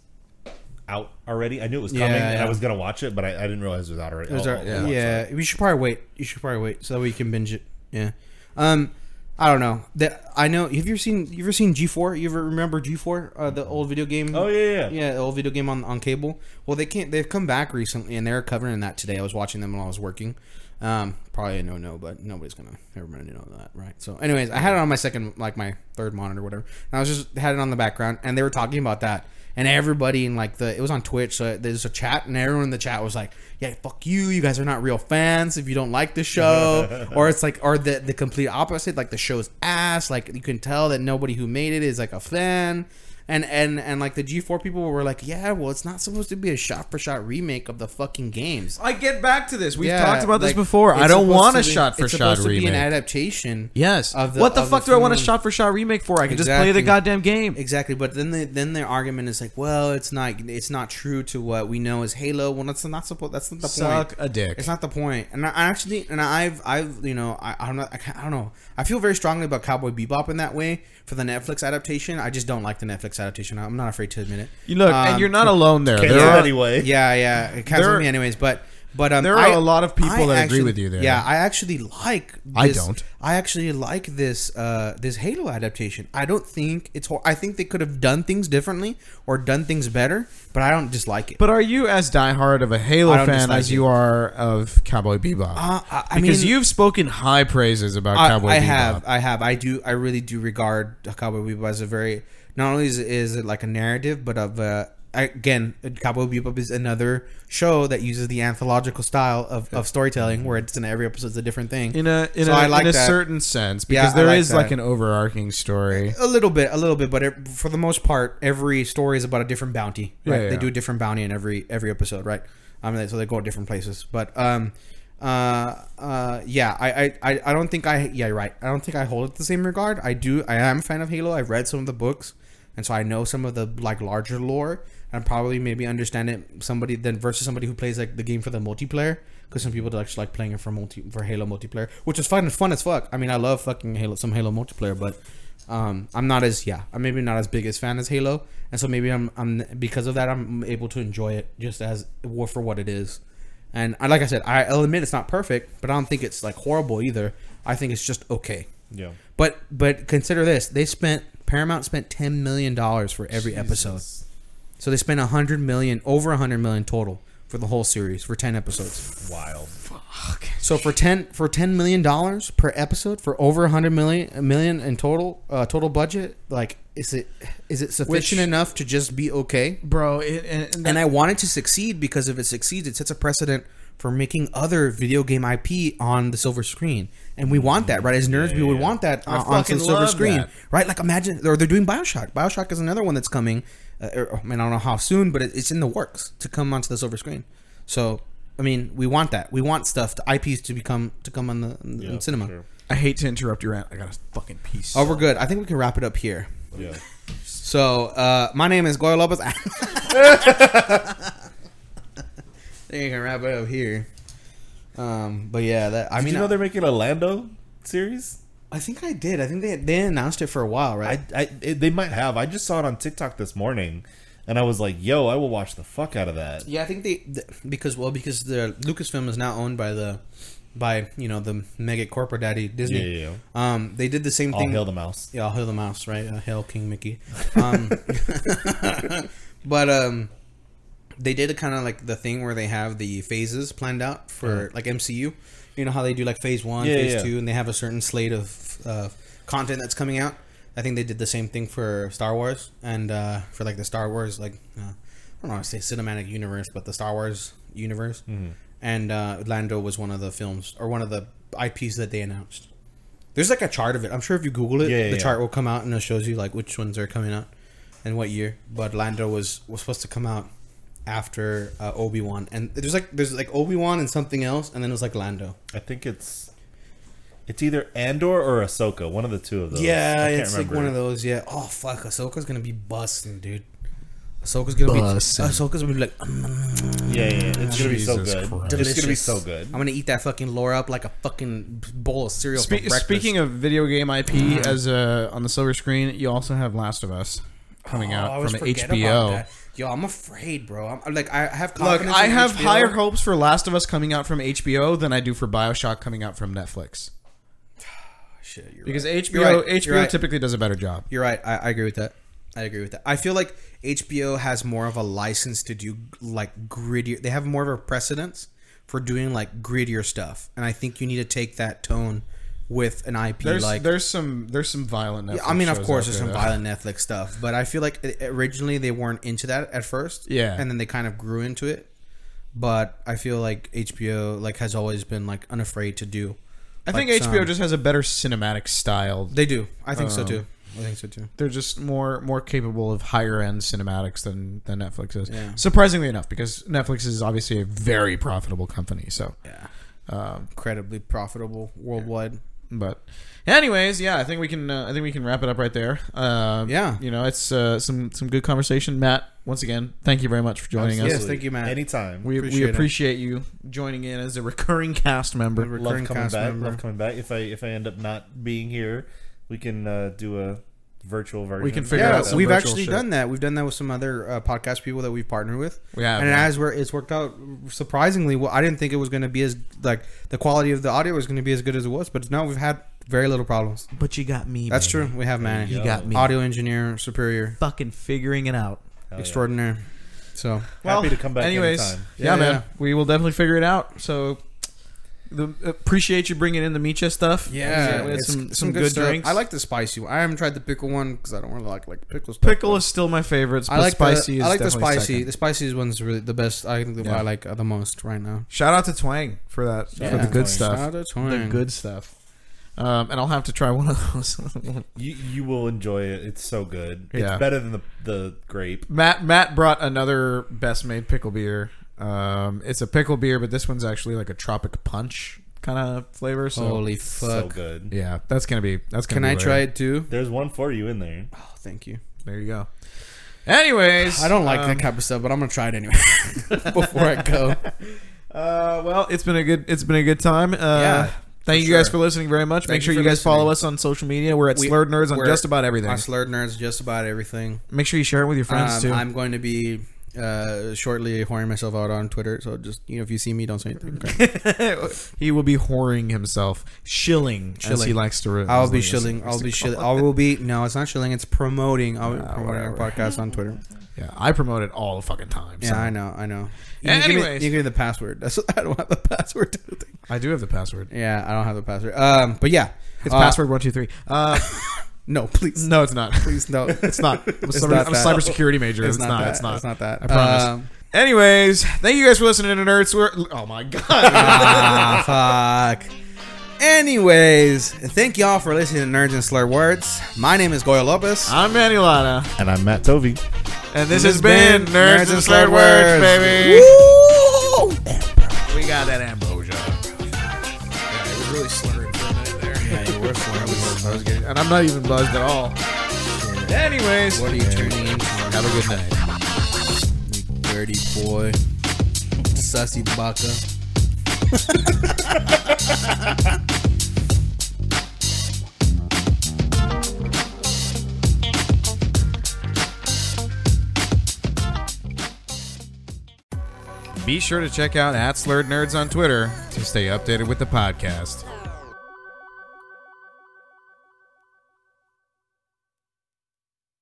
[SPEAKER 4] out already. I knew it was coming,
[SPEAKER 3] Yeah,
[SPEAKER 4] and I
[SPEAKER 3] yeah.
[SPEAKER 4] was gonna watch it, but I, I didn't realize it was out already. Oh,
[SPEAKER 3] Those
[SPEAKER 4] I'll-
[SPEAKER 3] are-
[SPEAKER 4] I'll
[SPEAKER 3] yeah,
[SPEAKER 4] watch that.
[SPEAKER 3] we should probably wait. You should probably wait so that way you can binge it. Yeah. Um, I don't know. That I know. Have you ever seen? You ever seen G four? You ever remember G four? Uh, the old video game.
[SPEAKER 4] Oh yeah, yeah.
[SPEAKER 3] Yeah, the old video game on, on cable. Well, they can't. They've come back recently, and they're covering that today. I was watching them while I was working. Um, probably a no no, but nobody's gonna everybody know that, right? So, anyways, I had it on my second, like my third monitor, whatever. And I was just had it on the background, and they were talking about that, and everybody in like the it was on Twitch, so there's a chat, and everyone in the chat was like, "Yeah, fuck you, you guys are not real fans if you don't like the show," or it's like, or the the complete opposite, like the show's ass, like you can tell that nobody who made it is like a fan and and and like the G4 people were like, yeah, well, it's not supposed to be a shot for shot remake of the fucking games.
[SPEAKER 5] I get back to this. We've
[SPEAKER 3] Yeah,
[SPEAKER 5] talked about this
[SPEAKER 3] like,
[SPEAKER 5] before.
[SPEAKER 3] it's
[SPEAKER 5] I don't
[SPEAKER 3] supposed
[SPEAKER 5] want
[SPEAKER 3] to
[SPEAKER 5] a
[SPEAKER 3] be-
[SPEAKER 5] shot for
[SPEAKER 3] it's
[SPEAKER 5] shot
[SPEAKER 3] supposed to be
[SPEAKER 5] remake.
[SPEAKER 3] an adaptation.
[SPEAKER 5] yes.
[SPEAKER 3] of the-
[SPEAKER 5] what the
[SPEAKER 3] of
[SPEAKER 5] fuck do I want a
[SPEAKER 3] film.
[SPEAKER 5] shot for shot remake for? I can just play the
[SPEAKER 3] Exactly.
[SPEAKER 5] goddamn game.
[SPEAKER 3] Exactly, but then the then their argument is like, well, it's not it's not true to what we know as Halo. Well, that's not supposed. That's not the
[SPEAKER 5] Suck
[SPEAKER 3] point.
[SPEAKER 5] a dick.
[SPEAKER 3] It's not the point. And I I actually, and I've, I've, you know, I, I'm not, I, ca- I don't know. I feel very strongly about Cowboy Bebop in that way for the Netflix adaptation. I just don't like the Netflix adaptation. I'm not afraid to admit it.
[SPEAKER 5] You look,
[SPEAKER 3] Um,
[SPEAKER 5] and you're not alone there.
[SPEAKER 4] Okay,
[SPEAKER 5] There
[SPEAKER 4] yeah,
[SPEAKER 5] are,
[SPEAKER 4] anyway.
[SPEAKER 3] Yeah, yeah. It counts
[SPEAKER 5] There
[SPEAKER 3] with
[SPEAKER 5] are-
[SPEAKER 3] me anyways, but but um,
[SPEAKER 5] there are a lot of people that agree with you there.
[SPEAKER 3] Yeah, I actually like. This,
[SPEAKER 5] I don't.
[SPEAKER 3] I actually like this uh, this Halo adaptation. I don't think it's. Hor- I think they could have done things differently or done things better, but I don't dislike it.
[SPEAKER 5] But are you as diehard of a Halo
[SPEAKER 3] I don't
[SPEAKER 5] fan
[SPEAKER 3] dislike
[SPEAKER 5] as
[SPEAKER 3] it.
[SPEAKER 5] you are of Cowboy Bebop?
[SPEAKER 3] Uh, I- I
[SPEAKER 5] because
[SPEAKER 3] mean-
[SPEAKER 5] you've spoken high praises about
[SPEAKER 3] I,
[SPEAKER 5] Cowboy
[SPEAKER 3] I
[SPEAKER 5] Bebop.
[SPEAKER 3] have, I have, I do, I really do regard Cowboy Bebop as a very not only is, is it like a narrative, but of uh, I- again, Cowboy Bebop is another show that uses the anthological style of, of storytelling, where it's in every episode's a different thing.
[SPEAKER 5] in a in
[SPEAKER 3] So
[SPEAKER 5] a,
[SPEAKER 3] I like
[SPEAKER 5] in a
[SPEAKER 3] that.
[SPEAKER 5] certain sense
[SPEAKER 3] Yeah,
[SPEAKER 5] because
[SPEAKER 3] I
[SPEAKER 5] there
[SPEAKER 3] like
[SPEAKER 5] is like Uh,
[SPEAKER 3] that.
[SPEAKER 5] an overarching story.
[SPEAKER 3] a little bit, a little bit, but it, for the most part, every story is about a different bounty. Right?
[SPEAKER 5] Yeah, yeah.
[SPEAKER 3] They do a different bounty in every every episode, right? I mean, so they go different places. But um, uh, uh, yeah, I, I- I, I don't think I, yeah, you're right. I don't think I hold it the same regard. I do. I am a fan of Halo. I've read some of the books, and so I know some of the like larger lore. And and probably maybe understand it somebody then versus somebody who plays like the game for the multiplayer because some people do actually like playing it for multi for Halo multiplayer, which is fun fun as fuck. I mean, I love fucking Halo some Halo multiplayer, but um, I'm not as yeah, I'm maybe not as big as fan as Halo, and so maybe I'm I'm because of that I'm able to enjoy it just as war for what it is. And I, like I said, I- I'll admit it's not perfect, but I don't think it's like horrible either. I think it's just okay.
[SPEAKER 4] Yeah.
[SPEAKER 3] But but consider this: they spent Paramount spent ten million dollars for every episode, so they spent a hundred million over a hundred million total for the whole series for ten episodes.
[SPEAKER 4] Wild.
[SPEAKER 3] So for ten for ten million dollars per episode for over a hundred million a million in total uh, total budget, like is it is it sufficient enough to just be okay?
[SPEAKER 5] bro. It, and, and
[SPEAKER 3] and I want it to succeed because if it succeeds, it sets a precedent for making other video game IP on the silver screen, and we want that, right? As nerds, we would want that uh, on, on
[SPEAKER 4] fucking
[SPEAKER 3] the silver
[SPEAKER 4] love
[SPEAKER 3] screen,
[SPEAKER 4] that.
[SPEAKER 3] right? Like imagine, or they're doing Bioshock. Bioshock is another one that's coming. Uh, or, I mean, I don't know how soon, but it, it's in the works to come onto the silver screen. So, I mean, we want that. We want stuff, to IPs to become to come on the in
[SPEAKER 4] Yeah,
[SPEAKER 3] cinema.
[SPEAKER 4] sure.
[SPEAKER 5] I hate to interrupt your rant. I got a fucking piece.
[SPEAKER 3] Oh, we're good. I think we can wrap it up here.
[SPEAKER 4] Yeah.
[SPEAKER 3] So, uh, my name is Goyle Lopez. I think you can wrap it up here. Um, but yeah, that I
[SPEAKER 4] Did
[SPEAKER 3] mean,
[SPEAKER 4] you know they're making a Lando series?
[SPEAKER 3] I think I did. I think they they announced it for a while, right?
[SPEAKER 4] I, I it, they might have. I just saw it on TikTok this morning, and I was like, "Yo, I will watch the fuck out of that."
[SPEAKER 3] yeah, I think they, th- because well because the Lucasfilm is now owned by the by you know the mega corporate daddy Disney.
[SPEAKER 4] Yeah, yeah,
[SPEAKER 3] Um, they did the same
[SPEAKER 4] I'll
[SPEAKER 3] thing.
[SPEAKER 4] hail the mouse.
[SPEAKER 3] Yeah, I'll hail the mouse, right? Uh, hail King Mickey. Um, but um, they did kind of like the thing where they have the phases planned out for like MCU. You know how they do like phase one,
[SPEAKER 4] Yeah,
[SPEAKER 3] phase
[SPEAKER 4] yeah.
[SPEAKER 3] two, and they have a certain slate of uh, content that's coming out. I think they did the same thing for Star Wars and uh, for like the Star Wars like uh, I don't want to say cinematic universe, but the Star Wars universe.
[SPEAKER 4] Mm-hmm.
[SPEAKER 3] And uh, Lando was one of the films or one of the IPs that they announced. There's like a chart of it. I'm sure if you Google it,
[SPEAKER 4] Yeah, yeah,
[SPEAKER 3] the
[SPEAKER 4] yeah.
[SPEAKER 3] chart will come out and it shows you like which ones are coming out and what year. But Lando was was supposed to come out after uh, Obi Wan, and there's like there's like Obi Wan and something else, and then it was like Lando.
[SPEAKER 4] I think it's it's either Andor or Ahsoka, one of the two of those. Oh, I can't
[SPEAKER 3] it's
[SPEAKER 4] remember.
[SPEAKER 3] like one of those. Yeah. Oh fuck, Ahsoka's gonna be busting, dude. Ahsoka's gonna
[SPEAKER 9] Bussin'.
[SPEAKER 3] be Ahsoka's gonna be like,
[SPEAKER 4] Yeah, yeah, yeah. it's gonna be so
[SPEAKER 1] Jesus
[SPEAKER 4] good.
[SPEAKER 1] Christ.
[SPEAKER 4] It's gonna be
[SPEAKER 3] Delicious.
[SPEAKER 4] so good.
[SPEAKER 3] I'm gonna eat that fucking lore up like a fucking bowl of cereal
[SPEAKER 5] Spe-
[SPEAKER 3] for breakfast.
[SPEAKER 5] speaking of video game IP, as uh, on the silver screen, you also have Last of Us coming
[SPEAKER 3] Oh, I
[SPEAKER 5] out
[SPEAKER 3] always
[SPEAKER 5] from
[SPEAKER 3] forget about
[SPEAKER 5] HBO.
[SPEAKER 4] Oh.
[SPEAKER 3] that. Yo, I'm afraid, bro. I'm like I have
[SPEAKER 5] Look,
[SPEAKER 3] confidence.
[SPEAKER 5] I
[SPEAKER 3] in
[SPEAKER 5] have
[SPEAKER 3] HBO.
[SPEAKER 5] higher hopes for Last of Us coming out from HBO than I do for Bioshock coming out from Netflix
[SPEAKER 3] Shit, you're
[SPEAKER 5] because
[SPEAKER 3] right. You're
[SPEAKER 5] HBO
[SPEAKER 3] right.
[SPEAKER 5] HBO
[SPEAKER 3] You're right.
[SPEAKER 5] typically does a better job.
[SPEAKER 3] You're right. I, I agree with that. I agree with that. I feel like HBO has more of a license to do like grittier. They have more of a precedence for doing like grittier stuff, and I think you need to take that tone with an IP
[SPEAKER 5] There's
[SPEAKER 3] like.
[SPEAKER 5] there's some there's some violent. Netflix
[SPEAKER 3] I mean, of
[SPEAKER 5] shows
[SPEAKER 3] course,
[SPEAKER 5] out
[SPEAKER 3] there's
[SPEAKER 5] there,
[SPEAKER 3] some
[SPEAKER 5] though.
[SPEAKER 3] violent Netflix stuff, but I feel like i- originally they weren't into that at first.
[SPEAKER 5] Yeah.
[SPEAKER 3] and then they kind of grew into it. But I feel like HBO like has always been like unafraid to do.
[SPEAKER 5] I
[SPEAKER 3] like,
[SPEAKER 5] think HBO just Um, has a better cinematic style.
[SPEAKER 3] um, they do. I think so too. I think so too.
[SPEAKER 5] They're just more more capable of higher end cinematics than than Netflix is.
[SPEAKER 3] Yeah.
[SPEAKER 5] Surprisingly enough, because Netflix is obviously a very profitable company. So,
[SPEAKER 3] Yeah, incredibly profitable worldwide.
[SPEAKER 5] but anyways, yeah, I think we can uh, I think we can wrap it up right there. Um,
[SPEAKER 3] Yeah.
[SPEAKER 5] you know, it's uh, some some good conversation. Matt, once again, thank you very much for joining us.
[SPEAKER 3] Yes, thank you, Matt.
[SPEAKER 4] Anytime.
[SPEAKER 5] We
[SPEAKER 3] Appreciate
[SPEAKER 5] we
[SPEAKER 3] it.
[SPEAKER 5] appreciate you joining in as a recurring cast member.
[SPEAKER 4] love
[SPEAKER 3] recurring
[SPEAKER 4] coming
[SPEAKER 3] cast
[SPEAKER 4] back.
[SPEAKER 3] member.
[SPEAKER 4] Love coming back. If I if I end up not being here, we can uh, do a virtual version.
[SPEAKER 5] can figure
[SPEAKER 3] yeah,
[SPEAKER 5] out some
[SPEAKER 3] we've
[SPEAKER 5] virtual
[SPEAKER 3] actually
[SPEAKER 5] shit.
[SPEAKER 3] done that. We've done that with some other uh, podcast people that we've partnered with.
[SPEAKER 5] We have,
[SPEAKER 3] and
[SPEAKER 5] yeah.
[SPEAKER 3] as we're it's worked out surprisingly well. I didn't think it was going to be as like the quality of the audio was going to be as good as it was, but now we've had very little problems.
[SPEAKER 9] But you got me.
[SPEAKER 3] That's true. We have managed.
[SPEAKER 9] You got me.
[SPEAKER 3] Audio engineer superior
[SPEAKER 9] Fucking figuring it out.
[SPEAKER 3] extraordinaire. So
[SPEAKER 4] Happy to come back
[SPEAKER 5] Anyways,
[SPEAKER 4] anytime.
[SPEAKER 5] Yeah,
[SPEAKER 3] Yeah,
[SPEAKER 5] man,
[SPEAKER 3] yeah.
[SPEAKER 5] we will definitely figure it out. So, the, appreciate you bringing in the Micha stuff. we had
[SPEAKER 3] it's
[SPEAKER 5] some, some good,
[SPEAKER 3] stuff.
[SPEAKER 5] drinks.
[SPEAKER 3] I like the spicy one. I haven't tried the pickle one because I don't really like like pickle stuff.
[SPEAKER 5] pickle is still my favorite.
[SPEAKER 3] I like
[SPEAKER 5] spicy.
[SPEAKER 3] The,
[SPEAKER 5] is
[SPEAKER 3] I like the
[SPEAKER 5] definitely
[SPEAKER 3] spicy.
[SPEAKER 5] second.
[SPEAKER 3] The spicy one's really the best. I think the one
[SPEAKER 5] Yeah.
[SPEAKER 3] I like uh, the most right now.
[SPEAKER 5] Shout out to Twang for that for
[SPEAKER 3] Yeah.
[SPEAKER 5] the good
[SPEAKER 4] Twang.
[SPEAKER 5] stuff.
[SPEAKER 3] Shout out to
[SPEAKER 5] The
[SPEAKER 3] Twang.
[SPEAKER 5] good stuff. Um, and I'll have to try one of those.
[SPEAKER 4] You you will enjoy it. It's so good. It's
[SPEAKER 5] Yeah.
[SPEAKER 4] better than the the grape.
[SPEAKER 5] Matt Matt brought another best made pickle beer. Um, it's a pickle beer, but this one's actually like a tropic punch kind of flavor. So
[SPEAKER 3] Holy
[SPEAKER 4] So
[SPEAKER 3] fuck!
[SPEAKER 4] good.
[SPEAKER 5] yeah, that's gonna be that's gonna.
[SPEAKER 3] Can
[SPEAKER 5] be
[SPEAKER 3] I
[SPEAKER 5] rare.
[SPEAKER 3] try it too?
[SPEAKER 4] There's one for you in there.
[SPEAKER 3] Oh, thank you.
[SPEAKER 5] There you go. Anyways,
[SPEAKER 3] I don't like
[SPEAKER 5] um,
[SPEAKER 3] that type of stuff, but I'm gonna try it anyway before I go.
[SPEAKER 5] Uh, well, it's been a good it's been a good time. Uh,
[SPEAKER 3] Yeah,
[SPEAKER 5] thank you
[SPEAKER 3] sure.
[SPEAKER 5] guys for listening very much. Make
[SPEAKER 3] Thank
[SPEAKER 5] sure
[SPEAKER 3] you
[SPEAKER 5] you
[SPEAKER 3] for
[SPEAKER 5] guys follow
[SPEAKER 3] listening.
[SPEAKER 5] us on social media. We're at
[SPEAKER 3] We-
[SPEAKER 5] Slurred Nerds on
[SPEAKER 3] we're-
[SPEAKER 5] just about everything.
[SPEAKER 3] On slurred nerds, just about everything.
[SPEAKER 5] Make sure you share it with your friends
[SPEAKER 3] Um,
[SPEAKER 5] too.
[SPEAKER 3] I'm going to be uh, shortly whoring myself out on Twitter, so just you know, if you see me, don't say anything. okay?
[SPEAKER 5] he will be whoring himself, shilling, as he
[SPEAKER 3] Shilling.
[SPEAKER 5] likes to. re-
[SPEAKER 3] I'll
[SPEAKER 5] as
[SPEAKER 3] be
[SPEAKER 5] he likes to-
[SPEAKER 3] shilling. I'll
[SPEAKER 5] likes to
[SPEAKER 3] be
[SPEAKER 5] call
[SPEAKER 3] shilling.
[SPEAKER 5] it.
[SPEAKER 3] I will be no, it's not shilling. It's promoting. I'll be
[SPEAKER 5] Ah,
[SPEAKER 3] promoting our
[SPEAKER 5] whatever.
[SPEAKER 3] podcast on Twitter.
[SPEAKER 5] Yeah, I promote it all the fucking time.
[SPEAKER 3] Yeah,
[SPEAKER 5] so.
[SPEAKER 3] I know. I know. You can give me-
[SPEAKER 5] Anyways.
[SPEAKER 3] you can give me the password. That's I don't have the password. to the thing.
[SPEAKER 5] I do have the password.
[SPEAKER 3] Yeah, I don't have the password. Um, but yeah,
[SPEAKER 5] It's
[SPEAKER 3] Uh,
[SPEAKER 5] password one two three. Uh,
[SPEAKER 3] No, please,
[SPEAKER 5] no, it's not.
[SPEAKER 3] please, no.
[SPEAKER 5] It's not. I'm a,
[SPEAKER 3] It's
[SPEAKER 5] cyber,
[SPEAKER 3] not
[SPEAKER 5] I'm a
[SPEAKER 3] that.
[SPEAKER 5] cybersecurity major. It's, not.
[SPEAKER 3] that.
[SPEAKER 5] It's not.
[SPEAKER 3] It's not that.
[SPEAKER 5] I promise.
[SPEAKER 3] Um,
[SPEAKER 5] Anyways, thank you guys for listening to Nerds. We're, oh my god.
[SPEAKER 3] Uh, ah, fuck. Anyways, thank y'all for listening to Nerds and Slur Words. My name is Goya Lopez.
[SPEAKER 5] I'm Manny Lana,
[SPEAKER 4] And I'm Matt Tovey.
[SPEAKER 5] and this, has been Nerds, and Slurred Words,
[SPEAKER 3] Words.
[SPEAKER 5] baby.
[SPEAKER 3] Woo!
[SPEAKER 5] We got that ambrosia. Yeah, it was really slurred for a minute there. Yeah, you were slurred. I was, I was getting, and I'm not even buzzed at all. Anyways,
[SPEAKER 3] What are you turning into,
[SPEAKER 5] have a good night.
[SPEAKER 3] dirty boy? Sussy baka.
[SPEAKER 5] Be sure to check out at Slurred Nerds on Twitter to stay updated with the podcast.